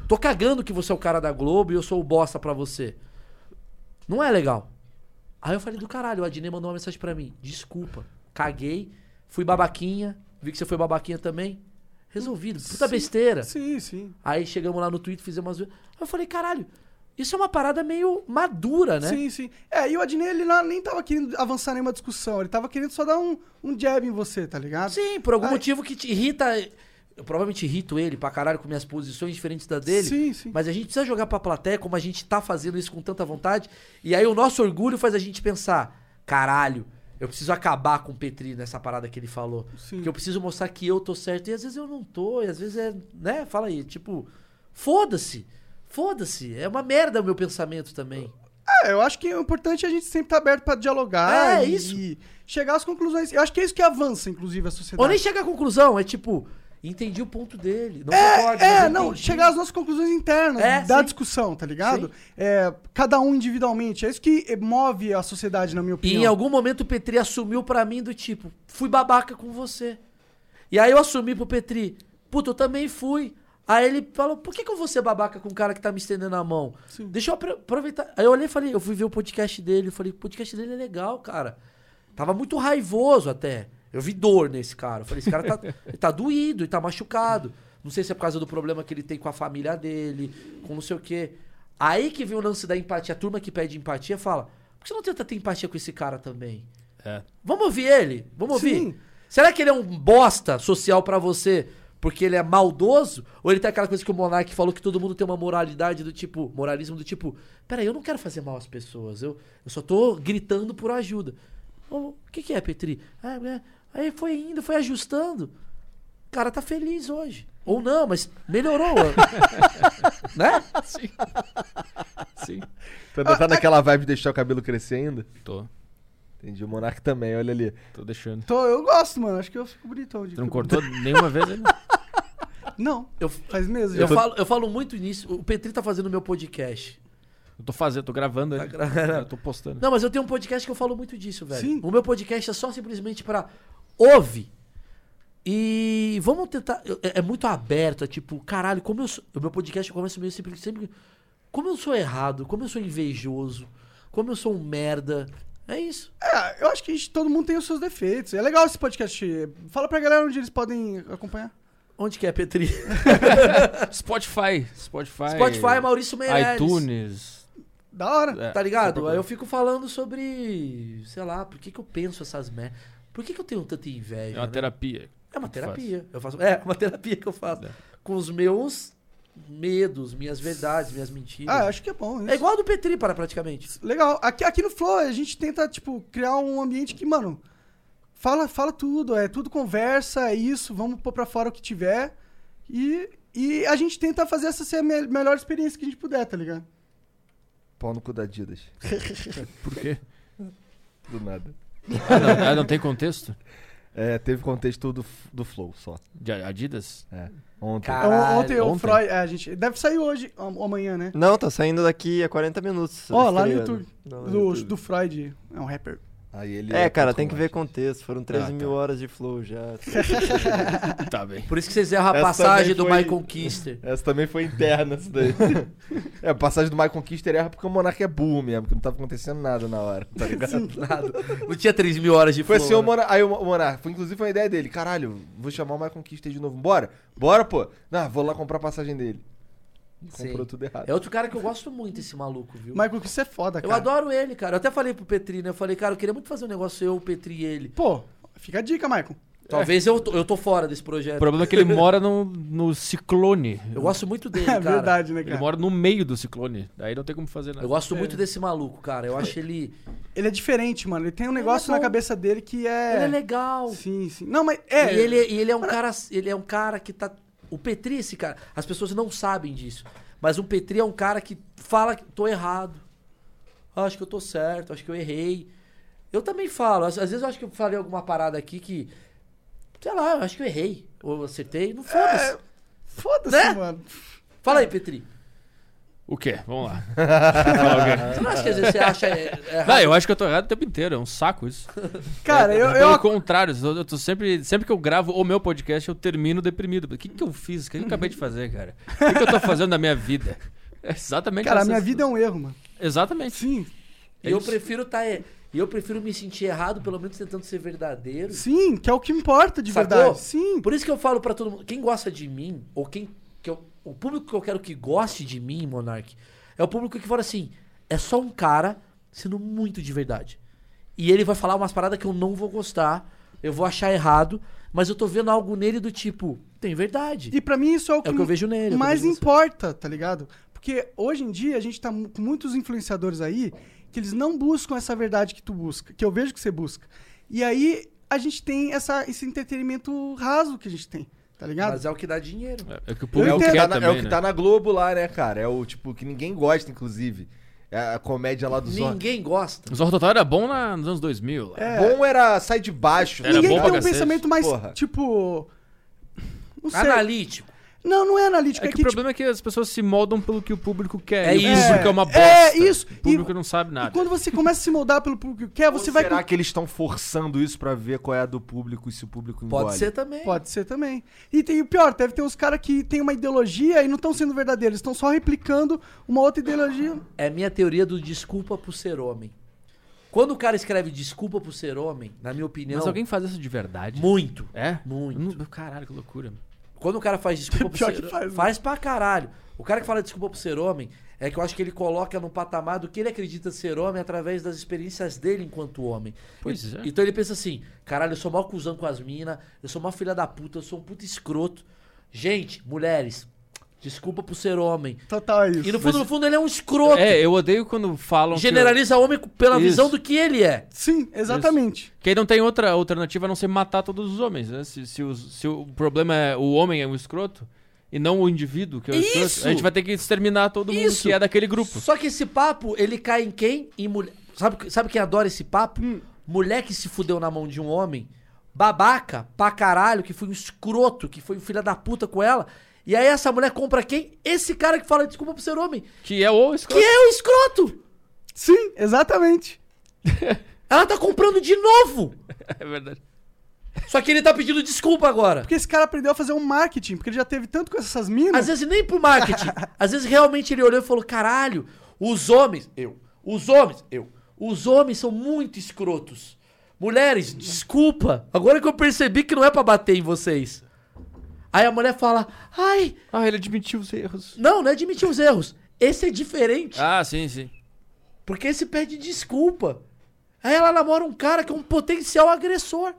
[SPEAKER 2] Tô cagando que você é o cara da Globo e eu sou o bosta pra você. Não é legal. Aí eu falei do caralho, o Adnê mandou uma mensagem pra mim. Desculpa, caguei, fui babaquinha, vi que você foi babaquinha também. Resolvido, puta besteira.
[SPEAKER 3] Sim, sim.
[SPEAKER 2] Aí chegamos lá no Twitter, fizemos umas. Eu falei, caralho, isso é uma parada meio madura, né?
[SPEAKER 3] Sim, sim. É, e o Adnei, ele não- nem tava querendo avançar nenhuma discussão. Ele tava querendo só dar um, um jab em você, tá ligado?
[SPEAKER 2] Sim, por algum
[SPEAKER 3] Ai.
[SPEAKER 2] motivo que te irrita. Eu provavelmente irrito ele pra caralho com minhas posições diferentes da dele.
[SPEAKER 3] Sim, sim.
[SPEAKER 2] Mas a gente precisa jogar pra plateia, como a gente tá fazendo isso com tanta vontade. E aí o nosso orgulho faz a gente pensar: caralho, eu preciso acabar com o Petri nessa parada que ele falou.
[SPEAKER 3] Sim.
[SPEAKER 2] Porque eu preciso mostrar que eu tô certo. E às vezes eu não tô, e às vezes é. né? Fala aí, tipo, foda-se. Foda-se. É uma merda o meu pensamento também.
[SPEAKER 3] É, eu acho que o importante é a gente sempre estar aberto pra dialogar
[SPEAKER 2] É,
[SPEAKER 3] e,
[SPEAKER 2] isso.
[SPEAKER 3] e chegar às conclusões. Eu acho que é isso que avança, inclusive, a sociedade.
[SPEAKER 2] Ou nem chega à conclusão, é tipo, entendi o ponto dele. Não concordo, mas
[SPEAKER 3] É,
[SPEAKER 2] eu
[SPEAKER 3] não,
[SPEAKER 2] entendi.
[SPEAKER 3] chegar às nossas conclusões internas
[SPEAKER 2] É,
[SPEAKER 3] da
[SPEAKER 2] sim.
[SPEAKER 3] discussão, tá ligado? É, cada um individualmente. É isso que move a sociedade, na minha
[SPEAKER 2] E
[SPEAKER 3] opinião.
[SPEAKER 2] em algum momento o Petri assumiu pra mim do tipo, fui babaca com você. E aí eu assumi pro Petri, puta, eu também fui. Aí ele falou, por que, que eu vou ser babaca com um cara que tá me estendendo a mão?
[SPEAKER 3] Sim.
[SPEAKER 2] Deixa eu apro- aproveitar. Aí eu olhei e falei, eu fui ver o podcast dele, eu falei, o podcast dele é legal, cara. Tava muito raivoso até. Eu vi dor nesse cara. Eu falei, esse cara tá, ele tá doído e tá machucado. Não sei se é por causa do problema que ele tem com a família dele, com não sei o quê. Aí que vem o lance da empatia. A turma que pede empatia fala: por que você não tenta ter empatia com esse cara também?
[SPEAKER 4] É.
[SPEAKER 2] Vamos ouvir ele? Vamos ouvir?
[SPEAKER 3] Sim.
[SPEAKER 2] Será que ele é um bosta social pra você porque ele é maldoso? Ou ele tem aquela coisa que o Monark falou que todo mundo tem uma moralidade do tipo, moralismo do tipo, peraí, eu não quero fazer mal às pessoas, eu, eu só tô gritando por ajuda. Ô, O que, que é, Petri? Ah, é. Aí foi indo, foi ajustando. O cara tá feliz hoje. Ou não, mas melhorou. né?
[SPEAKER 4] Sim,
[SPEAKER 1] Tu ainda tá naquela vibe de deixar o cabelo crescer ainda?
[SPEAKER 4] tô,
[SPEAKER 1] Entendi. O Monark também, olha ali.
[SPEAKER 4] tô deixando.
[SPEAKER 3] Então, eu gosto, mano. Acho que eu fico bonitão. De
[SPEAKER 4] Tu não cortou nenhuma vez né? ainda?
[SPEAKER 3] Não,
[SPEAKER 2] Eu,
[SPEAKER 3] faz mesmo.
[SPEAKER 2] eu,
[SPEAKER 3] já.
[SPEAKER 2] falo, eu falo muito nisso. O Petri tá fazendo meu podcast.
[SPEAKER 4] Eu tô fazendo, tô gravando
[SPEAKER 2] Tá
[SPEAKER 4] ainda. Eu tô postando.
[SPEAKER 2] Não, mas eu tenho um podcast que eu falo muito disso, velho.
[SPEAKER 3] Sim.
[SPEAKER 2] O meu podcast é só simplesmente pra ouve. E vamos tentar. eu- É, é muito aberto, é tipo, caralho, como eu sou. O meu podcast eu começo meio sempre. sempre Como eu sou errado, como eu sou invejoso, como eu sou um merda. É isso.
[SPEAKER 3] É, eu acho que a gente- todo mundo tem os seus defeitos. É legal esse podcast. Fala pra galera onde eles podem acompanhar.
[SPEAKER 2] Onde que é, Petri?
[SPEAKER 4] Spotify. Spotify.
[SPEAKER 2] Spotify, é Maurício Meirelles.
[SPEAKER 4] iTunes.
[SPEAKER 3] Da hora.
[SPEAKER 4] É,
[SPEAKER 2] Tá
[SPEAKER 4] só
[SPEAKER 2] ligado?
[SPEAKER 4] procurar.
[SPEAKER 2] Aí eu fico falando sobre, sei lá, por que, que eu penso essas merdas. Por que, que eu tenho tanta inveja?
[SPEAKER 4] É uma
[SPEAKER 2] né?
[SPEAKER 4] terapia.
[SPEAKER 2] É uma
[SPEAKER 4] que tu
[SPEAKER 2] terapia. Eu faço, é, uma terapia que eu faço.
[SPEAKER 4] É.
[SPEAKER 2] Com os meus medos, minhas verdades, minhas mentiras.
[SPEAKER 3] Ah, eu acho que é bom. Isso.
[SPEAKER 2] É igual a do Petri, para praticamente.
[SPEAKER 3] Legal. Aqui, aqui no Flow a gente tenta, tipo, criar um ambiente que, mano, fala, fala tudo, é tudo conversa, é isso, vamos pôr pra fora o que tiver. E, e a gente tenta fazer essa ser a me- melhor experiência que a gente puder, tá ligado?
[SPEAKER 1] Pau no cu da Adidas.
[SPEAKER 4] Por quê?
[SPEAKER 1] Do nada.
[SPEAKER 4] Ah, não, ah, não tem contexto?
[SPEAKER 1] É, teve contexto do, do Flow só.
[SPEAKER 4] De Adidas?
[SPEAKER 1] Ontem.
[SPEAKER 2] Cara.
[SPEAKER 3] Então, ontem, o
[SPEAKER 4] ontem?
[SPEAKER 3] Freud. é, a gente. Deve sair hoje ou amanhã, né?
[SPEAKER 6] Não, tá saindo daqui a 40 minutos.
[SPEAKER 3] Ó, lá no
[SPEAKER 6] estreando.
[SPEAKER 3] YouTube.
[SPEAKER 6] Lá no
[SPEAKER 3] Do,
[SPEAKER 6] YouTube.
[SPEAKER 3] do Freud. É um rapper.
[SPEAKER 1] Aí ele Ah,
[SPEAKER 6] É, cara,
[SPEAKER 1] pouco
[SPEAKER 6] tem que
[SPEAKER 1] mais.
[SPEAKER 6] ver contexto. Foram 13
[SPEAKER 1] tá.
[SPEAKER 6] mil horas de flow já.
[SPEAKER 4] Tá bem.
[SPEAKER 2] Por isso que vocês erram a
[SPEAKER 1] Essa
[SPEAKER 2] passagem
[SPEAKER 1] também
[SPEAKER 2] do
[SPEAKER 1] foi-
[SPEAKER 2] Michael Kister.
[SPEAKER 1] Essa também foi interna, isso daí. é, a passagem do Michael Kister erra porque o Monark é burro mesmo, porque não tava acontecendo nada na hora, tá ligado?
[SPEAKER 2] Nada. Não tinha 3 mil horas de
[SPEAKER 1] Foi
[SPEAKER 2] flow,
[SPEAKER 1] assim, o
[SPEAKER 2] né?
[SPEAKER 1] Monark. Aí o Monark, foi, inclusive foi uma ideia dele. Caralho, vou chamar o Michael Kister de novo. Bora? Bora, pô. Não, vou lá comprar a passagem dele.
[SPEAKER 2] Sim.
[SPEAKER 1] Comprou tudo errado.
[SPEAKER 2] É outro cara que eu gosto muito, esse maluco, viu?
[SPEAKER 3] Michael, que isso é foda,
[SPEAKER 2] eu
[SPEAKER 3] cara.
[SPEAKER 2] adoro ele, cara. Eu até falei pro Petri, né? Eu falei, cara, eu queria muito fazer um negócio eu, o Petri e ele.
[SPEAKER 3] Pô, fica a dica, Michael.
[SPEAKER 2] Talvez eu, tô- eu tô fora desse
[SPEAKER 4] O
[SPEAKER 2] projeto.
[SPEAKER 4] problema é que ele mora no, no ciclone.
[SPEAKER 2] Eu gosto muito dele,
[SPEAKER 3] É
[SPEAKER 2] cara.
[SPEAKER 3] verdade, né,
[SPEAKER 4] Ele
[SPEAKER 3] cara?
[SPEAKER 4] mora no meio do ciclone. Daí não tem como fazer nada.
[SPEAKER 2] Eu gosto muito desse maluco, cara. Eu acho ele.
[SPEAKER 3] Ele é diferente, mano. Ele tem um negócio
[SPEAKER 2] é
[SPEAKER 3] na
[SPEAKER 2] bom.
[SPEAKER 3] cabeça dele que é.
[SPEAKER 2] Ele é legal.
[SPEAKER 3] Sim, sim. Não, mas é.
[SPEAKER 2] E ele, e ele é um cara. Ele é um cara que tá. O Petri, esse cara. As pessoas não sabem disso. Mas o Petri é um cara que fala que tô errado. Ah, Acho que eu tô certo, acho que eu errei. Eu também falo. Às, às vezes eu acho que eu falei alguma parada aqui que. Sei lá, eu acho que eu errei. Ou eu acertei. Não foda-se.
[SPEAKER 3] Foda-se,
[SPEAKER 2] Né?
[SPEAKER 3] mano.
[SPEAKER 2] Fala aí, Petri.
[SPEAKER 4] O quê? Vamos lá.
[SPEAKER 2] Você não acha que às vezes você acha. é- errado?
[SPEAKER 4] Não, eu acho que eu tô errado o tempo inteiro. É um saco isso.
[SPEAKER 2] É,
[SPEAKER 3] Cara, eu, eu
[SPEAKER 4] Pelo contrário, eu eu tô sempre, sempre que eu gravo o meu podcast, eu termino deprimido. O que, que eu fiz? O que, que eu acabei de fazer, cara? O que, que eu tô fazendo na minha vida? É exatamente
[SPEAKER 3] Cara, a
[SPEAKER 4] essa-
[SPEAKER 3] minha vida é um erro, mano.
[SPEAKER 4] Exatamente.
[SPEAKER 3] Sim,
[SPEAKER 2] E eu
[SPEAKER 4] Isso.
[SPEAKER 2] prefiro tá. E eu prefiro me sentir errado, pelo menos tentando ser verdadeiro.
[SPEAKER 3] sim, que é o que importa de
[SPEAKER 2] Sacou?
[SPEAKER 3] verdade. Sim.
[SPEAKER 2] Por isso que eu falo pra todo mundo, quem gosta de mim, ou quem. Que eu- o público que eu quero que goste de mim, Monark, é o público que fala assim: é só um cara sendo muito de verdade. E ele vai falar umas paradas que eu não vou gostar, eu vou achar errado, mas eu tô vendo algo nele do tipo, tem verdade.
[SPEAKER 3] E pra mim isso é o que,
[SPEAKER 2] é o que eu vejo nele. é o que eu
[SPEAKER 3] mais
[SPEAKER 2] vejo em você.
[SPEAKER 3] importa, tá ligado? Porque hoje em dia a gente tá mu- com muitos influenciadores aí que eles não buscam essa verdade que tu busca, que eu vejo que você busca. E aí a gente tem essa, esse entretenimento raso que a gente tem, tá ligado?
[SPEAKER 2] Mas é o que dá dinheiro.
[SPEAKER 4] É, o que o
[SPEAKER 1] É
[SPEAKER 4] público
[SPEAKER 1] o,
[SPEAKER 3] entendo.
[SPEAKER 1] que
[SPEAKER 4] quer
[SPEAKER 1] tá na, é
[SPEAKER 4] também,
[SPEAKER 1] o que
[SPEAKER 4] né?
[SPEAKER 1] tá na Globo lá, né, cara? É o tipo que ninguém gosta, inclusive. É a comédia lá do Zorro.
[SPEAKER 2] Ninguém gosta.
[SPEAKER 4] O Zorro Total era bom na, nos anos 2000.
[SPEAKER 3] É,
[SPEAKER 4] lá.
[SPEAKER 1] Bom era sai de baixo.
[SPEAKER 4] Era
[SPEAKER 3] Ninguém
[SPEAKER 4] bom
[SPEAKER 3] que
[SPEAKER 4] pra
[SPEAKER 3] tem um
[SPEAKER 4] cacete.
[SPEAKER 3] pensamento mais,
[SPEAKER 1] Porra.
[SPEAKER 3] tipo... Não sei.
[SPEAKER 2] Analítico.
[SPEAKER 3] Não, não é analítico.
[SPEAKER 4] É que o problema é que as pessoas se moldam pelo que o público quer.
[SPEAKER 2] É
[SPEAKER 4] e o
[SPEAKER 2] isso.
[SPEAKER 4] público é uma
[SPEAKER 3] É,
[SPEAKER 4] bosta.
[SPEAKER 3] é isso.
[SPEAKER 4] O público
[SPEAKER 3] E-
[SPEAKER 4] não sabe é nada.
[SPEAKER 3] E quando você começa a se moldar pelo público que quer, você
[SPEAKER 1] Ou
[SPEAKER 3] vai...
[SPEAKER 1] será que eles estão forçando isso pra ver qual é a do público e se o público engole?
[SPEAKER 2] Pode ser também.
[SPEAKER 1] é?
[SPEAKER 3] Pode ser também. E tem o pior, deve ter uns caras que tem uma ideologia e não estão sendo verdadeiros, estão só replicando uma outra ideologia.
[SPEAKER 2] É minha teoria do desculpa por ser homem. Quando o cara escreve desculpa por ser homem, na minha opinião,
[SPEAKER 4] Mas alguém faz isso de verdade?
[SPEAKER 2] muito.
[SPEAKER 4] É?
[SPEAKER 2] Muito.
[SPEAKER 4] Eu não- Caralho, que loucura.
[SPEAKER 2] Quando o cara faz desculpa por
[SPEAKER 3] Pior
[SPEAKER 2] ser
[SPEAKER 3] que faz, né?
[SPEAKER 2] faz pra caralho. O cara que fala desculpa por ser homem é que eu acho que ele coloca no patamar do que ele acredita ser homem através das experiências dele enquanto homem.
[SPEAKER 4] Pois é.
[SPEAKER 2] Então ele pensa assim: caralho, eu sou mal cuzão com as minas, eu sou mal filha da puta, eu sou um puta escroto. Gente, mulheres, desculpa por ser homem.
[SPEAKER 3] Total é isso.
[SPEAKER 2] E no fundo, no fundo, ele é um escroto.
[SPEAKER 4] É, eu odeio quando falam que eu-
[SPEAKER 2] Generaliza homem pela
[SPEAKER 4] Isso.
[SPEAKER 2] visão do que ele é.
[SPEAKER 3] Sim, exatamente.
[SPEAKER 4] Que aí não tem outra alternativa a não ser matar todos os homens, né? Se, se os- se o problema é o homem é um escroto e não o indivíduo que é o
[SPEAKER 2] Isso!
[SPEAKER 4] escroto, a gente vai ter que exterminar todo mundo
[SPEAKER 2] Isso!
[SPEAKER 4] que é daquele grupo.
[SPEAKER 2] Só que esse papo, ele cai em quem? Em mulher. Sabe, sabe quem adora esse papo? Mulher que se fudeu na mão de um homem, babaca pra caralho, que foi um escroto, que foi um filho da puta com ela. E aí essa mulher compra quem? Esse cara que fala desculpa por ser homem.
[SPEAKER 4] Que é o
[SPEAKER 2] Que
[SPEAKER 4] escroto.
[SPEAKER 2] é o escroto!
[SPEAKER 3] Sim, exatamente.
[SPEAKER 2] Ela tá comprando de novo!
[SPEAKER 4] É verdade.
[SPEAKER 2] Só que ele tá pedindo desculpa agora.
[SPEAKER 3] Porque esse cara aprendeu a fazer um marketing, porque ele já teve tanto com essas minas.
[SPEAKER 2] Às vezes nem pro marketing. Às vezes realmente ele olhou e falou: caralho, os homens, eu. Os homens, eu. Os homens são muito escrotos. Mulheres, desculpa. Agora que eu percebi que não é pra bater em vocês. Aí a mulher fala: ai,
[SPEAKER 6] Ah, ele admitiu os erros.
[SPEAKER 2] não, não é admitir os erros. Esse é diferente.
[SPEAKER 4] Ah, sim, sim.
[SPEAKER 2] Porque esse pede desculpa. Aí ela namora um cara que é um potencial agressor.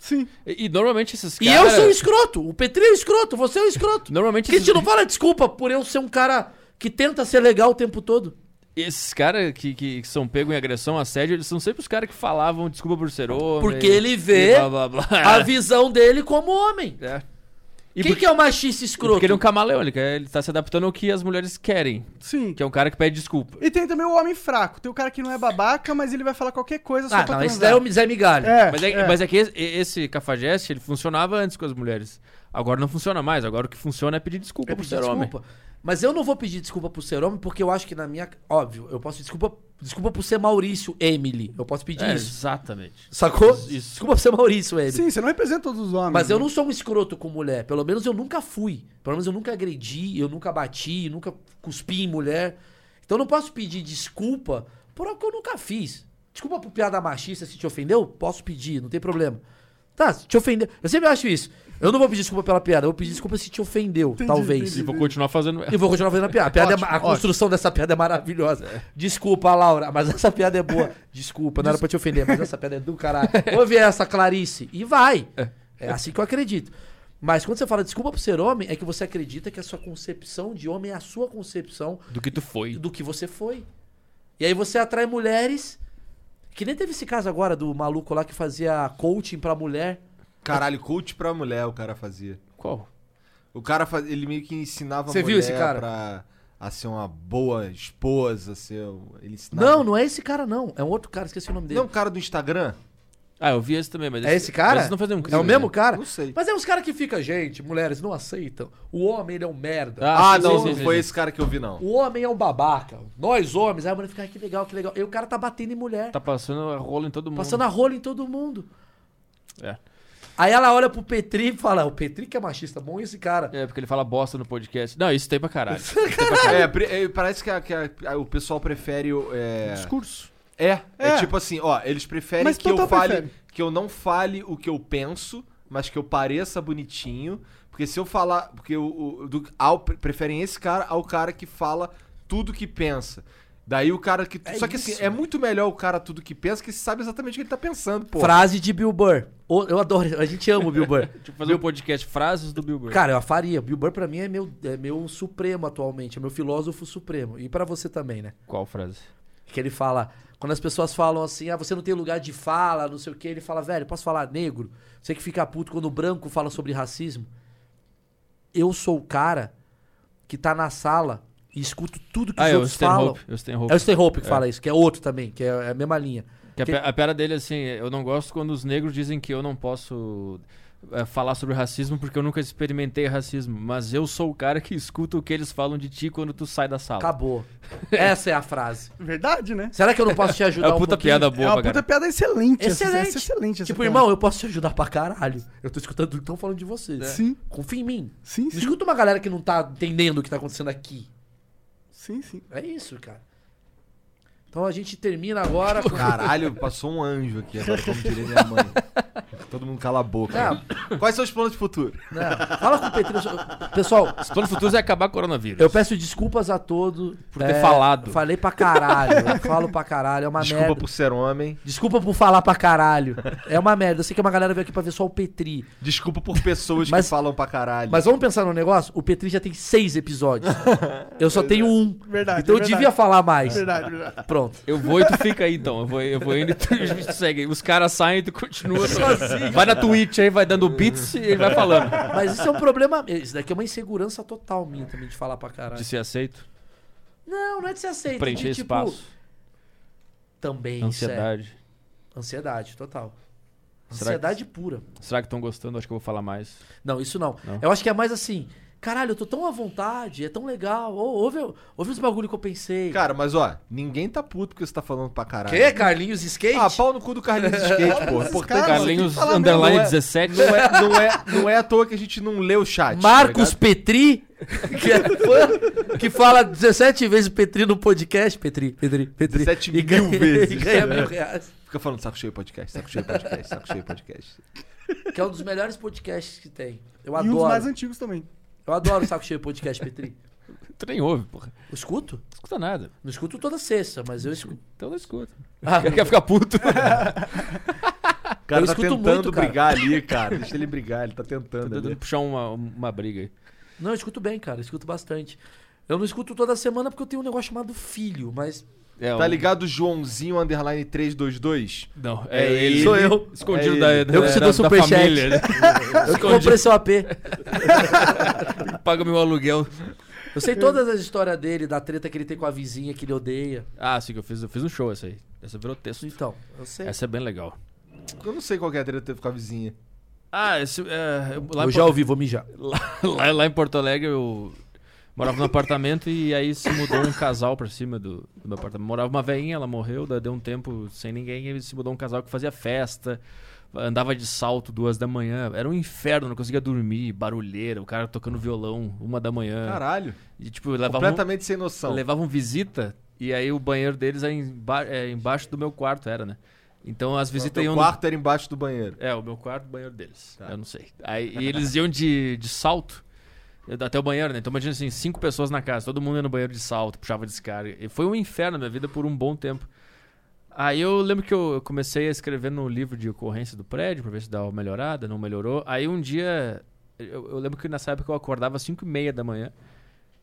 [SPEAKER 3] Sim.
[SPEAKER 4] E, e normalmente esses
[SPEAKER 2] E
[SPEAKER 4] caras.
[SPEAKER 2] eu sou um escroto. O Petri é um escroto. Você é um escroto.
[SPEAKER 4] Normalmente
[SPEAKER 2] Que a
[SPEAKER 4] esses,
[SPEAKER 2] gente não fala desculpa por eu ser um cara que tenta ser legal o tempo todo.
[SPEAKER 4] esses caras que, que são pegos em agressão, assédio, eles são sempre os caras que falavam desculpa por ser homem.
[SPEAKER 2] Porque ele vê
[SPEAKER 4] e Blá, blá, blá.
[SPEAKER 2] A visão dele como homem.
[SPEAKER 4] É. E
[SPEAKER 2] Quem
[SPEAKER 4] porque,
[SPEAKER 2] que é o machista escroto?
[SPEAKER 4] porque ele é um camaleão, ele, quer- ele tá se adaptando ao que as mulheres querem.
[SPEAKER 3] Sim.
[SPEAKER 4] Que é um cara que pede desculpa.
[SPEAKER 3] E tem também o homem fraco. Tem o cara que não é babaca, mas ele vai falar qualquer coisa só
[SPEAKER 2] Ah,
[SPEAKER 3] pra
[SPEAKER 2] não, esse daí
[SPEAKER 3] transar.
[SPEAKER 2] é o Zé Migalha.
[SPEAKER 3] É,
[SPEAKER 4] Mas é,
[SPEAKER 3] é.
[SPEAKER 4] mas é que esse, esse cafajeste, ele funcionava antes com as mulheres. Agora não funciona mais. Agora o que funciona é pedir desculpa
[SPEAKER 2] Eu
[SPEAKER 4] por
[SPEAKER 2] pedi
[SPEAKER 4] ser homem.
[SPEAKER 2] desculpa. Mas eu não vou pedir desculpa por ser homem, porque eu acho que na minha. Óbvio, eu posso desculpa, desculpa por ser Maurício, Emily. Eu posso pedir
[SPEAKER 4] É,
[SPEAKER 2] isso.
[SPEAKER 4] exatamente.
[SPEAKER 2] Sacou?
[SPEAKER 4] Isso.
[SPEAKER 2] Desculpa por ser Maurício, Emily.
[SPEAKER 3] Sim, você não representa todos os homens.
[SPEAKER 2] Mas eu
[SPEAKER 3] né?
[SPEAKER 2] não sou um escroto com mulher. Pelo menos eu nunca fui. Pelo menos eu nunca agredi, eu nunca bati, nunca cuspi em mulher. Então eu não posso pedir desculpa por algo que eu nunca fiz. Desculpa por piada machista, se te ofendeu, posso pedir, não tem problema. Tá, se te ofendeu. Eu sempre acho isso. Eu não vou pedir desculpa pela piada, eu vou pedir desculpa se te ofendeu, talvez.
[SPEAKER 4] E vou continuar fazendo.
[SPEAKER 2] E vou continuar fazendo a piada. A, piada é ma- a construção dessa piada é maravilhosa. Desculpa, Laura, mas essa piada é boa. Desculpa, não era pra te ofender, mas essa piada é do caralho. Ouve essa, Clarice. E vai. É assim que eu acredito. Mas quando você fala desculpa por ser homem, é que você acredita que a sua concepção de homem é a sua concepção
[SPEAKER 4] Do que tu foi.
[SPEAKER 2] do que você foi. E aí você atrai mulheres. Que nem teve esse caso agora do maluco lá que fazia coaching pra mulher.
[SPEAKER 1] Caralho, coach pra mulher o cara fazia.
[SPEAKER 4] Qual?
[SPEAKER 1] O cara faz... ele meio que ensinava
[SPEAKER 2] Você
[SPEAKER 1] a mulher
[SPEAKER 2] viu esse cara?
[SPEAKER 1] pra a ser uma boa esposa, ser... um- ele ensinava...
[SPEAKER 2] Não, não é esse cara, não. É um outro cara, esqueci o nome dele.
[SPEAKER 1] Não, o cara do Instagram?
[SPEAKER 4] Ah, eu vi esse também, mas
[SPEAKER 2] É esse cara?
[SPEAKER 4] mas esse não fazia um
[SPEAKER 2] É o mesmo cara?
[SPEAKER 1] Não sei.
[SPEAKER 2] Mas é uns caras que ficam, gente, mulheres não aceitam. O homem, ele é um merda.
[SPEAKER 1] Ah,
[SPEAKER 4] sim,
[SPEAKER 1] não,
[SPEAKER 4] sim,
[SPEAKER 1] não
[SPEAKER 4] sim,
[SPEAKER 1] foi
[SPEAKER 4] sim.
[SPEAKER 1] esse cara que eu vi, não.
[SPEAKER 2] O homem é um babaca. Nós homens. Aí a mulher fica, "Ai, que legal, que legal. E o cara tá batendo em mulher.
[SPEAKER 4] Tá passando a rola em todo mundo.
[SPEAKER 2] passando a rola em todo mundo.
[SPEAKER 4] É.
[SPEAKER 2] Aí ela olha pro Petri e fala, o Petri que é machista, bom esse cara.
[SPEAKER 4] É, porque ele fala bosta no podcast. Não, isso tem pra caralho.
[SPEAKER 1] É, pre- é, parece que, a- que a- a- o pessoal prefere. o- É...
[SPEAKER 3] Discurso.
[SPEAKER 1] É, é,
[SPEAKER 3] É.
[SPEAKER 1] tipo assim, ó, eles preferem
[SPEAKER 3] Mas
[SPEAKER 1] que eu
[SPEAKER 3] total
[SPEAKER 1] fale.
[SPEAKER 3] prefere.
[SPEAKER 1] Que eu não fale o que eu penso, mas que eu pareça bonitinho. Porque se eu falar. Porque o, o- do- ao- pre- preferem esse cara ao cara que fala tudo que pensa. Daí o cara que. só que assim,
[SPEAKER 3] né?
[SPEAKER 1] é muito melhor o cara tudo que pensa que sabe exatamente o que ele tá pensando, pô.
[SPEAKER 2] Frase de Bill Burr. O- Eu adoro, a gente ama o Bill Burr.
[SPEAKER 4] Tipo, fazer um podcast frases do Billboard.
[SPEAKER 2] Cara, eu faria. Bill Burr pra mim é meu, é meu supremo atualmente, é meu filósofo supremo. E pra você também, né?
[SPEAKER 4] Qual frase?
[SPEAKER 2] Que ele fala, quando as pessoas falam assim, ah, você não tem lugar de fala, não sei o que, ele fala, velho, posso falar negro? Você que fica puto quando o branco fala sobre racismo. Eu sou o cara que tá na sala e escuto tudo que
[SPEAKER 4] Ah,
[SPEAKER 2] os
[SPEAKER 4] é o
[SPEAKER 2] outros falam.
[SPEAKER 4] Stanhope. É o Stanhope.
[SPEAKER 2] É o Stanhope que fala isso, que é outro também, que é a mesma linha.
[SPEAKER 4] Que a, pe- a piada dele é assim, eu não gosto quando os negros dizem que eu não posso é, falar sobre racismo porque eu nunca experimentei racismo. Mas eu sou o cara que escuta o que eles falam de ti quando tu sai da sala.
[SPEAKER 2] Acabou. Essa é a frase.
[SPEAKER 3] Verdade, né?
[SPEAKER 2] Será que eu não posso te
[SPEAKER 4] É
[SPEAKER 2] ajudar
[SPEAKER 4] uma
[SPEAKER 2] um
[SPEAKER 4] puta
[SPEAKER 2] pouquinho?
[SPEAKER 4] piada
[SPEAKER 3] é
[SPEAKER 4] boa,
[SPEAKER 3] uma
[SPEAKER 4] pra
[SPEAKER 3] puta
[SPEAKER 4] caralho.
[SPEAKER 3] piada excelente. essa-
[SPEAKER 2] Excelente.
[SPEAKER 3] Essa, essa é excelente. Essa
[SPEAKER 2] Tipo,
[SPEAKER 3] piada.
[SPEAKER 2] irmão, é. eu posso te ajudar pra caralho. Eu tô escutando tudo que estão falando de você.
[SPEAKER 4] É.
[SPEAKER 3] Sim.
[SPEAKER 2] Confia em mim.
[SPEAKER 3] Sim,
[SPEAKER 2] Não
[SPEAKER 3] sim,
[SPEAKER 2] escuta uma galera que não tá entendendo o que tá acontecendo aqui.
[SPEAKER 3] sim, sim.
[SPEAKER 2] É isso, cara. Então a gente termina agora com.
[SPEAKER 1] Caralho, passou um anjo aqui agora, como diria minha mãe. Todo mundo cala a boca. Quais são os planos de futuro?
[SPEAKER 2] Não, fala com o Petrinho. Pessoal,
[SPEAKER 4] Os planos futuros é acabar com o coronavírus.
[SPEAKER 2] eu peço desculpas a todo é,
[SPEAKER 4] Por ter falado.
[SPEAKER 2] Falei pra caralho. Eu falo pra caralho. É uma
[SPEAKER 1] Desculpa
[SPEAKER 2] merda.
[SPEAKER 1] por ser homem.
[SPEAKER 2] Desculpa por falar pra caralho. É uma merda. Eu sei que uma galera veio aqui pra ver só o Petri.
[SPEAKER 1] Desculpa por pessoas
[SPEAKER 2] Mas-
[SPEAKER 1] que falam pra caralho.
[SPEAKER 2] Mas vamos pensar no negócio? O Petri já tem seis episódios. Eu só tenho um.
[SPEAKER 3] É Verdade, É
[SPEAKER 2] Então eu
[SPEAKER 3] verdade.
[SPEAKER 2] devia falar mais.
[SPEAKER 3] Verdade, verdade.
[SPEAKER 2] Pronto.
[SPEAKER 4] Eu vou e tu fica aí então. Eu vou, eu vou indo e tu me segue. Os caras saem e tu continua
[SPEAKER 3] assim,
[SPEAKER 4] sozinho. Vai na Twitch aí, vai dando beats e ele vai falando.
[SPEAKER 2] Mas isso é um problema. Isso daqui é uma insegurança total minha também de falar pra caralho.
[SPEAKER 4] De ser aceito,
[SPEAKER 2] Não, não é de ser aceito.
[SPEAKER 4] preencher
[SPEAKER 2] de, tipo, é.
[SPEAKER 4] espaço,
[SPEAKER 2] Também, Ansiedade.
[SPEAKER 4] ansiedade.
[SPEAKER 2] Ansiedade, total.
[SPEAKER 4] Será que-
[SPEAKER 2] Ansiedade pura.
[SPEAKER 4] Será que estão gostando? Acho que eu vou falar mais.
[SPEAKER 2] Não, isso não.
[SPEAKER 4] Não?
[SPEAKER 2] Eu acho que é mais assim. Caralho, eu tô tão à vontade, é tão legal. Ô, ouve, ouve os bagulho que eu pensei.
[SPEAKER 1] Cara, mas ó, ninguém tá puto porque você tá falando pra caralho.
[SPEAKER 2] Quê, Carlinhos Skate?
[SPEAKER 1] Ah, pau no cu do Carlinhos de Skate, pô. Importante.
[SPEAKER 3] caras,
[SPEAKER 4] Carlinhos
[SPEAKER 3] tem que falar
[SPEAKER 4] Underline
[SPEAKER 1] mesmo, é.
[SPEAKER 4] 17.
[SPEAKER 1] Não é, não, é, não é à toa que a gente não lê o chat.
[SPEAKER 2] Marcos
[SPEAKER 1] tá
[SPEAKER 2] Petri, que é fã, que fala 17 vezes Petri no podcast. Petri, Petri, Petri.
[SPEAKER 1] 17
[SPEAKER 2] e ganha,
[SPEAKER 1] mil vezes.
[SPEAKER 2] E ganha mil reais.
[SPEAKER 1] ligado? Fica falando saco cheio podcast, saco cheio podcast, saco cheio podcast.
[SPEAKER 2] Que é um dos melhores podcasts que tem. Eu
[SPEAKER 3] E um dos mais
[SPEAKER 2] adoro.
[SPEAKER 3] antigos também.
[SPEAKER 2] Eu adoro o Saco Cheio Podcast, Petri.
[SPEAKER 4] Tu nem ouve, porra.
[SPEAKER 2] Eu escuto?
[SPEAKER 4] Não escuta nada.
[SPEAKER 2] Não escuto toda sexta, mas eu escuto.
[SPEAKER 4] Então não escuta.
[SPEAKER 2] Ah,
[SPEAKER 4] Quer ficar puto?
[SPEAKER 1] O cara
[SPEAKER 2] Eu
[SPEAKER 1] tá
[SPEAKER 2] escuto
[SPEAKER 1] tentando
[SPEAKER 2] muito, cara.
[SPEAKER 1] brigar ali, cara. Deixa ele brigar, ele tá tentando
[SPEAKER 4] Tentando
[SPEAKER 1] ali.
[SPEAKER 4] puxar uma, uma briga aí.
[SPEAKER 2] Não, eu escuto bem, cara. Eu escuto bastante. Eu não escuto toda semana porque eu tenho um negócio chamado filho, mas.
[SPEAKER 4] É,
[SPEAKER 1] Tá
[SPEAKER 4] um-
[SPEAKER 1] ligado o Joãozinho, underline 322?
[SPEAKER 4] Não,
[SPEAKER 1] É
[SPEAKER 4] é, ele.
[SPEAKER 1] Sou eu.
[SPEAKER 4] Escondido
[SPEAKER 1] É
[SPEAKER 4] da,
[SPEAKER 1] ele.
[SPEAKER 4] da,
[SPEAKER 2] Eu que te
[SPEAKER 4] da,
[SPEAKER 2] dou
[SPEAKER 4] da
[SPEAKER 2] superchat.
[SPEAKER 4] família. Né?
[SPEAKER 2] Eu que comprei seu AP.
[SPEAKER 4] Paga meu aluguel.
[SPEAKER 2] Eu sei todas as histórias dele, da treta que ele tem com a vizinha que ele odeia.
[SPEAKER 4] Ah, sim, que eu fiz, eu fiz um show essa aí. Essa virou texto.
[SPEAKER 2] Então, eu sei.
[SPEAKER 4] Essa é bem legal.
[SPEAKER 1] Eu não sei qual que é a treta que teve com a vizinha.
[SPEAKER 4] Ah, esse, é, eu- lá,
[SPEAKER 2] eu
[SPEAKER 4] em
[SPEAKER 2] já
[SPEAKER 4] Porto,
[SPEAKER 2] ouvi, vou mijar.
[SPEAKER 4] lá, lá em Porto Alegre eu morava num apartamento e aí se mudou um casal pra cima do, do meu apartamento. Morava uma veinha, ela morreu, daí deu um tempo sem ninguém e se mudou um casal que fazia festa, andava de salto duas da manhã. Era um inferno, não conseguia dormir, barulheira, o cara tocando violão uma da
[SPEAKER 2] É.
[SPEAKER 4] manhã.
[SPEAKER 1] Caralho.
[SPEAKER 4] E tipo, levava um-
[SPEAKER 1] Completamente sem noção.
[SPEAKER 4] levavam visita e aí o banheiro deles é, emba- é embaixo do meu quarto, era, né? Então as
[SPEAKER 1] O
[SPEAKER 4] visitas
[SPEAKER 1] teu
[SPEAKER 4] iam.
[SPEAKER 2] um
[SPEAKER 4] no-
[SPEAKER 1] quarto era embaixo do banheiro.
[SPEAKER 4] É, o meu quarto, o banheiro deles. Eu não sei. Aí, e eles iam de, de salto eu- até o banheiro, né? Então imagina assim, cinco pessoas na casa, todo mundo ia no banheiro de salto, puxava descarga. E foi um inferno na minha vida por um bom tempo. Aí eu lembro que eu eu comecei a escrever no livro de ocorrência do prédio pra ver se dava uma melhorada, não melhorou. Aí um dia, eu, eu lembro que nessa época eu acordava às 5 e meia da manhã.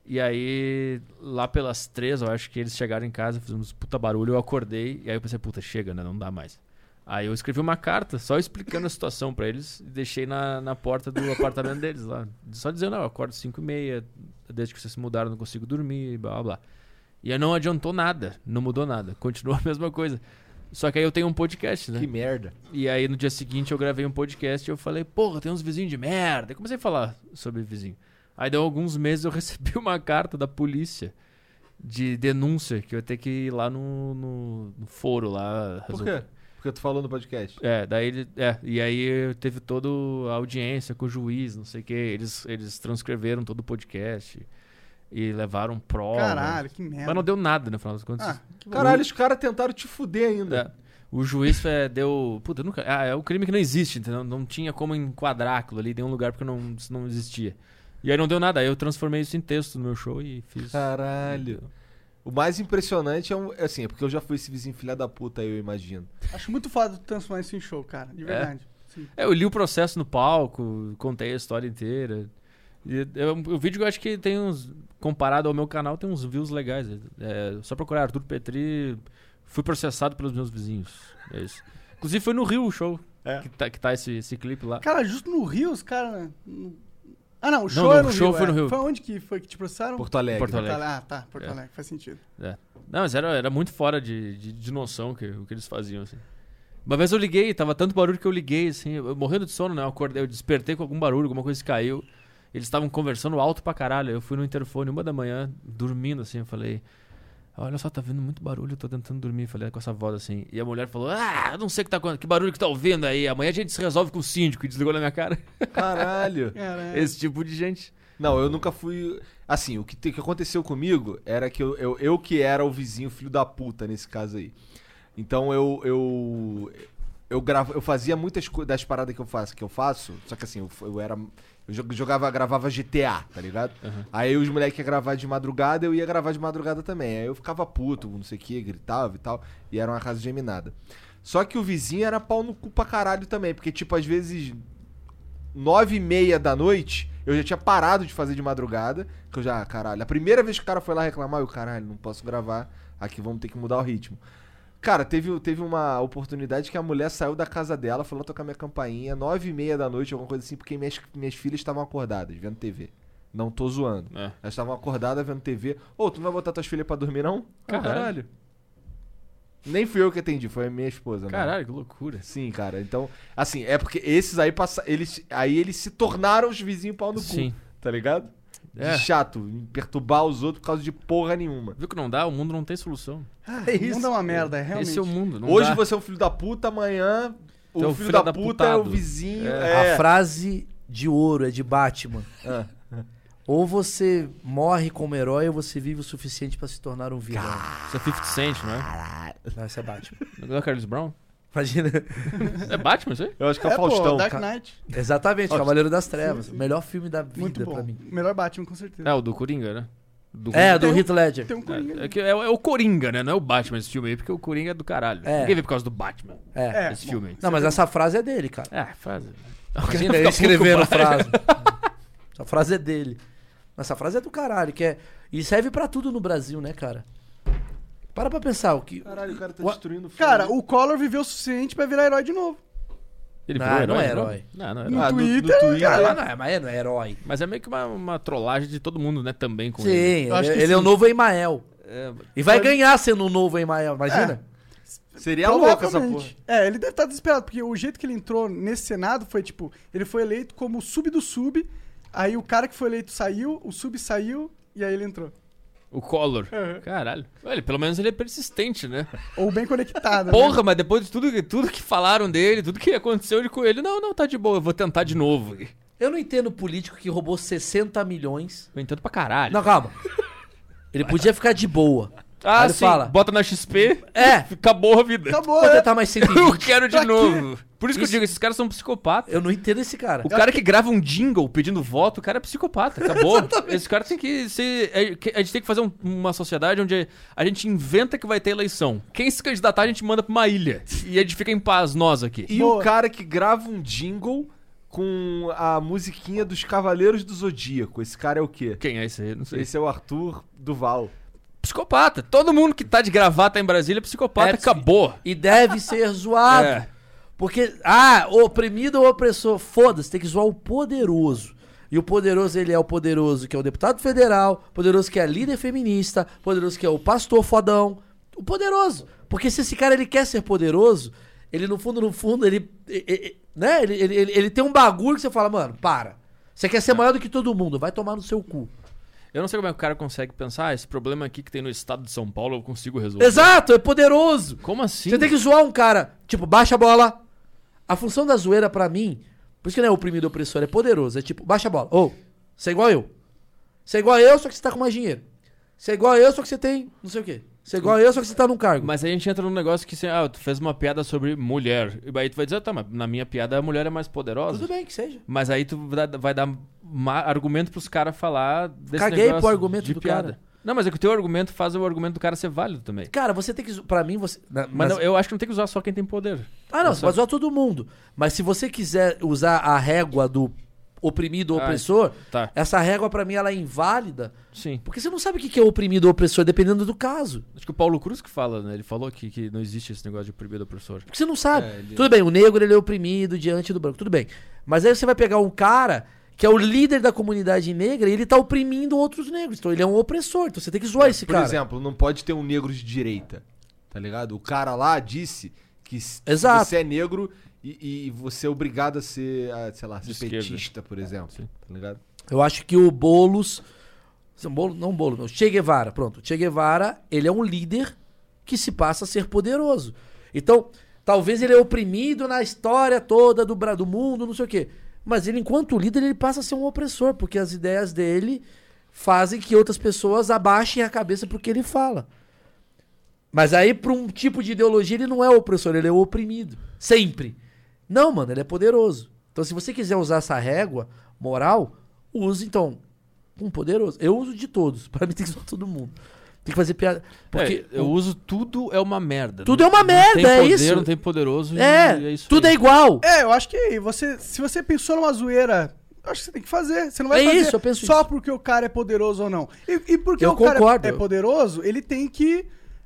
[SPEAKER 4] E aí, lá pelas três, eu acho que eles chegaram em casa, fizemos puta barulho, eu acordei. E aí eu pensei, puta, chega, né? Não dá mais. Aí eu escrevi uma carta, só explicando a situação pra eles, e deixei na, na porta do apartamento deles lá. Só dizendo, não, eu acordo 5 e meia, desde que vocês se mudaram, eu não consigo dormir, blá blá blá. E aí não adiantou nada, não mudou nada, continua a mesma coisa. Só que aí eu tenho um podcast, né?
[SPEAKER 1] Que merda.
[SPEAKER 4] E aí no dia seguinte eu gravei um podcast e eu falei, porra, tem uns vizinhos de merda. Eu comecei a falar sobre vizinho. Aí deu alguns meses eu recebi uma carta da polícia de denúncia que eu ia ter que ir lá no, no, no foro lá.
[SPEAKER 1] Por
[SPEAKER 4] resolver.
[SPEAKER 1] quê? Porque tu falou no podcast.
[SPEAKER 4] É, daí ele. É, e aí teve toda a audiência com o juiz, não sei o quê. Eles, eles transcreveram todo o podcast e levaram prova.
[SPEAKER 3] Caralho, que merda.
[SPEAKER 4] Mas não deu nada, no final das contas.
[SPEAKER 3] Ah, que bom.
[SPEAKER 1] Caralho, os caras tentaram te fuder ainda.
[SPEAKER 4] É. O juiz é, deu. Puta, eu nunca. Ah, é um crime que não existe, entendeu? Não tinha como enquadrar aquilo ali, deu um lugar porque não, isso não existia. E aí não deu nada. Aí eu transformei isso em texto no meu show e fiz.
[SPEAKER 1] Caralho. É. O mais impressionante é um. é Assim, é porque eu já fui esse vizinho filha da puta, eu imagino.
[SPEAKER 3] Acho muito foda tu transformar isso em show, cara. De verdade. Sim.
[SPEAKER 4] É, eu li o processo no palco, contei a história inteira. E é um- o vídeo que eu acho que tem uns. Comparado ao meu canal, tem uns views legais. É, só procurar Arthur Petri. Fui processado pelos meus vizinhos. É isso. Inclusive foi no Rio o show. Que tá, que tá esse, esse clipe lá.
[SPEAKER 3] Cara, justo no Rio, os caras. não- Ah, não, o show,
[SPEAKER 4] não,
[SPEAKER 3] é
[SPEAKER 4] o
[SPEAKER 3] no
[SPEAKER 4] show
[SPEAKER 3] Rio,
[SPEAKER 4] foi
[SPEAKER 3] é.
[SPEAKER 4] no Rio.
[SPEAKER 3] Foi onde que foi que te processaram?
[SPEAKER 1] Porto Alegre.
[SPEAKER 4] Porto Alegre.
[SPEAKER 3] Ah, tá, Porto
[SPEAKER 4] É.
[SPEAKER 3] Alegre, faz sentido.
[SPEAKER 4] Não, mas era, era muito fora de, de, de noção que, o que eles faziam, assim. Uma vez eu liguei, tava tanto barulho que eu liguei, assim, eu, eu morrendo de sono, né? Eu, acordei, eu despertei com algum barulho, alguma coisa que caiu. Eles estavam conversando alto pra caralho. Eu fui no interfone, uma da manhã, dormindo, assim, eu falei. Olha só, tá vindo muito barulho, eu tô tentando dormir, falei com essa voz assim. E a mulher falou: Ah, eu não sei o que tá acontecendo, que barulho que tá ouvindo aí. Amanhã a gente se resolve com o síndico e desligou na minha cara.
[SPEAKER 1] Caralho.
[SPEAKER 3] Caralho.
[SPEAKER 4] Esse tipo de gente.
[SPEAKER 1] Não, eu nunca fui. Assim, o que, te- que aconteceu comigo era que eu, eu, eu que era o vizinho filho da puta nesse caso aí. Então eu. Eu, eu, gravo, eu fazia muitas co- das paradas que eu faço, que eu faço. Só que assim, eu, f- eu era. Eu jo- jogava, gravava GTA, tá ligado? Aí os moleques iam gravar de madrugada, eu ia gravar de madrugada também. Aí eu ficava puto, não sei o que, gritava e tal. E era uma casa geminada. Só que o vizinho era pau no cu pra caralho também, porque, tipo, às vezes nove e meia da noite, eu já tinha parado de fazer de madrugada. Que eu já, ah, caralho. A primeira vez que o cara foi lá reclamar, eu, caralho, não posso gravar. Aqui vamos ter que mudar o ritmo. Cara, teve, teve uma oportunidade que a mulher saiu da casa dela, foi lá tocar minha campainha, nove e meia da noite, alguma coisa assim, porque minhas, minhas filhas estavam acordadas, vendo TV. Não tô zoando.
[SPEAKER 4] É.
[SPEAKER 1] Elas estavam acordadas vendo TV. Ô, tu não vai botar tuas filhas pra dormir, não? Ah,
[SPEAKER 4] Caralho.
[SPEAKER 1] Nem fui eu que atendi, foi a minha esposa. né?
[SPEAKER 4] Caralho, que loucura.
[SPEAKER 1] Sim, cara. Então, assim, é porque esses aí passa, eles aí eles se tornaram os vizinhos pau no cu,
[SPEAKER 4] Sim.
[SPEAKER 1] tá ligado?
[SPEAKER 4] É.
[SPEAKER 1] de chato, em perturbar os outros por causa de porra nenhuma.
[SPEAKER 4] Viu que não dá? O mundo não tem solução.
[SPEAKER 3] É isso. Não dá uma merda, é realmente.
[SPEAKER 4] Esse é o mundo. Não
[SPEAKER 1] Hoje
[SPEAKER 4] dá.
[SPEAKER 1] você é um filho da puta, amanhã o
[SPEAKER 4] Então,
[SPEAKER 1] filho,
[SPEAKER 4] filho
[SPEAKER 1] da,
[SPEAKER 4] da
[SPEAKER 1] puta é o
[SPEAKER 4] putado.
[SPEAKER 1] vizinho.
[SPEAKER 2] A
[SPEAKER 1] É.
[SPEAKER 2] frase de ouro é de Batman. Ou você morre como herói ou você vive o suficiente pra se tornar um vilão.
[SPEAKER 4] Isso é 50 Cent, não é?
[SPEAKER 2] Não, isso é Batman.
[SPEAKER 4] Não é Carlos Brown?
[SPEAKER 2] Imagina.
[SPEAKER 4] É Batman isso aí?
[SPEAKER 1] Eu acho que é,
[SPEAKER 3] É,
[SPEAKER 1] o Faustão.
[SPEAKER 3] pô, Dark Knight.
[SPEAKER 2] Exatamente, Cavaleiro das Trevas. Melhor filme da
[SPEAKER 3] Muito
[SPEAKER 2] vida
[SPEAKER 3] bom.
[SPEAKER 2] pra mim.
[SPEAKER 3] Melhor Batman, com certeza.
[SPEAKER 4] É, o do Coringa, né? Do
[SPEAKER 2] É, do
[SPEAKER 3] Tem um-
[SPEAKER 2] Heath Ledger.
[SPEAKER 3] Tem um Coringa.
[SPEAKER 4] É, é que é, é o Coringa, né? Não é o Batman esse filme aí, porque o Coringa é do caralho.
[SPEAKER 2] É.
[SPEAKER 4] Ninguém vê por causa do Batman
[SPEAKER 2] É.
[SPEAKER 3] É,
[SPEAKER 4] esse
[SPEAKER 3] bom.
[SPEAKER 4] filme aí.
[SPEAKER 2] Não, mas essa frase é dele, cara.
[SPEAKER 4] É, faz. é
[SPEAKER 2] Imagina, ele escreveram a frase. Essa frase é dele. Essa frase é do caralho, que é... E serve pra tudo no Brasil, né, cara? Para pra pensar, o que...
[SPEAKER 1] Caralho, o cara tá
[SPEAKER 2] Ua-
[SPEAKER 1] destruindo o filme.
[SPEAKER 3] Cara, o Collor viveu o suficiente pra virar herói de novo.
[SPEAKER 4] Ele
[SPEAKER 2] Não,
[SPEAKER 4] virou
[SPEAKER 2] não é
[SPEAKER 4] né?
[SPEAKER 2] herói.
[SPEAKER 4] Não, não é
[SPEAKER 1] Ah,
[SPEAKER 4] herói.
[SPEAKER 1] do- do
[SPEAKER 3] Twitter,
[SPEAKER 1] Twitter,
[SPEAKER 2] Ah,
[SPEAKER 1] né?
[SPEAKER 2] mas não é, mas não é herói.
[SPEAKER 4] Mas é meio que uma, uma trollagem de todo mundo, né? Também com
[SPEAKER 2] Sim,
[SPEAKER 4] ele.
[SPEAKER 2] ele,
[SPEAKER 3] Eu acho que
[SPEAKER 2] ele é o
[SPEAKER 3] sim.
[SPEAKER 2] novo Emael. e vai ganhar sendo um novo Emael, imagina?
[SPEAKER 4] é
[SPEAKER 1] Seria louco essa porra.
[SPEAKER 3] Provavelmente. É, ele deve estar desesperado, porque o jeito que ele entrou nesse Senado foi tipo: ele foi eleito como sub do sub, aí o cara que foi eleito saiu, o sub saiu, e aí ele entrou.
[SPEAKER 4] O Collor. Caralho. Olha, pelo menos ele é persistente, né?
[SPEAKER 3] Ou bem conectado. né?
[SPEAKER 4] Porra, mas depois de tudo, que- tudo que falaram dele, tudo que aconteceu ele com ele, não, não, tá de boa, eu vou tentar de novo. Eu
[SPEAKER 2] Eu não entendo político que roubou 60 milhões.
[SPEAKER 4] entendo pra caralho.
[SPEAKER 2] Não, calma. Ele podia ficar de boa.
[SPEAKER 4] ah,
[SPEAKER 2] Aí ele
[SPEAKER 4] sim,
[SPEAKER 2] fala.
[SPEAKER 4] bota na XP,
[SPEAKER 2] É.
[SPEAKER 4] acabou a vida.
[SPEAKER 3] Acabou,
[SPEAKER 2] Vou
[SPEAKER 3] é.
[SPEAKER 2] tentar mais
[SPEAKER 4] Eu
[SPEAKER 2] 120.
[SPEAKER 4] quero de
[SPEAKER 3] Pra quê?
[SPEAKER 4] novo. Por isso que eu
[SPEAKER 2] Isso-
[SPEAKER 4] digo, esses caras são psicopatas.
[SPEAKER 2] Eu não entendo esse cara.
[SPEAKER 4] O cara que grava um jingle pedindo voto, o cara é psicopata, acabou. Esse cara tem que ser. é, que- A gente tem que fazer um- uma sociedade onde a gente inventa que vai ter eleição. Quem se candidatar, a gente manda pra uma ilha. E a gente fica em paz, nós aqui.
[SPEAKER 1] E
[SPEAKER 3] Boa.
[SPEAKER 1] o cara que grava um jingle com a musiquinha dos Cavaleiros do Zodíaco. Esse cara é o quê?
[SPEAKER 4] Quem é esse aí? Não sei.
[SPEAKER 1] Esse é o Arthur Duval.
[SPEAKER 4] Psicopata. Todo mundo que tá de gravata em Brasília é psicopata,
[SPEAKER 2] É,
[SPEAKER 4] acabou.
[SPEAKER 2] E deve ser zoado.
[SPEAKER 4] É.
[SPEAKER 2] Porque, ah, oprimido ou opressor, foda-se, tem que zoar o poderoso. E o poderoso, ele é o poderoso que é o deputado federal, poderoso que é a líder feminista, poderoso que é o pastor fodão. O poderoso. Porque se esse cara ele quer ser poderoso, ele no fundo, no fundo, ele. e- e- e- né? Ele, ele, ele, ele tem um bagulho que você fala, mano, para. Você quer ser maior do que todo mundo, vai tomar no seu cu.
[SPEAKER 4] Eu não sei como é que o cara consegue pensar, ah, esse problema aqui que tem no estado de São Paulo eu consigo resolver.
[SPEAKER 2] Exato, é poderoso.
[SPEAKER 4] Como assim?
[SPEAKER 2] Você tem que zoar um cara, tipo, baixa a bola. A função da zoeira pra mim, por isso que não é oprimido opressor, é poderoso. É tipo, baixa a bola. Ou, você é igual eu. Você é igual eu, só que você tá com mais dinheiro. Você é igual eu, só que você tem não sei o quê. Você é igual eu, só que você tá num cargo.
[SPEAKER 4] Mas aí a gente entra num negócio que, assim, ah, tu fez uma piada sobre mulher. E aí tu vai dizer, ah, tá, mas na minha piada a mulher é mais poderosa.
[SPEAKER 2] Tudo bem que seja.
[SPEAKER 4] Mas aí tu dá- vai dar ma- argumento pros caras falar desse
[SPEAKER 2] Caguei
[SPEAKER 4] negócio
[SPEAKER 2] pro argumento
[SPEAKER 4] de
[SPEAKER 2] do
[SPEAKER 4] piada.
[SPEAKER 2] cara.
[SPEAKER 4] Não, mas é que o teu argumento faz o argumento do cara ser válido também.
[SPEAKER 2] Cara, você tem que. zo- Pra mim, você. na-
[SPEAKER 4] Mas,
[SPEAKER 2] nas-
[SPEAKER 4] não, eu acho que não tem que usar só quem tem poder.
[SPEAKER 2] Ah, não,
[SPEAKER 4] Eu
[SPEAKER 2] você
[SPEAKER 4] só-
[SPEAKER 2] pode zoar todo mundo. Mas se você quiser usar a régua do oprimido ou
[SPEAKER 4] Ah,
[SPEAKER 2] opressor,
[SPEAKER 4] Tá,
[SPEAKER 2] essa régua pra mim ela é inválida.
[SPEAKER 4] sim.
[SPEAKER 2] Porque você não sabe o que que é oprimido ou opressor, dependendo do caso.
[SPEAKER 4] Acho que o Paulo Cruz que fala, né? Ele falou que, que não existe esse negócio de proibir do professor.
[SPEAKER 2] Porque você não sabe. Tudo bem, o negro ele é oprimido diante do branco, tudo bem. Mas aí você vai pegar um cara que é o líder da comunidade negra e ele tá oprimindo outros negros. Então ele é um opressor. Então você tem que zoar esse
[SPEAKER 1] Por
[SPEAKER 2] cara.
[SPEAKER 1] exemplo, não pode ter um negro de direita. Tá ligado? O cara lá disse que s-
[SPEAKER 2] Exato.
[SPEAKER 1] você é negro e, e você é obrigado a ser, a, sei lá,
[SPEAKER 4] De
[SPEAKER 1] ser
[SPEAKER 4] esquerda.
[SPEAKER 1] petista, por exemplo. Tá ligado?
[SPEAKER 2] Eu acho que o Boulos. Não, Boulos, não Boulos, não. Che Guevara, pronto. Che Guevara, ele é um líder que se passa a ser poderoso. Então, talvez ele é oprimido na história toda do, Bra- do mundo, não sei o quê. Mas ele, enquanto líder, ele passa a ser um opressor, porque as ideias dele fazem que outras pessoas abaixem a cabeça pro que ele fala. Mas aí, pra um tipo de ideologia, ele não é opressor, ele é oprimido. Sempre. Não, mano, ele é poderoso. Então, se você quiser usar essa régua moral, use, então, um poderoso. Eu uso de todos. Pra mim, tem que usar todo mundo. Tem que fazer piada. Porque
[SPEAKER 4] É, eu uso tudo é uma merda.
[SPEAKER 2] Tudo
[SPEAKER 4] Não-
[SPEAKER 2] é uma merda,
[SPEAKER 4] não tem
[SPEAKER 2] é
[SPEAKER 4] poder,
[SPEAKER 2] isso.
[SPEAKER 4] Não tem poderoso. e
[SPEAKER 2] é,
[SPEAKER 4] isso
[SPEAKER 2] tudo
[SPEAKER 4] aí.
[SPEAKER 2] é igual.
[SPEAKER 3] É, eu acho que você, se você pensou numa zoeira, eu acho que você tem que fazer. Você não vai
[SPEAKER 2] É
[SPEAKER 3] fazer
[SPEAKER 2] isso, eu penso
[SPEAKER 3] só
[SPEAKER 2] isso.
[SPEAKER 3] porque o cara é poderoso ou não. E, e porque
[SPEAKER 2] Eu
[SPEAKER 3] o cara
[SPEAKER 2] concordo.
[SPEAKER 3] é poderoso, ele tem que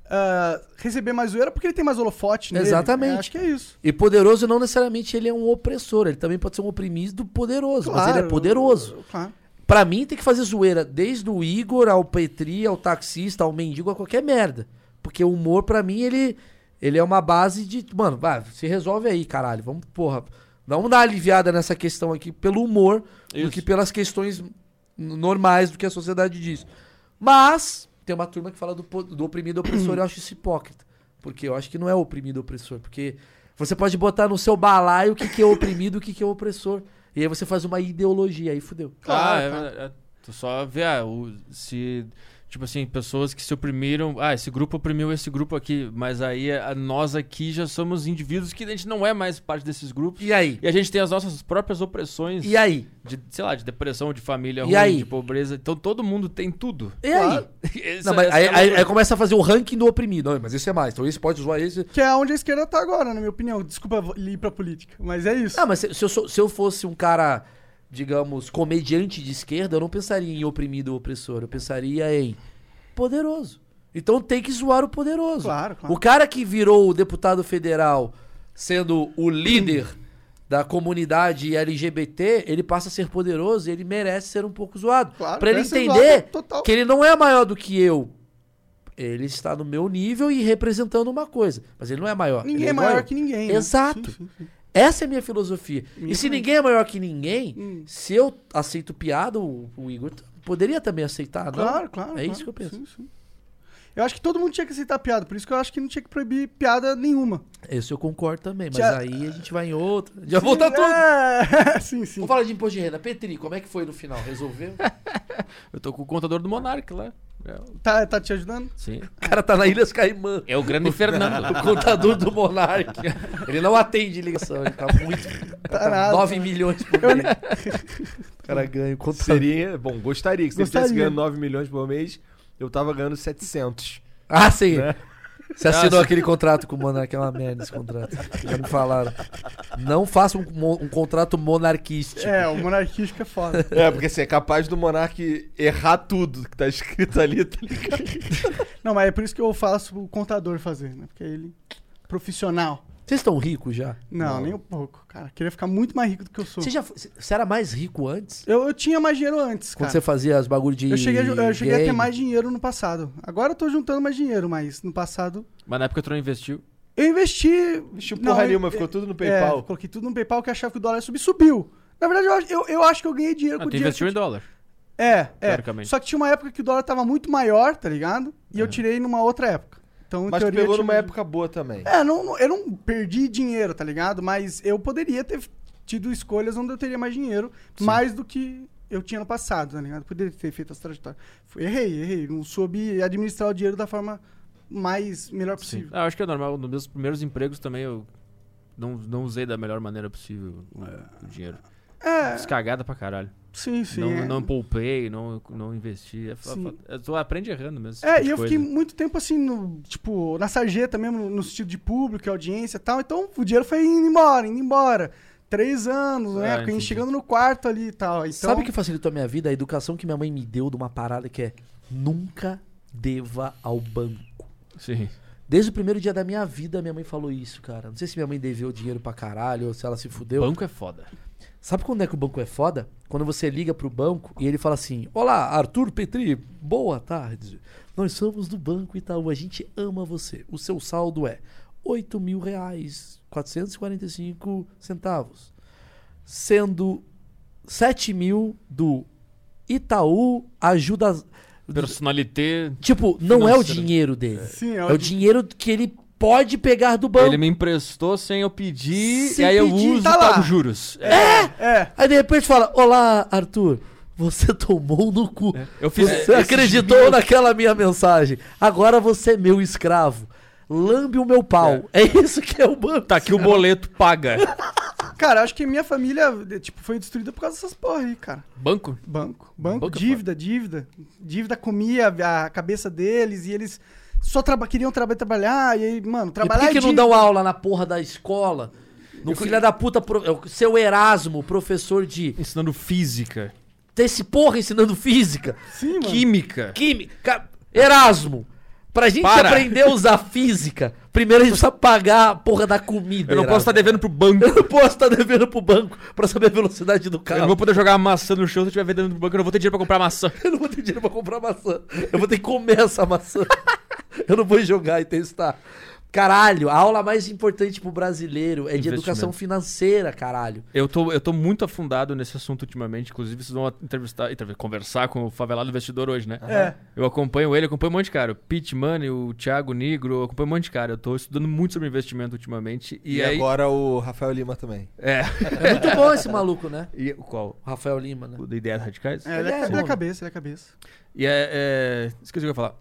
[SPEAKER 3] ah, receber mais zoeira porque ele tem mais holofote nele.
[SPEAKER 2] Exatamente.
[SPEAKER 3] É, acho que é isso.
[SPEAKER 2] E poderoso não necessariamente ele é um opressor. Ele também pode ser um oprimido poderoso. mas ele é
[SPEAKER 3] Claro,
[SPEAKER 2] poderoso.
[SPEAKER 3] Claro.
[SPEAKER 2] Pra mim, tem que fazer zoeira desde o Igor ao Petri, ao taxista, ao mendigo, a qualquer merda. Porque o humor, pra mim, ele, ele é uma base de. Mano, vai, se resolve aí, caralho. Vamos, porra. Vamos dar uma aliviada nessa questão aqui pelo humor do
[SPEAKER 4] Isso.
[SPEAKER 2] que pelas questões n- normais do que a sociedade diz. Mas tem uma turma que fala do, po- do oprimido e opressor, eu acho isso hipócrita. Porque eu acho que não é oprimido e opressor, porque você pode botar no seu balaio o que, que é oprimido e o que, que é opressor. E aí você faz uma ideologia, aí fudeu.
[SPEAKER 4] ah, é verdade, é. Tu só vê ah, o- se. Tipo assim, pessoas que se oprimiram. Ah, esse grupo oprimiu esse grupo aqui. Mas aí a- nós aqui já somos indivíduos que a gente não é mais parte desses grupos.
[SPEAKER 2] E aí?
[SPEAKER 4] E a gente tem as nossas próprias opressões.
[SPEAKER 2] E aí?
[SPEAKER 4] De, sei lá, de depressão, de família
[SPEAKER 2] E
[SPEAKER 4] ruim,
[SPEAKER 2] aí?
[SPEAKER 4] de pobreza. Então todo mundo tem tudo.
[SPEAKER 2] E aí?
[SPEAKER 4] Essa-
[SPEAKER 2] Não, mas
[SPEAKER 4] essa
[SPEAKER 2] aí,
[SPEAKER 4] é a
[SPEAKER 2] aí-
[SPEAKER 4] loucura.
[SPEAKER 2] aí começa a fazer o ranking do oprimido. Não, mas esse é mais. Então esse pode zoar esse.
[SPEAKER 3] Que é onde a esquerda tá agora, na minha opinião. Desculpa ir pra política, mas é isso.
[SPEAKER 2] Ah, mas se, se eu, sou- se eu fosse um cara, digamos, comediante de esquerda, eu não pensaria em oprimido ou opressor. Eu pensaria em poderoso. Então tem que zoar o poderoso.
[SPEAKER 3] Claro, claro.
[SPEAKER 2] O cara que virou o deputado federal sendo o líder da comunidade LGBT, ele passa a ser poderoso e ele merece ser um pouco zoado.
[SPEAKER 3] Claro,
[SPEAKER 2] pra ele
[SPEAKER 3] merece ser
[SPEAKER 2] entender
[SPEAKER 3] zoado, total.
[SPEAKER 2] que ele não é maior do que eu. Ele está no meu nível e representando uma coisa. Mas ele não é maior.
[SPEAKER 3] Ninguém
[SPEAKER 2] Ele
[SPEAKER 3] é maior
[SPEAKER 2] igual eu.
[SPEAKER 3] que ninguém. né?
[SPEAKER 2] Exato.
[SPEAKER 3] Sim, sim, sim.
[SPEAKER 2] Essa é a minha filosofia.
[SPEAKER 3] Minha
[SPEAKER 2] e se
[SPEAKER 3] também.
[SPEAKER 2] ninguém é maior que ninguém,
[SPEAKER 3] Hum.
[SPEAKER 2] se eu aceito piada, o, o Igor t- poderia também aceitar, não?
[SPEAKER 3] Claro, claro.
[SPEAKER 2] É
[SPEAKER 3] claro.
[SPEAKER 2] isso que eu penso.
[SPEAKER 3] Sim, sim. Eu acho que todo mundo tinha que aceitar piada, por isso que eu acho que não tinha que proibir piada nenhuma.
[SPEAKER 2] Esse eu concordo também, mas
[SPEAKER 3] Tia-
[SPEAKER 2] aí a gente vai em outra. Já voltar tudo.
[SPEAKER 3] tudo. né? sim, sim.
[SPEAKER 2] Vamos falar de imposto de renda. Petri, como é que foi no final? Resolveu?
[SPEAKER 4] Eu tô com o contador do Monark lá.
[SPEAKER 3] Tá, tá te ajudando?
[SPEAKER 4] Sim.
[SPEAKER 2] O cara tá na Ilhas Caimã.
[SPEAKER 4] É o grande Fernando.
[SPEAKER 2] O contador do Monark. Ele não atende ligação, ele tá muito.
[SPEAKER 3] Tá nada.
[SPEAKER 2] 9 milhões por mês. O cara ganha o contador.
[SPEAKER 1] Seria, bom, gostaria que se eu estivesse
[SPEAKER 3] Gostaria.
[SPEAKER 1] ganhando 9 milhões por mês, eu tava ganhando 700.
[SPEAKER 2] Ah, sim.
[SPEAKER 3] Né?
[SPEAKER 2] Você assinou
[SPEAKER 4] Ah, sim.
[SPEAKER 2] aquele contrato com o Monark, é uma merda esse contrato. Já me falaram. Não faça um, mo- um contrato monarquístico.
[SPEAKER 3] É, o monarquístico é foda.
[SPEAKER 1] É, porque você é capaz do Monark errar tudo que tá escrito ali, tá ligado?
[SPEAKER 3] Não, mas é por isso que eu faço o contador fazer, né? Porque ele. Profissional.
[SPEAKER 2] Vocês estão ricos já?
[SPEAKER 3] Não, nem um pouco, cara. Queria ficar muito mais rico do que eu sou.
[SPEAKER 2] Você já foi- você era mais rico antes?
[SPEAKER 3] Eu, eu tinha mais dinheiro antes,
[SPEAKER 2] Quando
[SPEAKER 3] cara.
[SPEAKER 2] você fazia as bagulho de.
[SPEAKER 3] Eu cheguei, a, ju- eu cheguei a ter
[SPEAKER 2] game?
[SPEAKER 3] mais dinheiro no passado. Agora eu tô juntando mais dinheiro, mas no passado.
[SPEAKER 4] mas na época tu não investiu.
[SPEAKER 3] Eu investi.
[SPEAKER 1] Deixa
[SPEAKER 3] Não,
[SPEAKER 1] porra
[SPEAKER 3] eu-
[SPEAKER 1] nenhuma, ficou tudo no PayPal.
[SPEAKER 3] É, coloquei tudo no PayPal que eu achava que o dólar ia subir, subiu. Na verdade, eu, acho- eu, eu acho que eu ganhei dinheiro
[SPEAKER 4] Ah,
[SPEAKER 3] com o
[SPEAKER 4] tu
[SPEAKER 3] dinheiro.
[SPEAKER 4] investiu
[SPEAKER 3] que
[SPEAKER 4] em dólar.
[SPEAKER 3] eu- É, é.
[SPEAKER 4] teoricamente.
[SPEAKER 3] Só que tinha uma época que o dólar tava muito maior, tá ligado? E eu tirei numa outra época. Então, em
[SPEAKER 1] Mas tu
[SPEAKER 3] teoria, eu
[SPEAKER 1] pegou
[SPEAKER 3] tinha
[SPEAKER 1] numa
[SPEAKER 3] ganho.
[SPEAKER 1] época boa também.
[SPEAKER 3] É, não, não- eu não perdi dinheiro, tá ligado? Mas eu poderia ter tido escolhas onde eu teria mais dinheiro, mais do que eu tinha no passado, tá ligado? Poderia ter feito essa trajetória. Fui- Errei, errei. Não soube administrar o dinheiro da forma mais melhor
[SPEAKER 4] Sim.
[SPEAKER 3] possível.
[SPEAKER 4] Ah, eu acho que é normal. Nos meus primeiros empregos também eu não, não usei da melhor maneira possível o, o dinheiro.
[SPEAKER 3] É,
[SPEAKER 4] Descagada pra caralho.
[SPEAKER 3] sim, sim.
[SPEAKER 4] não,
[SPEAKER 3] é.
[SPEAKER 4] não poupei, não, não investi. É, fa-
[SPEAKER 3] Sim.
[SPEAKER 4] fa- tu aprende errando mesmo. esse
[SPEAKER 3] É,
[SPEAKER 4] tipo
[SPEAKER 3] e
[SPEAKER 4] de
[SPEAKER 3] eu
[SPEAKER 4] coisa.
[SPEAKER 3] fiquei muito tempo assim, no, tipo, na sarjeta mesmo, no- no sentido de público, e audiência e tal. Então o dinheiro foi indo embora, indo embora. Três anos,
[SPEAKER 4] Ah,
[SPEAKER 3] né? Fiquei
[SPEAKER 4] entendi.
[SPEAKER 3] chegando no quarto ali e tal. Então,
[SPEAKER 2] Sabe o que facilitou a minha vida? A educação que minha mãe me deu de uma parada que é nunca deva ao banco.
[SPEAKER 4] Sim.
[SPEAKER 2] Desde o primeiro dia da minha vida, minha mãe falou isso, cara. Não sei se minha mãe deveu dinheiro pra caralho ou se ela se fudeu.
[SPEAKER 4] Banco é foda.
[SPEAKER 2] Sabe quando é que o banco é foda? Quando você liga pro banco e ele fala assim: Olá, Arthur Petri, boa tarde. Nós somos do Banco Itaú, a gente ama você. O seu saldo é R$ 8 mil reais, 445 centavos. Sendo 7 mil do Itaú Ajuda.
[SPEAKER 4] Personalité.
[SPEAKER 2] Tipo, não é o
[SPEAKER 4] Financeiro.
[SPEAKER 2] dinheiro dele.
[SPEAKER 3] Sim,
[SPEAKER 2] é o dinheiro que ele pode pegar do banco.
[SPEAKER 4] Ele me emprestou sem eu pedir,
[SPEAKER 3] Sem
[SPEAKER 4] e aí eu
[SPEAKER 3] pedir,
[SPEAKER 4] uso
[SPEAKER 3] tá
[SPEAKER 4] e
[SPEAKER 3] lá.
[SPEAKER 4] pago juros. É,
[SPEAKER 3] É.
[SPEAKER 2] Aí de repente fala: Olá, Arthur, você tomou no cu.
[SPEAKER 4] eu fiz.
[SPEAKER 2] Você
[SPEAKER 4] esses
[SPEAKER 2] acreditou
[SPEAKER 4] mil-
[SPEAKER 2] naquela minha mensagem. Agora você é meu escravo. Lambe o meu pau. É, isso que é o banco.
[SPEAKER 4] Tá aqui o boleto, paga.
[SPEAKER 3] Cara, acho que minha família, tipo, foi destruída por causa dessas porra aí, cara.
[SPEAKER 4] Banco?
[SPEAKER 3] Banco. Banco,
[SPEAKER 4] Banco é
[SPEAKER 3] dívida, dívida. Dívida comia a a cabeça deles e eles só traba- queriam traba- trabalhar. E aí, mano,
[SPEAKER 2] E por que,
[SPEAKER 3] trabalhar
[SPEAKER 2] que
[SPEAKER 3] é
[SPEAKER 2] não um
[SPEAKER 3] dívida.
[SPEAKER 2] dão aula na porra da escola? No filho da puta, pro- é o seu Erasmo, professor de.
[SPEAKER 4] Ensinando física,
[SPEAKER 2] Tem esse porra ensinando física,
[SPEAKER 3] Sim, mano.
[SPEAKER 4] química.
[SPEAKER 2] química. ca- Erasmo! Pra gente
[SPEAKER 4] Para.
[SPEAKER 2] aprender a usar física, primeiro a gente precisa pagar a porra da comida.
[SPEAKER 4] Eu não posso estar
[SPEAKER 2] Erasmo.
[SPEAKER 4] devendo pro banco.
[SPEAKER 2] Eu não posso estar devendo pro banco pra saber a velocidade do
[SPEAKER 4] Eu
[SPEAKER 2] carro.
[SPEAKER 4] não vou poder jogar maçã no chão se eu estiver vendendo pro banco, eu não vou ter dinheiro pra comprar maçã.
[SPEAKER 2] Eu não vou ter dinheiro pra comprar maçã. Eu vou ter que comer essa maçã. eu não vou jogar e testar. Caralho, a aula mais importante pro brasileiro é de
[SPEAKER 4] Investimento.
[SPEAKER 2] educação financeira, caralho.
[SPEAKER 4] Eu tô, eu tô muito afundado nesse assunto ultimamente. Inclusive, vocês vão entrevistar, entrev- conversar com o favelado investidor hoje, né?
[SPEAKER 3] É.
[SPEAKER 4] Eu acompanho ele, acompanho um monte de cara. O Pete Money, o Thiago Negro, eu acompanho um monte de cara. Eu tô estudando muito sobre investimento ultimamente. E,
[SPEAKER 6] E,
[SPEAKER 4] aí.
[SPEAKER 6] agora o Rafael Lima também.
[SPEAKER 4] É.
[SPEAKER 2] É muito bom esse maluco, né?
[SPEAKER 4] E qual?
[SPEAKER 2] O Rafael Lima, né?
[SPEAKER 4] O da Ideias Radicais?
[SPEAKER 3] É, ele é,
[SPEAKER 2] bom,
[SPEAKER 3] ele é
[SPEAKER 2] né?
[SPEAKER 3] cabeça, ele é cabeça.
[SPEAKER 4] E é, é. Esqueci o que eu ia falar.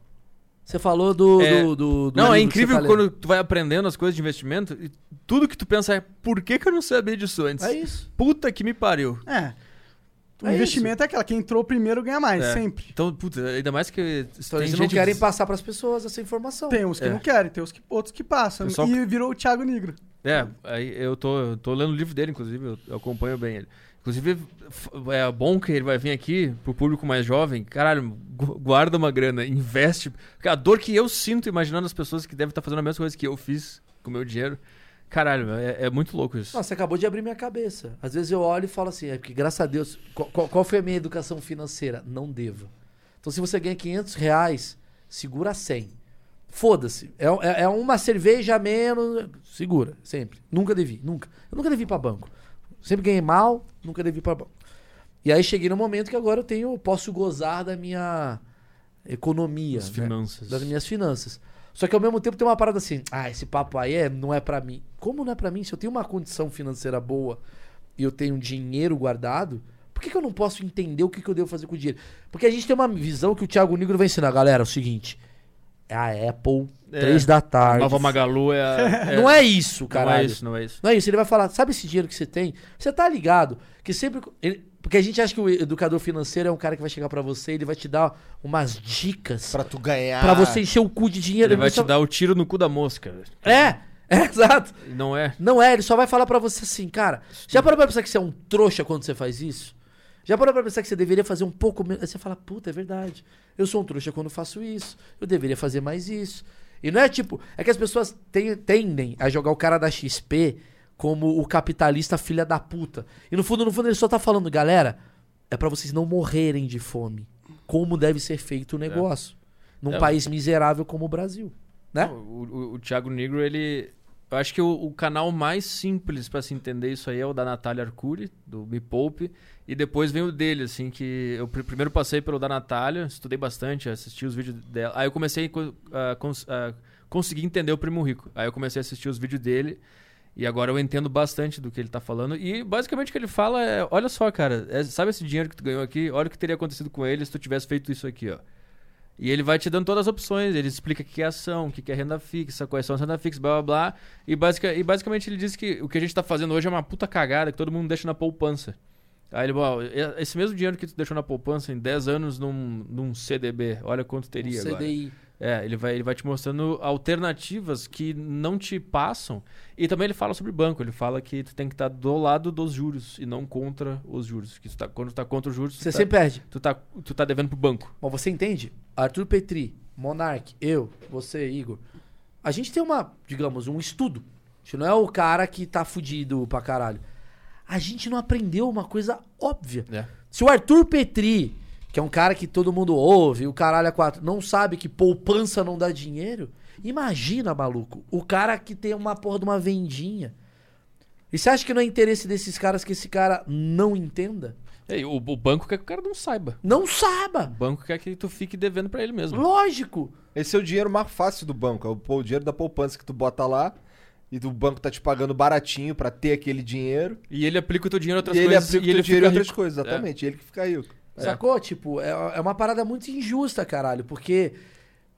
[SPEAKER 2] Você falou do.
[SPEAKER 4] É.
[SPEAKER 2] do, do- do
[SPEAKER 4] Não,
[SPEAKER 2] livro
[SPEAKER 4] é
[SPEAKER 2] que
[SPEAKER 4] incrível
[SPEAKER 2] você tá
[SPEAKER 4] quando tu vai aprendendo as coisas de investimento e tudo que tu pensa é por que, que eu não sabia disso antes?
[SPEAKER 2] lendo. É isso.
[SPEAKER 4] Puta que me pariu.
[SPEAKER 3] É. O
[SPEAKER 2] É
[SPEAKER 3] investimento é aquela, quem entrou primeiro ganha mais,
[SPEAKER 4] É.
[SPEAKER 3] sempre.
[SPEAKER 4] Então, puta, ainda mais que.
[SPEAKER 2] Então,
[SPEAKER 4] tem
[SPEAKER 2] eles não
[SPEAKER 4] gente
[SPEAKER 2] querem
[SPEAKER 4] que-
[SPEAKER 2] passar pras pessoas essa informação.
[SPEAKER 3] Tem uns que
[SPEAKER 4] É.
[SPEAKER 3] não querem, tem os que, outros que passam.
[SPEAKER 4] Pessoal-
[SPEAKER 3] E virou o Thiago Negro.
[SPEAKER 4] É, aí eu tô, eu tô lendo o livro dele, inclusive, eu, eu acompanho bem ele. Inclusive, f- é bom que ele vai vir aqui pro público mais jovem. Caralho, gu- guarda uma grana, investe. Porque A dor que eu sinto imaginando as pessoas que devem estar fazendo a mesma coisa que eu fiz com o meu dinheiro. Caralho, é, é muito louco isso.
[SPEAKER 2] Nossa, você acabou de abrir minha cabeça. Às vezes eu olho e falo assim, é porque graças a Deus, qual, qual- qual foi a minha educação financeira? Não devo. Então se você ganha 500 reais, segura 100. Foda-se. É, é- é uma cerveja a menos, segura, sempre. Nunca devi, nunca. Eu nunca devi pra banco. Sempre ganhei mal, nunca devi pra banco. E aí cheguei no momento que agora eu tenho, posso gozar da minha economia.
[SPEAKER 4] As
[SPEAKER 2] né?
[SPEAKER 4] finanças.
[SPEAKER 2] das minhas finanças. Só que ao mesmo tempo tem uma parada assim, ah, esse papo aí é, não é pra mim. Como não é pra mim? Se eu tenho uma condição financeira boa e eu tenho dinheiro guardado, por que, que eu não posso entender o que, que eu devo fazer com o dinheiro? Porque a gente tem uma visão que o Thiago Nigro vai ensinar, galera, é o seguinte, é a Apple,
[SPEAKER 4] É.
[SPEAKER 2] três da tarde.
[SPEAKER 4] Nova Magalu é. a-
[SPEAKER 2] Não é isso, caralho.
[SPEAKER 4] Não é isso, não é isso.
[SPEAKER 2] Não é isso, ele vai falar, sabe esse dinheiro que você tem? Você tá ligado que sempre. ele- porque a gente acha que o educador financeiro é um cara que vai chegar pra você e ele vai te dar umas dicas
[SPEAKER 6] Pra tu ganhar.
[SPEAKER 2] pra você encher o cu de dinheiro.
[SPEAKER 4] Ele vai
[SPEAKER 2] só-
[SPEAKER 4] te dar o tiro no cu da mosca.
[SPEAKER 2] É, é, exato.
[SPEAKER 4] Não é.
[SPEAKER 2] Não é, ele só vai falar pra você assim, cara. Já parou pra pensar que você é um trouxa quando você faz isso? Já parou pra pensar que você deveria fazer um pouco menos? Aí você fala, puta, é verdade. Eu sou um trouxa quando faço isso. Eu deveria fazer mais isso. E não é tipo. É que as pessoas ten- tendem a jogar o cara da XP como o capitalista filha da puta. E no fundo, no fundo, ele só tá falando, galera, é pra vocês não morrerem de fome. Como deve ser feito o negócio. Num
[SPEAKER 4] É.
[SPEAKER 2] país miserável como o Brasil. Né?
[SPEAKER 4] Não, O, o, o Thiago Negro, ele. Eu acho que o, o canal mais simples pra se entender isso aí é o da Natália Arcuri, do Me Poupe. E depois vem o dele, assim, que eu pr- primeiro passei pelo da Natália, estudei bastante, assisti os vídeos dela. Aí eu comecei co- a cons- a conseguir entender o Primo Rico. Aí eu comecei a assistir os vídeos dele. E agora eu entendo bastante do que ele tá falando. E basicamente o que ele fala é: olha só, cara, é- sabe esse dinheiro que tu ganhou aqui? Olha o que teria acontecido com ele se tu tivesse feito isso aqui, ó. E ele vai te dando todas as opções. Ele explica o que é ação, o que é renda fixa, quais são as renda fixa, blá blá blá. E, basica- e basicamente ele diz que o que a gente tá fazendo hoje é uma puta cagada que todo mundo deixa na poupança. Aí ele, bom, esse mesmo dinheiro que tu deixou na poupança em 10 anos num, num CDB, olha quanto teria
[SPEAKER 2] Um
[SPEAKER 4] agora.
[SPEAKER 2] CDI.
[SPEAKER 4] É, ele vai, ele vai te mostrando alternativas que não te passam. E também ele fala sobre banco, ele fala que tu tem que estar do lado dos juros e não contra os juros. Que tu tá, quando tu tá contra os juros, tu,
[SPEAKER 2] Você
[SPEAKER 4] tá,
[SPEAKER 2] sempre perde.
[SPEAKER 4] tu, tá, tu tá devendo pro banco.
[SPEAKER 2] Mas você entende? Arthur Petri, Monark, eu, você, Igor. A gente tem uma, digamos, um estudo. A gente não é o cara que tá fudido pra caralho. A gente não aprendeu uma coisa óbvia.
[SPEAKER 4] É.
[SPEAKER 2] Se o Arthur Petri, que é um cara que todo mundo ouve, o caralho a quatro, não sabe que poupança não dá dinheiro, imagina, maluco, o cara que tem uma porra de uma vendinha. E você acha que não é interesse desses caras que esse cara não entenda?
[SPEAKER 4] É, e o, o banco quer que o cara não saiba.
[SPEAKER 2] Não saiba!
[SPEAKER 4] O banco quer que tu fique devendo pra ele mesmo.
[SPEAKER 2] Lógico!
[SPEAKER 6] Esse é o dinheiro mais fácil do banco. É o, pô, o dinheiro da poupança que tu bota lá. E o banco tá te pagando baratinho pra ter aquele dinheiro.
[SPEAKER 4] E ele aplica o teu dinheiro a outras
[SPEAKER 6] e ele
[SPEAKER 4] coisas
[SPEAKER 6] aplica o
[SPEAKER 4] e ele
[SPEAKER 6] teu dinheiro em
[SPEAKER 4] fica
[SPEAKER 6] outras
[SPEAKER 4] rico.
[SPEAKER 6] coisas, exatamente. Ele que fica rico.
[SPEAKER 2] Sacou? Tipo, é, é uma parada muito injusta, caralho, porque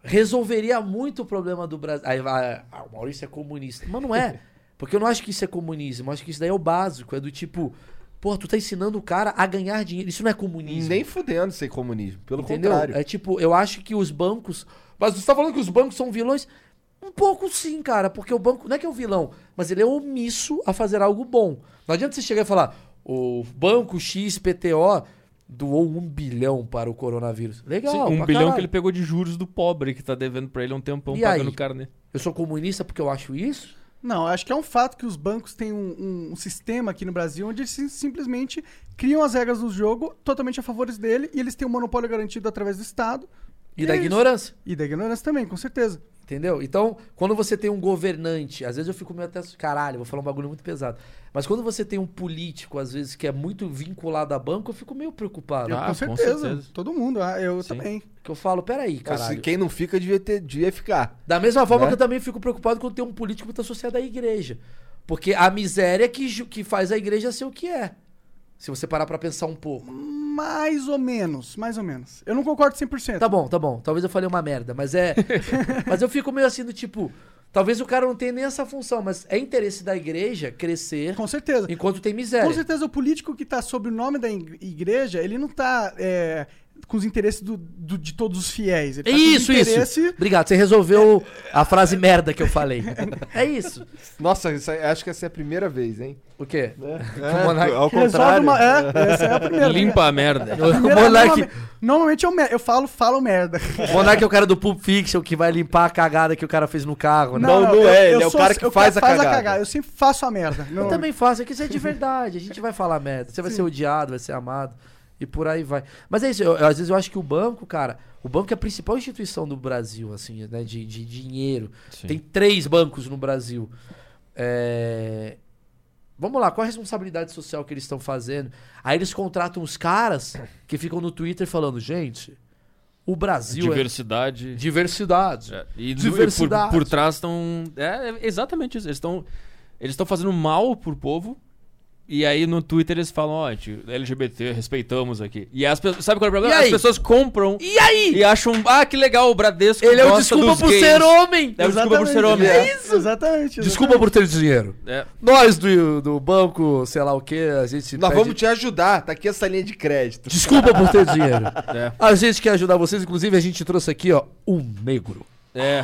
[SPEAKER 2] resolveria muito o problema do Brasil. Aí vai, ah, o Maurício é comunista. Mas não é. Porque eu não acho que isso é comunismo, eu acho que isso daí é o básico. É do tipo, pô, tu tá ensinando o cara a ganhar dinheiro. Isso não é comunismo.
[SPEAKER 6] Nem fudendo sem comunismo. Pelo
[SPEAKER 2] entendeu?
[SPEAKER 6] contrário.
[SPEAKER 2] É tipo, eu acho que os bancos. Mas você tá falando que os bancos são vilões? Um pouco sim, cara, porque o banco não é que é o vilão, mas ele é omisso a fazer algo bom. Não adianta você chegar e falar, o banco XPTO doou um bilhão para o coronavírus. Legal,
[SPEAKER 4] Sim, um
[SPEAKER 2] pra
[SPEAKER 4] bilhão
[SPEAKER 2] caralho.
[SPEAKER 4] que ele pegou de juros do pobre que tá devendo pra ele há um tempão
[SPEAKER 2] E
[SPEAKER 4] pagando
[SPEAKER 2] aí?
[SPEAKER 4] o cara, né?
[SPEAKER 2] Eu sou comunista porque eu acho isso?
[SPEAKER 3] Não, acho que é um fato que os bancos têm um, um- um sistema aqui no Brasil onde eles sim- simplesmente criam as regras do jogo totalmente a favor deles e eles têm um monopólio garantido através do Estado
[SPEAKER 2] E da
[SPEAKER 3] É isso.
[SPEAKER 2] ignorância.
[SPEAKER 3] e da ignorância também, com certeza.
[SPEAKER 2] Entendeu? Então, quando você tem um governante, às vezes eu fico meio até. Caralho, vou falar um bagulho muito pesado. Mas quando você tem um político, às vezes, que é muito vinculado a banco, eu fico meio preocupado.
[SPEAKER 3] Eu,
[SPEAKER 4] Ah,
[SPEAKER 3] com,
[SPEAKER 4] com
[SPEAKER 3] certeza.
[SPEAKER 4] certeza.
[SPEAKER 3] Todo mundo. Ah, eu
[SPEAKER 4] Sim.
[SPEAKER 3] também.
[SPEAKER 2] Porque eu falo, peraí,
[SPEAKER 6] Mas se
[SPEAKER 2] caralho.
[SPEAKER 6] Tipo assim, quem não fica, devia, ter, devia ficar.
[SPEAKER 2] Da mesma forma
[SPEAKER 6] Né?
[SPEAKER 2] que eu também fico preocupado quando tem um político muito associado à igreja. Porque a miséria que, ju- que faz a igreja ser o que é. Se você parar pra pensar um pouco.
[SPEAKER 3] Mais ou menos, mais ou menos. Eu não concordo 100%.
[SPEAKER 2] Tá bom, tá bom. Talvez eu falei uma merda, mas é. mas eu fico meio assim do tipo. Talvez o cara não tenha nem essa função, mas é interesse da igreja crescer
[SPEAKER 3] Com certeza.
[SPEAKER 2] enquanto tem
[SPEAKER 3] Com
[SPEAKER 2] miséria.
[SPEAKER 3] certeza o político que tá sob o nome da ig- igreja, ele não tá é, com os interesses do- do- de todos os fiéis. Ele
[SPEAKER 2] É
[SPEAKER 3] tá com os
[SPEAKER 2] isso, isso.
[SPEAKER 3] interesse-
[SPEAKER 2] Obrigado, você resolveu a frase merda que eu falei. É isso.
[SPEAKER 6] Nossa, isso aí- acho que essa é a primeira vez, hein?
[SPEAKER 2] O quê?
[SPEAKER 6] É,
[SPEAKER 2] monarca-
[SPEAKER 6] ao
[SPEAKER 3] Resolve
[SPEAKER 6] contrário.
[SPEAKER 3] uma- é, essa é a primeira.
[SPEAKER 4] Limpa a merda.
[SPEAKER 2] O
[SPEAKER 3] Primeira-
[SPEAKER 2] monarque,
[SPEAKER 3] normalme- Normalmente eu, me- eu falo, falo merda.
[SPEAKER 2] O Monark é o cara do Pulp Fiction que vai limpar a cagada que o cara fez no carro, né?
[SPEAKER 6] Não, não é, ele é o
[SPEAKER 3] sou-
[SPEAKER 6] cara que
[SPEAKER 3] eu
[SPEAKER 6] faz a cagada.
[SPEAKER 3] Eu sempre faço a merda. Não-
[SPEAKER 2] Eu também faço, é que isso é de verdade. A gente vai falar merda. Você vai ser odiado, vai ser amado. E por aí vai. Mas é isso, eu- eu- às vezes eu acho que o banco, cara, o banco é a principal instituição do Brasil, assim, né? De, de dinheiro.
[SPEAKER 4] Sim.
[SPEAKER 2] Tem três bancos no Brasil. É, Vamos lá, qual a responsabilidade social que eles estão fazendo? Aí eles contratam os caras que ficam no Twitter falando, gente, o Brasil é
[SPEAKER 4] Diversidade.
[SPEAKER 2] diversidade.
[SPEAKER 4] É, E, no- e
[SPEAKER 2] Diversidade.
[SPEAKER 4] por, por trás estão. É, é exatamente isso. Eles estão eles estão fazendo mal pro povo. E aí no Twitter eles falam, ó, gente, LGBT, respeitamos aqui. E as pessoas. Sabe qual é o
[SPEAKER 2] E
[SPEAKER 4] problema?
[SPEAKER 2] aí?
[SPEAKER 4] As pessoas compram
[SPEAKER 2] E aí?
[SPEAKER 4] e acham, ah, que legal, o Bradesco.
[SPEAKER 2] Ele é o
[SPEAKER 4] gosta
[SPEAKER 2] desculpa
[SPEAKER 4] dos
[SPEAKER 2] por
[SPEAKER 4] gays.
[SPEAKER 2] ser homem.
[SPEAKER 4] É o desculpa por ser homem.
[SPEAKER 3] É isso. Exatamente.
[SPEAKER 2] Desculpa por ter dinheiro.
[SPEAKER 4] É.
[SPEAKER 2] Nós do, do banco, sei lá o que, a gente.
[SPEAKER 6] Nós
[SPEAKER 2] pede-
[SPEAKER 6] vamos te ajudar, tá aqui essa linha de crédito.
[SPEAKER 2] Desculpa por ter dinheiro.
[SPEAKER 4] É.
[SPEAKER 2] A gente quer ajudar vocês, inclusive a gente trouxe aqui, ó, um negro.
[SPEAKER 4] É.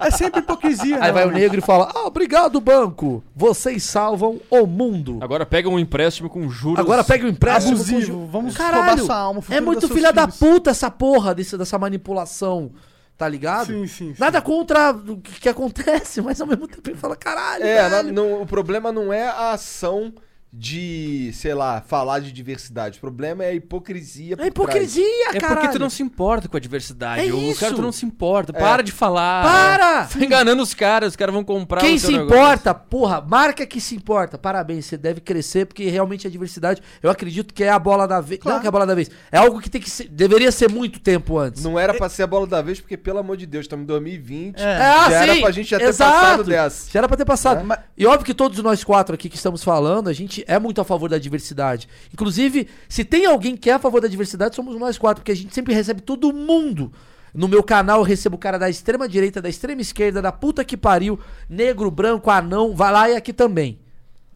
[SPEAKER 3] É sempre hipocrisia.
[SPEAKER 2] Aí
[SPEAKER 3] né,
[SPEAKER 2] vai o
[SPEAKER 3] mano?
[SPEAKER 2] negro e fala: Ah, obrigado, banco. Vocês salvam o mundo.
[SPEAKER 4] Agora pega um empréstimo com juros.
[SPEAKER 2] Agora pega o empréstimo. com
[SPEAKER 3] Abusivo,
[SPEAKER 2] ju-
[SPEAKER 3] vamos roubar
[SPEAKER 2] Caralho,
[SPEAKER 3] sua alma,
[SPEAKER 2] É
[SPEAKER 3] o futuro
[SPEAKER 2] muito
[SPEAKER 3] dos seus
[SPEAKER 2] filha da
[SPEAKER 3] filhos.
[SPEAKER 2] puta essa porra desse, dessa manipulação. Tá ligado?
[SPEAKER 3] Sim, sim, sim.
[SPEAKER 2] Nada contra o que, que acontece, mas ao mesmo tempo ele fala: Caralho.
[SPEAKER 6] É,
[SPEAKER 2] velho."
[SPEAKER 6] na- não- o problema não é a ação de, sei lá, falar de diversidade. O problema é a hipocrisia. por
[SPEAKER 2] É hipocrisia,
[SPEAKER 4] É
[SPEAKER 2] cara.
[SPEAKER 4] porque tu não se importa com a diversidade.
[SPEAKER 2] É
[SPEAKER 4] o cara
[SPEAKER 2] isso. É.
[SPEAKER 4] tu não se importa. Para de falar.
[SPEAKER 2] Para!
[SPEAKER 4] Tá enganando os caras, os caras vão comprar
[SPEAKER 2] Quem
[SPEAKER 4] o teu
[SPEAKER 2] se
[SPEAKER 4] negócio.
[SPEAKER 2] importa, porra, marca que se importa. Parabéns, você deve crescer, porque realmente a diversidade, eu acredito que é a bola da vez. Não que é a bola da vez. É algo que tem que ser, deveria ser muito tempo antes.
[SPEAKER 6] Não era pra ser a bola da vez, porque, pelo amor de Deus, estamos em 2020.
[SPEAKER 3] É.
[SPEAKER 2] Ah,
[SPEAKER 6] Já era
[SPEAKER 2] sim,
[SPEAKER 6] pra gente já ter
[SPEAKER 2] exato.
[SPEAKER 6] passado dessa.
[SPEAKER 2] Já era pra ter passado.
[SPEAKER 6] É.
[SPEAKER 2] Mas- E óbvio que todos nós quatro aqui que estamos falando, a gente é muito a favor da diversidade. Inclusive, se tem alguém que é a favor da diversidade, somos nós quatro, porque a gente sempre recebe todo mundo. No meu canal eu recebo o cara da extrema direita, da extrema esquerda, da puta que pariu, negro, branco, anão, vai lá e aqui também.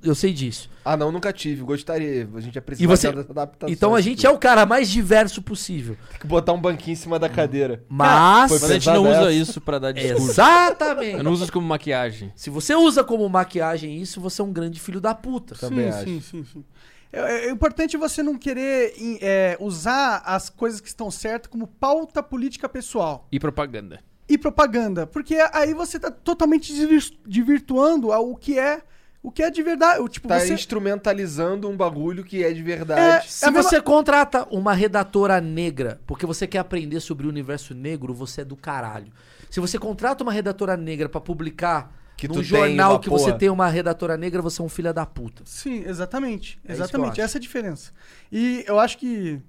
[SPEAKER 2] Eu sei disso.
[SPEAKER 6] Ah, não, nunca tive. Gostaria. A gente ia
[SPEAKER 2] E
[SPEAKER 6] precisar
[SPEAKER 2] você.
[SPEAKER 6] dessa adaptação. assim,
[SPEAKER 2] Então a gente é o cara mais diverso possível.
[SPEAKER 6] Tem que botar um banquinho em cima da cadeira.
[SPEAKER 2] Hum, Mas.
[SPEAKER 4] Mas a gente
[SPEAKER 6] Apesar
[SPEAKER 4] não
[SPEAKER 6] dessa.
[SPEAKER 4] usa isso pra dar discurso. Eu
[SPEAKER 2] Exatamente.
[SPEAKER 4] não uso isso como maquiagem.
[SPEAKER 2] Se você usa como maquiagem isso, você é um grande filho da puta.
[SPEAKER 6] Também
[SPEAKER 3] sim,
[SPEAKER 6] acho.
[SPEAKER 3] sim, sim, sim. É, é- é importante você não querer em- é, usar as coisas que estão certas como pauta política pessoal
[SPEAKER 4] E propaganda.
[SPEAKER 3] e propaganda, porque aí você está totalmente desvir- desvirtuando ao que é o que é de verdade. O, Tipo,
[SPEAKER 6] Tá
[SPEAKER 3] você
[SPEAKER 6] instrumentalizando um bagulho que é de verdade.
[SPEAKER 2] Se
[SPEAKER 3] É a mesma-
[SPEAKER 2] você contrata uma redatora negra porque você quer aprender sobre o universo negro, você é do caralho. Se você contrata uma redatora negra pra publicar
[SPEAKER 6] Que tu
[SPEAKER 2] num
[SPEAKER 6] tem
[SPEAKER 2] jornal
[SPEAKER 6] uma
[SPEAKER 2] que
[SPEAKER 6] porra.
[SPEAKER 2] você tem uma redatora negra, você é um filho da puta.
[SPEAKER 3] Sim,
[SPEAKER 2] É
[SPEAKER 3] exatamente.
[SPEAKER 2] isso que eu
[SPEAKER 3] exatamente.
[SPEAKER 2] acho.
[SPEAKER 3] Essa é a diferença. E eu acho que,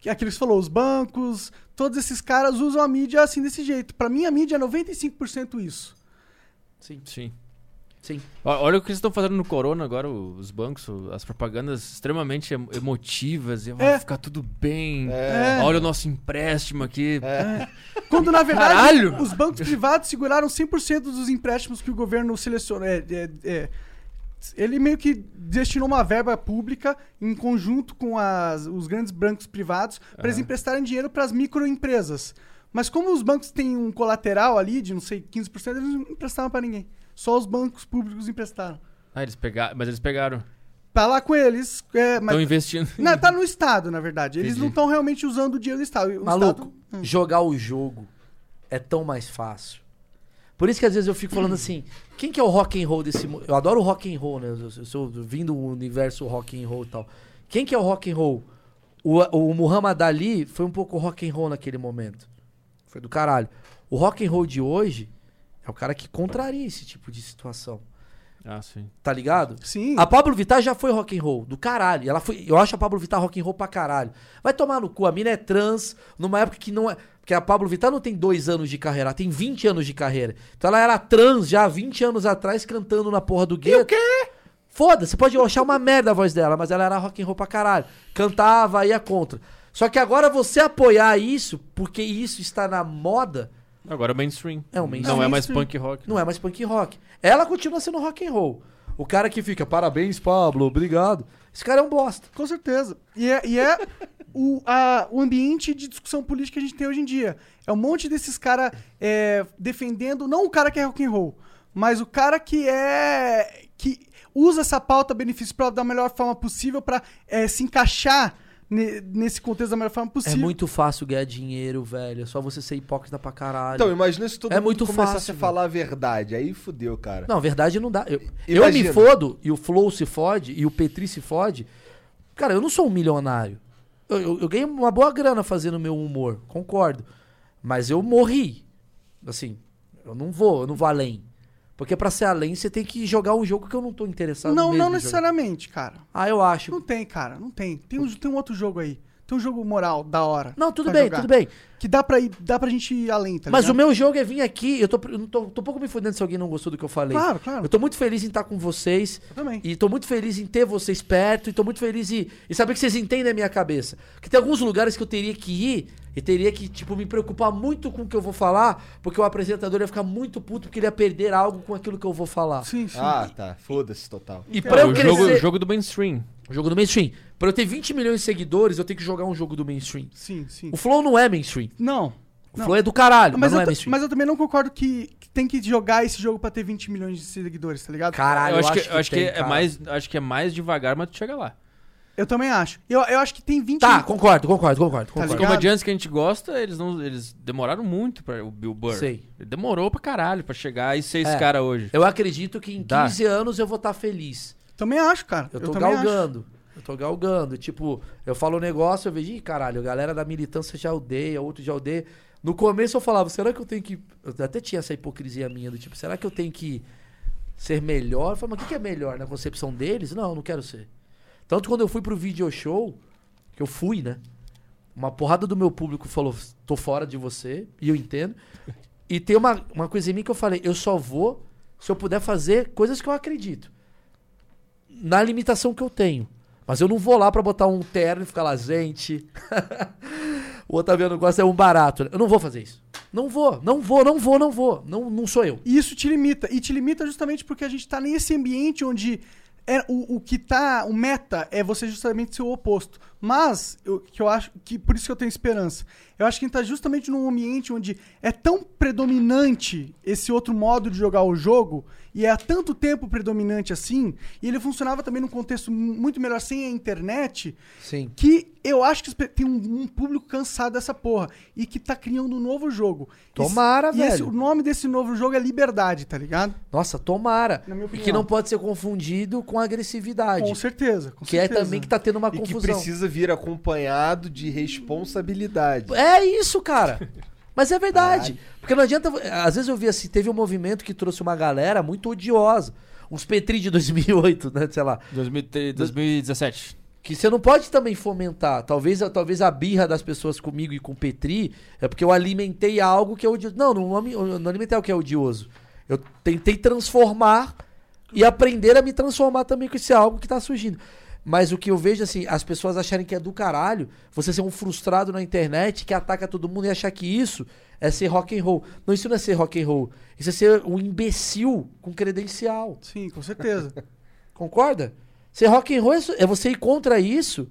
[SPEAKER 3] que é aquilo que você falou, os bancos, todos esses caras usam a mídia assim desse jeito. Pra mim, a mídia é 95% isso.
[SPEAKER 2] Sim,
[SPEAKER 4] Sim.
[SPEAKER 2] sim.
[SPEAKER 4] Ó- Olha o que eles estão fazendo no Corona agora, o- os bancos, o- as propagandas extremamente em- emotivas. E vai
[SPEAKER 3] É.
[SPEAKER 4] ficar tudo bem.
[SPEAKER 3] É.
[SPEAKER 4] Olha o nosso empréstimo aqui.
[SPEAKER 2] É.
[SPEAKER 3] Quando, na verdade,
[SPEAKER 4] Caralho!
[SPEAKER 3] os bancos privados seguraram 100% dos empréstimos que o governo selecionou. É, é, é. Ele meio que destinou uma verba pública em conjunto com as- os grandes bancos privados para eles emprestarem dinheiro para as microempresas. Mas como os bancos têm um colateral ali de, não sei, 15%, eles não emprestaram para ninguém. Só os bancos públicos emprestaram.
[SPEAKER 4] Ah, eles pegaram. Mas eles pegaram.
[SPEAKER 3] Tá lá com eles, é, mas...
[SPEAKER 4] Estão investindo.
[SPEAKER 3] Não, tá no Estado, na verdade. Eles
[SPEAKER 4] Entendi.
[SPEAKER 3] não estão realmente usando o dinheiro do Estado. O
[SPEAKER 2] Maluco,
[SPEAKER 3] Estado- hum.
[SPEAKER 2] jogar o jogo é tão mais fácil. Por isso que às vezes eu fico falando assim, quem que é o rock and roll desse mundo? Eu adoro o rock and roll, né? Eu, eu sou vindo do universo rock and roll e tal. Quem que é o rock and roll? O, o Muhammad Ali foi um pouco rock and roll naquele momento. Foi do caralho. O rock and roll de hoje É o cara que contraria esse tipo de situação.
[SPEAKER 4] Ah, sim.
[SPEAKER 2] Tá ligado?
[SPEAKER 3] Sim.
[SPEAKER 2] A Pablo Vittar já foi rock and roll, do caralho. Ela foi, eu acho a Pablo Vittar rock and roll pra caralho. Vai tomar no cu, a mina é trans, numa época que não é, porque a Pablo Vittar não tem dois anos de carreira, ela tem 20 anos de carreira. Então ela era trans já há 20 anos atrás cantando na porra do gueto. E o quê? Foda, você pode achar uma merda a voz dela, mas ela era rock and roll pra caralho. Cantava, ia contra. Só que agora você apoiar isso, porque isso está na moda,
[SPEAKER 4] Agora é mainstream.
[SPEAKER 2] É o mainstream.
[SPEAKER 4] Não é mais punk rock.
[SPEAKER 2] não é mais punk rock. Ela continua sendo rock and roll. O cara que fica, parabéns, Pablo, obrigado. Esse cara é um bosta.
[SPEAKER 3] Com certeza. E é, e é o, a- o ambiente de discussão política que a gente tem hoje em dia. É um monte desses caras defendendo, não o cara que é rock and roll, mas o cara que é. que usa essa pauta benefício próprio da melhor forma possível pra eh, se encaixar ne- nesse contexto da melhor forma
[SPEAKER 2] É
[SPEAKER 3] possível.
[SPEAKER 2] muito fácil ganhar dinheiro, velho. É só você ser hipócrita pra caralho.
[SPEAKER 6] Então, imagina se todo
[SPEAKER 2] É
[SPEAKER 6] mundo
[SPEAKER 2] muito
[SPEAKER 6] começasse
[SPEAKER 2] fácil,
[SPEAKER 6] a falar a verdade. Aí fudeu, cara.
[SPEAKER 2] Não, verdade não dá. Eu, eu
[SPEAKER 6] Imagina.
[SPEAKER 2] me fodo, e o Flow se fode, e o Petri se fode. Cara, eu não sou um milionário. Eu, eu, eu ganhei uma boa grana fazendo meu humor, concordo. Mas eu morri. Assim, eu não vou, eu não vou além. Porque pra ser além, você tem que jogar um jogo que eu não tô interessado
[SPEAKER 3] não,
[SPEAKER 2] mesmo
[SPEAKER 3] não
[SPEAKER 2] em jogar.
[SPEAKER 3] necessariamente, cara.
[SPEAKER 2] Ah, eu acho.
[SPEAKER 3] Não tem, cara. Não tem. Tem um, tem um outro jogo aí. Tem um jogo moral da hora.
[SPEAKER 2] Não, tudo
[SPEAKER 3] pra
[SPEAKER 2] bem,
[SPEAKER 3] jogar.
[SPEAKER 2] tudo bem.
[SPEAKER 3] Que dá pra, ir, dá pra gente ir além, tá
[SPEAKER 2] Mas o
[SPEAKER 3] ligado?
[SPEAKER 2] meu jogo é vir aqui. Eu tô, eu não tô, tô um pouco me fodendo se alguém não gostou do que eu falei.
[SPEAKER 3] Claro, claro.
[SPEAKER 2] Eu tô muito feliz em estar com vocês.
[SPEAKER 3] Eu também.
[SPEAKER 2] E tô muito feliz em ter vocês perto. E tô muito feliz em, em saber que vocês entendem a minha cabeça. Porque tem alguns lugares que eu teria que ir e teria que, tipo, me preocupar muito com o que eu vou falar. Porque o apresentador ia ficar muito puto porque ele ia perder algo com aquilo que eu vou falar.
[SPEAKER 3] Sim, sim.
[SPEAKER 6] Ah, tá. Foda-se total.
[SPEAKER 2] E pra eu
[SPEAKER 4] o
[SPEAKER 2] crescer.
[SPEAKER 4] jogo, o
[SPEAKER 2] Jogo,
[SPEAKER 4] jogo do mainstream.
[SPEAKER 2] do mainstream. Pra eu ter 20 milhões de seguidores, eu tenho que jogar um jogo do mainstream.
[SPEAKER 3] Sim, sim.
[SPEAKER 2] O Flow não é mainstream.
[SPEAKER 3] Não.
[SPEAKER 2] O
[SPEAKER 3] Não.
[SPEAKER 2] Flow é do caralho, mas,
[SPEAKER 3] Mas,
[SPEAKER 2] não
[SPEAKER 3] eu
[SPEAKER 2] é
[SPEAKER 3] ta-
[SPEAKER 2] mainstream.
[SPEAKER 3] mas eu também não concordo que, que tem que jogar esse jogo pra ter 20 milhões de seguidores, tá ligado?
[SPEAKER 2] Caralho,
[SPEAKER 4] eu acho que, eu acho
[SPEAKER 2] tem,
[SPEAKER 4] que é
[SPEAKER 2] cara.
[SPEAKER 4] mais, acho que é mais devagar, mas tu chega lá.
[SPEAKER 3] Eu também acho. Eu, eu acho que tem 20
[SPEAKER 2] Tá, concordo, concordo, concordo.
[SPEAKER 3] Tá
[SPEAKER 4] Os
[SPEAKER 3] ligado?
[SPEAKER 2] concordo.
[SPEAKER 4] comediantes que a gente gosta, eles não, eles demoraram muito para o Bill Burr.
[SPEAKER 2] Sei.
[SPEAKER 4] Ele demorou pra caralho pra chegar e ser esse
[SPEAKER 2] É.
[SPEAKER 4] cara hoje.
[SPEAKER 2] Eu acredito que em
[SPEAKER 4] Dá.
[SPEAKER 2] 15 anos eu vou estar feliz.
[SPEAKER 3] Também acho, cara.
[SPEAKER 2] Eu tô
[SPEAKER 3] também acho.
[SPEAKER 2] galgando. Eu tô galgando. Tipo, eu falo um negócio, eu vejo, ih, caralho, a galera da militância já odeia, outro já odeia. No começo eu falava, será que eu tenho que. Eu até tinha essa hipocrisia minha do tipo, será que eu tenho que ser melhor? Eu falei, mas o que que é melhor? Na concepção deles? Não, eu não quero ser. Tanto quando eu fui pro video show, que eu fui, né? Uma porrada do meu público falou, tô fora de você, e eu entendo. E tem uma, uma coisa em mim que eu falei, eu só vou se eu puder fazer coisas que eu acredito. Na limitação que eu tenho. Mas eu não vou lá pra botar um terno e ficar lá, gente. o Otaviano gosta é um barato. né? Eu não vou fazer isso. Não vou, não vou, não vou, não vou. Não, não sou eu.
[SPEAKER 3] E isso te limita. E te limita justamente porque a gente tá nesse ambiente onde é, o, o que tá. O meta é você justamente ser o oposto. Mas, eu, que eu acho. que Por isso que eu tenho esperança. Eu acho que a gente tá justamente num ambiente onde é tão predominante esse outro modo de jogar o jogo, e é há tanto tempo predominante assim, e ele funcionava também num contexto mu- muito melhor sem a internet,
[SPEAKER 2] Sim.
[SPEAKER 3] que eu acho que os pe- tem um, um público cansado dessa porra e que tá criando um novo jogo.
[SPEAKER 2] Tomara,
[SPEAKER 3] e, esse-
[SPEAKER 2] velho.
[SPEAKER 3] o nome desse novo jogo é Liberdade, tá ligado?
[SPEAKER 2] Nossa, tomara.
[SPEAKER 3] Na minha
[SPEAKER 2] E
[SPEAKER 3] opinião.
[SPEAKER 2] que não pode ser confundido com agressividade.
[SPEAKER 3] Com certeza. com
[SPEAKER 2] que é
[SPEAKER 3] certeza.
[SPEAKER 2] também que tá tendo uma
[SPEAKER 6] E que
[SPEAKER 2] confusão.
[SPEAKER 6] precisa vir acompanhado de responsabilidade.
[SPEAKER 2] É isso, cara. Mas é verdade. Porque não adianta. Às vezes eu vi assim, teve um movimento que trouxe uma galera muito odiosa. Uns Petri de 2008, né? Sei lá.
[SPEAKER 4] 2003, 2017.
[SPEAKER 2] Que você não pode também fomentar. Talvez, talvez a birra das pessoas comigo e com o Petri é porque eu alimentei algo que é odioso. Não, não, ami- eu não alimentei algo que é odioso. Eu tentei transformar e aprender a me transformar também com esse algo que tá surgindo. Mas o que eu vejo, assim, as pessoas acharem que é do caralho, você ser um frustrado na internet que ataca todo mundo e achar que isso é ser rock and roll. Não, isso não é ser rock and roll. Isso é ser um imbecil com credencial.
[SPEAKER 3] Sim, com certeza.
[SPEAKER 2] Concorda? Ser rock and roll é su- é você ir contra isso,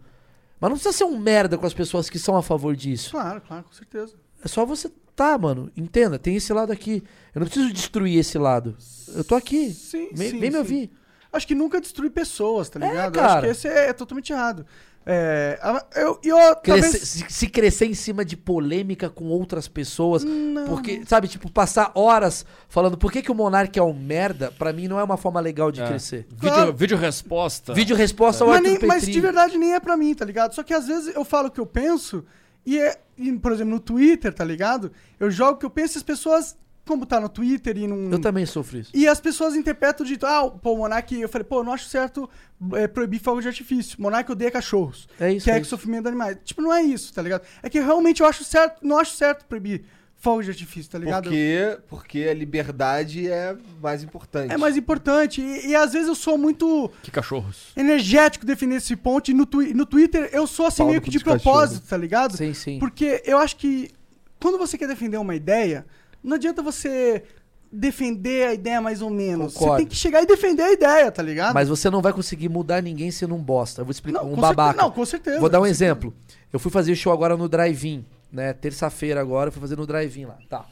[SPEAKER 2] mas não precisa ser um merda com as pessoas que são a favor disso.
[SPEAKER 3] claro, claro, com certeza.
[SPEAKER 2] É só você tá, mano. Entenda, tem esse lado aqui. Eu não preciso destruir esse lado. Eu tô aqui.
[SPEAKER 3] Sim,
[SPEAKER 2] Vem,
[SPEAKER 3] sim,
[SPEAKER 2] vem me
[SPEAKER 3] sim.
[SPEAKER 2] ouvir.
[SPEAKER 3] Acho que nunca destrui pessoas, tá ligado? Eu Acho
[SPEAKER 2] cara.
[SPEAKER 3] que esse é, é totalmente errado. É, a- eu, e eu
[SPEAKER 2] Crescer-
[SPEAKER 3] talvez...
[SPEAKER 2] se, se crescer em cima de polêmica com outras pessoas,
[SPEAKER 3] Não,
[SPEAKER 2] porque, sabe, tipo, passar horas falando por que, que o Monark é um merda, pra mim não é uma forma legal de
[SPEAKER 4] É. Tá.
[SPEAKER 2] crescer.
[SPEAKER 3] Claro.
[SPEAKER 4] Vídeo, vídeo resposta.
[SPEAKER 2] Vídeo resposta ao
[SPEAKER 3] mas,
[SPEAKER 2] Arthur
[SPEAKER 3] nem-
[SPEAKER 2] Petri.
[SPEAKER 3] mas de verdade nem é pra mim, tá ligado? Só que às vezes eu falo o que eu penso e, é, e, por exemplo, no Twitter, tá ligado? Eu jogo o que eu penso e as pessoas como tá no Twitter e num.
[SPEAKER 2] Eu também sofro isso.
[SPEAKER 3] E as pessoas interpretam de. Ah, pô, o Monark. Eu falei, pô, não acho certo é, proibir fogo de artifício. Monark odeia cachorros.
[SPEAKER 2] É isso,
[SPEAKER 3] Que é,
[SPEAKER 2] é
[SPEAKER 3] que
[SPEAKER 2] isso.
[SPEAKER 3] sofrimento de animais. Tipo, não é isso, tá ligado? É que realmente eu acho certo. Não acho certo proibir fogo de artifício, tá ligado?
[SPEAKER 6] Porque, porque a liberdade é mais importante.
[SPEAKER 3] É mais importante. E, e às vezes eu sou muito
[SPEAKER 4] Que cachorros.
[SPEAKER 3] energético defender esse ponto. E no, twi- no Twitter eu sou assim
[SPEAKER 6] Paulo
[SPEAKER 3] meio que de
[SPEAKER 6] Puto de
[SPEAKER 3] propósito,
[SPEAKER 4] né?
[SPEAKER 3] tá ligado?
[SPEAKER 2] Sim, sim.
[SPEAKER 3] Porque eu acho que quando você quer defender uma ideia, não adianta você defender a ideia mais ou menos.
[SPEAKER 2] Concordo.
[SPEAKER 3] Você tem que chegar e defender a ideia, tá ligado?
[SPEAKER 2] Mas você não vai conseguir mudar ninguém sendo um bosta. Eu vou explicar um
[SPEAKER 3] com
[SPEAKER 2] babaca.
[SPEAKER 3] Certeza, não, com certeza.
[SPEAKER 2] Vou dar um exemplo. Eu fui fazer show agora no Drive-In, né? Terça-feira agora, eu fui fazer no Drive-In lá, tá.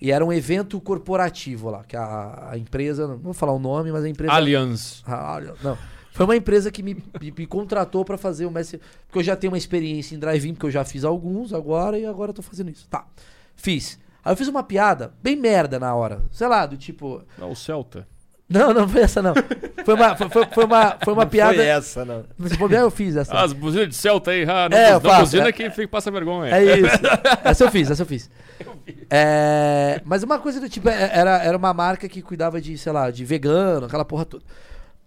[SPEAKER 2] E era um evento corporativo lá, que a, a empresa, não vou falar o nome, mas a empresa...
[SPEAKER 4] Aliens.
[SPEAKER 2] Ah, olha, não. Foi uma empresa que me, me- me contratou pra fazer o Mestre. Porque eu já tenho uma experiência em drive-in, porque eu já fiz alguns agora e agora eu tô fazendo isso. Tá. Fiz. Aí eu fiz uma piada bem merda na hora. Sei lá, do tipo.
[SPEAKER 4] Não, o Celta.
[SPEAKER 2] Não, não foi essa, não. Foi uma, foi, foi- foi uma, foi uma piada.
[SPEAKER 6] Foi essa, né? não.
[SPEAKER 2] Se bobear, eu fiz essa.
[SPEAKER 4] Ah, As buzinas de Celta aí, ah, não,
[SPEAKER 2] É, eu
[SPEAKER 4] não
[SPEAKER 2] faço,
[SPEAKER 4] buzina
[SPEAKER 2] é.
[SPEAKER 4] que fica, passa vergonha.
[SPEAKER 2] É isso. Essa eu fiz, essa eu fiz. É, mas uma coisa do tipo, é- era, era uma marca que cuidava de, sei lá, de vegano, aquela porra toda.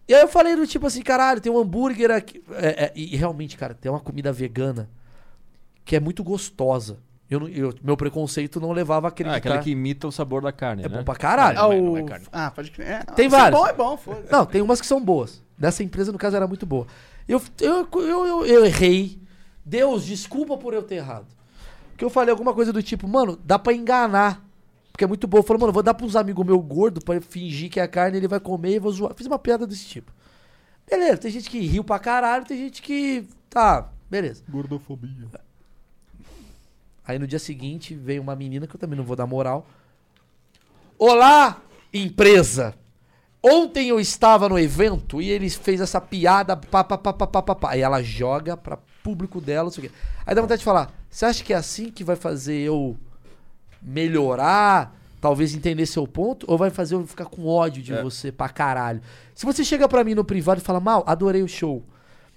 [SPEAKER 2] E aí eu falei do tipo assim, caralho, tem um hambúrguer aqui. É, é, e realmente, cara, tem uma comida vegana que é muito gostosa. Eu, não- eu- meu preconceito não levava a
[SPEAKER 4] Ah,
[SPEAKER 2] acreditar.
[SPEAKER 4] aquela que imita o sabor da carne,
[SPEAKER 2] É
[SPEAKER 4] né?
[SPEAKER 2] bom pra caralho.
[SPEAKER 3] Ah,
[SPEAKER 4] Não é- não
[SPEAKER 3] o-
[SPEAKER 4] é carne.
[SPEAKER 3] ah, pode crer. É,
[SPEAKER 2] Tem
[SPEAKER 3] se
[SPEAKER 2] vários.
[SPEAKER 3] É bom, é bom, foda-se.
[SPEAKER 2] Não, tem umas que são boas. Nessa empresa, no caso, era muito boa. Eu, eu, eu, eu, eu errei. Deus, desculpa por eu ter errado. Porque eu falei alguma coisa do tipo, mano, dá pra enganar. Porque é muito bom. Eu falei, mano, vou dar pros amigos meu gordo pra fingir que é a carne, ele vai comer e vou zoar. Fiz uma piada desse tipo. Beleza, tem gente que riu pra caralho, tem gente que. Tá, beleza.
[SPEAKER 1] Gordofobia.
[SPEAKER 2] Aí no dia seguinte veio uma menina que eu também não vou dar moral. Olá, empresa! Ontem eu estava no evento e eles fez essa piada, pá, pá, pá, pá, pá, pá, pá. E ela joga pra público dela, não sei o quê. Aí dá vontade de falar, você acha que é assim que vai fazer eu melhorar, talvez entender seu ponto, ou vai fazer eu ficar com ódio de você pra caralho? Se você chega pra mim no privado e fala, mal, adorei o show,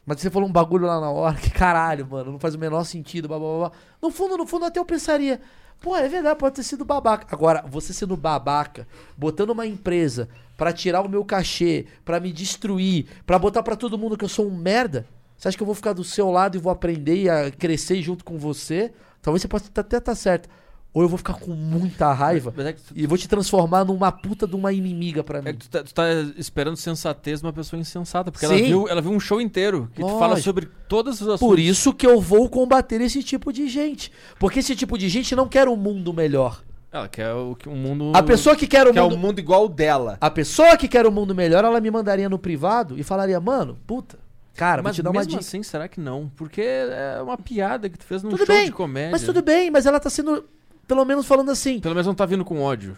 [SPEAKER 2] mas você falou um bagulho lá na hora que caralho, mano, não faz o menor sentido, blá, blá, blá, blá. No fundo, no fundo, até eu pensaria, pô, é verdade, pode ter sido babaca. Agora, você sendo babaca, botando uma empresa pra tirar o meu cachê, pra me destruir, pra botar pra todo mundo que eu sou um merda, você acha que eu vou ficar do seu lado e vou aprender e a crescer junto com você? Talvez você possa até estar certo. Ou eu vou ficar com muita raiva
[SPEAKER 4] Mas é que tu-
[SPEAKER 2] e vou te transformar numa puta de uma inimiga pra
[SPEAKER 4] É
[SPEAKER 2] mim.
[SPEAKER 4] que tu tá, tu tá esperando sensatez de uma pessoa insensata, porque ela
[SPEAKER 2] Sim.
[SPEAKER 4] viu, ela viu um show inteiro que tu
[SPEAKER 2] Lógico.
[SPEAKER 4] fala sobre todos os assuntos.
[SPEAKER 2] Por isso que eu vou combater esse tipo de gente. Porque esse tipo de gente não quer um mundo melhor.
[SPEAKER 4] Ela quer o que o mundo.
[SPEAKER 2] A pessoa que quer o
[SPEAKER 6] Que é
[SPEAKER 2] mundo.
[SPEAKER 6] um mundo igual o dela.
[SPEAKER 2] A pessoa que quer o mundo melhor, ela me mandaria no privado e falaria, mano, puta, cara, vou
[SPEAKER 4] Mas
[SPEAKER 2] te dar uma
[SPEAKER 4] mesmo
[SPEAKER 2] dica.
[SPEAKER 4] assim, será que não? Porque é uma piada que tu fez num
[SPEAKER 2] Tudo
[SPEAKER 4] show
[SPEAKER 2] bem,
[SPEAKER 4] de comédia.
[SPEAKER 2] mas tudo bem, mas ela tá sendo, pelo menos falando assim.
[SPEAKER 4] Pelo menos não tá vindo com ódio.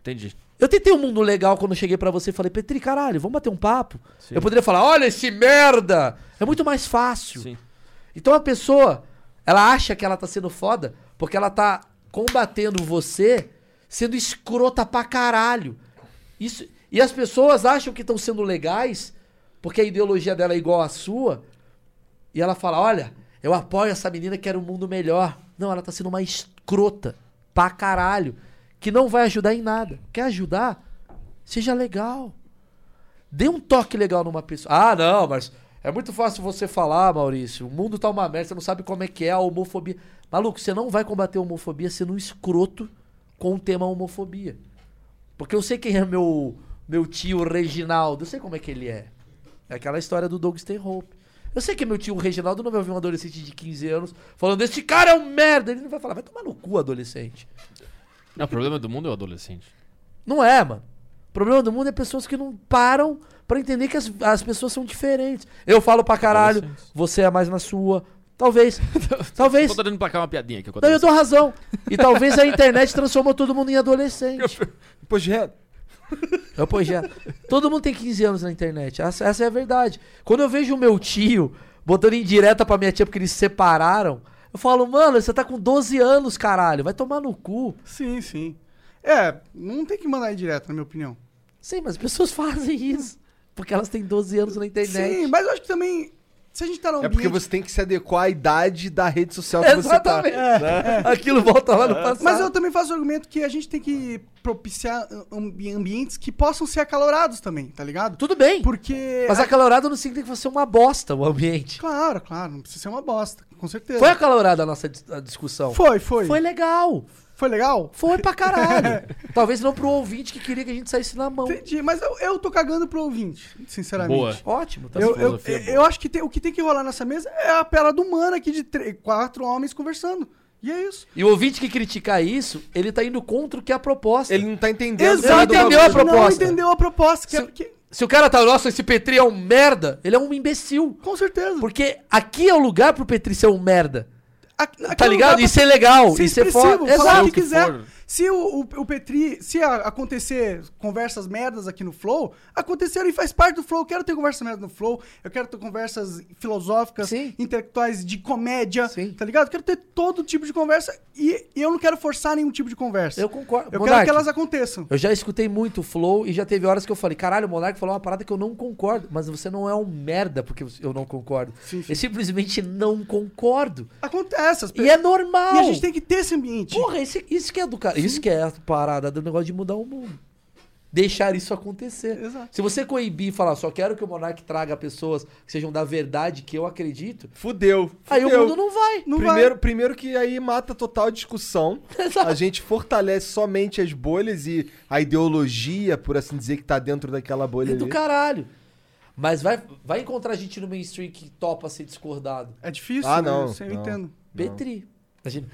[SPEAKER 4] Entendi.
[SPEAKER 2] Eu tentei um mundo legal quando eu cheguei pra você e falei, Petri, caralho, vamos bater um papo.
[SPEAKER 4] Sim.
[SPEAKER 2] Eu poderia falar, olha esse merda! É muito mais fácil.
[SPEAKER 4] Sim.
[SPEAKER 2] Então a pessoa, ela acha que ela tá sendo foda porque ela tá combatendo você sendo escrota pra caralho. Isso, e as pessoas acham que estão sendo legais porque a ideologia dela é igual à sua. E ela fala: Olha, eu apoio essa menina que quer um mundo melhor. Não, ela tá sendo uma escrota pra caralho que não vai ajudar em nada. Quer ajudar? Seja legal. Dê um toque legal numa pessoa. Ah, não, mas é muito fácil você falar, Maurício. O mundo tá uma merda, você não sabe como é que é a homofobia. Maluco, você não vai combater a homofobia sendo um escroto com o tema homofobia. Porque eu sei quem é meu, meu tio Reginaldo, eu sei como é que ele é. É aquela história do Doug Stanhope. Eu sei que meu tio Reginaldo não vai ouvir um adolescente de 15 anos falando, esse cara é um merda. Ele não vai falar, vai tomar no cu, adolescente.
[SPEAKER 4] Não, o problema do mundo é o adolescente.
[SPEAKER 2] Não é, mano. O problema do mundo é pessoas que não param pra entender que as, as pessoas são diferentes. Eu falo pra caralho,
[SPEAKER 4] Adolescentes.
[SPEAKER 2] você é mais na sua. Talvez. talvez.
[SPEAKER 4] Tô dando pra cá uma piadinha aqui.
[SPEAKER 2] Não, eu dou razão. E talvez a internet transformou todo mundo em adolescente.
[SPEAKER 6] Pois é.
[SPEAKER 2] Eu, pois já. Todo mundo tem 15 anos na internet. Essa, essa é a verdade. Quando eu vejo o meu tio botando indireta pra minha tia porque eles se separaram, eu falo, mano, você tá com 12 anos, caralho. Vai tomar no cu.
[SPEAKER 3] Sim, sim. É, não tem que mandar direto, na minha opinião.
[SPEAKER 2] Sim, mas as pessoas fazem isso. Porque elas têm 12 anos na internet.
[SPEAKER 3] Sim, mas eu acho que também. Se a gente tá num
[SPEAKER 6] É
[SPEAKER 3] ambiente.
[SPEAKER 6] porque você tem que se adequar à idade da rede social que você tá.
[SPEAKER 3] É.
[SPEAKER 2] Exatamente. Aquilo volta lá no passado.
[SPEAKER 3] Mas eu também faço o argumento que a gente tem que propiciar ambi- ambientes que possam ser acalorados também, tá ligado?
[SPEAKER 2] Tudo bem.
[SPEAKER 3] Porque.
[SPEAKER 2] Mas acalorada não significa que você é uma bosta o ambiente.
[SPEAKER 3] Claro, claro, não precisa ser uma bosta, com certeza.
[SPEAKER 2] Foi acalorada a nossa dis- a discussão.
[SPEAKER 3] Foi,
[SPEAKER 2] Foi
[SPEAKER 3] foi. Foi,
[SPEAKER 2] legal.
[SPEAKER 3] legal?
[SPEAKER 2] Foi pra caralho. Talvez não pro ouvinte que queria que a gente saísse na mão.
[SPEAKER 3] Entendi, mas eu, eu tô cagando pro ouvinte, sinceramente.
[SPEAKER 4] Boa.
[SPEAKER 2] Ótimo, tá
[SPEAKER 3] Eu,
[SPEAKER 4] Essa
[SPEAKER 3] eu,
[SPEAKER 4] filosofia é boa.
[SPEAKER 3] eu acho que tem- o que tem que rolar nessa mesa é a pelada humana aqui de tre- quatro homens conversando. E é isso.
[SPEAKER 2] E o ouvinte que criticar isso, ele tá indo contra o que é a proposta.
[SPEAKER 6] Ele não tá entendendo.
[SPEAKER 2] Exato. não entendeu a
[SPEAKER 3] Não
[SPEAKER 2] proposta.
[SPEAKER 3] entendeu a proposta. que é-
[SPEAKER 2] Se-
[SPEAKER 3] que-
[SPEAKER 2] Se o cara tá, nossa, esse Petri é um merda, ele é um imbecil.
[SPEAKER 3] com certeza.
[SPEAKER 2] Porque aqui é o lugar pro Petri ser um merda.
[SPEAKER 3] Aqui- aqui
[SPEAKER 2] Tá
[SPEAKER 3] é um
[SPEAKER 2] ligado?
[SPEAKER 3] lugar
[SPEAKER 2] Isso é legal,
[SPEAKER 3] ser
[SPEAKER 2] isso é
[SPEAKER 3] expressivo,
[SPEAKER 2] foda.
[SPEAKER 3] falar
[SPEAKER 2] Exato.
[SPEAKER 3] o que quiser.
[SPEAKER 4] for.
[SPEAKER 3] Se o, o- o Petri, se a- acontecer conversas merdas aqui no Flow, aconteceram e faz parte do Flow. Eu quero ter conversas merdas no Flow, eu quero ter conversas filosóficas,
[SPEAKER 2] Sim.
[SPEAKER 3] intelectuais, de comédia,
[SPEAKER 2] Sim.
[SPEAKER 3] tá ligado? Eu quero ter todo tipo de conversa e, e eu não quero forçar nenhum tipo de conversa.
[SPEAKER 2] Eu concordo.
[SPEAKER 3] Eu quero
[SPEAKER 2] Monark,
[SPEAKER 3] que elas aconteçam.
[SPEAKER 2] Eu já escutei muito o Flow e já teve horas que eu falei, caralho, o Monark falou uma parada que eu não concordo. Mas você não é um merda porque eu não concordo.
[SPEAKER 3] Sim, sim.
[SPEAKER 2] Eu simplesmente não concordo.
[SPEAKER 3] Acontece. as pe-
[SPEAKER 2] E é normal.
[SPEAKER 3] e a gente tem que ter esse ambiente.
[SPEAKER 2] Porra, esse- isso que é do cara. Isso que é a parada do negócio de mudar o mundo. Deixar isso acontecer.
[SPEAKER 3] Exato.
[SPEAKER 2] Se você coibir e falar, só quero que o Monark traga pessoas que sejam da verdade que eu acredito,
[SPEAKER 6] Fudeu.
[SPEAKER 2] aí o
[SPEAKER 6] fudeu.
[SPEAKER 2] mundo não vai. Tá.
[SPEAKER 3] Não
[SPEAKER 6] primeiro, primeiro que aí mata total a discussão.
[SPEAKER 2] Exato.
[SPEAKER 6] A gente fortalece somente as bolhas e a ideologia, por assim dizer, que tá dentro daquela bolha
[SPEAKER 2] É do
[SPEAKER 6] ali.
[SPEAKER 2] caralho. Mas vai, vai encontrar gente no mainstream que topa ser discordado.
[SPEAKER 3] vai. É difícil,
[SPEAKER 6] Ah,
[SPEAKER 3] né?
[SPEAKER 6] não,
[SPEAKER 3] Eu sei, eu
[SPEAKER 6] não.
[SPEAKER 3] entendo.
[SPEAKER 2] Petri. Imagina.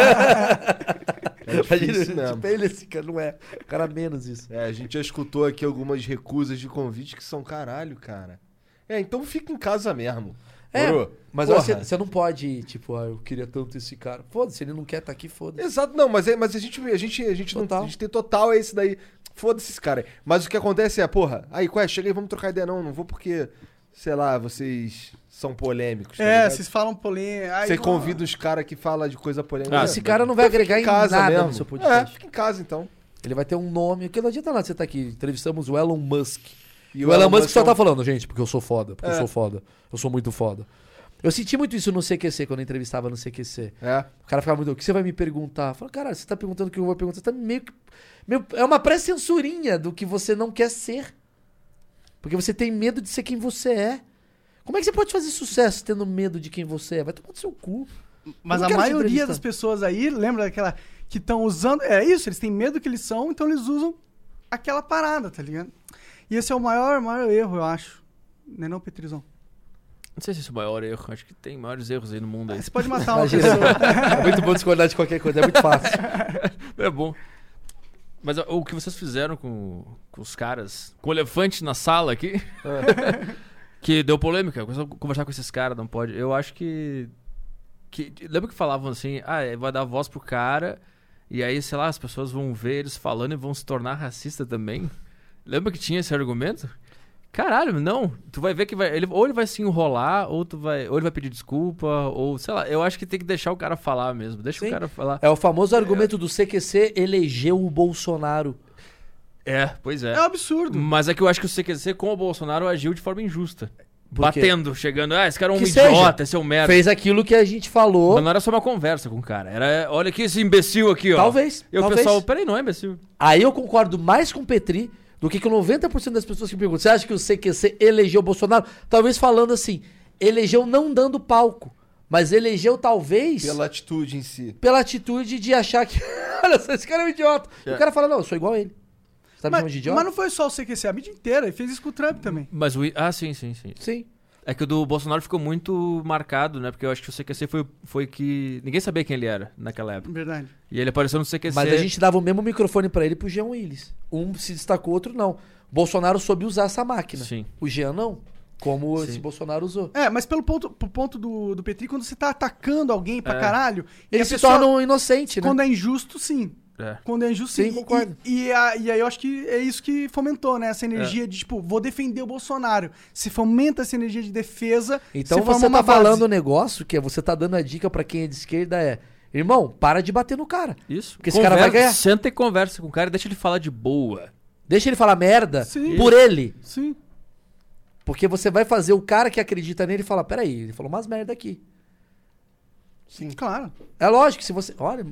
[SPEAKER 6] É difícil
[SPEAKER 2] Imagina,
[SPEAKER 6] mesmo.
[SPEAKER 2] tipo, ele esse cara não é. O cara menos isso.
[SPEAKER 6] É, a gente já escutou aqui algumas recusas de convite que são caralho, cara. É, então fica em casa mesmo.
[SPEAKER 2] É,
[SPEAKER 6] Moro?
[SPEAKER 2] mas
[SPEAKER 6] Porra.
[SPEAKER 2] você, você não pode, tipo, ah, eu queria tanto esse cara. Foda-se, ele não quer estar aqui, foda-se.
[SPEAKER 6] Exato, não, mas, é, mas a gente, a gente, a gente, não,
[SPEAKER 2] Total.
[SPEAKER 6] a gente tem total é esse daí. Foda-se esse cara. aí. Mas o que acontece é, porra, aí, qual é? Chega aí, vamos trocar ideia. Não, não vou porque, sei lá, vocês são polêmicos. tá
[SPEAKER 3] É,
[SPEAKER 6] ligado?
[SPEAKER 3] vocês falam polêmica. ai,
[SPEAKER 6] Você
[SPEAKER 3] não-
[SPEAKER 6] convida os caras que falam de coisa polêmica.
[SPEAKER 4] Ah,
[SPEAKER 2] Esse cara não vai agregar em
[SPEAKER 6] em casa
[SPEAKER 2] nada
[SPEAKER 6] mesmo.
[SPEAKER 2] no seu
[SPEAKER 6] É,
[SPEAKER 2] podcast.
[SPEAKER 6] fica em casa então.
[SPEAKER 2] Ele vai ter um nome. Porque não adianta nada você estar aqui. Entrevistamos o Elon Musk.
[SPEAKER 6] E
[SPEAKER 2] o Elon Musk só
[SPEAKER 6] é um- É.
[SPEAKER 2] tá falando, gente, porque eu sou foda, porque eu sou foda. Eu sou muito foda. Eu senti muito isso no CQC, quando eu entrevistava no CQC.
[SPEAKER 6] É.
[SPEAKER 2] O cara ficava muito, o que você vai me perguntar? Eu Falava, cara, você tá perguntando o que eu vou perguntar, você tá meio que. meio- é uma pré-censurinha do que você não quer ser. Porque você tem medo de ser quem você é. Como é que você pode fazer sucesso tendo medo de quem você é? Vai tomar no seu cu.
[SPEAKER 3] Mas
[SPEAKER 2] Eu não
[SPEAKER 3] a
[SPEAKER 2] quero te
[SPEAKER 3] maioria
[SPEAKER 2] entrevistar.
[SPEAKER 3] das pessoas aí, lembra daquela que estão usando. É isso, eles têm medo que eles são, então eles usam aquela parada, tá ligado? E esse é o maior, maior erro, eu acho. Não é não, Petrizão?
[SPEAKER 4] Não sei se esse é o maior erro. Acho que tem maiores erros aí no mundo aí.
[SPEAKER 3] Você pode matar uma
[SPEAKER 2] Imagina.
[SPEAKER 3] pessoa.
[SPEAKER 2] É muito bom discordar de qualquer coisa, é muito fácil.
[SPEAKER 4] É bom. Mas ó, o que vocês fizeram com, com os caras, com o elefante na sala aqui, que deu polêmica, começou a conversar com esses caras, não pode. Eu acho que, que. Lembra que falavam assim, ah, é, vai dar voz pro cara, e aí, sei lá, as pessoas vão ver eles falando e vão se tornar racista também? Lembra que tinha esse argumento? Caralho, não. Tu vai ver que vai. Ele, ou ele vai se enrolar, ou tu vai. Ou ele vai pedir desculpa, ou, sei lá, eu acho que tem que deixar o cara falar mesmo. Deixa
[SPEAKER 2] Sim.
[SPEAKER 4] o cara falar.
[SPEAKER 2] É o famoso argumento do CQC elegeu o Bolsonaro.
[SPEAKER 4] É, pois
[SPEAKER 3] É um absurdo.
[SPEAKER 4] Mas é que eu acho que o CQC com o Bolsonaro agiu de forma injusta.
[SPEAKER 2] Por quê?
[SPEAKER 4] Batendo, chegando. Ah, esse cara é um
[SPEAKER 2] Que
[SPEAKER 4] idiota,
[SPEAKER 2] seja.
[SPEAKER 4] esse é um merda.
[SPEAKER 2] Fez aquilo que a gente falou.
[SPEAKER 4] Mas não era só uma conversa com o cara. Era, olha aqui esse imbecil aqui, ó.
[SPEAKER 2] Talvez,
[SPEAKER 4] E o
[SPEAKER 2] talvez.
[SPEAKER 4] pessoal, peraí, não é imbecil.
[SPEAKER 2] Aí eu concordo mais com o Petri do que com 90% das pessoas que me perguntam. Você acha que o CQC elegeu o Bolsonaro? Talvez falando assim, elegeu não dando palco, mas elegeu talvez pela,
[SPEAKER 6] Pela atitude em si.
[SPEAKER 2] atitude de achar que, olha só, esse cara é um idiota. E o cara fala, não, eu sou igual a ele. Você tá me chamando
[SPEAKER 3] Mas,
[SPEAKER 2] de idiota?
[SPEAKER 3] mas não foi só o CQC, a mídia inteira. E fez isso com o Trump também.
[SPEAKER 4] Mas o. Ah, sim, sim, sim.
[SPEAKER 2] Sim.
[SPEAKER 4] É que o do Bolsonaro ficou muito marcado, né? Porque eu acho que o CQC foi, foi que. Ninguém sabia quem ele era naquela
[SPEAKER 2] É
[SPEAKER 4] época.
[SPEAKER 3] Verdade.
[SPEAKER 4] E ele apareceu no CQC.
[SPEAKER 2] Mas a gente dava o mesmo microfone pra ele e pro Jean Willis. Um se destacou, outro não. Bolsonaro soube usar essa máquina.
[SPEAKER 4] Sim.
[SPEAKER 2] O Jean não. Como
[SPEAKER 4] Sim.
[SPEAKER 2] esse Bolsonaro usou.
[SPEAKER 3] É, mas pelo ponto, pro ponto do, do Petri, quando você tá atacando alguém pra caralho, e
[SPEAKER 2] É. Ele
[SPEAKER 3] a
[SPEAKER 2] se
[SPEAKER 3] pessoa-
[SPEAKER 2] torna um inocente, né?
[SPEAKER 3] Quando é injusto, sim.
[SPEAKER 4] É.
[SPEAKER 3] Quando é injusto,
[SPEAKER 2] Sim,
[SPEAKER 3] sim. E-
[SPEAKER 2] concordo.
[SPEAKER 3] E, e, a- e aí eu acho que é isso que fomentou, né? Essa
[SPEAKER 2] É.
[SPEAKER 3] energia de, tipo, vou defender o Bolsonaro. Se fomenta essa energia de defesa,
[SPEAKER 2] Então
[SPEAKER 3] se forma
[SPEAKER 2] você tá
[SPEAKER 3] uma base.
[SPEAKER 2] falando um negócio que é, você tá dando a dica pra quem é de esquerda é, irmão, para de bater no cara.
[SPEAKER 4] Isso.
[SPEAKER 2] Porque esse cara vai ganhar.
[SPEAKER 4] Senta e conversa com o cara e deixa ele falar de boa.
[SPEAKER 2] Deixa ele falar merda
[SPEAKER 3] Sim.
[SPEAKER 2] por ele.
[SPEAKER 3] Sim.
[SPEAKER 2] Porque você vai fazer o cara que acredita nele falar, peraí, ele falou umas merda aqui.
[SPEAKER 3] Sim. Claro.
[SPEAKER 2] É lógico, se você. Olha,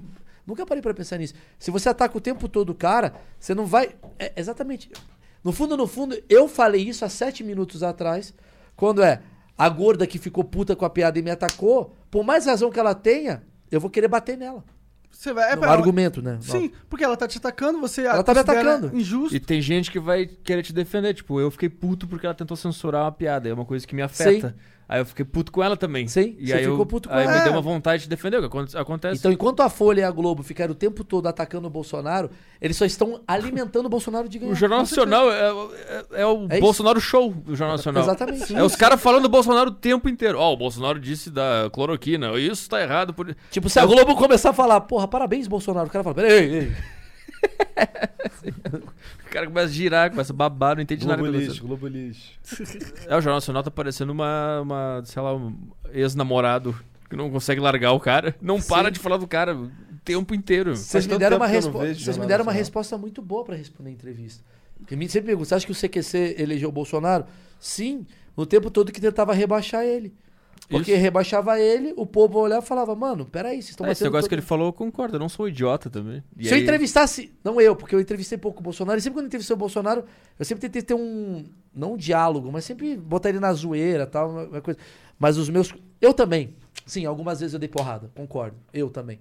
[SPEAKER 2] Nunca parei pra pensar nisso. Se você ataca o tempo todo o cara, você não vai. é, exatamente. No fundo, no fundo, eu falei isso há sete minutos atrás, quando é a gorda que ficou puta com a piada e me atacou, por mais razão que ela tenha, eu vou querer bater nela.
[SPEAKER 3] Você vai. É pra-
[SPEAKER 2] Argumento, né?
[SPEAKER 3] Sim, porque ela tá te atacando, você
[SPEAKER 2] Ela tá me
[SPEAKER 3] considera
[SPEAKER 2] atacando.
[SPEAKER 3] Injusto.
[SPEAKER 4] E tem gente que vai querer te defender. Tipo, eu fiquei puto porque ela tentou censurar uma piada. É uma coisa que me afeta. Aí eu fiquei puto com ela também.
[SPEAKER 2] Sim,
[SPEAKER 4] E
[SPEAKER 2] você
[SPEAKER 4] aí eu-
[SPEAKER 2] ficou puto com
[SPEAKER 4] aí
[SPEAKER 2] ela.
[SPEAKER 4] me
[SPEAKER 3] É.
[SPEAKER 4] deu uma vontade de defender. o que aconte- Acontece.
[SPEAKER 2] Então, enquanto a Folha e a Globo ficaram o tempo todo atacando o Bolsonaro, eles só estão alimentando o Bolsonaro de ganhar.
[SPEAKER 4] o Jornal Nacional é, é- é o
[SPEAKER 2] É isso.
[SPEAKER 4] Bolsonaro Show do Jornal Nacional.
[SPEAKER 2] Exatamente.
[SPEAKER 4] É os caras falando do Bolsonaro o tempo inteiro. Ó, o Bolsonaro disse da cloroquina. Isso tá errado. Por...
[SPEAKER 2] Tipo, se a Globo começar a falar, porra, parabéns, Bolsonaro, o cara fala, peraí, ei, ei.
[SPEAKER 4] O cara começa a girar, começa a babar, não entende nada. do que tá acontecendo.
[SPEAKER 6] Globo lixo.
[SPEAKER 4] É, o Jornal Nacional tá parecendo uma, uma sei lá, um ex-namorado que não consegue largar o cara. Não para de falar do cara o tempo inteiro.
[SPEAKER 2] Vocês me
[SPEAKER 6] tanto
[SPEAKER 2] deram, uma,
[SPEAKER 6] tempo que eu
[SPEAKER 2] respo-
[SPEAKER 6] não vejo
[SPEAKER 2] Vocês me
[SPEAKER 6] Jornal
[SPEAKER 2] deram uma
[SPEAKER 6] Nacional.
[SPEAKER 2] resposta muito boa pra responder a entrevista. Porque me sempre perguntam, você acha que o CQC elegeu o Bolsonaro? Sim, no tempo todo que tentava rebaixar ele. Porque
[SPEAKER 4] Isso.
[SPEAKER 2] rebaixava ele, o povo olhava e falava, mano, peraí, vocês estão
[SPEAKER 4] É, esse
[SPEAKER 2] batendo
[SPEAKER 4] negócio
[SPEAKER 2] todo
[SPEAKER 4] que ele falou, eu concordo. Eu não sou idiota também. E
[SPEAKER 2] Se eu
[SPEAKER 4] aí-
[SPEAKER 2] entrevistasse. Não eu, porque eu entrevistei pouco o Bolsonaro. E sempre quando eu entrevistei o Bolsonaro, eu sempre tentei ter um. Não um diálogo, mas sempre botar ele na zoeira tal, uma- uma coisa. Mas os meus. Eu também. Sim, algumas vezes eu dei porrada, concordo. Eu também.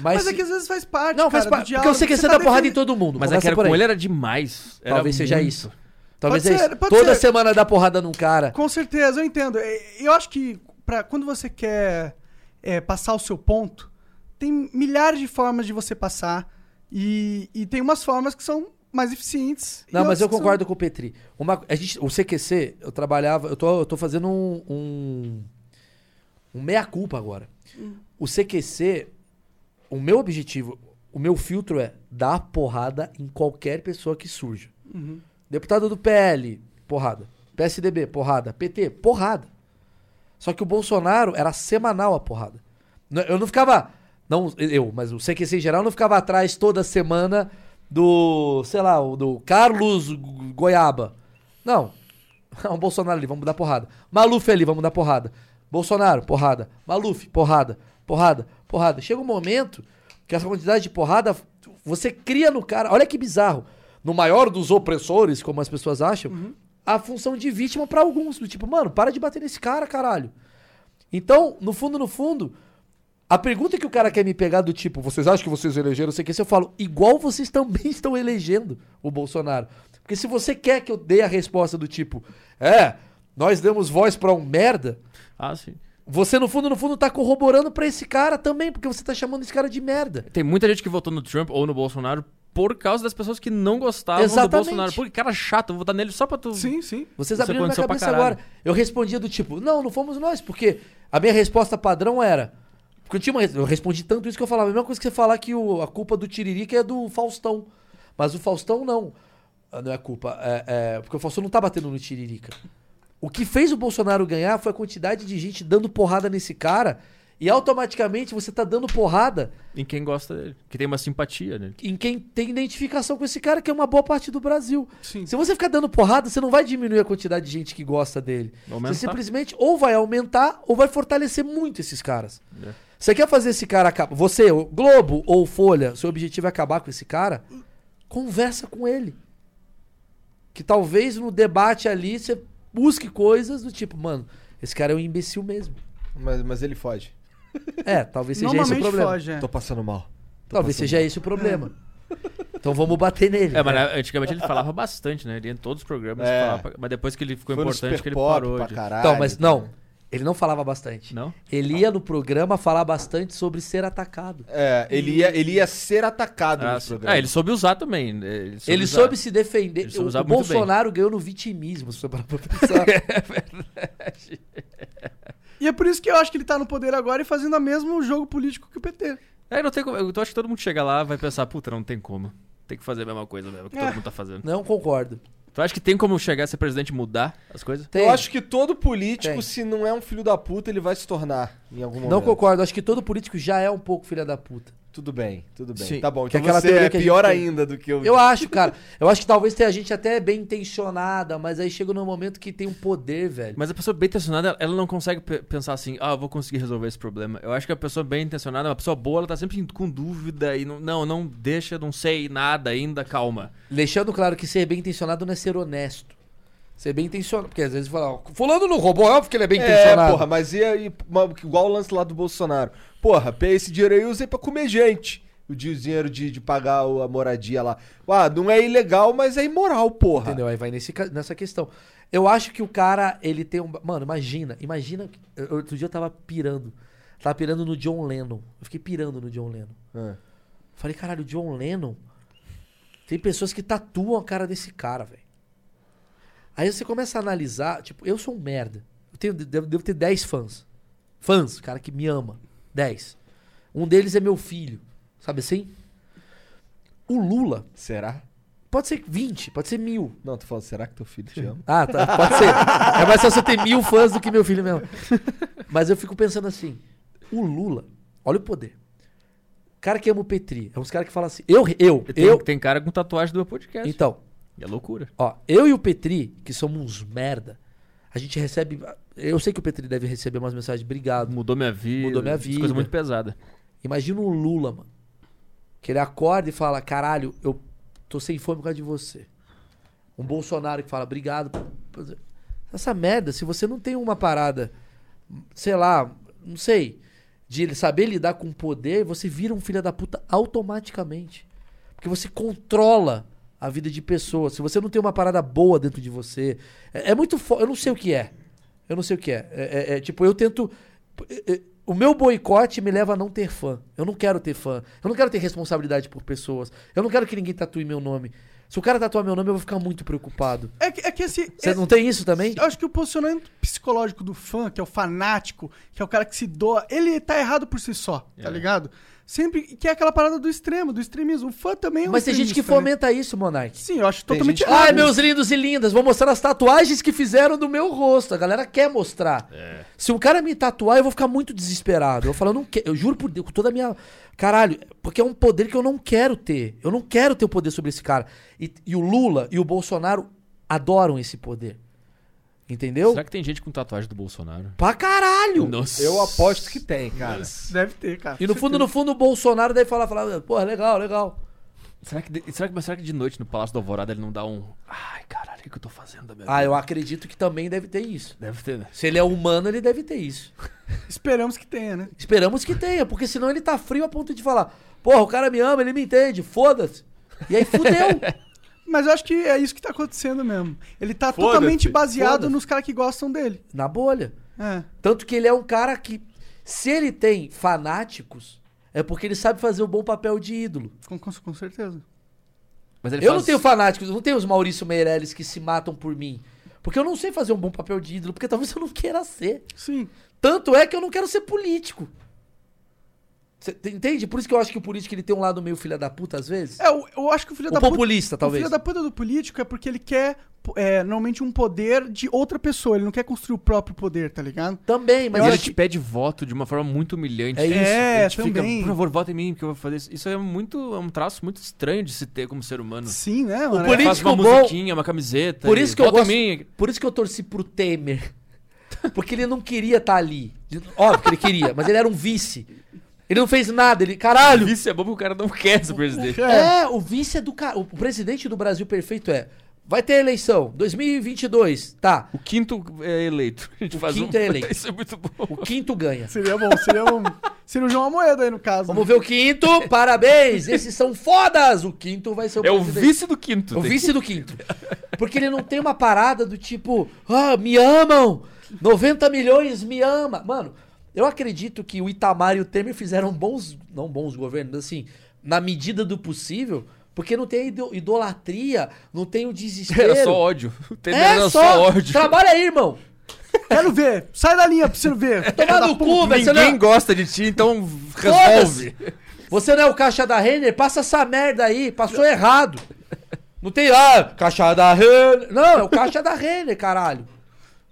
[SPEAKER 2] Mas.
[SPEAKER 3] Mas é que às vezes faz parte.
[SPEAKER 2] Não, faz
[SPEAKER 3] cara, do
[SPEAKER 2] parte. Porque eu
[SPEAKER 3] diálogo,
[SPEAKER 2] sei que você
[SPEAKER 3] tá
[SPEAKER 2] dá porrada em
[SPEAKER 3] defendendo-
[SPEAKER 2] todo mundo.
[SPEAKER 4] Mas
[SPEAKER 2] começa
[SPEAKER 4] aquela
[SPEAKER 2] por aí.
[SPEAKER 4] com ele era demais. Era
[SPEAKER 2] Talvez seja
[SPEAKER 4] muito.
[SPEAKER 2] isso. Talvez
[SPEAKER 3] Pode
[SPEAKER 2] seja
[SPEAKER 3] ser,
[SPEAKER 2] isso.
[SPEAKER 3] pode
[SPEAKER 2] Toda
[SPEAKER 3] ser.
[SPEAKER 2] semana dá porrada num cara.
[SPEAKER 3] Com certeza, eu entendo. É, Eu acho que pra, quando você quer é, passar o seu ponto, tem milhares de formas de você passar. E, e tem umas formas que são mais eficientes. e
[SPEAKER 2] Não, mas
[SPEAKER 3] outras
[SPEAKER 2] eu
[SPEAKER 3] que são-
[SPEAKER 2] concordo com o Petri. Uma, a gente, o CQC, eu trabalhava. Eu tô, eu tô fazendo um. Um, um meia-culpa agora.
[SPEAKER 3] Hum.
[SPEAKER 2] O CQC, o meu objetivo, o meu filtro é dar porrada em qualquer pessoa que surja.
[SPEAKER 3] Uhum.
[SPEAKER 2] Deputado do PL, porrada. PSDB, porrada. PT, porrada. Só que o Bolsonaro era semanal a porrada. Não- Eu não ficava. Não, eu, mas o CQC em geral não ficava atrás toda semana do, sei lá, o do Carlos Goiaba. Não. O Bolsonaro ali, vamos dar porrada. Maluf ali, vamos dar porrada. Bolsonaro, porrada. Maluf, porrada. Porrada, porrada. Chega um momento que essa quantidade de porrada você cria no cara. Olha que bizarro. No maior dos opressores, como as pessoas acham, a função de vítima pra alguns. Do tipo, mano, para de bater nesse cara, caralho. Então, no fundo, no fundo, a pergunta que o cara quer me pegar do tipo, vocês acham que vocês elegeram, não sei o que, se eu falo, igual vocês também estão elegendo o Bolsonaro. Porque se você quer que eu dê a resposta do tipo, é, nós demos voz pra um merda,
[SPEAKER 4] Ah, sim.
[SPEAKER 2] você no fundo, no fundo, tá corroborando pra esse cara também, porque você tá chamando esse cara de merda.
[SPEAKER 4] Tem muita gente que votou no Trump ou no Bolsonaro por causa das pessoas que não gostavam
[SPEAKER 2] Exatamente.
[SPEAKER 4] do Bolsonaro. Pô, que cara chato, vou votar nele só pra tu.
[SPEAKER 3] Sim, sim.
[SPEAKER 2] Vocês
[SPEAKER 4] Isso
[SPEAKER 2] abriram minha
[SPEAKER 4] aconteceu pra
[SPEAKER 2] cabeça
[SPEAKER 4] caralho.
[SPEAKER 2] agora. Eu respondia do tipo, não, não fomos nós, porque a minha resposta padrão era. Porque eu, tinha uma, res- eu respondi tanto isso que eu falava, a mesma coisa que você falar que o- a culpa do Tiririca é do Faustão. Mas o Faustão não. Ah, Não é culpa. é- é- porque o Faustão não tá batendo no Tiririca. O que fez o Bolsonaro ganhar foi a quantidade de gente dando porrada nesse cara. E automaticamente você tá dando porrada
[SPEAKER 4] Em quem gosta dele. Que tem uma simpatia né? dele.
[SPEAKER 2] em quem tem identificação com esse cara, que é uma boa parte do Brasil.
[SPEAKER 3] Sim.
[SPEAKER 2] Se você ficar dando porrada, você não vai diminuir a quantidade de gente que gosta dele.
[SPEAKER 4] Vai aumentar.
[SPEAKER 2] Você simplesmente ou vai aumentar ou vai fortalecer muito esses caras. Você quer fazer esse cara acabar? Você, o Globo ou Folha, seu objetivo é acabar com esse cara? Conversa com ele. Que talvez no debate ali você busque coisas do tipo, mano, esse cara é um imbecil mesmo.
[SPEAKER 6] Mas, mas ele foge.
[SPEAKER 2] É, talvez seja esse o
[SPEAKER 3] Normalmente
[SPEAKER 2] problema.
[SPEAKER 3] foge, é.
[SPEAKER 6] Tô passando mal.
[SPEAKER 2] Talvez seja esse o problema. Então vamos bater nele.
[SPEAKER 4] É, mas né, antigamente ele falava bastante, né? Ele ia em todos os programas.
[SPEAKER 6] É.
[SPEAKER 4] falava pra- Mas depois que ele ficou
[SPEAKER 6] Foi no
[SPEAKER 4] importante,
[SPEAKER 6] Super
[SPEAKER 4] que ele
[SPEAKER 6] Pop
[SPEAKER 4] parou.
[SPEAKER 6] pra
[SPEAKER 4] de-
[SPEAKER 6] caralho.
[SPEAKER 2] Então, mas não. Ele não falava bastante.
[SPEAKER 4] Não?
[SPEAKER 2] Ele ia no programa falar bastante sobre ser atacado.
[SPEAKER 6] É, ele ia, ele ia ser atacado
[SPEAKER 4] Ah,
[SPEAKER 6] nesse
[SPEAKER 4] sim.
[SPEAKER 6] programa.
[SPEAKER 4] ah, ele soube usar também. né, Ele soube,
[SPEAKER 2] ele
[SPEAKER 4] usar.
[SPEAKER 2] soube se defender.
[SPEAKER 4] Ele soube
[SPEAKER 2] O-
[SPEAKER 4] usar
[SPEAKER 2] o
[SPEAKER 4] muito bem.
[SPEAKER 2] Bolsonaro ganhou no vitimismo, se você parar pra pensar.
[SPEAKER 3] E é por isso que eu acho que ele tá no poder agora e fazendo o mesmo jogo político que o PT.
[SPEAKER 4] É, não tem como. Eu acho que todo mundo chega lá vai pensar, puta, não tem como. Tem que fazer a mesma coisa mesmo que
[SPEAKER 2] É.
[SPEAKER 4] todo mundo tá fazendo.
[SPEAKER 2] não concordo.
[SPEAKER 4] Tu acha que tem como chegar a ser presidente e mudar as coisas?
[SPEAKER 2] Tem.
[SPEAKER 6] Eu acho que todo político,
[SPEAKER 2] Tem.
[SPEAKER 6] se não é um filho da puta, ele vai se tornar em algum momento.
[SPEAKER 2] Não concordo. Acho que todo político já é um pouco filha da puta.
[SPEAKER 6] Tudo bem, tudo bem.
[SPEAKER 8] Sim.
[SPEAKER 6] Tá bom,
[SPEAKER 8] Que
[SPEAKER 6] então
[SPEAKER 8] aquela
[SPEAKER 6] você
[SPEAKER 8] teoria
[SPEAKER 6] é
[SPEAKER 8] que a gente
[SPEAKER 6] pior
[SPEAKER 8] tem.
[SPEAKER 6] ainda do que eu...
[SPEAKER 2] Eu acho, cara. Eu acho que talvez tenha gente até bem intencionada, mas aí chega num momento que tem um poder, velho.
[SPEAKER 4] Mas a pessoa bem intencionada, ela- ela não consegue pe- pensar assim, ah, eu vou conseguir resolver esse problema. Eu acho que a pessoa bem intencionada, uma pessoa boa, ela tá sempre com dúvida e não, não, não deixa, não sei nada ainda, calma.
[SPEAKER 2] Deixando claro que ser bem intencionado não é ser honesto. Ser bem intencionado. Porque às vezes fala, ó, fulano não roubou, óbvio que ele é bem
[SPEAKER 6] É,
[SPEAKER 2] intencionado.
[SPEAKER 6] porra, mas e aí, ma- igual o lance lá do Bolsonaro. Porra, pe- esse dinheiro aí eu usei pra comer gente. O di- o dinheiro de, de pagar o- a moradia lá. Ah, não é ilegal, mas é imoral, porra.
[SPEAKER 2] Entendeu? Aí vai nesse, ca- nessa questão. Eu acho que o cara, ele tem um. Mano, imagina, imagina. eu- Outro dia eu tava pirando. Tava pirando no John Lennon. Eu fiquei pirando no John Lennon.
[SPEAKER 6] É.
[SPEAKER 2] Falei, caralho, o John Lennon. Tem pessoas que tatuam a cara desse cara, velho. Aí você começa a analisar, tipo, eu sou um merda. Eu tenho, devo, devo ter 10 fãs. Fãs, cara que me ama. 10. Um deles é meu filho. Sabe assim? O Lula,
[SPEAKER 6] Será?
[SPEAKER 2] pode ser 20, pode ser mil.
[SPEAKER 6] Não, tô falando, será que teu filho te ama?
[SPEAKER 2] Ah, tá. Pode ser. É mais fácil eu ter mil fãs do que meu filho mesmo. Mas eu fico pensando assim: o Lula, olha o poder. O cara que ama o Petri, é uns caras que falam assim. Eu, eu,
[SPEAKER 4] E Tem,
[SPEAKER 2] eu.
[SPEAKER 4] tem cara com tatuagem do meu podcast.
[SPEAKER 2] Então,
[SPEAKER 4] E é loucura.
[SPEAKER 2] ó, eu e o Petri, que somos uns merda, a gente recebe. Eu sei que o Petri deve receber umas mensagens, obrigado.
[SPEAKER 4] Mudou minha vida.
[SPEAKER 2] Mudou minha
[SPEAKER 4] essas
[SPEAKER 2] vida.
[SPEAKER 4] Coisa muito pesada.
[SPEAKER 2] Imagina o Lula, mano. Que ele acorda e fala: caralho, eu tô sem fome por causa de você. Um Bolsonaro que fala: obrigado. por- Essa merda, se você não tem uma parada, sei lá, não sei, de ele saber lidar com o poder, você vira um filho da puta automaticamente. Porque você controla a vida de pessoas. Se você não tem uma parada boa dentro de você. É, é muito fo... Eu não sei o que é. Eu não sei o que é. É, é- é tipo, eu tento. é- é- O meu boicote me leva a não ter fã. Eu não quero ter fã. Eu não quero ter responsabilidade por pessoas. Eu não quero que ninguém tatue meu nome. Se o cara tatuar meu nome, eu vou ficar muito preocupado.
[SPEAKER 3] É que, é que esse.
[SPEAKER 2] Você
[SPEAKER 3] esse-
[SPEAKER 2] não tem isso também?
[SPEAKER 3] Eu acho que o posicionamento psicológico do fã, que é o fanático, que é o cara que se doa, ele tá errado por si só, tá ligado? Sempre que é aquela parada do extremo, do extremismo. O fã também é um
[SPEAKER 2] Mas tem gente que
[SPEAKER 3] extremista, né?
[SPEAKER 2] fomenta isso, Monark.
[SPEAKER 3] Sim, eu acho totalmente
[SPEAKER 6] gente-
[SPEAKER 3] errado.
[SPEAKER 2] Ai, meus lindos e lindas, vou mostrar as tatuagens que fizeram do meu rosto. A galera quer mostrar. Se um cara me tatuar, eu vou ficar muito desesperado. Eu falo, eu não quero, eu juro por Deus, com toda a minha. Caralho, porque é um poder que eu não quero ter. Eu não quero ter o poder sobre esse cara. E, e o Lula e o Bolsonaro adoram esse poder. Entendeu?
[SPEAKER 4] Será que tem gente com tatuagem do Bolsonaro?
[SPEAKER 2] Pra caralho!
[SPEAKER 4] Nossa.
[SPEAKER 6] Eu aposto que tem, cara.
[SPEAKER 3] Deve ter, cara.
[SPEAKER 2] E no fundo, no fundo, o Bolsonaro deve falar, falar, porra, legal, legal.
[SPEAKER 4] Será que, de- será, que, mas será que de noite no Palácio do Alvorada ele não dá um. Ai, caralho, o que que eu tô fazendo
[SPEAKER 3] É.
[SPEAKER 4] da minha
[SPEAKER 2] Ah,
[SPEAKER 4] vida?
[SPEAKER 2] eu acredito que também deve ter isso.
[SPEAKER 4] Deve ter, né?
[SPEAKER 2] Se ele é humano, ele deve ter isso.
[SPEAKER 3] Esperamos que tenha, né?
[SPEAKER 2] Esperamos que tenha, porque senão ele tá frio a ponto de falar: porra, o cara me ama, ele me entende, foda-se. E aí fudeu.
[SPEAKER 3] Mas eu acho que é isso que tá acontecendo mesmo. Ele tá
[SPEAKER 1] Foda-se.
[SPEAKER 3] totalmente baseado
[SPEAKER 2] Foda-se.
[SPEAKER 3] nos caras que gostam dele.
[SPEAKER 2] na bolha.
[SPEAKER 3] É.
[SPEAKER 2] Tanto que ele é um cara que, se ele tem fanáticos, é porque ele sabe fazer o bom papel de ídolo.
[SPEAKER 3] Com, com- com certeza.
[SPEAKER 4] Mas ele
[SPEAKER 2] eu
[SPEAKER 4] faz-
[SPEAKER 2] não tenho fanáticos, eu não tenho os Maurício Meirelles que se matam por mim. Porque eu não sei fazer um bom papel de ídolo, porque talvez eu não queira ser.
[SPEAKER 3] Sim.
[SPEAKER 2] Tanto é que eu não quero ser político. Cê entende? Por isso que eu acho que o político ele tem um lado meio filha da puta às vezes.
[SPEAKER 3] É, eu, eu acho que o filho
[SPEAKER 2] o
[SPEAKER 3] da puta.
[SPEAKER 2] populista,
[SPEAKER 3] O
[SPEAKER 2] talvez.
[SPEAKER 3] filho da puta do político é porque ele quer, é, normalmente, um poder de outra pessoa. Ele não quer construir o próprio poder, tá ligado?
[SPEAKER 2] Também, mas
[SPEAKER 4] Mas ele
[SPEAKER 2] acho
[SPEAKER 4] te
[SPEAKER 2] que-
[SPEAKER 4] pede voto de uma forma muito humilhante.
[SPEAKER 2] É isso,
[SPEAKER 3] É,
[SPEAKER 4] Ele te fica,
[SPEAKER 3] também.
[SPEAKER 4] por favor, vota em mim, porque eu vou fazer isso. Isso é muito. É um traço muito estranho de se ter como ser humano.
[SPEAKER 3] Sim, né? mano?
[SPEAKER 2] político
[SPEAKER 4] Faz uma
[SPEAKER 2] bom-
[SPEAKER 4] musiquinha, uma camiseta.
[SPEAKER 2] Por
[SPEAKER 4] e
[SPEAKER 2] isso que eu
[SPEAKER 4] vota em
[SPEAKER 2] gosto-
[SPEAKER 4] mim.
[SPEAKER 2] Por isso que eu torci pro Temer. Porque ele não queria estar ali. Óbvio que ele queria, mas ele era um vice. Ele não fez nada, ele. Caralho!
[SPEAKER 4] Isso é bom porque o cara não quer ser presidente.
[SPEAKER 2] É, o vice é do cara. O presidente do Brasil perfeito é. Vai ter eleição, 2022, tá.
[SPEAKER 4] O quinto é eleito. A gente
[SPEAKER 2] O
[SPEAKER 4] faz
[SPEAKER 2] quinto
[SPEAKER 4] um...
[SPEAKER 2] é eleito.
[SPEAKER 4] Isso é muito bom.
[SPEAKER 2] O quinto ganha.
[SPEAKER 3] É, Seria bom, seria um. Seria o João Amoedo aí, no caso.
[SPEAKER 2] Vamos ver o quinto, parabéns! Esses são fodas! O quinto vai ser o
[SPEAKER 4] É o
[SPEAKER 2] presidente.
[SPEAKER 4] vice do quinto.
[SPEAKER 2] É o
[SPEAKER 4] Tem-
[SPEAKER 2] vice do quinto. Porque ele não tem uma parada do tipo, ah, me amam! 90 milhões me ama! Mano, eu acredito que o Itamar e o Temer fizeram bons, não bons governos, mas assim, na medida do possível, porque não tem a ido- idolatria, não tem o desespero.
[SPEAKER 4] Era só ódio. O Temer
[SPEAKER 2] É
[SPEAKER 4] era
[SPEAKER 2] só-
[SPEAKER 4] só ódio.
[SPEAKER 2] Trabalha aí, irmão!
[SPEAKER 3] né? Quero ver. Sai da linha pra você ver.
[SPEAKER 2] Tomar no cu, velho! Você, não
[SPEAKER 8] Ninguém
[SPEAKER 2] é-
[SPEAKER 8] gosta de ti, então
[SPEAKER 2] Foda-se.
[SPEAKER 8] resolve.
[SPEAKER 2] você não é o caixa da Renner? Passa essa merda aí, passou errado. Não tem, ah, caixa da Renner. Não, é o caixa da Renner, caralho.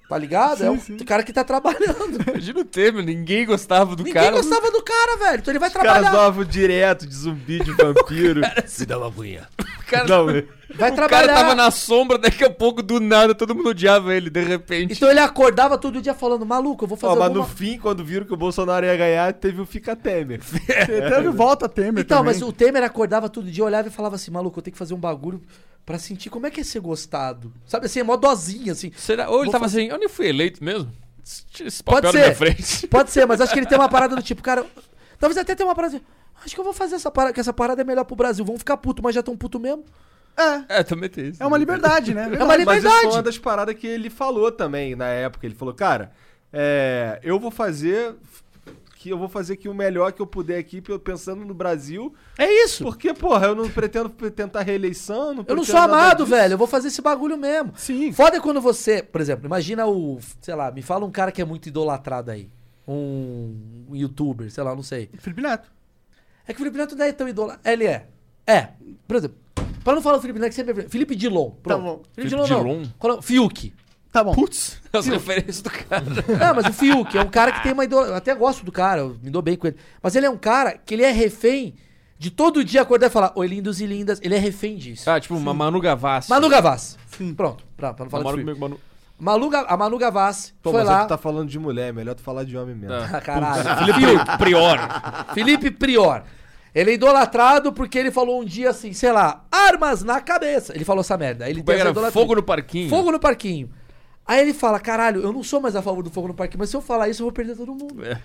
[SPEAKER 2] Tá ligado? é o
[SPEAKER 3] sim.
[SPEAKER 2] cara que tá trabalhando.
[SPEAKER 8] Imagina o Temer, ninguém gostava do
[SPEAKER 2] Ninguém
[SPEAKER 8] cara.
[SPEAKER 2] gostava do cara, velho. Então ele vai
[SPEAKER 6] Os caras
[SPEAKER 2] trabalhar.
[SPEAKER 6] usavam direto de zumbi, de vampiro.
[SPEAKER 8] Me dá uma punha. O cara,
[SPEAKER 6] Não,
[SPEAKER 2] Vai
[SPEAKER 8] o cara
[SPEAKER 2] trabalhar.
[SPEAKER 8] tava na sombra, daqui a pouco, do nada, todo mundo odiava ele, de repente.
[SPEAKER 2] Então ele acordava todo dia falando, maluco, eu vou fazer
[SPEAKER 6] ó, mas
[SPEAKER 2] alguma...
[SPEAKER 6] no fim, quando viram que o Bolsonaro ia ganhar, teve o Fica Temer.
[SPEAKER 3] Teve volta Temer
[SPEAKER 2] Então,
[SPEAKER 3] também.
[SPEAKER 2] mas o Temer acordava todo dia, olhava e falava assim, maluco, eu tenho que fazer um bagulho pra sentir como é que é ser gostado. Sabe assim, é mó dozinha, assim.
[SPEAKER 8] Será? Ou ele
[SPEAKER 2] Vou
[SPEAKER 8] tava
[SPEAKER 2] fazer-
[SPEAKER 8] assim, eu nem fui eleito mesmo. Tira esse
[SPEAKER 2] Pode
[SPEAKER 8] papel da
[SPEAKER 2] ser.
[SPEAKER 8] minha frente.
[SPEAKER 2] Pode ser, mas acho que ele tem uma parada do tipo, cara. Talvez até tenha uma parada. de, Acho que eu vou fazer essa parada, que essa parada é melhor pro Brasil. Vão ficar puto, mas já tão puto mesmo.
[SPEAKER 8] É, também tem isso.
[SPEAKER 3] É uma liberdade, né?
[SPEAKER 2] É uma
[SPEAKER 6] Mas isso foi uma
[SPEAKER 2] liberdade.
[SPEAKER 6] das paradas que ele falou também na época. Ele falou, cara, é, eu vou fazer que eu vou fazer aqui o melhor que eu puder aqui pe- pensando no Brasil,
[SPEAKER 2] É isso.
[SPEAKER 6] porque porra, eu não pretendo pre- tentar reeleição, não
[SPEAKER 2] Eu não
[SPEAKER 6] pretendo
[SPEAKER 2] sou
[SPEAKER 6] nada
[SPEAKER 2] amado,
[SPEAKER 6] disso.
[SPEAKER 2] velho. Eu vou fazer esse bagulho mesmo.
[SPEAKER 3] Sim.
[SPEAKER 2] Foda é quando você, por exemplo, imagina o. Sei lá, me fala um cara que é muito idolatrado aí. Um, um youtuber, sei lá, não sei.
[SPEAKER 3] Felipe Neto.
[SPEAKER 2] É que o Felipe Neto não é tão idolatrado. Ele é. É. Por exemplo, pra não falar o Felipe Neto, que sempre é Felipe Dilon. Pronto. Felipe, Dilon,
[SPEAKER 8] Dilon?
[SPEAKER 2] não. Qual é o- Fiuk.
[SPEAKER 3] Tá bom.
[SPEAKER 8] As referências do cara.
[SPEAKER 2] Não, mas o Fiuk é um cara que tem uma idola. Eu até gosto do cara, eu me dou bem com ele. Mas ele é um cara que ele é refém de todo dia acordar e falar: Oi, lindos e lindas. Ele é refém disso.
[SPEAKER 8] Ah, tipo, uma Manu Gavassi.
[SPEAKER 2] Manu Gavassi. Pronto, pra, pra não falar
[SPEAKER 8] Namora
[SPEAKER 2] de Fiuk.
[SPEAKER 8] comigo, Manu.
[SPEAKER 2] Manu Ga- A Manu Gavassi
[SPEAKER 6] Pô,
[SPEAKER 2] foi
[SPEAKER 6] mas
[SPEAKER 2] lá. Ah.
[SPEAKER 6] tu tá falando de mulher, é melhor tu falar de homem mesmo.
[SPEAKER 8] Tá.
[SPEAKER 2] Caralho.
[SPEAKER 8] Felipe Prior. tá-
[SPEAKER 2] Felipe Prior. Ele é idolatrado porque ele falou um dia assim, sei lá, armas na cabeça. Ele falou essa merda. Aí Ele tem essa
[SPEAKER 8] é Era
[SPEAKER 2] idolatria.
[SPEAKER 8] fogo no parquinho.
[SPEAKER 2] Fogo no parquinho. Aí ele fala, caralho, eu não sou mais a favor do fogo no parquinho, mas se eu falar isso, eu vou perder todo mundo.
[SPEAKER 8] É.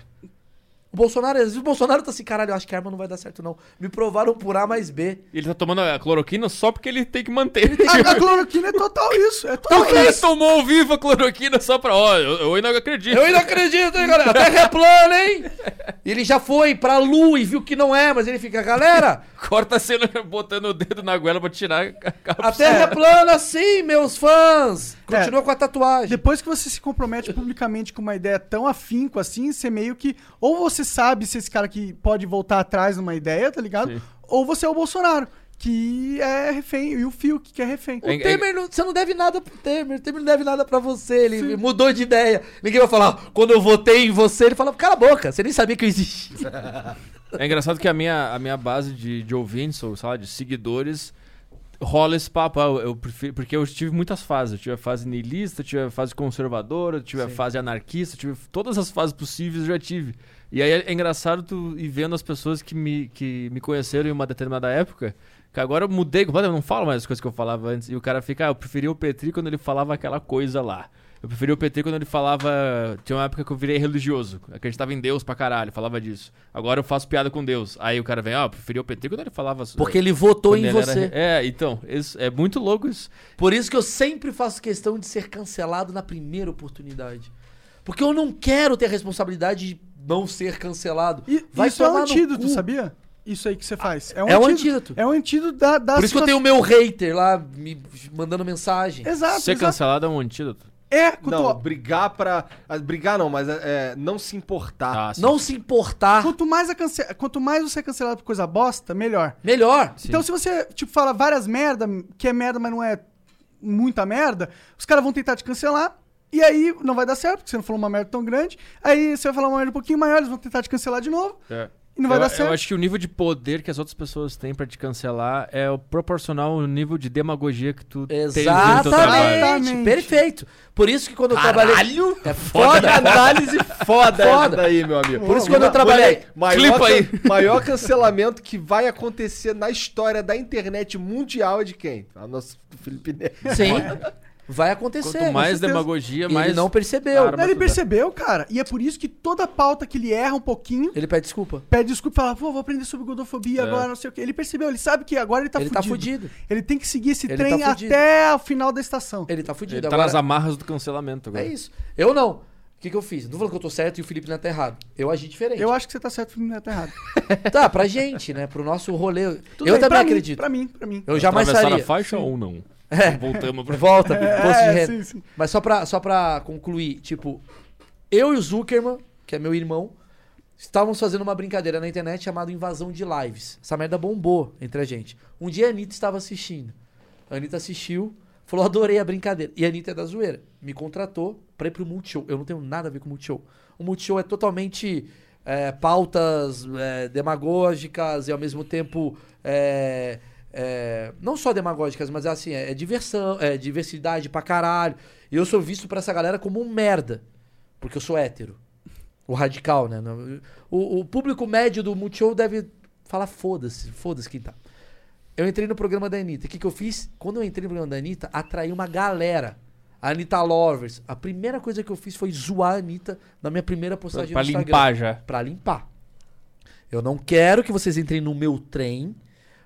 [SPEAKER 2] O Bolsonaro, às vezes o Bolsonaro tá assim, caralho, eu acho que a arma não vai dar certo, não. Me provaram por A mais B.
[SPEAKER 8] Ele tá tomando a cloroquina só porque ele tem que manter.
[SPEAKER 3] A, a cloroquina é total isso. É
[SPEAKER 2] Então,
[SPEAKER 3] total
[SPEAKER 8] O cara tomou ao vivo a cloroquina só pra. Ó, eu, eu ainda acredito.
[SPEAKER 2] Eu ainda acredito, hein, galera? A Terra é plana, hein? Ele já foi pra Lua e viu que não é, mas ele fica, galera,
[SPEAKER 8] Corta a cena botando o dedo na goela pra tirar a
[SPEAKER 2] a
[SPEAKER 8] capa.
[SPEAKER 2] Terra é plana sim, meus fãs. Continua com a tatuagem.
[SPEAKER 3] Depois que você se compromete publicamente com uma ideia tão afinco assim, você meio que. Ou você sabe se esse cara que pode voltar atrás numa ideia, tá ligado? Ou você é o Bolsonaro, que é refém, e o Fiuk, que é refém.
[SPEAKER 2] O Temer, não- você não deve nada pro Temer. O Temer não deve nada pra você. Ele mudou de ideia. Ninguém vai falar, quando eu votei em você, ele fala, cala a boca, você nem sabia que eu existia.
[SPEAKER 4] É engraçado que a minha, a minha base de, de ouvintes, ou sei lá, de seguidores, rola esse papo. Ah, eu, eu prefiro- porque eu tive muitas fases. Eu tive a fase niilista, eu tive a fase conservadora, eu tive a fase anarquista, eu tive todas as fases possíveis eu já tive. E aí é engraçado tu ir vendo as pessoas que me, que me conheceram em uma determinada época. Que agora eu mudei completamente, eu não falo mais as coisas que eu falava antes. E o cara fica, ah, eu preferia o Petri quando ele falava aquela coisa lá. Eu preferia o PT quando ele falava. Tinha uma época que eu virei religioso. Acreditava em Deus pra caralho, falava disso. Agora eu faço piada com Deus. Aí o cara vem, ó, eu preferia o PT quando ele falava.
[SPEAKER 2] Porque ele votou
[SPEAKER 4] quando
[SPEAKER 2] em
[SPEAKER 4] ele era-
[SPEAKER 2] você.
[SPEAKER 4] É, então, isso, é muito louco isso.
[SPEAKER 2] Por isso que eu sempre faço questão de ser cancelado na primeira oportunidade. Porque eu não quero ter a responsabilidade de não ser cancelado.
[SPEAKER 3] E
[SPEAKER 2] Vai
[SPEAKER 3] isso é um
[SPEAKER 2] tomar no
[SPEAKER 3] antídoto,
[SPEAKER 2] cu.
[SPEAKER 3] sabia? Isso aí que você faz. É
[SPEAKER 2] é um antídoto.
[SPEAKER 3] É um antídoto da, da
[SPEAKER 2] Por isso que eu tenho
[SPEAKER 3] situação-
[SPEAKER 2] o meu hater lá me mandando mensagem.
[SPEAKER 3] Exato,
[SPEAKER 4] Ser
[SPEAKER 3] exato.
[SPEAKER 4] cancelado é um antídoto.
[SPEAKER 3] É, quanto,
[SPEAKER 6] Não, brigar pra. ah, Brigar não, mas é, não se importar.
[SPEAKER 4] Ah, sim.
[SPEAKER 2] Não se importar.
[SPEAKER 3] quanto mais a cance- quanto mais você é cancelado por coisa bosta, melhor.
[SPEAKER 2] Melhor.
[SPEAKER 3] Então, se você, tipo, fala várias merda, que é merda, mas não é muita merda, os caras vão tentar te cancelar. E aí não vai dar certo, porque você não falou uma merda tão grande. Aí você vai falar uma merda um pouquinho maior, eles vão tentar te cancelar de novo.
[SPEAKER 4] É.
[SPEAKER 3] E não vai
[SPEAKER 4] eu,
[SPEAKER 3] dar
[SPEAKER 4] eu
[SPEAKER 3] certo.
[SPEAKER 4] acho que o nível de poder que as outras pessoas têm pra te cancelar é o proporcional ao nível de demagogia que tu tem no teu trabalho.
[SPEAKER 2] Exatamente.
[SPEAKER 3] Exatamente.
[SPEAKER 2] Perfeito. Por isso que quando eu trabalhei.
[SPEAKER 6] Caralho!
[SPEAKER 2] É foda.
[SPEAKER 6] Análise foda,
[SPEAKER 2] Foda.
[SPEAKER 6] essa daí, Tá meu amigo.
[SPEAKER 2] Por isso que quando eu trabalhei-
[SPEAKER 6] Moleque, Maior,
[SPEAKER 8] Clipa
[SPEAKER 6] can-
[SPEAKER 8] aí.
[SPEAKER 6] maior cancelamento que vai acontecer na história da internet mundial é de quem? A nossa do Felipe Neto.
[SPEAKER 2] Sim. Vai acontecer.
[SPEAKER 4] Quanto mais
[SPEAKER 2] com certeza.
[SPEAKER 4] demagogia,
[SPEAKER 2] E
[SPEAKER 4] mais.
[SPEAKER 2] Ele não percebeu.
[SPEAKER 4] Cara,
[SPEAKER 3] Ele
[SPEAKER 4] tudo.
[SPEAKER 3] percebeu, cara. E é por isso que toda pauta que ele erra um pouquinho,
[SPEAKER 2] Ele pede desculpa.
[SPEAKER 3] pede desculpa e fala, pô, vou aprender sobre godofobia agora, não sei o quê. Ele percebeu, ele sabe que agora ele tá
[SPEAKER 2] É. ele
[SPEAKER 3] fudido.
[SPEAKER 2] tá fudido.
[SPEAKER 3] Ele tem que seguir esse
[SPEAKER 2] Ele
[SPEAKER 3] trem
[SPEAKER 2] tá fudido.
[SPEAKER 3] até o final da estação.
[SPEAKER 2] Ele tá fudido.
[SPEAKER 4] Ele tá nas
[SPEAKER 2] agora,
[SPEAKER 4] amarras do cancelamento agora.
[SPEAKER 2] é isso. Eu não. O que, que eu fiz? Não tô falando que eu tô certo e o Felipe não tá errado. Eu agi diferente.
[SPEAKER 3] Eu acho que você tá certo, Felipe Neto, errado.
[SPEAKER 2] Tá, pra gente, né? Pro nosso rolê.
[SPEAKER 3] Tudo
[SPEAKER 2] eu
[SPEAKER 3] bem,
[SPEAKER 2] também
[SPEAKER 3] pra
[SPEAKER 2] acredito.
[SPEAKER 3] Mim, pra mim, pra mim.
[SPEAKER 2] Eu jamais
[SPEAKER 4] Atravessaram
[SPEAKER 2] faria. É.
[SPEAKER 4] a faixa ou não? Voltamos pra.
[SPEAKER 2] Volta, posto de
[SPEAKER 3] É,
[SPEAKER 2] renda.
[SPEAKER 3] sim, sim.
[SPEAKER 2] Mas só pra, só pra concluir, tipo, eu e o Zuckerman, que é meu irmão, estávamos fazendo uma brincadeira na internet chamada Invasão de Lives. Essa merda bombou entre a gente. Um dia a Anitta estava assistindo. A Anitta assistiu, Falou, adorei a brincadeira. E a Anitta é da zoeira. Me contratou pra ir pro Multishow. Eu não tenho nada a ver com o Multishow. O Multishow é totalmente é, pautas é, demagógicas e ao mesmo tempo. é, é, não só demagógicas, mas é assim, é, é diversão, é diversidade pra caralho. E eu sou visto pra essa galera como um merda. Porque eu sou hétero. O radical, né? Não- O, o público médio do Multishow deve falar foda-se, foda-se quem tá. Eu entrei no programa da Anitta. O que, que eu fiz? Quando eu entrei no programa da Anitta, atraí uma galera. A Anitta Lovers. A primeira coisa que eu fiz foi zoar a Anitta na minha primeira postagem
[SPEAKER 4] Pra
[SPEAKER 2] no Instagram.
[SPEAKER 4] limpar já.
[SPEAKER 2] Pra limpar. Eu não quero que vocês entrem no meu trem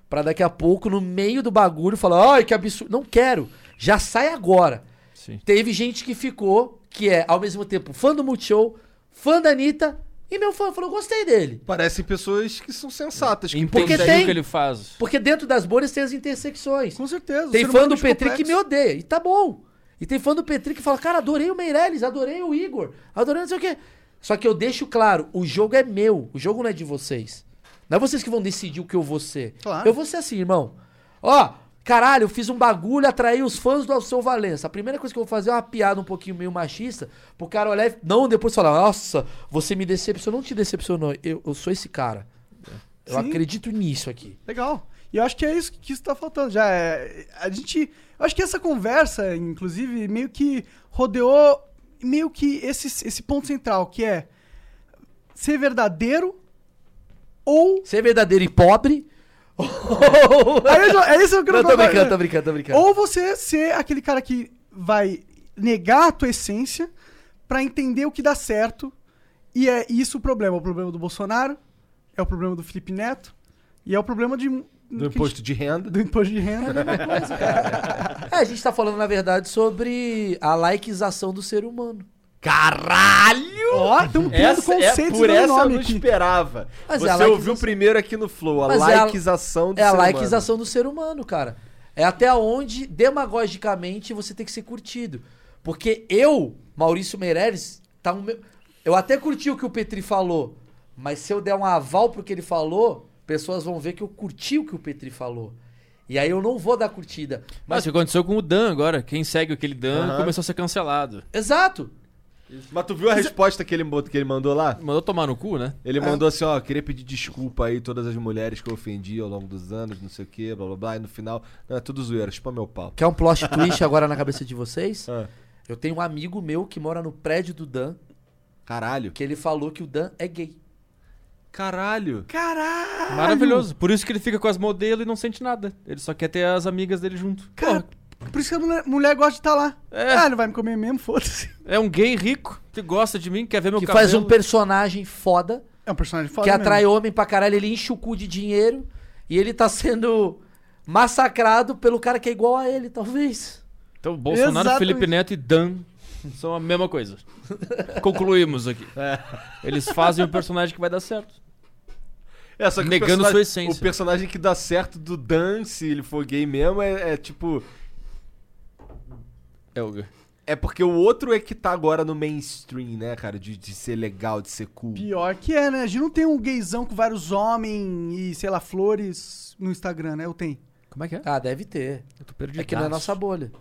[SPEAKER 2] pra daqui a pouco, no meio do bagulho, falar, ai, que absurdo. Não quero. Já sai agora.
[SPEAKER 4] Sim.
[SPEAKER 2] Teve gente que ficou, que é, ao mesmo tempo, fã do Multishow, fã da Anitta, e meu fã falou, gostei dele.
[SPEAKER 6] Parecem pessoas que são sensatas. Que
[SPEAKER 4] Entende
[SPEAKER 2] tem-
[SPEAKER 4] o que ele faz.
[SPEAKER 2] Porque dentro das bolhas tem as intersecções.
[SPEAKER 3] Com certeza. o
[SPEAKER 2] Tem
[SPEAKER 3] ser
[SPEAKER 2] fã do
[SPEAKER 3] humano é
[SPEAKER 2] Petri
[SPEAKER 3] complexo.
[SPEAKER 2] que me odeia. E tá bom. E tem fã do Petri que fala, cara, adorei o Meirelles, adorei o Igor, adorei não sei o quê. Só que eu deixo claro, o jogo é meu, o jogo não é de vocês. Não é vocês que vão decidir o que eu vou ser.
[SPEAKER 3] Claro.
[SPEAKER 2] Eu vou ser assim, irmão. Ó, caralho, eu fiz um bagulho, atraí os fãs do Alceu Valença. A primeira coisa que eu vou fazer é uma piada um pouquinho meio machista, pro cara olhar e não depois falar, nossa, você me decepcionou. Não te decepcionou, eu, eu sou esse cara. Eu
[SPEAKER 3] Sim.
[SPEAKER 2] acredito nisso aqui.
[SPEAKER 3] Legal. E eu acho que é isso que está faltando. Já é- a gente, eu acho que essa conversa, inclusive, meio que rodeou meio que esse, esse ponto central, que é ser verdadeiro ou
[SPEAKER 2] Ser verdadeiro e pobre.
[SPEAKER 3] Aí eu já- é isso que eu
[SPEAKER 2] Não,
[SPEAKER 3] não
[SPEAKER 2] tô brincando, tô brincando, tô brincando.
[SPEAKER 3] Ou você ser aquele cara que vai negar a tua essência pra entender o que dá certo. E é isso o problema. O problema do Bolsonaro, é o problema do Felipe Neto, e é o problema de,
[SPEAKER 6] Do imposto de renda.
[SPEAKER 3] do imposto de renda.
[SPEAKER 2] É, a gente tá falando, na verdade, sobre a laiquização do ser humano.
[SPEAKER 3] Ó, um estamos criando
[SPEAKER 6] Essa, é,
[SPEAKER 3] conceitos
[SPEAKER 6] por
[SPEAKER 3] no
[SPEAKER 6] essa eu
[SPEAKER 3] nome
[SPEAKER 6] não
[SPEAKER 3] aqui.
[SPEAKER 6] esperava.
[SPEAKER 2] Mas é
[SPEAKER 6] Você
[SPEAKER 2] a laiquização-
[SPEAKER 6] ouviu primeiro aqui no Flow, a
[SPEAKER 2] Mas é a-
[SPEAKER 6] laiquização do
[SPEAKER 2] É a
[SPEAKER 6] ser humano.
[SPEAKER 2] laiquização do ser humano, cara. É até onde, demagogicamente, você tem que ser curtido. Porque eu, Maurício Meirelles, tá um meu... eu até curti o que o Petri falou, mas se eu der um aval pro que ele falou, pessoas vão ver que eu curti o que o Petri falou. E aí eu não vou dar curtida.
[SPEAKER 4] Mas isso aconteceu com o Dan agora. Quem segue aquele Dan começou a ser cancelado.
[SPEAKER 2] Exato.
[SPEAKER 6] Mas tu viu
[SPEAKER 2] é-
[SPEAKER 6] a resposta que ele, mo- que ele mandou lá?
[SPEAKER 4] Mandou tomar no cu, né?
[SPEAKER 6] Ele mandou assim, ó, queria pedir desculpa aí todas as mulheres que eu ofendi ao longo dos anos, não sei o que, blá blá blá, e no final, não, é tudo zoeira, chupa meu pau.
[SPEAKER 2] Quer um plot twist agora na cabeça de vocês?
[SPEAKER 6] Ah.
[SPEAKER 2] Eu tenho um amigo meu que mora no prédio do Dan,
[SPEAKER 6] Caralho.
[SPEAKER 2] que ele falou que o Dan é gay.
[SPEAKER 6] Caralho.
[SPEAKER 4] Maravilhoso. Por isso que ele fica com as modelos e não sente nada. Ele só quer ter as amigas dele junto.
[SPEAKER 3] Cara, por isso que a mulher, mulher gosta de estar lá.
[SPEAKER 4] É.
[SPEAKER 3] Ah, não vai me comer mesmo, foda-se.
[SPEAKER 4] É um gay rico que gosta de mim, quer ver meu
[SPEAKER 2] que
[SPEAKER 4] cabelo.
[SPEAKER 2] faz um personagem foda,
[SPEAKER 3] É um personagem foda
[SPEAKER 2] que
[SPEAKER 3] mesmo.
[SPEAKER 2] atrai homem pra caralho, ele enche o cu de dinheiro e ele tá sendo massacrado pelo cara que é igual a ele, talvez.
[SPEAKER 4] Então, Bolsonaro,
[SPEAKER 3] Exatamente.
[SPEAKER 4] Felipe Neto e Dan são a mesma coisa. Concluímos aqui.
[SPEAKER 2] É.
[SPEAKER 4] Eles fazem o personagem que vai dar certo.
[SPEAKER 6] É, só que
[SPEAKER 4] Negando
[SPEAKER 6] o personagem-
[SPEAKER 4] sua essência.
[SPEAKER 6] O personagem que dá certo do Dan, se ele for gay mesmo, é, é tipo...
[SPEAKER 4] É o
[SPEAKER 6] É porque o outro é que tá agora no mainstream, né, cara, de, de ser legal, de ser cool.
[SPEAKER 3] Pior que é, né? A gente não tem um gaysão com vários homens e, sei lá, flores no Instagram, né? Ou tem?
[SPEAKER 4] Como é que é?
[SPEAKER 2] Ah, deve ter.
[SPEAKER 4] Eu tô perdido.
[SPEAKER 2] É que não é nossa bolha.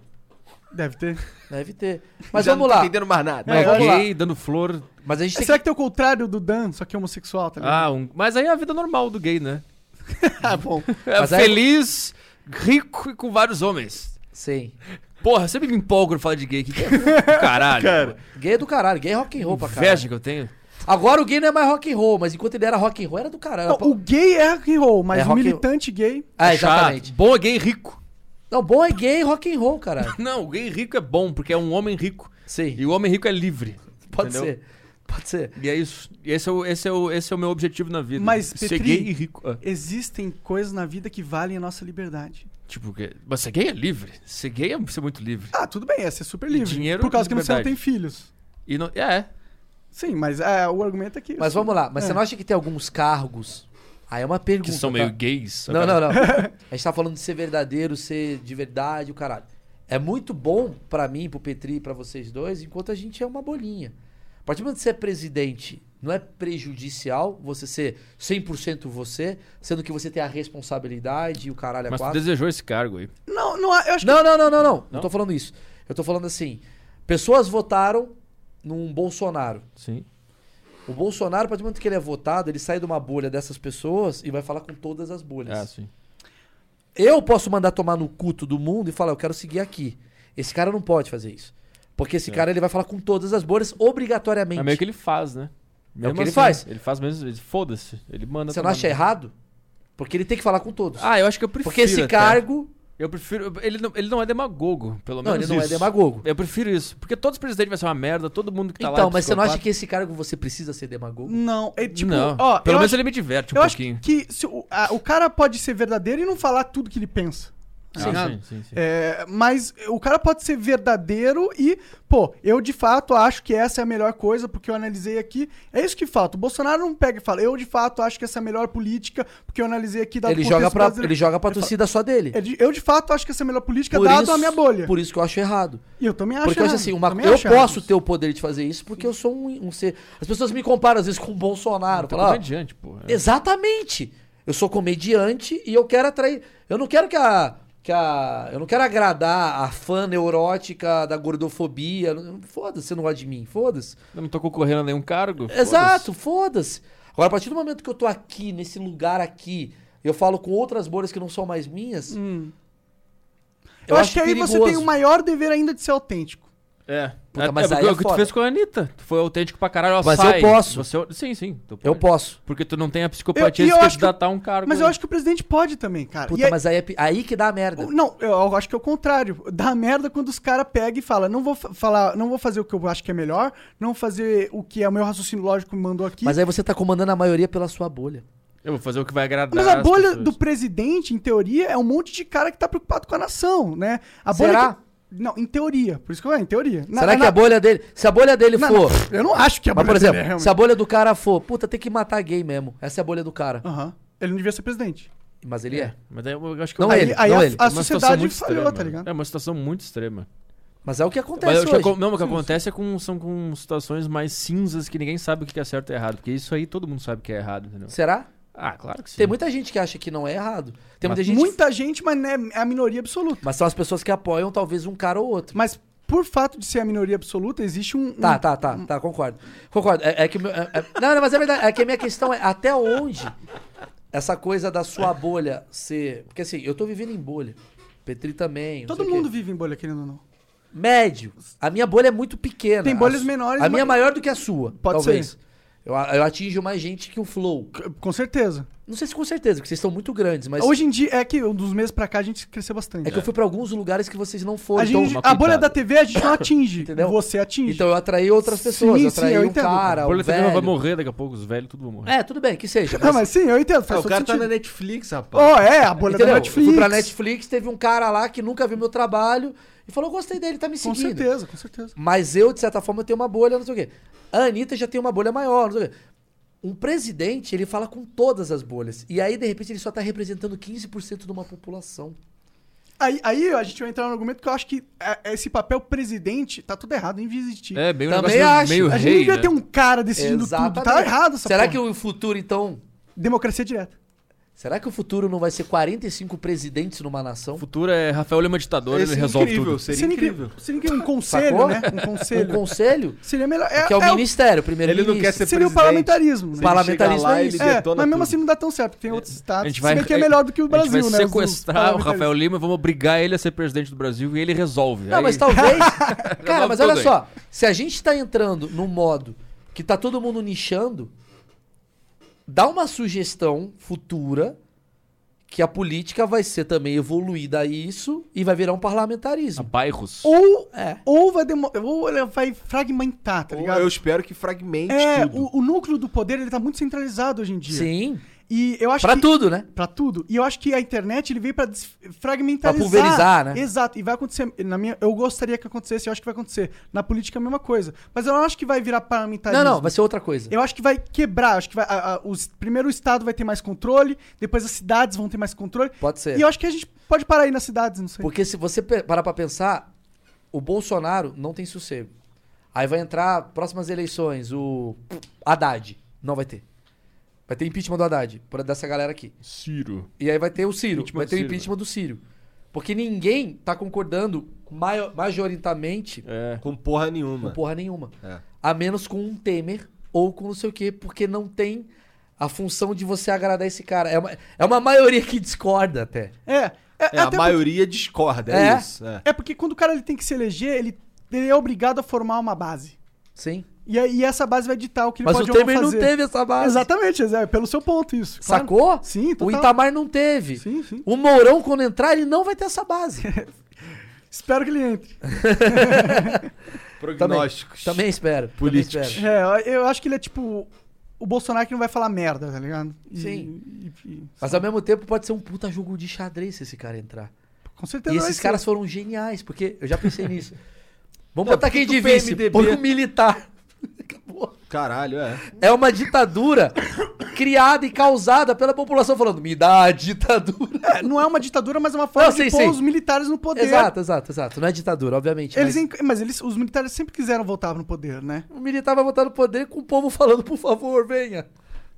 [SPEAKER 3] Deve ter.
[SPEAKER 2] Deve ter. Mas
[SPEAKER 6] Já
[SPEAKER 2] vamos
[SPEAKER 1] tá
[SPEAKER 6] não tô
[SPEAKER 2] lá.
[SPEAKER 6] entendendo mais nada.
[SPEAKER 4] Mas
[SPEAKER 2] É, vamos
[SPEAKER 4] gay, dando flor.
[SPEAKER 2] Mas a gente tem
[SPEAKER 3] Será que tem o contrário do Dan, só que é homossexual, tá ligado?
[SPEAKER 4] Ah, um... mas aí é a vida normal do gay, né?
[SPEAKER 3] Ah, bom.
[SPEAKER 4] É
[SPEAKER 2] Mas aí-
[SPEAKER 4] feliz, rico e com vários homens.
[SPEAKER 2] que. Sim.
[SPEAKER 4] Porra, eu sempre me empolgo quando falo de gay. Que que é? Caralho.
[SPEAKER 2] Gay é do caralho, gay é rock and roll pra caralho.
[SPEAKER 4] Inveja que eu tenho.
[SPEAKER 2] Agora o gay não é mais rock and roll, mas enquanto ele era rock and roll, era do caralho.
[SPEAKER 3] Não, o gay é rock and roll, mas
[SPEAKER 2] É
[SPEAKER 3] o
[SPEAKER 2] rock and-
[SPEAKER 3] militante gay...
[SPEAKER 2] Ah,
[SPEAKER 4] Chato.
[SPEAKER 2] exatamente.
[SPEAKER 4] Bom é gay rico.
[SPEAKER 2] Não, bom é gay rock and roll, caralho.
[SPEAKER 4] Não, o gay rico é bom, porque é um homem rico.
[SPEAKER 2] Sim.
[SPEAKER 4] E o homem rico é livre.
[SPEAKER 2] Pode
[SPEAKER 4] entendeu?
[SPEAKER 2] ser. Pode ser.
[SPEAKER 4] E é isso. E esse é o, esse é o, esse é o meu objetivo na vida.
[SPEAKER 3] Mas,
[SPEAKER 4] ser
[SPEAKER 3] Petri-
[SPEAKER 4] gay e rico. Ah,
[SPEAKER 3] Existem coisas na vida que valem a nossa liberdade.
[SPEAKER 4] tipo, que- mas ser gay é livre. Ser gay é ser muito livre.
[SPEAKER 3] Ah, tudo bem, é ser super livre.
[SPEAKER 4] dinheiro
[SPEAKER 3] por causa
[SPEAKER 4] e
[SPEAKER 3] que você não tem
[SPEAKER 4] liberdade.
[SPEAKER 3] filhos.
[SPEAKER 4] E não, é.
[SPEAKER 3] Sim, mas é, o argumento é que...
[SPEAKER 2] Mas vamos lá. Mas você não acha que tem alguns cargos? Aí é uma pergunta.
[SPEAKER 4] Que são
[SPEAKER 2] tá?
[SPEAKER 4] meio gays.
[SPEAKER 2] Não, não, não. A gente tá falando de ser verdadeiro, ser de verdade, o caralho. É muito bom pra mim, pro Petri e pra vocês dois, enquanto a gente é uma bolinha. A partir do momento que você é presidente Não é prejudicial você ser 100% você, sendo que você tem a responsabilidade e o caralho a
[SPEAKER 4] Mas tu
[SPEAKER 2] é quatro.
[SPEAKER 4] desejou esse cargo aí.
[SPEAKER 3] Não, não, eu acho
[SPEAKER 2] Não, não, não, não, não. Não,
[SPEAKER 4] Não?
[SPEAKER 2] tô falando isso. Eu tô falando assim. Pessoas votaram num Bolsonaro.
[SPEAKER 4] Sim.
[SPEAKER 2] O Bolsonaro, a partir do momento que ele é votado, ele sai de uma bolha dessas pessoas e vai falar com todas as bolhas.
[SPEAKER 4] Ah, sim.
[SPEAKER 2] Eu posso mandar tomar no cu do mundo e falar, eu quero seguir aqui. Esse cara não pode fazer isso. Porque esse cara ele vai falar com todas as bolhas obrigatoriamente.
[SPEAKER 4] É meio que ele faz, né?
[SPEAKER 2] É o que ele
[SPEAKER 4] assim,
[SPEAKER 2] faz.
[SPEAKER 4] Ele faz mesmo. ele- Foda-se. Ele manda.
[SPEAKER 2] Você não
[SPEAKER 4] tomar
[SPEAKER 2] acha
[SPEAKER 4] no-
[SPEAKER 2] errado? Porque ele tem que falar com todos.
[SPEAKER 4] Ah, eu acho que eu prefiro.
[SPEAKER 2] Porque esse
[SPEAKER 4] até.
[SPEAKER 2] cargo.
[SPEAKER 4] Eu prefiro. Ele não, ele não é demagogo, pelo
[SPEAKER 2] Não,
[SPEAKER 4] menos.
[SPEAKER 2] ele não é
[SPEAKER 4] isso.
[SPEAKER 2] demagogo.
[SPEAKER 4] Eu prefiro isso. Porque todos os presidentes vai ser uma merda, todo mundo que tá lá.
[SPEAKER 2] então,
[SPEAKER 4] é
[SPEAKER 2] mas você não acha
[SPEAKER 4] psicopata.
[SPEAKER 2] que esse cargo você precisa ser demagogo?
[SPEAKER 3] Não, é tipo,
[SPEAKER 4] não.
[SPEAKER 3] ó,
[SPEAKER 4] pelo
[SPEAKER 3] eu
[SPEAKER 4] menos
[SPEAKER 3] acho,
[SPEAKER 4] ele me diverte um
[SPEAKER 3] eu acho
[SPEAKER 4] pouquinho.
[SPEAKER 3] que se o, a- o cara pode ser verdadeiro e não falar tudo que ele pensa.
[SPEAKER 4] Ah,
[SPEAKER 3] Sim.
[SPEAKER 4] sim, sim, sim.
[SPEAKER 3] É, mas o cara pode ser verdadeiro e, pô, eu de fato acho que essa é a melhor coisa, porque eu analisei aqui. É isso que falta. O Bolsonaro não pega e fala, eu de fato acho que essa é a melhor política, porque eu analisei aqui dado
[SPEAKER 2] Ele
[SPEAKER 3] o
[SPEAKER 2] joga,
[SPEAKER 3] contexto
[SPEAKER 2] pra,
[SPEAKER 3] brasileiro."
[SPEAKER 2] ele joga pra torcida só dele.
[SPEAKER 3] Ele- Eu de fato acho que essa é a melhor política, dado a minha bolha.
[SPEAKER 2] Por isso que eu acho errado.
[SPEAKER 3] E eu também acho
[SPEAKER 2] porque eu acho
[SPEAKER 3] errado,
[SPEAKER 2] assim, uma-
[SPEAKER 3] também
[SPEAKER 2] eu
[SPEAKER 3] acho errado
[SPEAKER 2] posso
[SPEAKER 3] isso.
[SPEAKER 2] ter o poder de fazer isso porque eu sou um, um ser. As pessoas me comparam às vezes com o Bolsonaro.
[SPEAKER 4] Tô
[SPEAKER 2] falam, "Ah,
[SPEAKER 4] comediante, pô. É.
[SPEAKER 2] Exatamente. Eu sou comediante e eu quero atrair. Eu não quero que a. Que a eu não quero agradar a fã neurótica da gordofobia. Foda-se, você não gosta de mim. Foda-se.
[SPEAKER 4] Eu não tô concorrendo a nenhum cargo.
[SPEAKER 2] Exato, foda-se. Agora, a partir do momento que eu tô aqui, nesse lugar aqui, eu falo com outras bolhas que não são mais minhas.
[SPEAKER 3] Hum. Eu, acho, que aí você tem
[SPEAKER 2] perigoso.
[SPEAKER 3] o maior dever ainda de ser autêntico.
[SPEAKER 4] É.
[SPEAKER 2] Puta,
[SPEAKER 4] é,
[SPEAKER 2] mas
[SPEAKER 4] é
[SPEAKER 2] aí
[SPEAKER 4] porque
[SPEAKER 2] é
[SPEAKER 4] o que tu
[SPEAKER 2] foda.
[SPEAKER 4] fez com a Anitta. Tu foi autêntico pra caralho. ó,
[SPEAKER 2] Mas eu
[SPEAKER 4] sai.
[SPEAKER 2] posso.
[SPEAKER 4] Você- é Sim, sim. tu
[SPEAKER 2] Eu
[SPEAKER 4] pode.
[SPEAKER 2] posso.
[SPEAKER 4] Porque tu não tem a
[SPEAKER 3] Eu-
[SPEAKER 4] psicopatia
[SPEAKER 3] e
[SPEAKER 4] de
[SPEAKER 3] eu
[SPEAKER 4] se
[SPEAKER 3] acho que-
[SPEAKER 4] candidatar a um cargo.
[SPEAKER 3] Mas eu acho que o presidente pode também, cara.
[SPEAKER 2] Puta,
[SPEAKER 3] Ah, E aí-
[SPEAKER 2] mas aí, é pi- aí que dá a merda.
[SPEAKER 3] Não, eu acho que é o contrário. Dá merda quando os caras pegam e falam, não vou fa- falar, não vou fazer o que eu acho que é melhor, não vou fazer o que é o meu raciocínio lógico me mandou aqui.
[SPEAKER 2] Mas aí você tá comandando a maioria pela sua bolha.
[SPEAKER 4] Eu vou fazer o que vai agradar.
[SPEAKER 3] Mas a
[SPEAKER 4] as
[SPEAKER 3] bolha
[SPEAKER 4] pessoas.
[SPEAKER 3] do presidente, em teoria, é um monte de cara que tá preocupado com a nação, né? A bolha
[SPEAKER 2] Será?
[SPEAKER 3] que- Não, em teoria. Por isso que eu em teoria. Na-
[SPEAKER 2] Será que
[SPEAKER 3] na-
[SPEAKER 2] a bolha dele. Se a bolha dele
[SPEAKER 3] na-
[SPEAKER 2] for.
[SPEAKER 3] na- Eu não acho que a
[SPEAKER 2] Mas,
[SPEAKER 3] bolha
[SPEAKER 2] por
[SPEAKER 3] dele é
[SPEAKER 2] exemplo,
[SPEAKER 3] realmente-
[SPEAKER 2] se a bolha do cara for, puta, tem que matar gay mesmo. Essa é a bolha do cara.
[SPEAKER 3] Aham. Ele não devia ser presidente.
[SPEAKER 2] Mas ele é.
[SPEAKER 4] Mas aí eu acho que
[SPEAKER 2] Não
[SPEAKER 4] eu...
[SPEAKER 2] é
[SPEAKER 3] aí
[SPEAKER 2] ele,
[SPEAKER 3] aí
[SPEAKER 2] não
[SPEAKER 3] a,
[SPEAKER 2] ele.
[SPEAKER 3] a
[SPEAKER 4] É uma situação
[SPEAKER 3] sociedade
[SPEAKER 4] muito
[SPEAKER 3] falhou,
[SPEAKER 4] extrema.
[SPEAKER 3] tá ligado?
[SPEAKER 4] É uma situação muito extrema.
[SPEAKER 2] Mas é o que
[SPEAKER 4] Mas
[SPEAKER 2] acontece
[SPEAKER 4] eu acho que
[SPEAKER 2] hoje.
[SPEAKER 4] acon- não, o que acontece é com, são com situações mais cinzas que ninguém sabe o que é certo e errado. Porque isso aí todo mundo sabe que é errado, entendeu?
[SPEAKER 2] Será?
[SPEAKER 4] Ah, claro que sim.
[SPEAKER 2] Tem muita gente que acha que não é errado. Tem muita gente.
[SPEAKER 3] Muita gente, mas né, é a minoria absoluta.
[SPEAKER 2] Mas são as pessoas que apoiam talvez um cara ou outro.
[SPEAKER 3] Mas por fato de ser a minoria absoluta, existe um. um-
[SPEAKER 2] Tá, tá, tá, tá, concordo. Concordo. É, é que o meu- é- é- Não, não, mas é verdade. É que a minha questão é até onde essa coisa da sua bolha ser. Porque assim, eu tô vivendo em bolha. Petri também. não
[SPEAKER 3] Todo
[SPEAKER 2] sei o quê.
[SPEAKER 3] mundo vive em bolha, querendo ou não.
[SPEAKER 2] Médio. A minha bolha é muito pequena.
[SPEAKER 3] Tem bolhas
[SPEAKER 2] A su-
[SPEAKER 3] menores,
[SPEAKER 2] A minha é
[SPEAKER 3] mas-
[SPEAKER 2] maior do que a sua.
[SPEAKER 3] Pode
[SPEAKER 2] talvez.
[SPEAKER 3] ser.
[SPEAKER 2] Eu, a- eu atinjo mais gente que o Flow.
[SPEAKER 3] C- Com certeza.
[SPEAKER 2] Não sei se com certeza, porque vocês estão muito grandes, mas.
[SPEAKER 3] Hoje em dia, é que dos meses pra cá a gente cresceu bastante.
[SPEAKER 2] É que eu fui pra alguns lugares que vocês não
[SPEAKER 3] a,
[SPEAKER 2] foram.
[SPEAKER 3] gente-
[SPEAKER 2] então,
[SPEAKER 3] a bolha da TV a gente não atinge.
[SPEAKER 2] Entendeu?
[SPEAKER 3] Você atinge.
[SPEAKER 2] então eu atraí outras pessoas.
[SPEAKER 3] Sim,
[SPEAKER 2] eu
[SPEAKER 3] sim,
[SPEAKER 2] atraí
[SPEAKER 3] eu
[SPEAKER 2] um
[SPEAKER 3] entendo.
[SPEAKER 2] cara,
[SPEAKER 4] A
[SPEAKER 2] um
[SPEAKER 4] bolha também
[SPEAKER 2] velho.
[SPEAKER 4] vai morrer daqui a pouco, os velhos, tudo vão morrer.
[SPEAKER 2] É, tudo bem, que seja.
[SPEAKER 3] não, mas sim, eu entendo. Faz
[SPEAKER 6] Ah, o
[SPEAKER 3] todo
[SPEAKER 6] cara tá
[SPEAKER 3] sentido.
[SPEAKER 6] na Netflix, rapaz.
[SPEAKER 3] Ó, é, a bolha
[SPEAKER 2] Entendeu?
[SPEAKER 3] da
[SPEAKER 2] Eu
[SPEAKER 3] Netflix.
[SPEAKER 2] fui pra Netflix, teve um cara lá que nunca viu meu trabalho e falou: gostei dele, tá me
[SPEAKER 3] Com
[SPEAKER 2] seguindo.
[SPEAKER 3] certeza, com certeza.
[SPEAKER 2] Mas eu, de certa forma, tenho uma bolha, não sei o quê. A Anitta já tem uma bolha maior, não sei o quê. Um presidente, ele fala com todas as bolhas. E aí, de repente, ele só tá representando 15% de uma população.
[SPEAKER 3] Aí, aí a gente vai entrar num argumento que eu acho que é, esse papel presidente tá tudo errado, investir.
[SPEAKER 4] É, meio
[SPEAKER 2] Também
[SPEAKER 4] negócio
[SPEAKER 2] acho.
[SPEAKER 4] meio
[SPEAKER 3] a gente
[SPEAKER 4] rei,
[SPEAKER 3] devia
[SPEAKER 4] né?
[SPEAKER 3] ter um cara decidindo tudo. Tá errado essa
[SPEAKER 2] Será
[SPEAKER 3] porra.
[SPEAKER 2] que o futuro, então.
[SPEAKER 3] Democracia é direta.
[SPEAKER 2] Será que o futuro não vai ser 45 presidentes numa nação?
[SPEAKER 4] O futuro é Rafael Lima ditador,
[SPEAKER 6] Esse
[SPEAKER 3] é
[SPEAKER 4] ele resolve
[SPEAKER 6] incrível,
[SPEAKER 4] tudo.
[SPEAKER 6] seria incrível.
[SPEAKER 3] Seria que um conselho,
[SPEAKER 2] Sacou?
[SPEAKER 3] né? Um
[SPEAKER 2] Um
[SPEAKER 3] conselho.
[SPEAKER 2] conselho?
[SPEAKER 3] Seria melhor. É,
[SPEAKER 2] que é o
[SPEAKER 3] é
[SPEAKER 2] ministério, primeiro
[SPEAKER 6] Ele não quer ser
[SPEAKER 3] Seria o
[SPEAKER 6] é presidente.
[SPEAKER 3] parlamentarismo.
[SPEAKER 6] Se
[SPEAKER 3] Né?
[SPEAKER 6] ele
[SPEAKER 2] Parlamentarismo
[SPEAKER 6] chegar lá,
[SPEAKER 2] é
[SPEAKER 6] ele
[SPEAKER 2] isso.
[SPEAKER 3] É, mas
[SPEAKER 6] detona
[SPEAKER 3] mesmo
[SPEAKER 6] tudo.
[SPEAKER 3] assim não dá tão certo, porque tem outros
[SPEAKER 4] A
[SPEAKER 3] estados.
[SPEAKER 4] gente vai,
[SPEAKER 3] se bem que é melhor do que o Brasil,
[SPEAKER 4] a gente vai
[SPEAKER 3] né? os- os
[SPEAKER 4] sequestrar o Rafael
[SPEAKER 3] parlamentares.
[SPEAKER 4] Lima, vamos obrigar ele a ser presidente do Brasil e ele resolve.
[SPEAKER 2] Não,
[SPEAKER 4] Aí-
[SPEAKER 3] tá-
[SPEAKER 2] mas talvez. cara, mas olha
[SPEAKER 4] tudo aí.
[SPEAKER 2] só. Se a gente tá entrando num modo que tá todo mundo nichando, dá uma sugestão futura que a política vai ser também evoluída a isso e vai virar um
[SPEAKER 4] A
[SPEAKER 2] parlamentarismo.
[SPEAKER 4] bairros.
[SPEAKER 3] Ou,
[SPEAKER 2] É.
[SPEAKER 3] ou, vai demo- ou ele vai fragmentar, tá
[SPEAKER 6] Ou é
[SPEAKER 3] ligado?
[SPEAKER 6] Eu espero que fragmente
[SPEAKER 3] É,
[SPEAKER 6] tudo.
[SPEAKER 3] o, o núcleo do poder ele tá muito centralizado hoje em dia.
[SPEAKER 2] Sim.
[SPEAKER 3] E eu acho
[SPEAKER 2] Pra
[SPEAKER 3] que-
[SPEAKER 2] tudo, né?
[SPEAKER 3] Pra tudo. E eu acho que a internet ele veio pra des- fragmentarizar.
[SPEAKER 2] Pra pulverizar, né?
[SPEAKER 3] Exato. E vai acontecer. Na minha, eu gostaria que acontecesse, eu acho que vai acontecer. Na política é a mesma coisa. Mas eu não acho que vai virar parlamentarismo.
[SPEAKER 2] Não, não, vai ser outra coisa.
[SPEAKER 3] Eu acho que vai quebrar. Acho que vai, a- a- os- primeiro o Estado vai ter mais controle, depois as cidades vão ter mais controle.
[SPEAKER 2] Pode ser.
[SPEAKER 3] E eu acho que a gente pode parar aí nas cidades, não sei.
[SPEAKER 2] Porque se você pe- parar pra pensar, o Bolsonaro não tem sossego. Aí vai entrar, próximas eleições, o Haddad. Não vai ter. Vai ter impeachment do Haddad, por dessa galera aqui.
[SPEAKER 4] Ciro.
[SPEAKER 2] E aí vai ter o Ciro,
[SPEAKER 4] Impeachment
[SPEAKER 2] vai
[SPEAKER 4] do
[SPEAKER 2] ter o
[SPEAKER 4] Ciro,
[SPEAKER 2] impeachment do Ciro. Porque ninguém tá concordando maio- majoritariamente
[SPEAKER 4] É.
[SPEAKER 6] né? Com porra
[SPEAKER 2] com
[SPEAKER 6] nenhuma.
[SPEAKER 2] porra nenhuma.
[SPEAKER 6] É.
[SPEAKER 2] A menos com um Temer ou com não sei o quê, porque não tem a função de você agradar esse cara. É uma, é uma maioria que discorda até.
[SPEAKER 3] É, é,
[SPEAKER 6] É, a
[SPEAKER 3] até porque,
[SPEAKER 6] maioria discorda, é,
[SPEAKER 2] É?
[SPEAKER 6] isso. é.
[SPEAKER 3] é porque quando o cara ele tem que se eleger, ele, ele é obrigado a formar uma base.
[SPEAKER 2] Sim.
[SPEAKER 3] E, aí- e essa base vai ditar o que ele
[SPEAKER 2] Mas o
[SPEAKER 3] pode ou não
[SPEAKER 2] Temer não
[SPEAKER 3] fazer.
[SPEAKER 2] teve essa base.
[SPEAKER 3] Exatamente, Zé, pelo seu ponto, isso. claro.
[SPEAKER 2] Sacou?
[SPEAKER 3] Sim, total.
[SPEAKER 2] O Itamar não teve.
[SPEAKER 3] Sim, sim.
[SPEAKER 2] O Mourão, quando entrar, ele não vai ter essa base.
[SPEAKER 3] Espero que ele entre.
[SPEAKER 6] Prognósticos.
[SPEAKER 2] Também espero. também
[SPEAKER 6] Políticos.
[SPEAKER 2] espero.
[SPEAKER 3] É, eu acho que ele é tipo o Bolsonaro que não vai falar merda, tá ligado? E-
[SPEAKER 2] Sim.
[SPEAKER 3] e- e-
[SPEAKER 2] Mas ao mesmo tempo pode ser um puta jogo de xadrez se esse cara entrar.
[SPEAKER 3] com
[SPEAKER 6] Então,
[SPEAKER 3] certeza
[SPEAKER 2] E
[SPEAKER 3] vai
[SPEAKER 2] esses
[SPEAKER 3] ser.
[SPEAKER 2] caras foram geniais, porque eu já pensei nisso. Vamos
[SPEAKER 6] Não,
[SPEAKER 2] botar
[SPEAKER 6] por que
[SPEAKER 2] quem
[SPEAKER 6] que
[SPEAKER 2] de
[SPEAKER 6] o
[SPEAKER 2] vice,
[SPEAKER 6] PMDB?
[SPEAKER 2] põe um militar. Acabou.
[SPEAKER 6] Caralho, é.
[SPEAKER 2] É uma ditadura criada e causada pela população falando, me dá a ditadura.
[SPEAKER 3] É, não é uma ditadura, mas é uma forma
[SPEAKER 2] Não, sim,
[SPEAKER 3] de pôr
[SPEAKER 2] sim.
[SPEAKER 3] os militares no poder.
[SPEAKER 2] Exato, exato, exato. Não é ditadura, obviamente.
[SPEAKER 3] Eles,
[SPEAKER 2] mas
[SPEAKER 3] enc- mas eles, os militares sempre quiseram voltar no poder, né?
[SPEAKER 2] O militar vai botar no poder com o povo falando, por favor, venha.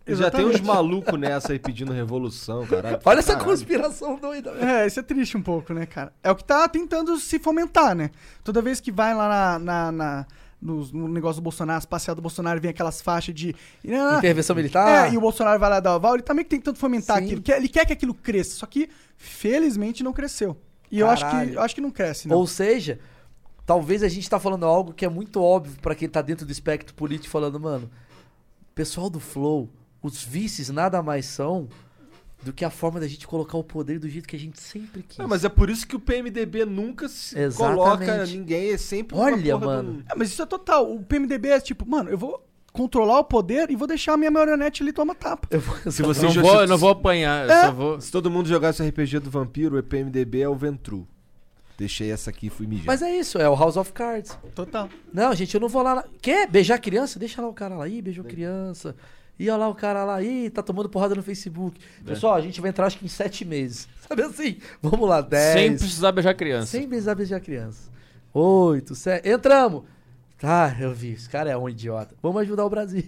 [SPEAKER 6] Já tem uns malucos nessa aí pedindo revolução, caralho.
[SPEAKER 2] Olha essa
[SPEAKER 6] Caralho.
[SPEAKER 2] conspiração doida, velho.
[SPEAKER 3] É, isso é triste um pouco, né, cara? É o que tá tentando se fomentar, né? Toda vez que vai lá na, na- na- nos- no, negócio do Bolsonaro, as passeadas do Bolsonaro, vem aquelas faixas de. né,
[SPEAKER 2] Intervenção militar.
[SPEAKER 3] É, e o Bolsonaro vai lá dar o aval, ele também que tentando fomentar
[SPEAKER 2] Sim.
[SPEAKER 3] aquilo. quer- Ele quer que aquilo cresça, só que felizmente não cresceu. E eu acho, que,
[SPEAKER 2] Caralho.
[SPEAKER 3] eu acho que não cresce, não.
[SPEAKER 2] Ou seja, talvez a gente tá falando algo que é muito óbvio pra quem tá dentro do espectro político falando, mano, pessoal do Flow, os vices nada mais são do que a forma da gente colocar o poder do jeito que a gente sempre quis.
[SPEAKER 6] Não, mas é por isso que o PMDB nunca se
[SPEAKER 2] Exatamente.
[SPEAKER 6] coloca ninguém, é sempre uma
[SPEAKER 2] Olha,
[SPEAKER 6] porra
[SPEAKER 2] mano.
[SPEAKER 6] do-
[SPEAKER 3] É, mas isso é total. O PMDB é tipo, mano, eu vou controlar o poder e vou deixar a minha marionete ali tomar tapa.
[SPEAKER 2] Eu vou-
[SPEAKER 6] Se você
[SPEAKER 4] não
[SPEAKER 6] já-
[SPEAKER 4] vou, eu não vou apanhar, eu só vou.
[SPEAKER 6] Se todo mundo jogasse RPG do vampiro, o PMDB é o Ventru. Deixei essa aqui e fui mijar.
[SPEAKER 2] Mas é isso, é o House of Cards.
[SPEAKER 3] Total.
[SPEAKER 2] Não, gente, eu não vou lá. lá. Quer beijar criança? Deixa lá o cara lá. Ih, beijou criança. E olha lá o cara lá, ih, tá tomando porrada no Facebook. Pessoal, a gente vai entrar acho que em sete meses. Sabe assim? Vamos lá, dez.
[SPEAKER 4] Sem precisar beijar criança.
[SPEAKER 2] Sem beijar, beijar criança. Oito, sete. Entramos! Tá, eu vi. Esse cara é um idiota. Vamos ajudar o Brasil.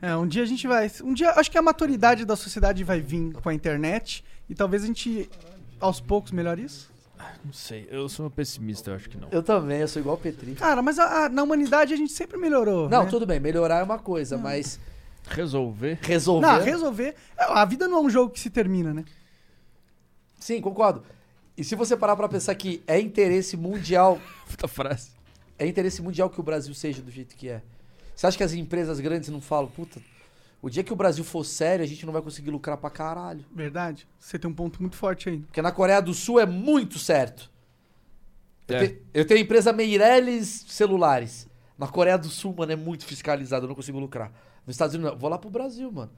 [SPEAKER 3] É, um dia a gente vai. Um dia, acho que a maturidade da sociedade vai vir com a internet e talvez a gente, aos poucos, melhore isso.
[SPEAKER 4] Não sei, eu sou um pessimista, eu acho que não.
[SPEAKER 2] Eu também, eu sou igual o Petri.
[SPEAKER 3] Cara, mas a- a- na humanidade a gente sempre melhorou.
[SPEAKER 2] Não,
[SPEAKER 3] né?
[SPEAKER 2] tudo bem, melhorar é uma coisa, mas
[SPEAKER 4] Resolver.
[SPEAKER 2] resolver.
[SPEAKER 3] Não, resolver. A vida não é um jogo que se termina, né?
[SPEAKER 2] Sim, concordo. E se você parar pra pensar que é interesse mundial
[SPEAKER 4] Puta frase.
[SPEAKER 2] É interesse mundial que o Brasil seja do jeito que é. Você acha que as empresas grandes não falam, puta, o dia que o Brasil for sério, a gente não vai conseguir lucrar pra caralho.
[SPEAKER 3] Verdade. Você tem um ponto muito forte aí.
[SPEAKER 2] Porque na Coreia do Sul é muito certo. Eu,
[SPEAKER 4] É.
[SPEAKER 2] te- eu tenho a empresa Meirelles Celulares. Na Coreia do Sul, mano, é muito fiscalizado, eu não consigo lucrar. Nos Estados Unidos, não. Vou lá pro Brasil, mano.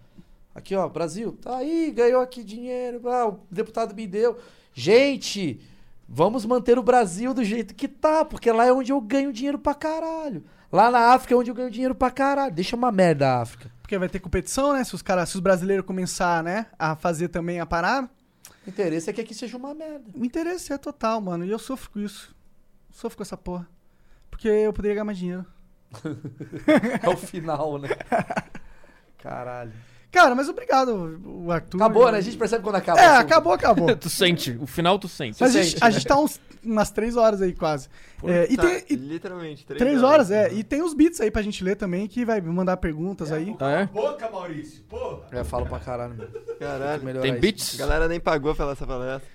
[SPEAKER 2] Aqui, ó, Brasil, tá aí, ganhou aqui dinheiro, ah, o deputado me deu. Gente, vamos manter o Brasil do jeito que tá, porque lá é onde eu ganho dinheiro pra caralho. Lá na África é onde eu ganho dinheiro pra caralho. Deixa uma merda a África.
[SPEAKER 3] Porque vai ter competição, né? Se os, cara, se os brasileiros começar, né, a fazer também a parar.
[SPEAKER 2] O interesse é que aqui seja uma merda.
[SPEAKER 3] O interesse é total, mano. E eu sofro com isso. Sofro com essa porra. Porque eu poderia ganhar mais dinheiro.
[SPEAKER 2] É o final, né? Caralho.
[SPEAKER 3] Cara, mas obrigado, o Arthur.
[SPEAKER 2] Acabou, né? A gente percebe quando acaba.
[SPEAKER 3] É,
[SPEAKER 2] o assunto.
[SPEAKER 3] acabou, acabou.
[SPEAKER 4] Tu sente, o final tu sente.
[SPEAKER 3] Mas a
[SPEAKER 2] sente,
[SPEAKER 3] gente, a gente tá uns, umas três horas aí, quase. É, e tem, e-
[SPEAKER 9] Literalmente,
[SPEAKER 3] três horas, é. E tem os beats aí pra gente ler também, que vai mandar perguntas aí.
[SPEAKER 4] Ah, é?
[SPEAKER 9] Boca, Maurício, porra!
[SPEAKER 2] Eu falo pra caralho, mano. Tem que
[SPEAKER 9] Caralho.
[SPEAKER 2] melhorar
[SPEAKER 4] Tem
[SPEAKER 2] Ah, é isso.
[SPEAKER 4] beats?
[SPEAKER 9] A galera nem pagou pela essa palestra.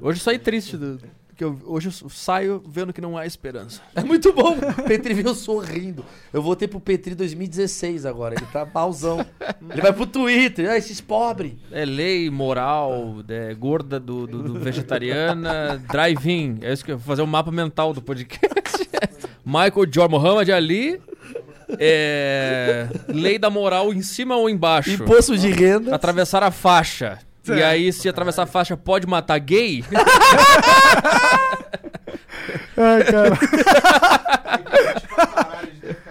[SPEAKER 4] Hoje eu saí triste. Do, que eu- hoje eu saio vendo que não há esperança.
[SPEAKER 2] É muito bom. Petri veio sorrindo. Eu voltei pro Petri 2016 agora. Ele tá malzão. Ele vai pro Twitter. Ah, esses pobres.
[SPEAKER 4] É lei, moral, é gorda do, do- do vegetariana, drive-in. É isso que eu vou fazer um mapa mental do podcast. Michael Jordan, Muhammad Ali. é, lei da moral em cima ou embaixo?
[SPEAKER 2] Imposto de renda.
[SPEAKER 4] Atravessar a faixa. E aí, se atravessar a faixa, pode matar gay?
[SPEAKER 3] Ai, cara.
[SPEAKER 1] Tem que ficar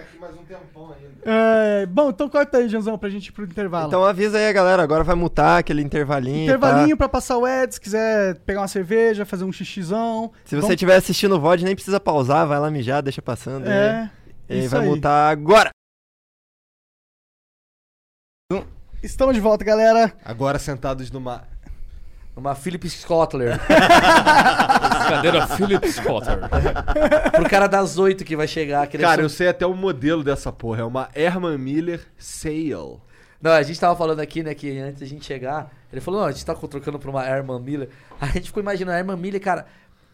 [SPEAKER 1] aqui mais um tempão ainda.
[SPEAKER 3] É, bom, então corta aí, Janzão, pra gente ir pro intervalo.
[SPEAKER 9] Então avisa aí a galera, agora vai mutar aquele intervalinho.
[SPEAKER 3] Intervalinho
[SPEAKER 9] tá?
[SPEAKER 3] pra passar o Eds, quiser pegar uma cerveja, fazer um xixizão.
[SPEAKER 9] Se você estiver assistindo o VOD, nem precisa pausar, vai lá mijar, deixa passando. aí.
[SPEAKER 3] É,
[SPEAKER 9] E aí
[SPEAKER 3] isso
[SPEAKER 9] vai
[SPEAKER 3] aí.
[SPEAKER 9] mutar agora.
[SPEAKER 3] estamos de volta, galera.
[SPEAKER 1] Agora sentados numa.
[SPEAKER 2] Uma Philip Scottler.
[SPEAKER 4] Cadeira Philips Potter.
[SPEAKER 2] pro cara das oito que vai chegar. que deve
[SPEAKER 1] Cara,
[SPEAKER 2] ser-
[SPEAKER 1] eu sei até o modelo dessa porra. É uma Herman Miller Sale.
[SPEAKER 2] Não, a gente tava falando aqui, né, que antes da gente chegar, ele falou, não, a gente tá trocando pra uma Herman Miller. A gente ficou imaginando, a Herman Miller, cara,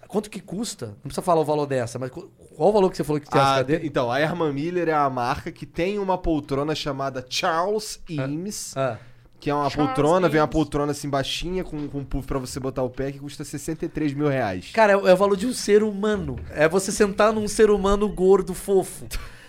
[SPEAKER 2] quanto que custa? Não precisa falar o valor dessa, mas qu- qual o valor que você falou que tem essa
[SPEAKER 1] Ah,
[SPEAKER 2] cadeira?
[SPEAKER 1] então, a Herman Miller é a marca que tem uma poltrona chamada Charles Eames,
[SPEAKER 2] Ah,
[SPEAKER 1] que é uma poltrona, vem uma poltrona assim baixinha com, com um puff pra você botar o pé, que custa 63 mil reais.
[SPEAKER 2] cara, é, o- é o valor de um ser humano. É você sentar num ser humano gordo, fofo.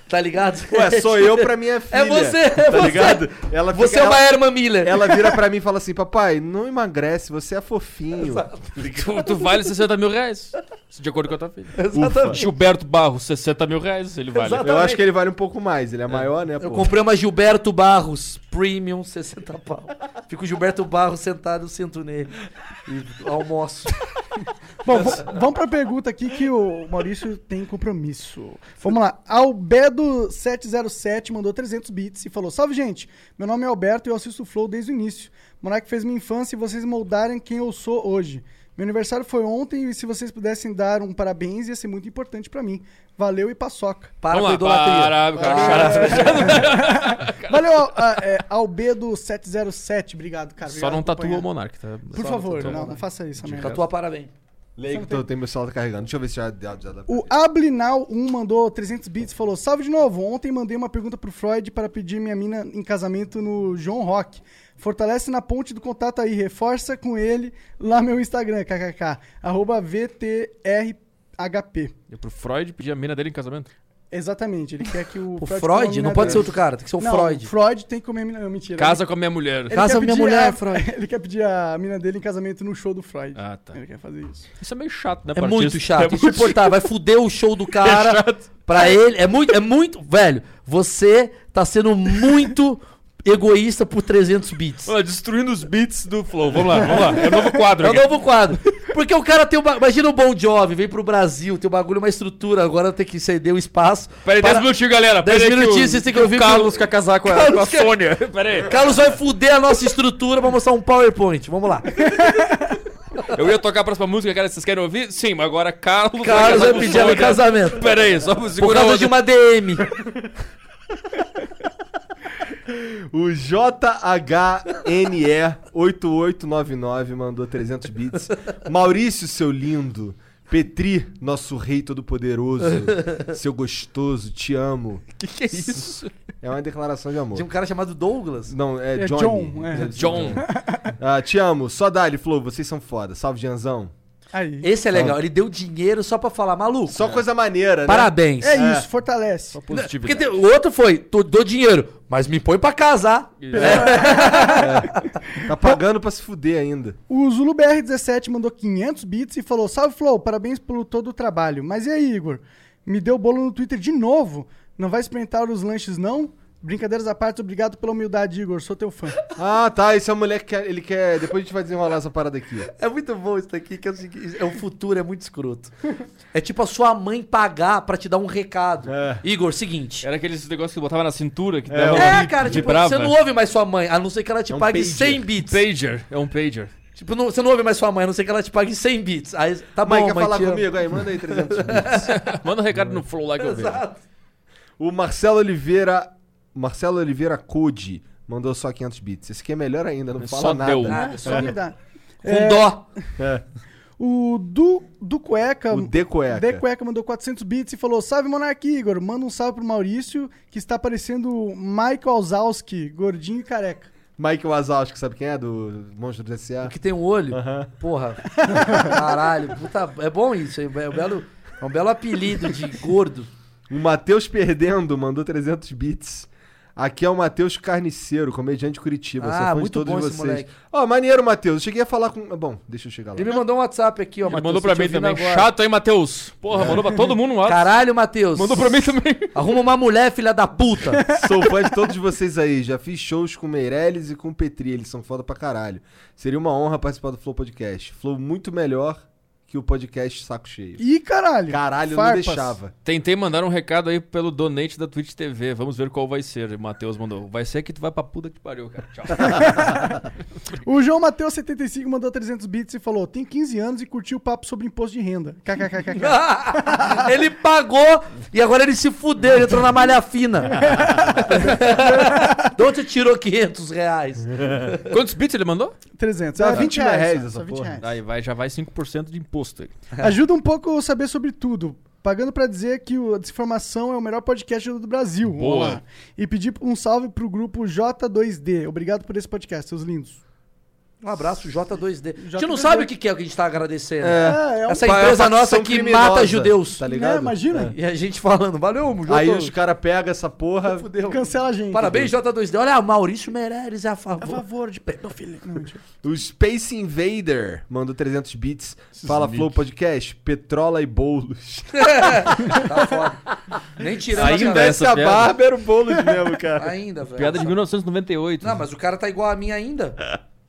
[SPEAKER 2] Tá ligado?
[SPEAKER 1] Ué, sou eu pra minha filha.
[SPEAKER 2] É você, é
[SPEAKER 1] tá
[SPEAKER 2] você.
[SPEAKER 1] ligado? Ela fica-
[SPEAKER 2] Você é uma
[SPEAKER 1] ela,
[SPEAKER 2] Herman Miller.
[SPEAKER 1] ela vira pra mim e fala assim: papai, não emagrece, você é fofinho.
[SPEAKER 4] tu, tu vale 60 mil reais. De acordo com a tua filha.
[SPEAKER 2] Exatamente.
[SPEAKER 4] Gilberto Barros, 60 mil reais ele vale.
[SPEAKER 2] Exato.
[SPEAKER 1] Eu acho que ele vale um pouco mais, ele é maior, né?
[SPEAKER 2] Eu
[SPEAKER 1] pô?
[SPEAKER 2] comprei uma Gilberto Barros Premium 60 pau. Fico o Gilberto Barros sentado, eu sento nele. E almoço.
[SPEAKER 3] Bom, v- vamos pra pergunta aqui que o Maurício tem compromisso. Vamos lá. Albedo707 mandou 300 bits e falou: Salve, gente. Meu nome é Alberto e eu assisto o Flow desde o início. Monark fez minha infância e vocês moldarem quem eu sou hoje. Meu aniversário foi ontem e se vocês pudessem dar um parabéns ia ser muito importante pra mim. Valeu e paçoca.
[SPEAKER 2] Para com a
[SPEAKER 4] Vamos lá,
[SPEAKER 2] idolatria. Ah, é
[SPEAKER 4] para, cara,
[SPEAKER 3] Valeu, Al- a- é, Albedo707. Obrigado, cara.
[SPEAKER 4] Só
[SPEAKER 3] Obrigado
[SPEAKER 4] não
[SPEAKER 3] por
[SPEAKER 4] tatua
[SPEAKER 3] acompanhar.
[SPEAKER 4] o Monark, tá?
[SPEAKER 3] Por
[SPEAKER 4] Só
[SPEAKER 3] favor,
[SPEAKER 4] tatua o
[SPEAKER 3] não, não
[SPEAKER 4] Monark.
[SPEAKER 3] faça isso,
[SPEAKER 2] Com a
[SPEAKER 3] merda.
[SPEAKER 2] tua parabéns.
[SPEAKER 1] Leio que tô, tem meu celular tá carregando. Deixa eu ver se já dá. Já dá pra
[SPEAKER 3] O Ablinal1 mandou 300 bits e falou: Salve de novo. Ontem mandei uma pergunta pro Freud para pedir minha mina em casamento no João Rock. Fortalece na ponte do contato aí. Reforça com ele lá meu Instagram, kkk. Arroba VTRHP.
[SPEAKER 4] E pro Freud pedir a mina dele em casamento.
[SPEAKER 3] Exatamente. Ele quer que o.
[SPEAKER 2] O Freud? Não pode ser outro cara, tem que ser o Freud.
[SPEAKER 3] Freud tem que comer a mina. Não, mentira.
[SPEAKER 4] Casa com a minha mulher.
[SPEAKER 3] Ele
[SPEAKER 2] Casa
[SPEAKER 3] quer
[SPEAKER 2] minha
[SPEAKER 3] pedir
[SPEAKER 2] mulher,
[SPEAKER 3] a-
[SPEAKER 2] Freud.
[SPEAKER 3] Ele quer pedir a mina dele em casamento no show do Freud.
[SPEAKER 4] Ah, tá.
[SPEAKER 3] Ele quer fazer isso.
[SPEAKER 4] Isso é meio chato, né?
[SPEAKER 2] É
[SPEAKER 4] pra
[SPEAKER 2] muito
[SPEAKER 4] artista?
[SPEAKER 2] chato, insuportável. Vai fuder o show do
[SPEAKER 4] É
[SPEAKER 2] cara. pra ele, é muito, é muito. Velho, você tá sendo muito egoísta por 300 bits.
[SPEAKER 4] Olha, destruindo os beats do Flow. Vamos lá, vamos lá. É o novo quadro.
[SPEAKER 2] É o
[SPEAKER 4] aqui.
[SPEAKER 2] novo quadro. Porque o cara tem. Uma, imagina o Bon Jovi, vem pro Brasil, tem um bagulho, uma estrutura, agora tem que ceder o espaço.
[SPEAKER 4] Peraí, 10
[SPEAKER 2] para-
[SPEAKER 4] minutinhos, galera.
[SPEAKER 2] 10
[SPEAKER 4] Peraí que o-
[SPEAKER 2] minutinhos, vocês têm que
[SPEAKER 4] o
[SPEAKER 2] ouvir que o-
[SPEAKER 4] Carlos quer casar com a, com a
[SPEAKER 2] Carlos quer-
[SPEAKER 4] Sônia. Peraí.
[SPEAKER 2] Carlos vai fuder a nossa estrutura pra mostrar um PowerPoint. Vamos lá.
[SPEAKER 4] Eu ia tocar a próxima música, cara. Vocês querem ouvir? Sim, mas agora Carlos.
[SPEAKER 2] Carlos
[SPEAKER 4] casar
[SPEAKER 2] vai
[SPEAKER 4] com
[SPEAKER 2] pedir ela em
[SPEAKER 4] Sônia.
[SPEAKER 2] casamento.
[SPEAKER 4] Peraí, só
[SPEAKER 2] Por
[SPEAKER 4] segura
[SPEAKER 2] causa de uma DM.
[SPEAKER 1] O JHNE8899 mandou 300 bits. Maurício, seu lindo. Petri, nosso rei todo-poderoso. Seu gostoso, te amo.
[SPEAKER 4] Que que é isso?
[SPEAKER 1] É uma declaração de amor.
[SPEAKER 2] De um cara chamado Douglas.
[SPEAKER 1] Não, é,
[SPEAKER 3] É
[SPEAKER 1] Johnny.
[SPEAKER 3] John, é.
[SPEAKER 4] John.
[SPEAKER 1] Ah, te amo. Só dá-lhe, Flow. Vocês são foda. Salve, Janzão.
[SPEAKER 3] Aí.
[SPEAKER 2] Esse é legal, ele deu dinheiro só pra falar, maluco.
[SPEAKER 1] Só coisa maneira, né?
[SPEAKER 2] Parabéns.
[SPEAKER 3] É isso, fortalece.
[SPEAKER 2] Porque tem- o outro foi, tô, dou dinheiro, mas me põe pra casar.
[SPEAKER 1] Tá pagando pra se fuder ainda.
[SPEAKER 3] O ZuluBR17 mandou 500 bits e falou: Salve Flow, parabéns pelo todo o trabalho. Mas e aí, Igor? Me deu bolo no Twitter de novo. Não vai experimentar os lanches, não? Brincadeiras à parte, obrigado pela humildade, Igor. Sou teu fã.
[SPEAKER 1] Ah, tá. Esse é o moleque que ele quer. Depois a gente vai desenrolar essa parada aqui.
[SPEAKER 2] É muito bom isso daqui, que é o seguinte, é o futuro, é muito escroto. É tipo a sua mãe pagar pra te dar um recado. Igor, seguinte.
[SPEAKER 4] Era aqueles negócios que botava na cintura que
[SPEAKER 2] É,
[SPEAKER 4] dava
[SPEAKER 2] cara, tipo, você não ouve mais sua mãe, a não ser que ela te pague 100 bits.
[SPEAKER 4] Pager. É um pager.
[SPEAKER 2] Tipo, não- você não ouve mais sua mãe, a não ser que ela te pague 100 bits. Aí, tá
[SPEAKER 1] Mãe,
[SPEAKER 2] bom,
[SPEAKER 1] quer
[SPEAKER 2] mãe,
[SPEAKER 1] falar
[SPEAKER 2] te amo.
[SPEAKER 1] comigo? Aí, manda aí 300 bits.
[SPEAKER 4] Manda um recado no Flow lá que eu vejo.
[SPEAKER 2] Exato.
[SPEAKER 1] O Marcelo Oliveira. Marcelo Oliveira Code mandou só 500 bits. Esse aqui é melhor ainda, não fala
[SPEAKER 4] Só
[SPEAKER 1] nada.
[SPEAKER 4] deu.
[SPEAKER 3] Ah, só humildade.
[SPEAKER 2] Com dó.
[SPEAKER 3] O Du, du Cueca.
[SPEAKER 4] um.
[SPEAKER 1] O D cueca.
[SPEAKER 3] D Cueca mandou 400 bits e falou: Salve Monark Igor, manda um salve pro Maurício, que está parecendo o Michael Wazowski, gordinho e careca.
[SPEAKER 1] Mike Wazowski, sabe quem é? Do Monstro do S.A.
[SPEAKER 2] O que tem um olho. Porra. Caralho. Puta, é bom isso. hein? É um belo, é um belo apelido de gordo.
[SPEAKER 1] O Matheus Perdendo mandou 300 bits. Aqui é o Matheus Carniceiro, comediante de Curitiba.
[SPEAKER 2] Ah,
[SPEAKER 1] sou fã de
[SPEAKER 2] muito
[SPEAKER 1] todos
[SPEAKER 2] bom esse
[SPEAKER 1] vocês.
[SPEAKER 2] moleque.
[SPEAKER 1] Ó, maneiro, Matheus. Eu cheguei a falar com. Bom, deixa eu chegar lá.
[SPEAKER 2] Ele me mandou um WhatsApp aqui, ó.
[SPEAKER 4] Ele
[SPEAKER 2] Matheus,
[SPEAKER 4] mandou
[SPEAKER 2] tô
[SPEAKER 4] pra
[SPEAKER 2] te
[SPEAKER 4] mim
[SPEAKER 2] ouvindo
[SPEAKER 4] também.
[SPEAKER 2] agora.
[SPEAKER 4] Chato, hein, Matheus? Porra, mandou pra todo mundo um WhatsApp.
[SPEAKER 2] Caralho, Matheus.
[SPEAKER 4] Mandou pra mim também.
[SPEAKER 2] Arruma uma mulher, filha da puta.
[SPEAKER 1] Sou fã de todos vocês aí. Já fiz shows com Meirelles e com Petri. Eles são foda pra caralho. Seria uma honra participar do Flow Podcast. Flow muito melhor que o podcast Saco Cheio.
[SPEAKER 3] Ih, caralho.
[SPEAKER 1] Caralho, eu não
[SPEAKER 3] Farpas.
[SPEAKER 1] deixava.
[SPEAKER 4] Tentei mandar um recado aí pelo donate da Twitch TV. Vamos ver qual vai ser. O Matheus mandou. Vai ser que tu vai pra puta que pariu, cara. Tchau.
[SPEAKER 3] O João Mateus 75 mandou 300 bits e falou: tem 15 anos e curtiu o papo sobre imposto de renda. KKKKK.
[SPEAKER 2] ele pagou e agora ele se fudeu, ele entrou na malha fina. de onde você tirou 500 reais?
[SPEAKER 4] Quantos bits ele mandou?
[SPEAKER 3] 300.
[SPEAKER 1] Dá
[SPEAKER 3] É 20 reais.
[SPEAKER 1] reais
[SPEAKER 3] só,
[SPEAKER 1] essa
[SPEAKER 3] só 20
[SPEAKER 1] porra.
[SPEAKER 3] reais.
[SPEAKER 4] Aí vai, já vai 5% de imposto. aí.
[SPEAKER 3] Ajuda um pouco saber sobre tudo. Pagando pra dizer que o Desinformação é o melhor podcast do Brasil.
[SPEAKER 4] Boa.
[SPEAKER 3] Olá. E pedir um salve pro grupo J2D. Obrigado por esse podcast, seus lindos.
[SPEAKER 2] Um abraço, J2D. A gente não
[SPEAKER 3] J2D.
[SPEAKER 2] sabe o que que é o que a gente tá agradecendo.
[SPEAKER 3] É, é um
[SPEAKER 2] Essa
[SPEAKER 1] Pá, é
[SPEAKER 2] empresa
[SPEAKER 1] uma
[SPEAKER 2] nossa
[SPEAKER 1] facção
[SPEAKER 2] que
[SPEAKER 1] criminosa,
[SPEAKER 2] mata judeus.
[SPEAKER 1] Tá
[SPEAKER 3] É,
[SPEAKER 1] ligado?
[SPEAKER 3] imagina.
[SPEAKER 2] E a gente falando, valeu, J2D.
[SPEAKER 1] Aí os caras pegam essa porra.
[SPEAKER 2] Fudeu.
[SPEAKER 3] Cancela a gente.
[SPEAKER 2] Parabéns, J2D. Olha, Maurício Meirelles é a
[SPEAKER 3] A
[SPEAKER 2] favor.
[SPEAKER 3] favor de pedofilia. Não, mentira.
[SPEAKER 1] O Space Invader mandou 300 bits. Fala Flow Podcast, Petrola e Boulos.
[SPEAKER 2] Tá foda. Nem tirando
[SPEAKER 4] É Ainda
[SPEAKER 2] piada.
[SPEAKER 4] essa
[SPEAKER 1] a
[SPEAKER 4] piada.
[SPEAKER 1] barba era o Boulos mesmo, cara.
[SPEAKER 2] Ainda, velho.
[SPEAKER 4] Piada de É. 1998.
[SPEAKER 2] Não, mas o cara tá igual a mim ainda.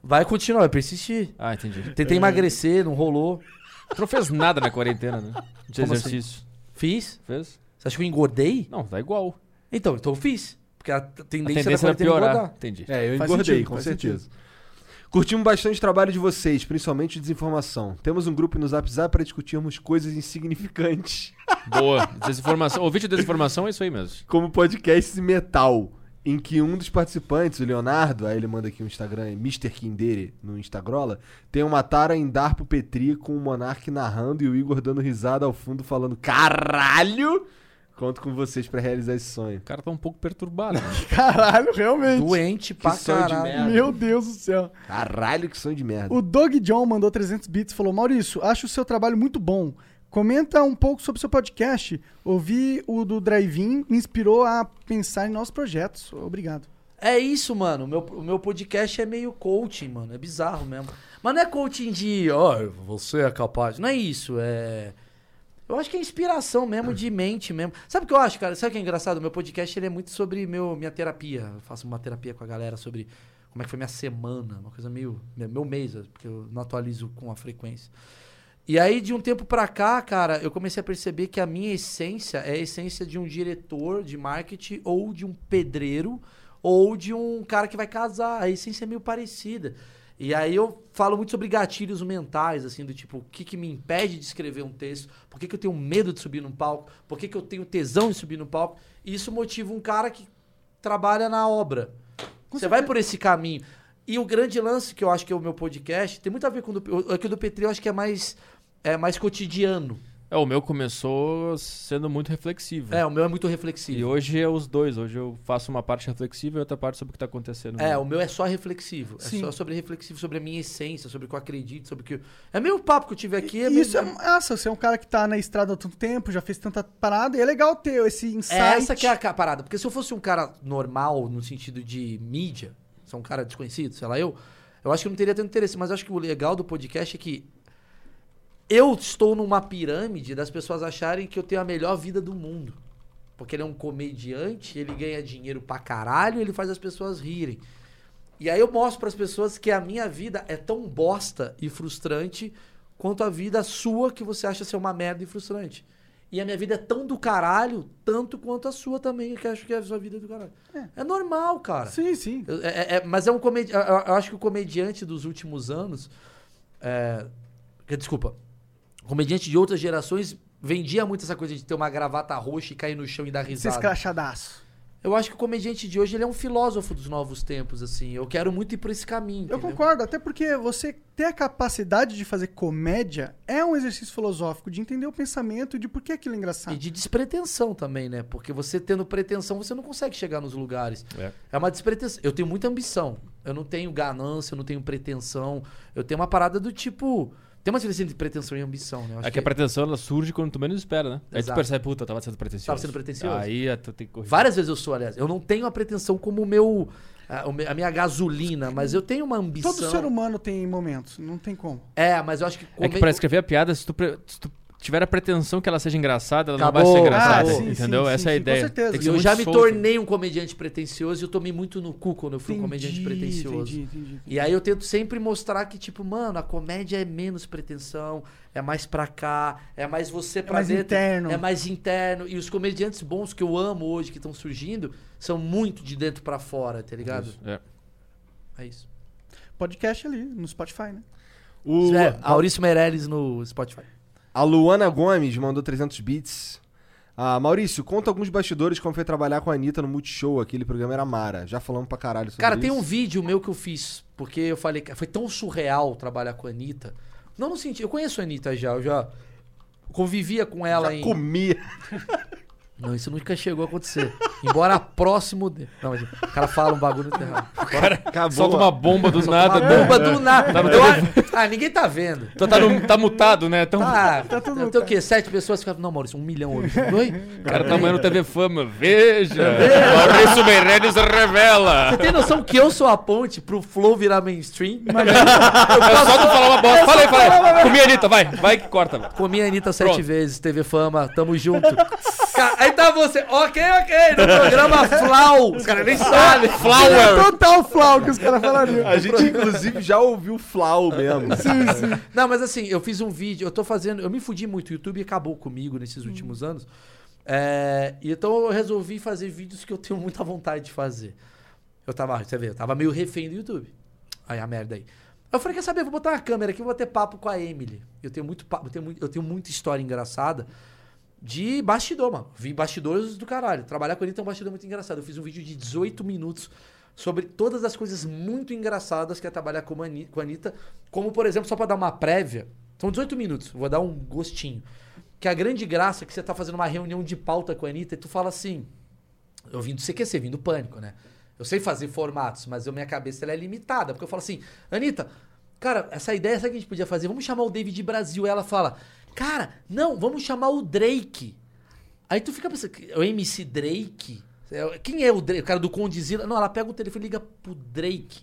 [SPEAKER 2] Vai continuar, vai persistir.
[SPEAKER 4] Ah, entendi.
[SPEAKER 2] Tentei emagrecer, não rolou.
[SPEAKER 4] Tu não fez nada na quarentena, né? De
[SPEAKER 2] Como assim?
[SPEAKER 4] exercício.
[SPEAKER 2] Fiz.
[SPEAKER 4] Fez?
[SPEAKER 2] Você acha que eu engordei?
[SPEAKER 4] Não, tá igual.
[SPEAKER 2] Então, então eu fiz. Porque a t-
[SPEAKER 4] A
[SPEAKER 2] tendência,
[SPEAKER 4] tendência
[SPEAKER 2] da
[SPEAKER 4] era
[SPEAKER 2] quarentena é
[SPEAKER 4] piorar.
[SPEAKER 2] engordar.
[SPEAKER 4] Entendi.
[SPEAKER 1] É, eu
[SPEAKER 3] Faz
[SPEAKER 1] engordei,
[SPEAKER 3] sentido,
[SPEAKER 1] com
[SPEAKER 3] faz
[SPEAKER 1] certeza. Curtimos bastante o trabalho de vocês, principalmente de desinformação. Temos um grupo no Zap Zap para discutirmos coisas insignificantes,
[SPEAKER 4] Boa. Desinformação. O vídeo de desinformação é isso aí mesmo.
[SPEAKER 1] como podcasts e metal, em que um dos participantes, o Leonardo, aí ele manda aqui o Instagram, é Mr. Kindere, no Instagrola, tem uma tara em dar pro Petri com o Monark narrando e o Igor dando risada ao fundo falando Caralho! Conto com vocês para realizar esse sonho.
[SPEAKER 4] O cara tá um pouco perturbado. né?
[SPEAKER 3] Caralho, realmente.
[SPEAKER 2] Doente pra
[SPEAKER 1] sonho de
[SPEAKER 2] caralho.
[SPEAKER 1] merda.
[SPEAKER 3] Meu Deus do céu.
[SPEAKER 1] Caralho, que sonho de merda.
[SPEAKER 3] O Doug John mandou 300 bits e falou: Maurício, acho o seu trabalho muito bom. Comenta um pouco sobre o seu podcast. Ouvi o do Drive-In, me inspirou a pensar em novos projetos. Obrigado.
[SPEAKER 2] É isso, mano. Meu, o meu podcast é meio coaching, mano. É bizarro mesmo. Mas não é coaching de, ó, você é capaz. Não é isso, é. Eu acho que é inspiração mesmo, de mente mesmo. Sabe o que eu acho, cara? Sabe o que é engraçado? Meu podcast ele é muito sobre meu, minha terapia. Eu faço uma terapia com a galera sobre como é que foi minha semana, uma coisa meio. meu mês, porque eu não atualizo com a frequência. E aí, de um tempo pra cá, cara, eu comecei a perceber que a minha essência é a essência de um diretor de marketing ou de um pedreiro ou de um cara que vai casar. A essência é meio parecida. E aí eu falo muito sobre gatilhos mentais, assim, do tipo, o que, que me impede de escrever um texto? Por que, que eu tenho medo de subir num palco? Por que, que eu tenho tesão de subir no palco? E isso motiva um cara que trabalha na obra. Você vai por esse caminho. E o grande lance que eu acho que é o meu podcast, tem muito a ver com o do, é que o do Petri, eu acho que é mais, é mais cotidiano.
[SPEAKER 4] É, o meu começou sendo muito reflexivo.
[SPEAKER 2] É, o meu é muito
[SPEAKER 4] E
[SPEAKER 2] reflexivo.
[SPEAKER 4] hoje é os dois. Hoje eu faço uma parte reflexiva e outra parte sobre o que tá
[SPEAKER 3] Uhum.
[SPEAKER 4] acontecendo.
[SPEAKER 2] É, o meu é só reflexivo. É só sobre reflexivo, sobre a minha essência, sobre o que eu acredito, sobre o que. eu- É meio o papo que eu tive aqui. é meio-
[SPEAKER 3] Isso é massa, você é um cara que tá na estrada há tanto tempo, já fez tanta parada, e é legal ter esse insight.
[SPEAKER 2] É essa que é a ca- parada. Porque se eu fosse um cara normal, no sentido de mídia, sou um cara desconhecido, sei lá, eu, eu acho que eu não teria tanto interesse. Mas eu acho que o legal do podcast é que eu estou numa pirâmide das pessoas acharem que eu tenho a melhor vida do mundo. Porque ele é um comediante, ele ganha dinheiro pra caralho, ele faz as pessoas rirem. E aí eu mostro pras pessoas que a minha vida é tão bosta e frustrante quanto a vida sua que você acha ser uma merda e frustrante. E a minha vida é tão do caralho, tanto quanto a sua também, que eu acho que a sua vida é do caralho. É, normal, cara.
[SPEAKER 3] Sim, sim.
[SPEAKER 2] Eu- é- é- mas é um comediante. Eu acho que o comediante dos últimos anos. é, que- desculpa. Comediante de outras gerações vendia muito essa coisa de ter uma gravata roxa e cair no chão e dar
[SPEAKER 3] Ser
[SPEAKER 2] risada.
[SPEAKER 3] escrachadaço.
[SPEAKER 2] Eu acho que o comediante de hoje ele é um filósofo dos novos tempos, assim. Eu quero muito ir por esse caminho.
[SPEAKER 3] Eu
[SPEAKER 2] entendeu?
[SPEAKER 3] concordo, até porque você ter a capacidade de fazer comédia é um exercício filosófico, de entender o pensamento e de por que aquilo é engraçado.
[SPEAKER 2] E de despretensão também, né? É Porque você tendo pretensão, você não consegue chegar nos lugares. É, uma despretensão. Eu tenho muita ambição. Eu não tenho ganância, eu não tenho pretensão. Eu tenho uma parada do tipo. Tem uma diferença entre pretensão e ambição, né? Eu acho
[SPEAKER 4] É que a pretensão ela surge quando tu menos espera, né? Aí tu
[SPEAKER 2] Exato.
[SPEAKER 4] percebe, puta, eu tava sendo pretencioso.
[SPEAKER 2] Tava sendo pretencioso.
[SPEAKER 4] Aí é, tu tem que corrigir.
[SPEAKER 2] Várias vezes eu sou, aliás. Eu não tenho a pretensão como o meu. A, o me- a minha gasolina, mas eu tenho uma ambição.
[SPEAKER 3] Todo ser humano tem momentos, não tem como.
[SPEAKER 2] É, mas eu acho que.
[SPEAKER 4] É
[SPEAKER 2] come-
[SPEAKER 4] que pra escrever a piada, se tu, pre- se tu tiver a pretensão que ela seja engraçada, ela não
[SPEAKER 2] Acabou.
[SPEAKER 4] vai ser engraçada.
[SPEAKER 3] Ah, sim,
[SPEAKER 4] entendeu?
[SPEAKER 3] sim,
[SPEAKER 4] Essa é
[SPEAKER 3] sim, sim, com
[SPEAKER 4] a ideia.
[SPEAKER 3] certeza.
[SPEAKER 4] Tem que ser
[SPEAKER 2] Eu
[SPEAKER 4] muito
[SPEAKER 2] já me
[SPEAKER 4] solto.
[SPEAKER 2] tornei um comediante pretencioso e eu tomei muito no cu quando eu fui um comediante pretencioso.
[SPEAKER 3] Entendi, entendi, entendi.
[SPEAKER 2] E aí eu tento sempre mostrar que, tipo, mano, a comédia é menos pretensão, é mais pra cá, é mais você pra
[SPEAKER 3] mais
[SPEAKER 2] dentro.
[SPEAKER 3] interno.
[SPEAKER 2] É mais interno. E os comediantes bons que eu amo hoje, que estão surgindo, são muito de dentro pra fora, tá ligado?
[SPEAKER 4] É.
[SPEAKER 2] É isso.
[SPEAKER 3] Podcast ali, no Spotify, né?
[SPEAKER 6] O,
[SPEAKER 2] É, Maurício Meirelles no Spotify.
[SPEAKER 6] A Luana Gomes mandou 300 bits. Ah, Maurício, conta alguns bastidores como foi trabalhar com a Anitta no Multishow, aquele programa era Mara. Já falamos pra caralho sobre
[SPEAKER 2] Cara,
[SPEAKER 6] isso.
[SPEAKER 2] tem um vídeo meu que eu fiz, porque eu falei que foi tão surreal trabalhar com a Anitta. Não no sentido. Eu conheço a Anitta já, eu já convivia com ela em.
[SPEAKER 6] Comia.
[SPEAKER 2] Não, isso nunca chegou a acontecer. Embora próximo de. Não, mas o cara fala um bagulho tá errado.
[SPEAKER 6] Acabou.
[SPEAKER 4] Solta uma bomba do
[SPEAKER 2] Uma
[SPEAKER 4] nada. né?
[SPEAKER 2] bomba do nada. Eu acho- Ah, ninguém tá vendo.
[SPEAKER 4] Tu tá, no- tá mutado, né? Então,
[SPEAKER 2] Tá,
[SPEAKER 3] Tá tudo
[SPEAKER 2] tem o quê? Sete pessoas ficaram. Não, Maurício, um milhão hoje. Oi?
[SPEAKER 4] O cara tá amanhã no TV Fama. Veja! Maurício Meirelles revela!
[SPEAKER 2] Você tem noção que eu sou a ponte pro Flow virar mainstream?
[SPEAKER 4] É só tu falar uma bosta. Fala aí, fala aí. Comi a Anitta, vai. Vai que corta. vai.
[SPEAKER 2] Comi a Anitta sete
[SPEAKER 4] Pronto.
[SPEAKER 2] vezes, TV Fama, tamo junto. Ca- aí tá você, ok, ok, no programa Flau. Os caras nem sabem.
[SPEAKER 1] é
[SPEAKER 4] Flower!
[SPEAKER 3] Total flau que os caras falariam.
[SPEAKER 6] A gente, inclusive, já ouviu Flau mesmo.
[SPEAKER 2] Não, mas assim, eu fiz um vídeo, eu tô fazendo, eu me fudi muito, o YouTube acabou comigo nesses últimos anos. É, e então eu resolvi fazer vídeos que eu tenho muita vontade de fazer. Eu tava, você vê, eu tava meio refém do YouTube. Aí a merda aí. Eu falei, quer saber, vou botar uma câmera aqui, vou ter papo com a Emily. Eu tenho muito papo, eu tenho, muito- eu tenho muita história engraçada de bastidor, mano. Vi bastidores do caralho. Trabalhar com ele tem um bastidor muito engraçado. Eu fiz um vídeo de 18 minutos sobre todas as coisas muito engraçadas que é trabalhar com, a Ani- com a Anitta. Como, por exemplo, só pra dar uma prévia, são 18 minutos, vou dar um gostinho. Que a grande graça é que você tá fazendo uma reunião de pauta com a Anitta e tu fala assim. Eu vim do CQC, vim do Pânico, né? Eu sei fazer formatos, mas eu, minha cabeça ela é limitada. Porque eu falo assim, Anitta, cara, essa ideia, sabe o que a gente podia fazer? Vamos chamar o David Brasil. Ela fala, cara, não, vamos chamar o Drake. Aí tu fica pensando, o MC Drake? É, Quem é o Drake? O cara do Condizila? Não, ela pega o telefone e liga pro Drake.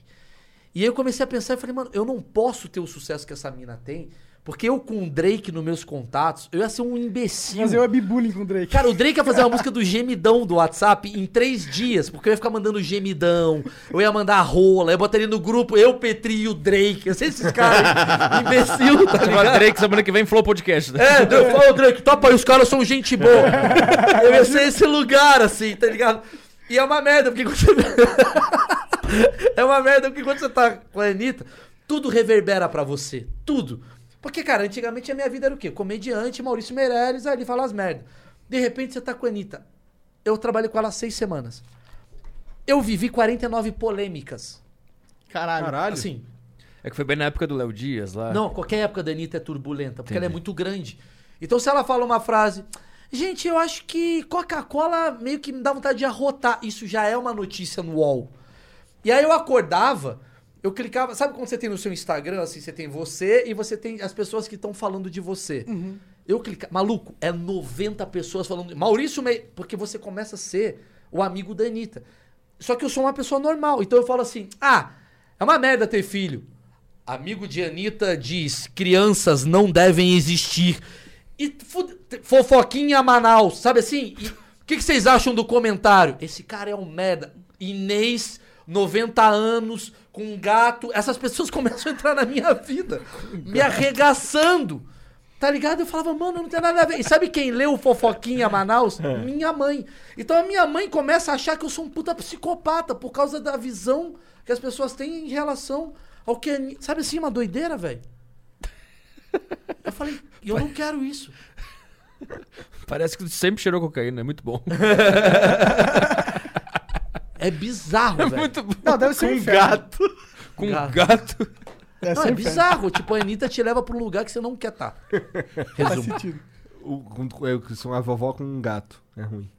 [SPEAKER 2] E aí eu comecei a pensar e falei, mano, eu não posso ter o sucesso que essa mina tem, porque eu com o Drake nos meus contatos, eu ia ser um imbecil.
[SPEAKER 3] Fazer webbullying com o Drake.
[SPEAKER 2] Cara, o Drake ia fazer uma música do gemidão do WhatsApp em três dias, porque eu ia ficar mandando gemidão, eu ia mandar rola, eu botaria no grupo eu, Petri e o Drake. Eu sei esses caras imbecil, tá
[SPEAKER 4] Agora,
[SPEAKER 2] ligado?
[SPEAKER 4] Drake, semana que vem, Flow Podcast. né?
[SPEAKER 2] É, Drake, fala, ô Drake, topa aí, os caras são gente boa. Eu ia ser esse lugar, assim, tá ligado? E é uma merda, porque quando você... é uma merda, porque quando você tá com a Anitta, tudo reverbera pra você, tudo. Porque, cara, antigamente a minha vida era o quê? Comediante, Maurício Meirelles, aí ele fala as merdas. De repente você tá com a Anitta. Eu trabalhei com ela há seis semanas. Eu vivi 49 polêmicas.
[SPEAKER 3] Caralho.
[SPEAKER 2] Assim,
[SPEAKER 4] É que foi bem na época do Léo Dias lá.
[SPEAKER 2] não, qualquer época da Anitta é turbulenta, porque ela é muito grande. Então, se ela fala uma frase. Gente, eu acho que Coca-Cola meio que me dá vontade de arrotar. Isso já é uma notícia no UOL. E aí eu acordava, eu clicava. Sabe quando você tem no seu Instagram, assim, você tem você e você tem as pessoas que estão falando de você. Eu clicava. Maluco, é 90 pessoas falando. Maurício Mei. Porque você começa a ser o amigo da Anitta. Só que eu sou uma pessoa normal. Então eu falo assim: ah, é uma merda ter filho. Amigo de Anitta diz: crianças não devem existir. E fude- fofoquinha Manaus, sabe assim? E O que, que vocês acham do comentário? Esse cara é um merda. Inês, 90 anos, com um gato. Essas pessoas começam a entrar na minha vida, me arregaçando. Tá ligado? Eu falava, mano, não tem nada a ver. E sabe quem leu o Fofoquinha Manaus? Minha mãe. Então a minha mãe começa a achar que eu sou um puta psicopata por causa da visão que as pessoas têm em relação ao que. a Ani- Sabe assim, uma doideira, velho? Eu falei, eu não quero isso.
[SPEAKER 4] Parece que tu sempre cheirou cocaína, é muito bom.
[SPEAKER 2] É bizarro, velho.
[SPEAKER 4] muito bom.
[SPEAKER 3] Não, deve ser um inferno.
[SPEAKER 4] Com
[SPEAKER 2] Gato.
[SPEAKER 4] gato.
[SPEAKER 3] Deve
[SPEAKER 2] Não,
[SPEAKER 3] ser
[SPEAKER 2] é
[SPEAKER 3] um inferno.
[SPEAKER 2] bizarro. Tipo, a Anitta te leva pra um lugar que você não quer estar.
[SPEAKER 3] Faz
[SPEAKER 2] Resumo.
[SPEAKER 3] sentido.
[SPEAKER 6] O, com- eu que sou uma vovó com um gato. É ruim.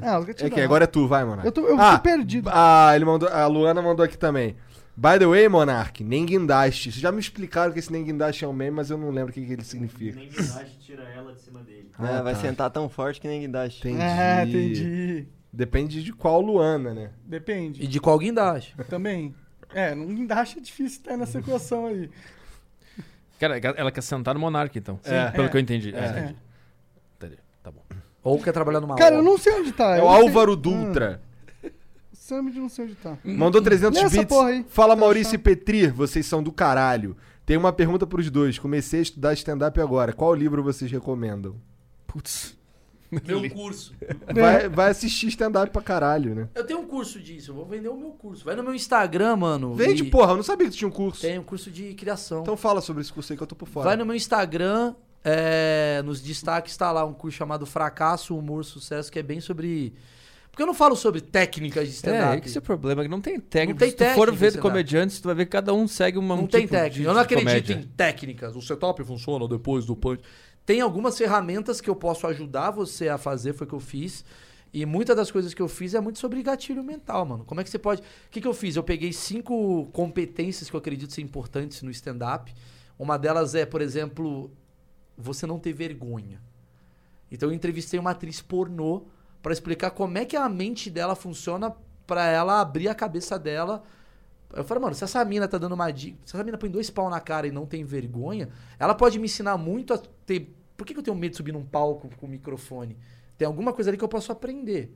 [SPEAKER 3] Ah, os gatinhos
[SPEAKER 6] É que
[SPEAKER 3] da-
[SPEAKER 6] agora é tu, vai, mano.
[SPEAKER 3] Eu tô, eu tô
[SPEAKER 6] Ah,
[SPEAKER 3] perdido.
[SPEAKER 6] Ah, ele mandou. A Luana mandou aqui também.
[SPEAKER 1] By the way, Monark, nem guindaste. Vocês já me explicaram que esse nem guindaste é um meme, mas eu não lembro o que, que ele significa.
[SPEAKER 10] Nem guindaste tira ela de cima dele.
[SPEAKER 9] Ah, vai sentar tão forte que nem guindaste.
[SPEAKER 1] Entendi.
[SPEAKER 3] Ah, entendi.
[SPEAKER 1] Depende de qual Luana, né?
[SPEAKER 3] Depende.
[SPEAKER 11] E de qual guindaste?
[SPEAKER 3] Também. É, não guindaste é difícil estar nessa equação aí.
[SPEAKER 4] Cara, ela quer sentar no Monark, então. Pelo que eu entendi. É, entendi. Entendi. Tá bom.
[SPEAKER 11] Ou quer trabalhar numa
[SPEAKER 3] Cara, eu
[SPEAKER 11] obra?
[SPEAKER 3] não sei onde tá.
[SPEAKER 1] É
[SPEAKER 3] eu
[SPEAKER 1] o
[SPEAKER 3] não sei- Ah.
[SPEAKER 1] Álvaro Dutra.
[SPEAKER 3] Sinceramente, eu não sei onde tá.
[SPEAKER 1] Mandou 300
[SPEAKER 3] Lê essa
[SPEAKER 1] bits.
[SPEAKER 3] porra aí.
[SPEAKER 1] Fala Maurício e Petri, vocês são do caralho. Tem uma pergunta pros dois. Comecei a estudar stand-up agora. Qual livro vocês recomendam?
[SPEAKER 4] Putz.
[SPEAKER 2] Meu curso.
[SPEAKER 3] É.
[SPEAKER 1] Vai, vai assistir stand-up pra caralho, né?
[SPEAKER 2] Eu tenho um curso disso, eu vou vender o meu curso. Vai no meu Instagram, mano.
[SPEAKER 1] Vende,
[SPEAKER 2] e
[SPEAKER 1] porra. Eu não sabia que tu tinha um curso.
[SPEAKER 2] Tem um curso de criação.
[SPEAKER 1] Então fala sobre esse curso aí que eu tô por fora.
[SPEAKER 2] Vai no meu Instagram, é, nos destaques tá lá um curso chamado Fracasso, Humor, Sucesso, que é bem sobre. Porque eu não falo sobre técnicas de
[SPEAKER 4] É,
[SPEAKER 2] stand-up.
[SPEAKER 4] aí que esse é o problema, que não tem técnica.
[SPEAKER 2] Não tem
[SPEAKER 4] Se tu for
[SPEAKER 2] técnica,
[SPEAKER 4] ver
[SPEAKER 2] sei lá.
[SPEAKER 4] comediantes, tu vai ver que cada um segue uma, um
[SPEAKER 2] Não tem
[SPEAKER 4] tipo de-
[SPEAKER 2] técnica. eu não
[SPEAKER 4] de
[SPEAKER 2] acredito
[SPEAKER 4] comédia.
[SPEAKER 2] em técnicas. O setup funciona depois do punch. Tem algumas ferramentas que eu posso ajudar você a fazer, foi o que eu fiz. E muitas das coisas que eu fiz é muito sobre gatilho mental, mano. Como é que você pode. O que, que eu fiz? Eu peguei cinco competências que eu acredito ser importantes no stand-up. Uma delas é, por exemplo, você não ter vergonha. Então eu entrevistei uma atriz pornô pra explicar como é que a mente dela funciona pra ela abrir a cabeça dela. Eu falei, mano, se essa mina tá dando uma dica, se essa mina põe dois pau na cara e não tem vergonha, ela pode me ensinar muito a ter. Por que, que eu tenho medo de subir num palco com o microfone? Tem alguma coisa ali que eu posso aprender.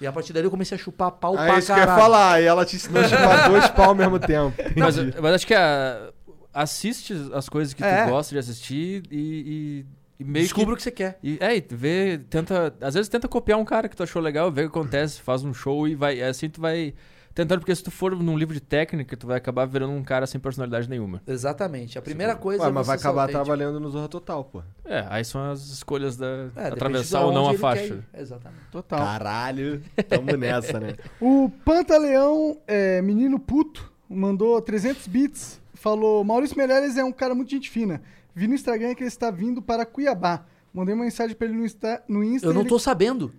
[SPEAKER 2] E a partir dali eu comecei a chupar pau
[SPEAKER 1] Ah,
[SPEAKER 2] pra
[SPEAKER 1] isso que eu ia
[SPEAKER 2] caralho.
[SPEAKER 1] falar. E ela te ensinou a chupar dois pau ao mesmo tempo.
[SPEAKER 4] Mas, mas acho que a- assiste as coisas que
[SPEAKER 2] É.
[SPEAKER 4] tu gosta de assistir e, e- e meio
[SPEAKER 2] Descubra o que
[SPEAKER 4] que...
[SPEAKER 2] você quer.
[SPEAKER 4] E, é, e vê, tenta... Às vezes tenta copiar um cara que tu achou legal, vê o que acontece, faz um show e vai... Assim tu vai tentando, porque se tu for num livro de técnica, tu vai acabar virando um cara sem personalidade nenhuma.
[SPEAKER 2] Exatamente. A primeira coisa
[SPEAKER 1] Ué, mas
[SPEAKER 2] você tipo,
[SPEAKER 1] vai
[SPEAKER 2] ser
[SPEAKER 1] acabar
[SPEAKER 2] autêntico.
[SPEAKER 1] trabalhando no Zorra Total, pô.
[SPEAKER 4] É, aí são as escolhas da...
[SPEAKER 2] É, depende
[SPEAKER 4] atravessar
[SPEAKER 2] de
[SPEAKER 4] ou não
[SPEAKER 2] onde
[SPEAKER 4] a
[SPEAKER 2] ele quer
[SPEAKER 4] faixa.
[SPEAKER 2] ir. Exatamente.
[SPEAKER 3] Total.
[SPEAKER 1] Caralho. Tamo nessa, né?
[SPEAKER 3] O Pantaleão, é, menino puto, mandou 300 bits. Falou: Maurício Meirelles é um cara muito gente fina. Vi no Instagram que ele está vindo para Cuiabá. Mandei uma mensagem para ele no Insta. No Insta
[SPEAKER 2] Eu não
[SPEAKER 3] ele-
[SPEAKER 2] tô sabendo.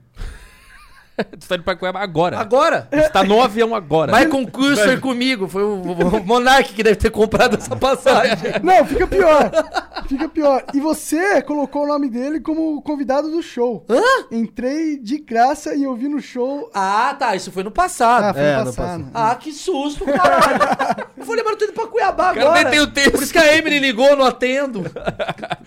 [SPEAKER 4] tu tá indo pra Cuiabá agora.
[SPEAKER 2] Agora!
[SPEAKER 4] Tu tá no avião agora.
[SPEAKER 2] Vai concurso comigo. Foi o, o Monark que deve ter comprado essa passagem.
[SPEAKER 3] Não, fica pior. Fica pior. E você colocou o nome dele como convidado do show. Hã? Entrei de graça e eu vi no show.
[SPEAKER 2] Ah, tá. Isso foi no passado.
[SPEAKER 3] Ah, foi
[SPEAKER 1] É,
[SPEAKER 3] no
[SPEAKER 1] no
[SPEAKER 3] passado.
[SPEAKER 2] Ah, que susto, caralho. Eu falei, mano, eu tô indo pra Cuiabá
[SPEAKER 4] cara
[SPEAKER 2] agora.
[SPEAKER 4] nem tem o texto.
[SPEAKER 2] Por isso que a Emily ligou, não atendo.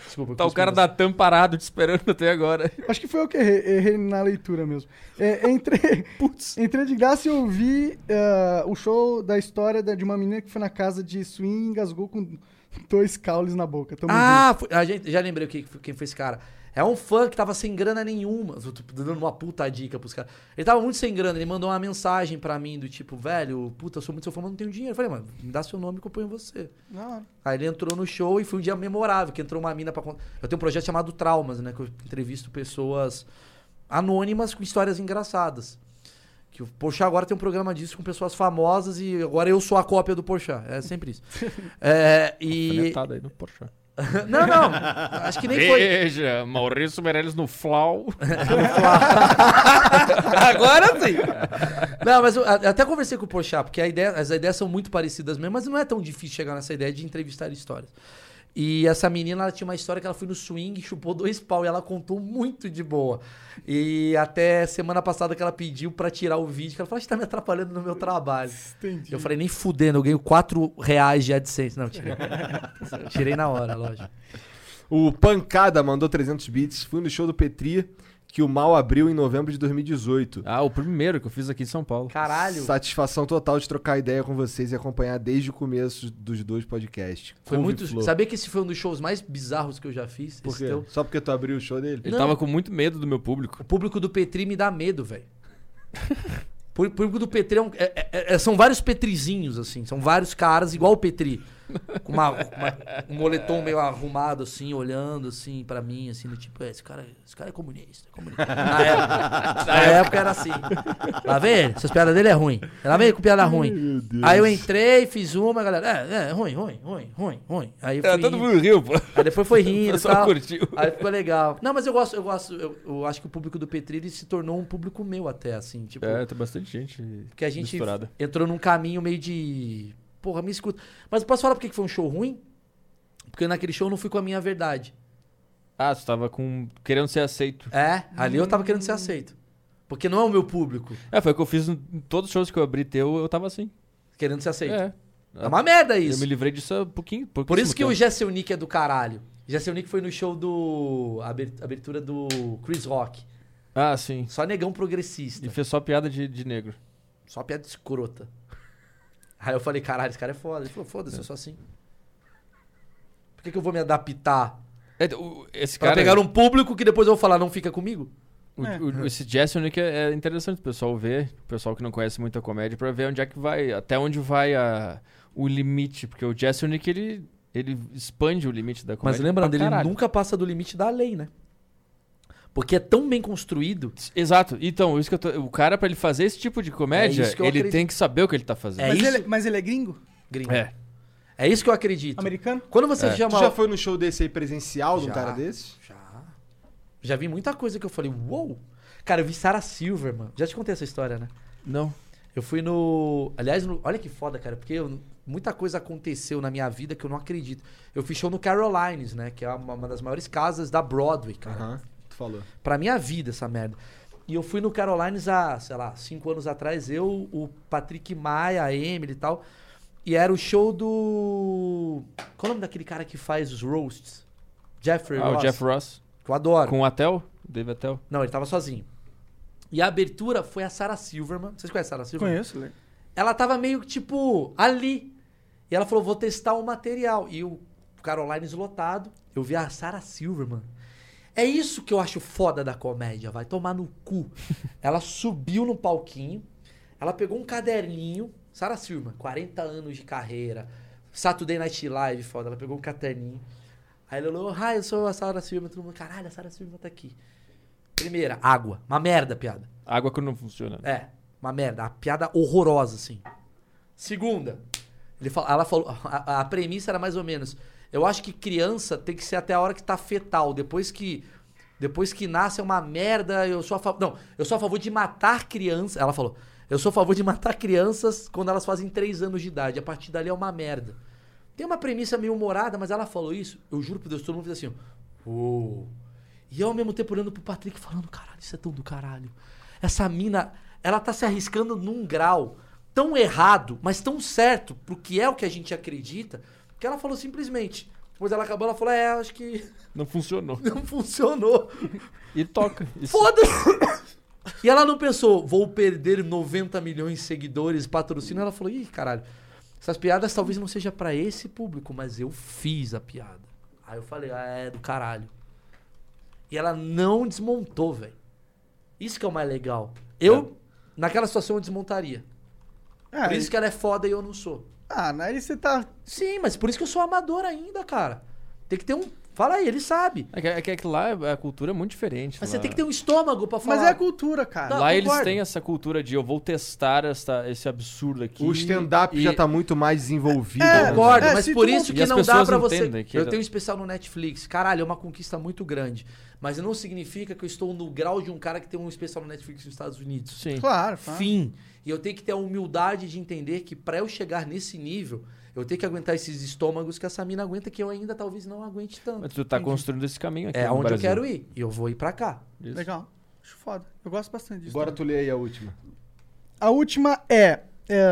[SPEAKER 2] Desculpa.
[SPEAKER 4] Tá o cara da TAM parado te esperando até agora.
[SPEAKER 3] Acho que foi eu que errei, errei na leitura mesmo. É, entrei, entrei de graça e eu vi ah, o show da história da- de uma menina que foi na casa de swing e engasgou com dois caules na boca. Tamo
[SPEAKER 2] Ah, foi- a gente, já lembrei o que, quem foi esse cara. É um fã que tava sem grana nenhuma. Eu tô dando uma puta dica pros caras. Ele tava muito sem grana, ele mandou uma mensagem pra mim do tipo, velho, puta, eu sou muito seu fã, mas não tenho dinheiro. Eu falei, mano, me dá seu nome que eu ponho você.
[SPEAKER 3] junto. Da hora.
[SPEAKER 2] Aí ele entrou no show e foi um dia memorável, que entrou uma mina pra contar. Eu tenho um projeto chamado Traumas, né? Que eu entrevisto pessoas anônimas com histórias engraçadas. Que o Porchat agora tem um programa disso com pessoas famosas e agora eu sou a cópia do Porchat. É sempre isso. É, e...
[SPEAKER 4] Alentado aí no Porsche.
[SPEAKER 2] Não, não. Acho que nem foi.
[SPEAKER 4] Veja, Maurício Meirelles no Flau.
[SPEAKER 2] Agora sim. Não, mas eu a- até conversei com o Porchat, porque a ideia- as ideias são muito parecidas mesmo, mas não é tão difícil chegar nessa ideia de entrevistar histórias. E essa menina, ela tinha uma história que ela foi no swing, chupou dois pau e ela contou muito de boa. E até semana passada que ela pediu pra tirar o vídeo, que ela falou, "Acho que tá me atrapalhando no meu trabalho.
[SPEAKER 3] Entendi.
[SPEAKER 2] Eu falei, nem fudendo, eu ganho 4 reais de AdSense. Não, tirei. tirei na hora, lógico.
[SPEAKER 1] O Pancada mandou 300 bits. Fui no show do Petri, que o mal abriu em novembro de 2018.
[SPEAKER 4] Ah, o primeiro que eu fiz aqui em São Paulo.
[SPEAKER 2] Caralho.
[SPEAKER 1] Satisfação total de trocar ideia com vocês e acompanhar desde o começo dos dois podcasts.
[SPEAKER 2] Foi
[SPEAKER 1] Couve
[SPEAKER 2] muito...
[SPEAKER 1] Flow.
[SPEAKER 2] Sabia que esse foi um dos shows mais bizarros que eu já fiz?
[SPEAKER 1] Por
[SPEAKER 2] Esse
[SPEAKER 1] quê?
[SPEAKER 2] teu?
[SPEAKER 1] Só porque tu abriu o show dele?
[SPEAKER 4] Ele tava com muito medo do meu público.
[SPEAKER 2] O público do Petri me dá medo, velho. O público do Petri é um- é- é- é- são vários Petrizinhos, assim. São vários caras, igual o Petri. Com uma- uma- um moletom meio arrumado, assim, olhando, assim, pra mim, assim, do tipo, "É, esse cara, esse cara é comunista. é comunista." Na, época, na época era assim. Lá vem ele, essas piadas dele é ruim. Lá vem ele com piada ruim. Aí eu entrei, fiz uma, a galera, é, é, ruim, ruim, ruim, ruim, ruim. Aí eu fui Tipo,
[SPEAKER 8] É, todo
[SPEAKER 2] indo.
[SPEAKER 8] mundo riu, pô.
[SPEAKER 2] Aí depois foi rindo.
[SPEAKER 8] O
[SPEAKER 2] e
[SPEAKER 8] pessoal
[SPEAKER 2] tal.
[SPEAKER 8] curtiu.
[SPEAKER 2] Aí ficou legal. Não, mas eu gosto, eu gosto. Eu, eu acho que o público do Petri ele se tornou um público meu até, assim. Tipo,
[SPEAKER 4] É, tem bastante gente.
[SPEAKER 2] porque a gente
[SPEAKER 4] misturada.
[SPEAKER 2] entrou num caminho meio de porra, me escuta. Mas posso falar por que que foi um show ruim? Porque naquele show eu não fui com a minha verdade.
[SPEAKER 4] Ah, tu tava com... querendo ser aceito.
[SPEAKER 2] É, ali eu tava querendo ser aceito. Porque não é o meu público
[SPEAKER 4] É, foi o que eu fiz em todos os shows que eu abri teu, eu tava assim.
[SPEAKER 2] querendo ser aceito. É,
[SPEAKER 4] É.
[SPEAKER 2] uma merda
[SPEAKER 4] Eu
[SPEAKER 2] isso.
[SPEAKER 4] me livrei disso há pouquinho.
[SPEAKER 2] Por isso que o
[SPEAKER 4] eu
[SPEAKER 2] Jessel Nick é do caralho. Jessel Nick foi no show do. aber- abertura do Chris Rock.
[SPEAKER 4] Ah, sim.
[SPEAKER 2] Só negão progressista.
[SPEAKER 4] E fez só piada de, de negro.
[SPEAKER 2] Só piada escrota. Aí eu falei, caralho, esse cara é foda. Ele falou, foda-se, eu sou assim. Por que, que eu vou me adaptar?
[SPEAKER 4] É, o- Esse
[SPEAKER 2] Pra
[SPEAKER 4] cara...
[SPEAKER 2] pegar um público que depois eu vou falar, não fica comigo?
[SPEAKER 4] O,
[SPEAKER 2] É.
[SPEAKER 4] o- esse Jesse Nick é, é interessante o pessoal ver, o pessoal que não conhece muito a comédia, pra ver onde é que vai, até onde vai a- o limite. Porque o Jesse Nick, ele, ele expande o limite da
[SPEAKER 2] Mas
[SPEAKER 4] comédia.
[SPEAKER 2] lembrando,
[SPEAKER 4] pra
[SPEAKER 2] ele
[SPEAKER 4] caralho.
[SPEAKER 2] nunca passa do limite da lei, né? Porque é tão bem construído.
[SPEAKER 4] Exato. Então, isso que eu tô- o cara, pra ele fazer esse tipo de comédia,
[SPEAKER 2] É isso que eu
[SPEAKER 4] ele
[SPEAKER 2] acredito.
[SPEAKER 4] tem que saber o que ele tá fazendo.
[SPEAKER 2] É
[SPEAKER 3] mas,
[SPEAKER 2] isso?
[SPEAKER 3] Ele, mas ele é gringo?
[SPEAKER 2] Gringo.
[SPEAKER 4] É.
[SPEAKER 2] É isso que eu acredito.
[SPEAKER 3] Americano?
[SPEAKER 2] Quando você chama.
[SPEAKER 1] Tu já foi no show desse aí presencial de um
[SPEAKER 2] é Já.
[SPEAKER 1] cara desse?
[SPEAKER 2] Já. Já vi muita coisa que eu falei, uou! Cara, eu vi Sarah Silver, mano. Já te contei essa história, né?
[SPEAKER 4] Não.
[SPEAKER 2] Eu fui no. Aliás, no- olha que foda, cara, porque eu- muita coisa aconteceu na minha vida que eu não acredito. Eu fiz show no Carolines, né? Que é uma, uma das maiores casas da Broadway, cara.
[SPEAKER 1] Aham, tu falou.
[SPEAKER 2] Pra minha vida, essa merda. E eu fui no Carolines há, sei lá, cinco anos atrás, eu, o Patrick Maia, a Emily e tal. E era o show do. Qual é o nome daquele cara que faz os roasts? Jeffrey
[SPEAKER 4] Ah, o
[SPEAKER 2] É. Ross,
[SPEAKER 4] Jeff Ross.
[SPEAKER 2] que eu adoro.
[SPEAKER 4] Com o Atel, Dave Atel.
[SPEAKER 2] Não, ele tava sozinho. E a abertura foi a Sarah Silverman. Vocês conhecem a Sarah Silverman?
[SPEAKER 3] Conheço. né?
[SPEAKER 2] Ela tava meio que, tipo, ali. E ela falou: vou testar o material. E o Caroline lotado. Eu vi a Sarah Silverman. É isso que eu acho foda da comédia, vai tomar no cu. ela subiu no palquinho, ela pegou um caderninho. Sarah Silverman, 40 anos de carreira. Saturday Night Live, foda. Ela pegou um caderninho. Aí ela falou: Hi, eu sou a Sarah Silverman. Todo mundo, caralho, a Sarah Silverman tá aqui. Primeira, água. Uma merda, piada.
[SPEAKER 4] Água que não funciona.
[SPEAKER 2] É, uma merda. Uma piada horrorosa, assim. Segunda. Ele fala, ela falou. A, a premissa era mais ou menos. Eu acho que criança tem que ser até a hora que tá fetal. Depois que. Depois que nasce é uma merda. Eu sou a favor. Não, eu sou a favor de matar crianças. Ela falou. Eu sou a favor de matar crianças quando elas fazem 3 anos de idade. A partir dali é uma merda. Tem uma premissa meio humorada, mas ela falou isso. Eu juro por Deus, todo mundo fez assim. ó. Uou. E eu ao mesmo tempo olhando pro Patrick falando, caralho, isso é tão do caralho. Essa mina, ela tá se arriscando num grau tão errado, mas tão certo, pro que é o que a gente acredita, que ela falou simplesmente. Depois ela acabou, ela falou, é, acho que
[SPEAKER 4] Não funcionou.
[SPEAKER 2] não funcionou.
[SPEAKER 4] E toca. Isso.
[SPEAKER 2] Foda-se! E ela não pensou, vou perder 90 milhões de seguidores, patrocínio. Ela falou, ih, caralho, essas piadas talvez não seja pra esse público, mas eu fiz a piada. Aí eu falei, ah, é do caralho. E ela não desmontou, velho. Isso que é o mais legal. Eu, naquela situação, eu desmontaria.
[SPEAKER 3] Ah,
[SPEAKER 2] Por isso que ela é foda e eu não sou.
[SPEAKER 3] ah, mas aí você tá.
[SPEAKER 2] Sim, mas por isso que eu sou amador ainda, cara. Tem que ter um. Fala aí, ele sabe.
[SPEAKER 4] É que, é que- é que lá a cultura é muito diferente.
[SPEAKER 2] Mas
[SPEAKER 4] lá.
[SPEAKER 2] você tem que ter um estômago pra falar.
[SPEAKER 3] Mas é a cultura, cara.
[SPEAKER 2] Não,
[SPEAKER 4] Lá eles
[SPEAKER 2] concordo.
[SPEAKER 4] têm essa cultura de eu vou testar esta, esse absurdo aqui.
[SPEAKER 1] O stand-up
[SPEAKER 4] e-
[SPEAKER 1] já tá muito mais desenvolvido.
[SPEAKER 3] É,
[SPEAKER 1] né?
[SPEAKER 2] Concordo,
[SPEAKER 3] É,
[SPEAKER 2] mas
[SPEAKER 3] se
[SPEAKER 2] por
[SPEAKER 3] tu não-
[SPEAKER 2] isso
[SPEAKER 4] E
[SPEAKER 2] que
[SPEAKER 4] as
[SPEAKER 2] não dá
[SPEAKER 4] pessoas
[SPEAKER 2] pra
[SPEAKER 4] não
[SPEAKER 2] você.
[SPEAKER 4] entendem que
[SPEAKER 2] Eu
[SPEAKER 4] era-
[SPEAKER 2] tenho um especial no Netflix. Caralho, é uma conquista muito grande. Mas não significa que eu estou no grau de um cara que tem um especial no Netflix nos Estados Unidos.
[SPEAKER 4] Sim.
[SPEAKER 3] Claro, claro.
[SPEAKER 2] Fim. E eu tenho que ter a humildade de entender que pra eu chegar nesse nível, eu tenho que aguentar esses estômagos que essa mina aguenta, que eu ainda talvez não aguente tanto.
[SPEAKER 4] Mas tu tá construindo esse caminho aqui.
[SPEAKER 2] É
[SPEAKER 4] no
[SPEAKER 2] onde eu
[SPEAKER 4] Brasil.
[SPEAKER 2] quero ir. E eu vou ir pra cá.
[SPEAKER 4] Isso.
[SPEAKER 3] Legal. Acho foda. Eu gosto bastante disso.
[SPEAKER 1] Agora tu lê aí a última.
[SPEAKER 3] A última é, é,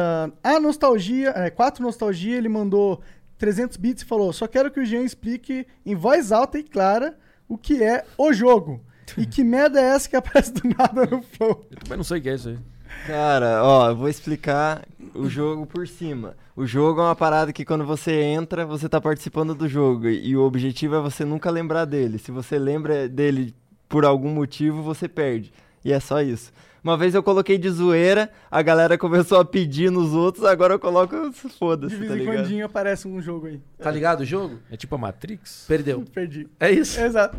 [SPEAKER 3] a nostalgia, é, quatro nostalgia, ele mandou 300 bits e falou: "Só quero que o Jean explique em voz alta e clara o que é o jogo e que merda é essa que aparece do nada no flow".
[SPEAKER 4] Eu também não sei o que é isso aí.
[SPEAKER 9] Cara, ó, eu vou explicar o jogo por cima. O jogo é uma parada que quando você entra, você tá participando do jogo. E o objetivo é você nunca lembrar dele. Se você lembra dele por algum motivo, você perde. E é só isso. Uma vez eu coloquei de zoeira, a galera começou a pedir nos outros, agora eu coloco,
[SPEAKER 3] De
[SPEAKER 9] foda-se,
[SPEAKER 3] vez
[SPEAKER 9] tá
[SPEAKER 3] em
[SPEAKER 9] ligado?
[SPEAKER 3] quando aparece um jogo aí.
[SPEAKER 2] Tá ligado o jogo?
[SPEAKER 4] É tipo a Matrix?
[SPEAKER 2] Perdeu.
[SPEAKER 3] Perdi.
[SPEAKER 2] É isso.
[SPEAKER 3] Exato.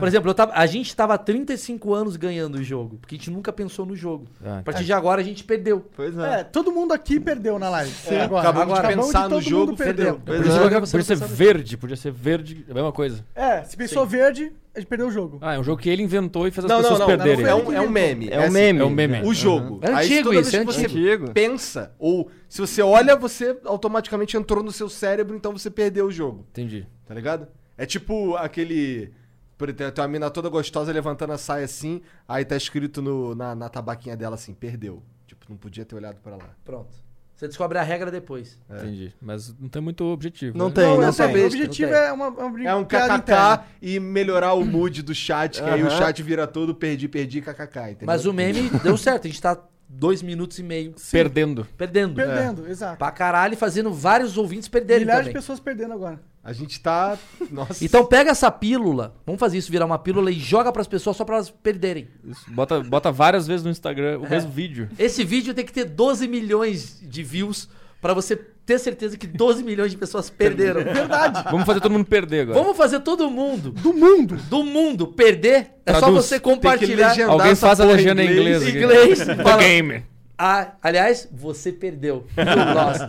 [SPEAKER 2] Por exemplo, eu tava- a gente tava há 35 anos ganhando o jogo, porque a gente nunca pensou no jogo.
[SPEAKER 4] Ah,
[SPEAKER 2] A
[SPEAKER 4] tá.
[SPEAKER 2] partir de agora a gente perdeu.
[SPEAKER 9] Pois é.
[SPEAKER 3] É, todo mundo aqui perdeu na live. É, agora.
[SPEAKER 1] acabamos de
[SPEAKER 3] Agora, acabamos
[SPEAKER 1] pensar no
[SPEAKER 3] todo
[SPEAKER 1] jogo,
[SPEAKER 3] mundo
[SPEAKER 1] perdeu.
[SPEAKER 3] perder.
[SPEAKER 9] Pois
[SPEAKER 4] Por isso
[SPEAKER 9] é.
[SPEAKER 4] que eu- Podia ser verde, podia ser verde, a mesma coisa.
[SPEAKER 3] É, se pensou verde, a gente perdeu o jogo.
[SPEAKER 4] Ah, é um jogo que ele inventou e fez as
[SPEAKER 1] Não, não,
[SPEAKER 4] pessoas
[SPEAKER 1] não.
[SPEAKER 4] perderem. né?
[SPEAKER 1] é, um, é um meme.
[SPEAKER 9] É um
[SPEAKER 1] assim,
[SPEAKER 9] meme.
[SPEAKER 4] É um meme.
[SPEAKER 1] O jogo.
[SPEAKER 2] É
[SPEAKER 1] Aí,
[SPEAKER 2] antigo
[SPEAKER 1] toda
[SPEAKER 2] isso,
[SPEAKER 1] vez
[SPEAKER 2] é
[SPEAKER 1] que
[SPEAKER 2] antigo.
[SPEAKER 9] Antigo.
[SPEAKER 1] Você pensa, ou se você olha, você automaticamente entrou no seu cérebro, então você perdeu o jogo,
[SPEAKER 4] Entendi.
[SPEAKER 1] tá ligado? É tipo aquele. por exemplo, Tem uma mina toda gostosa levantando a saia assim, aí tá escrito no- na, na tabaquinha dela assim, perdeu. Tipo, não podia ter olhado pra lá.
[SPEAKER 2] Pronto. Você descobre a regra depois.
[SPEAKER 1] É.
[SPEAKER 4] Entendi. Mas não tem muito objetivo.
[SPEAKER 9] Não
[SPEAKER 4] né?
[SPEAKER 9] tem, não,
[SPEAKER 3] eu sei,
[SPEAKER 9] tem.
[SPEAKER 3] O objetivo
[SPEAKER 2] não tem.
[SPEAKER 3] é uma, uma
[SPEAKER 1] É um
[SPEAKER 3] brincadeira interna.
[SPEAKER 1] kkk e melhorar o mood do chat, que aí o
[SPEAKER 9] Aham.
[SPEAKER 1] chat vira todo perdi, perdi, kkk, entendeu?
[SPEAKER 2] Mas o meme deu certo, a gente tá dois minutos e meio
[SPEAKER 4] Perdendo.
[SPEAKER 2] perdendo. É.
[SPEAKER 3] Perdendo, exato.
[SPEAKER 2] Pra caralho, e fazendo vários ouvintes perderem
[SPEAKER 3] Milhares de
[SPEAKER 2] também.
[SPEAKER 3] pessoas perdendo agora.
[SPEAKER 1] A gente tá. Nossa.
[SPEAKER 2] Então pega essa pílula, vamos fazer isso virar uma pílula e joga pras pessoas só pra elas perderem.
[SPEAKER 4] Isso. Bota, bota várias vezes no Instagram o mesmo vídeo.
[SPEAKER 2] Esse vídeo tem que ter 12 milhões de views pra você ter certeza que 12 milhões de pessoas perderam. Verdade.
[SPEAKER 4] Vamos fazer todo mundo perder agora.
[SPEAKER 2] Vamos fazer todo mundo. Do mundo. Do mundo perder. É só
[SPEAKER 4] Traduz.
[SPEAKER 2] você
[SPEAKER 1] Tem que né?
[SPEAKER 2] compartilhar
[SPEAKER 1] legendar
[SPEAKER 4] Alguém
[SPEAKER 1] essa
[SPEAKER 4] faz a
[SPEAKER 1] porra em
[SPEAKER 4] legenda em inglês.
[SPEAKER 2] em
[SPEAKER 4] aqui.
[SPEAKER 2] inglês.
[SPEAKER 4] The
[SPEAKER 2] Fala,
[SPEAKER 4] game.
[SPEAKER 2] "Ah, aliás, você perdeu. You lost.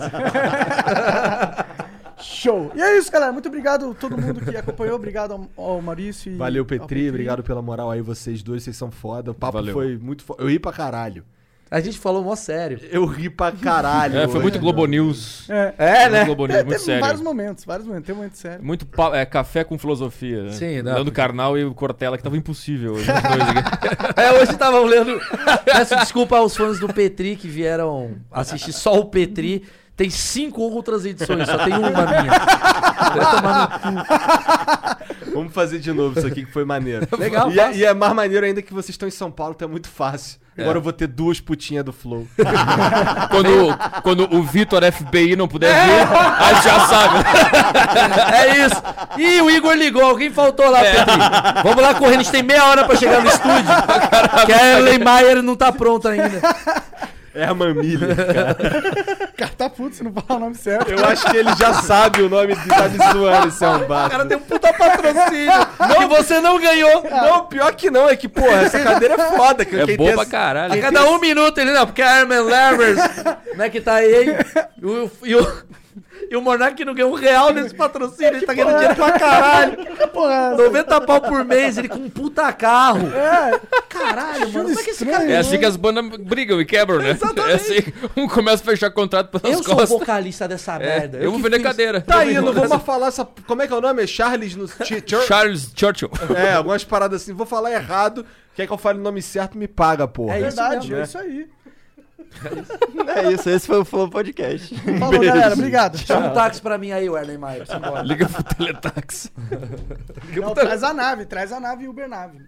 [SPEAKER 3] Show. E é isso, galera. Muito obrigado a todo mundo que acompanhou. Obrigado ao, ao Maurício. E
[SPEAKER 1] Valeu,
[SPEAKER 3] ao
[SPEAKER 1] Petri. Obrigado pela moral aí, vocês dois. Vocês são foda. O papo
[SPEAKER 4] Valeu.
[SPEAKER 1] foi muito foda. Eu ri pra caralho.
[SPEAKER 2] A gente falou mó sério.
[SPEAKER 1] Eu ri pra caralho.
[SPEAKER 4] É, foi muito
[SPEAKER 1] hoje,
[SPEAKER 4] Globo
[SPEAKER 1] mano.
[SPEAKER 4] News.
[SPEAKER 3] É.
[SPEAKER 4] É, né? Globo News,
[SPEAKER 3] Teve
[SPEAKER 4] muito
[SPEAKER 3] vários
[SPEAKER 4] sério.
[SPEAKER 3] momentos, vários momentos. Tem um momento sério.
[SPEAKER 4] Muito pa- é, café com filosofia, né?
[SPEAKER 2] Sim, não.
[SPEAKER 4] Leandro Carnal e o Cortella, que tava impossível hoje. os dois aqui.
[SPEAKER 2] É, hoje estavam lendo. Peço desculpa aos fãs do Petri que vieram assistir só o Petri. Tem cinco outras edições, só tem uma minha.
[SPEAKER 1] Vamos fazer de novo isso aqui que foi maneiro.
[SPEAKER 2] Legal,
[SPEAKER 1] E, é- e é mais maneiro ainda que vocês estão em São Paulo, então é muito fácil. Agora eu vou ter duas putinhas do Flow.
[SPEAKER 4] quando, quando o Vitor FBI não puder vir,
[SPEAKER 2] Ah,
[SPEAKER 4] a gente já sabe.
[SPEAKER 2] É isso. Ih, o Igor ligou, alguém faltou lá, Petri. Vamos lá correndo, a gente tem meia hora pra chegar no estúdio. que a Ellen Mayer não tá pronta ainda.
[SPEAKER 1] É a Mamília.
[SPEAKER 3] O cara tá puto se não falar o nome certo.
[SPEAKER 1] Eu acho que ele já sabe o nome de tá me zoando, esse
[SPEAKER 2] O cara
[SPEAKER 1] arrombado.
[SPEAKER 2] tem um puta patrocínio que você não ganhou.
[SPEAKER 1] Não, pior que não. É que, porra, essa cadeira é foda. Que
[SPEAKER 4] É
[SPEAKER 1] quem
[SPEAKER 4] boa
[SPEAKER 1] tem
[SPEAKER 4] pra
[SPEAKER 1] essa-
[SPEAKER 4] caralho.
[SPEAKER 2] A cada um minuto ele, não, porque a Armin Levers, né, que tá aí, hein? E o, e o, e o Monark que não ganhou um real nesse patrocínio, ele tá ganhando dinheiro pra caralho.
[SPEAKER 3] Porra, é essa-
[SPEAKER 2] 90 pau por mês, ele com um puta carro. É. Caralho, mano, como é que esse cara...
[SPEAKER 4] É assim que as bandas brigam e quebram, né? É assim, um começa a fechar contrato pelas
[SPEAKER 2] Eu sou o
[SPEAKER 4] É, costas.
[SPEAKER 2] vocalista dessa
[SPEAKER 4] É,
[SPEAKER 2] merda.
[SPEAKER 4] eu vou
[SPEAKER 2] que
[SPEAKER 4] vender
[SPEAKER 2] fiz.
[SPEAKER 4] cadeira.
[SPEAKER 1] Tá aí, eu não vou mais falar essa. Como é que é o nome? É Charles no. Ch- Chur-
[SPEAKER 4] Charles Churchill.
[SPEAKER 1] É, algumas paradas assim. Vou falar errado. Quer que eu fale o nome certo, me paga, porra.
[SPEAKER 3] É verdade,
[SPEAKER 1] né?
[SPEAKER 3] é isso aí.
[SPEAKER 9] É isso, esse foi o Flow Podcast.
[SPEAKER 3] Falou, galera. Obrigado. Tchau.
[SPEAKER 2] Chama um táxi pra mim aí, Werner Maia, pra você ir embora.
[SPEAKER 4] Liga pro teletaxi.
[SPEAKER 3] Não, traz a nave, traz a nave e Uber nave.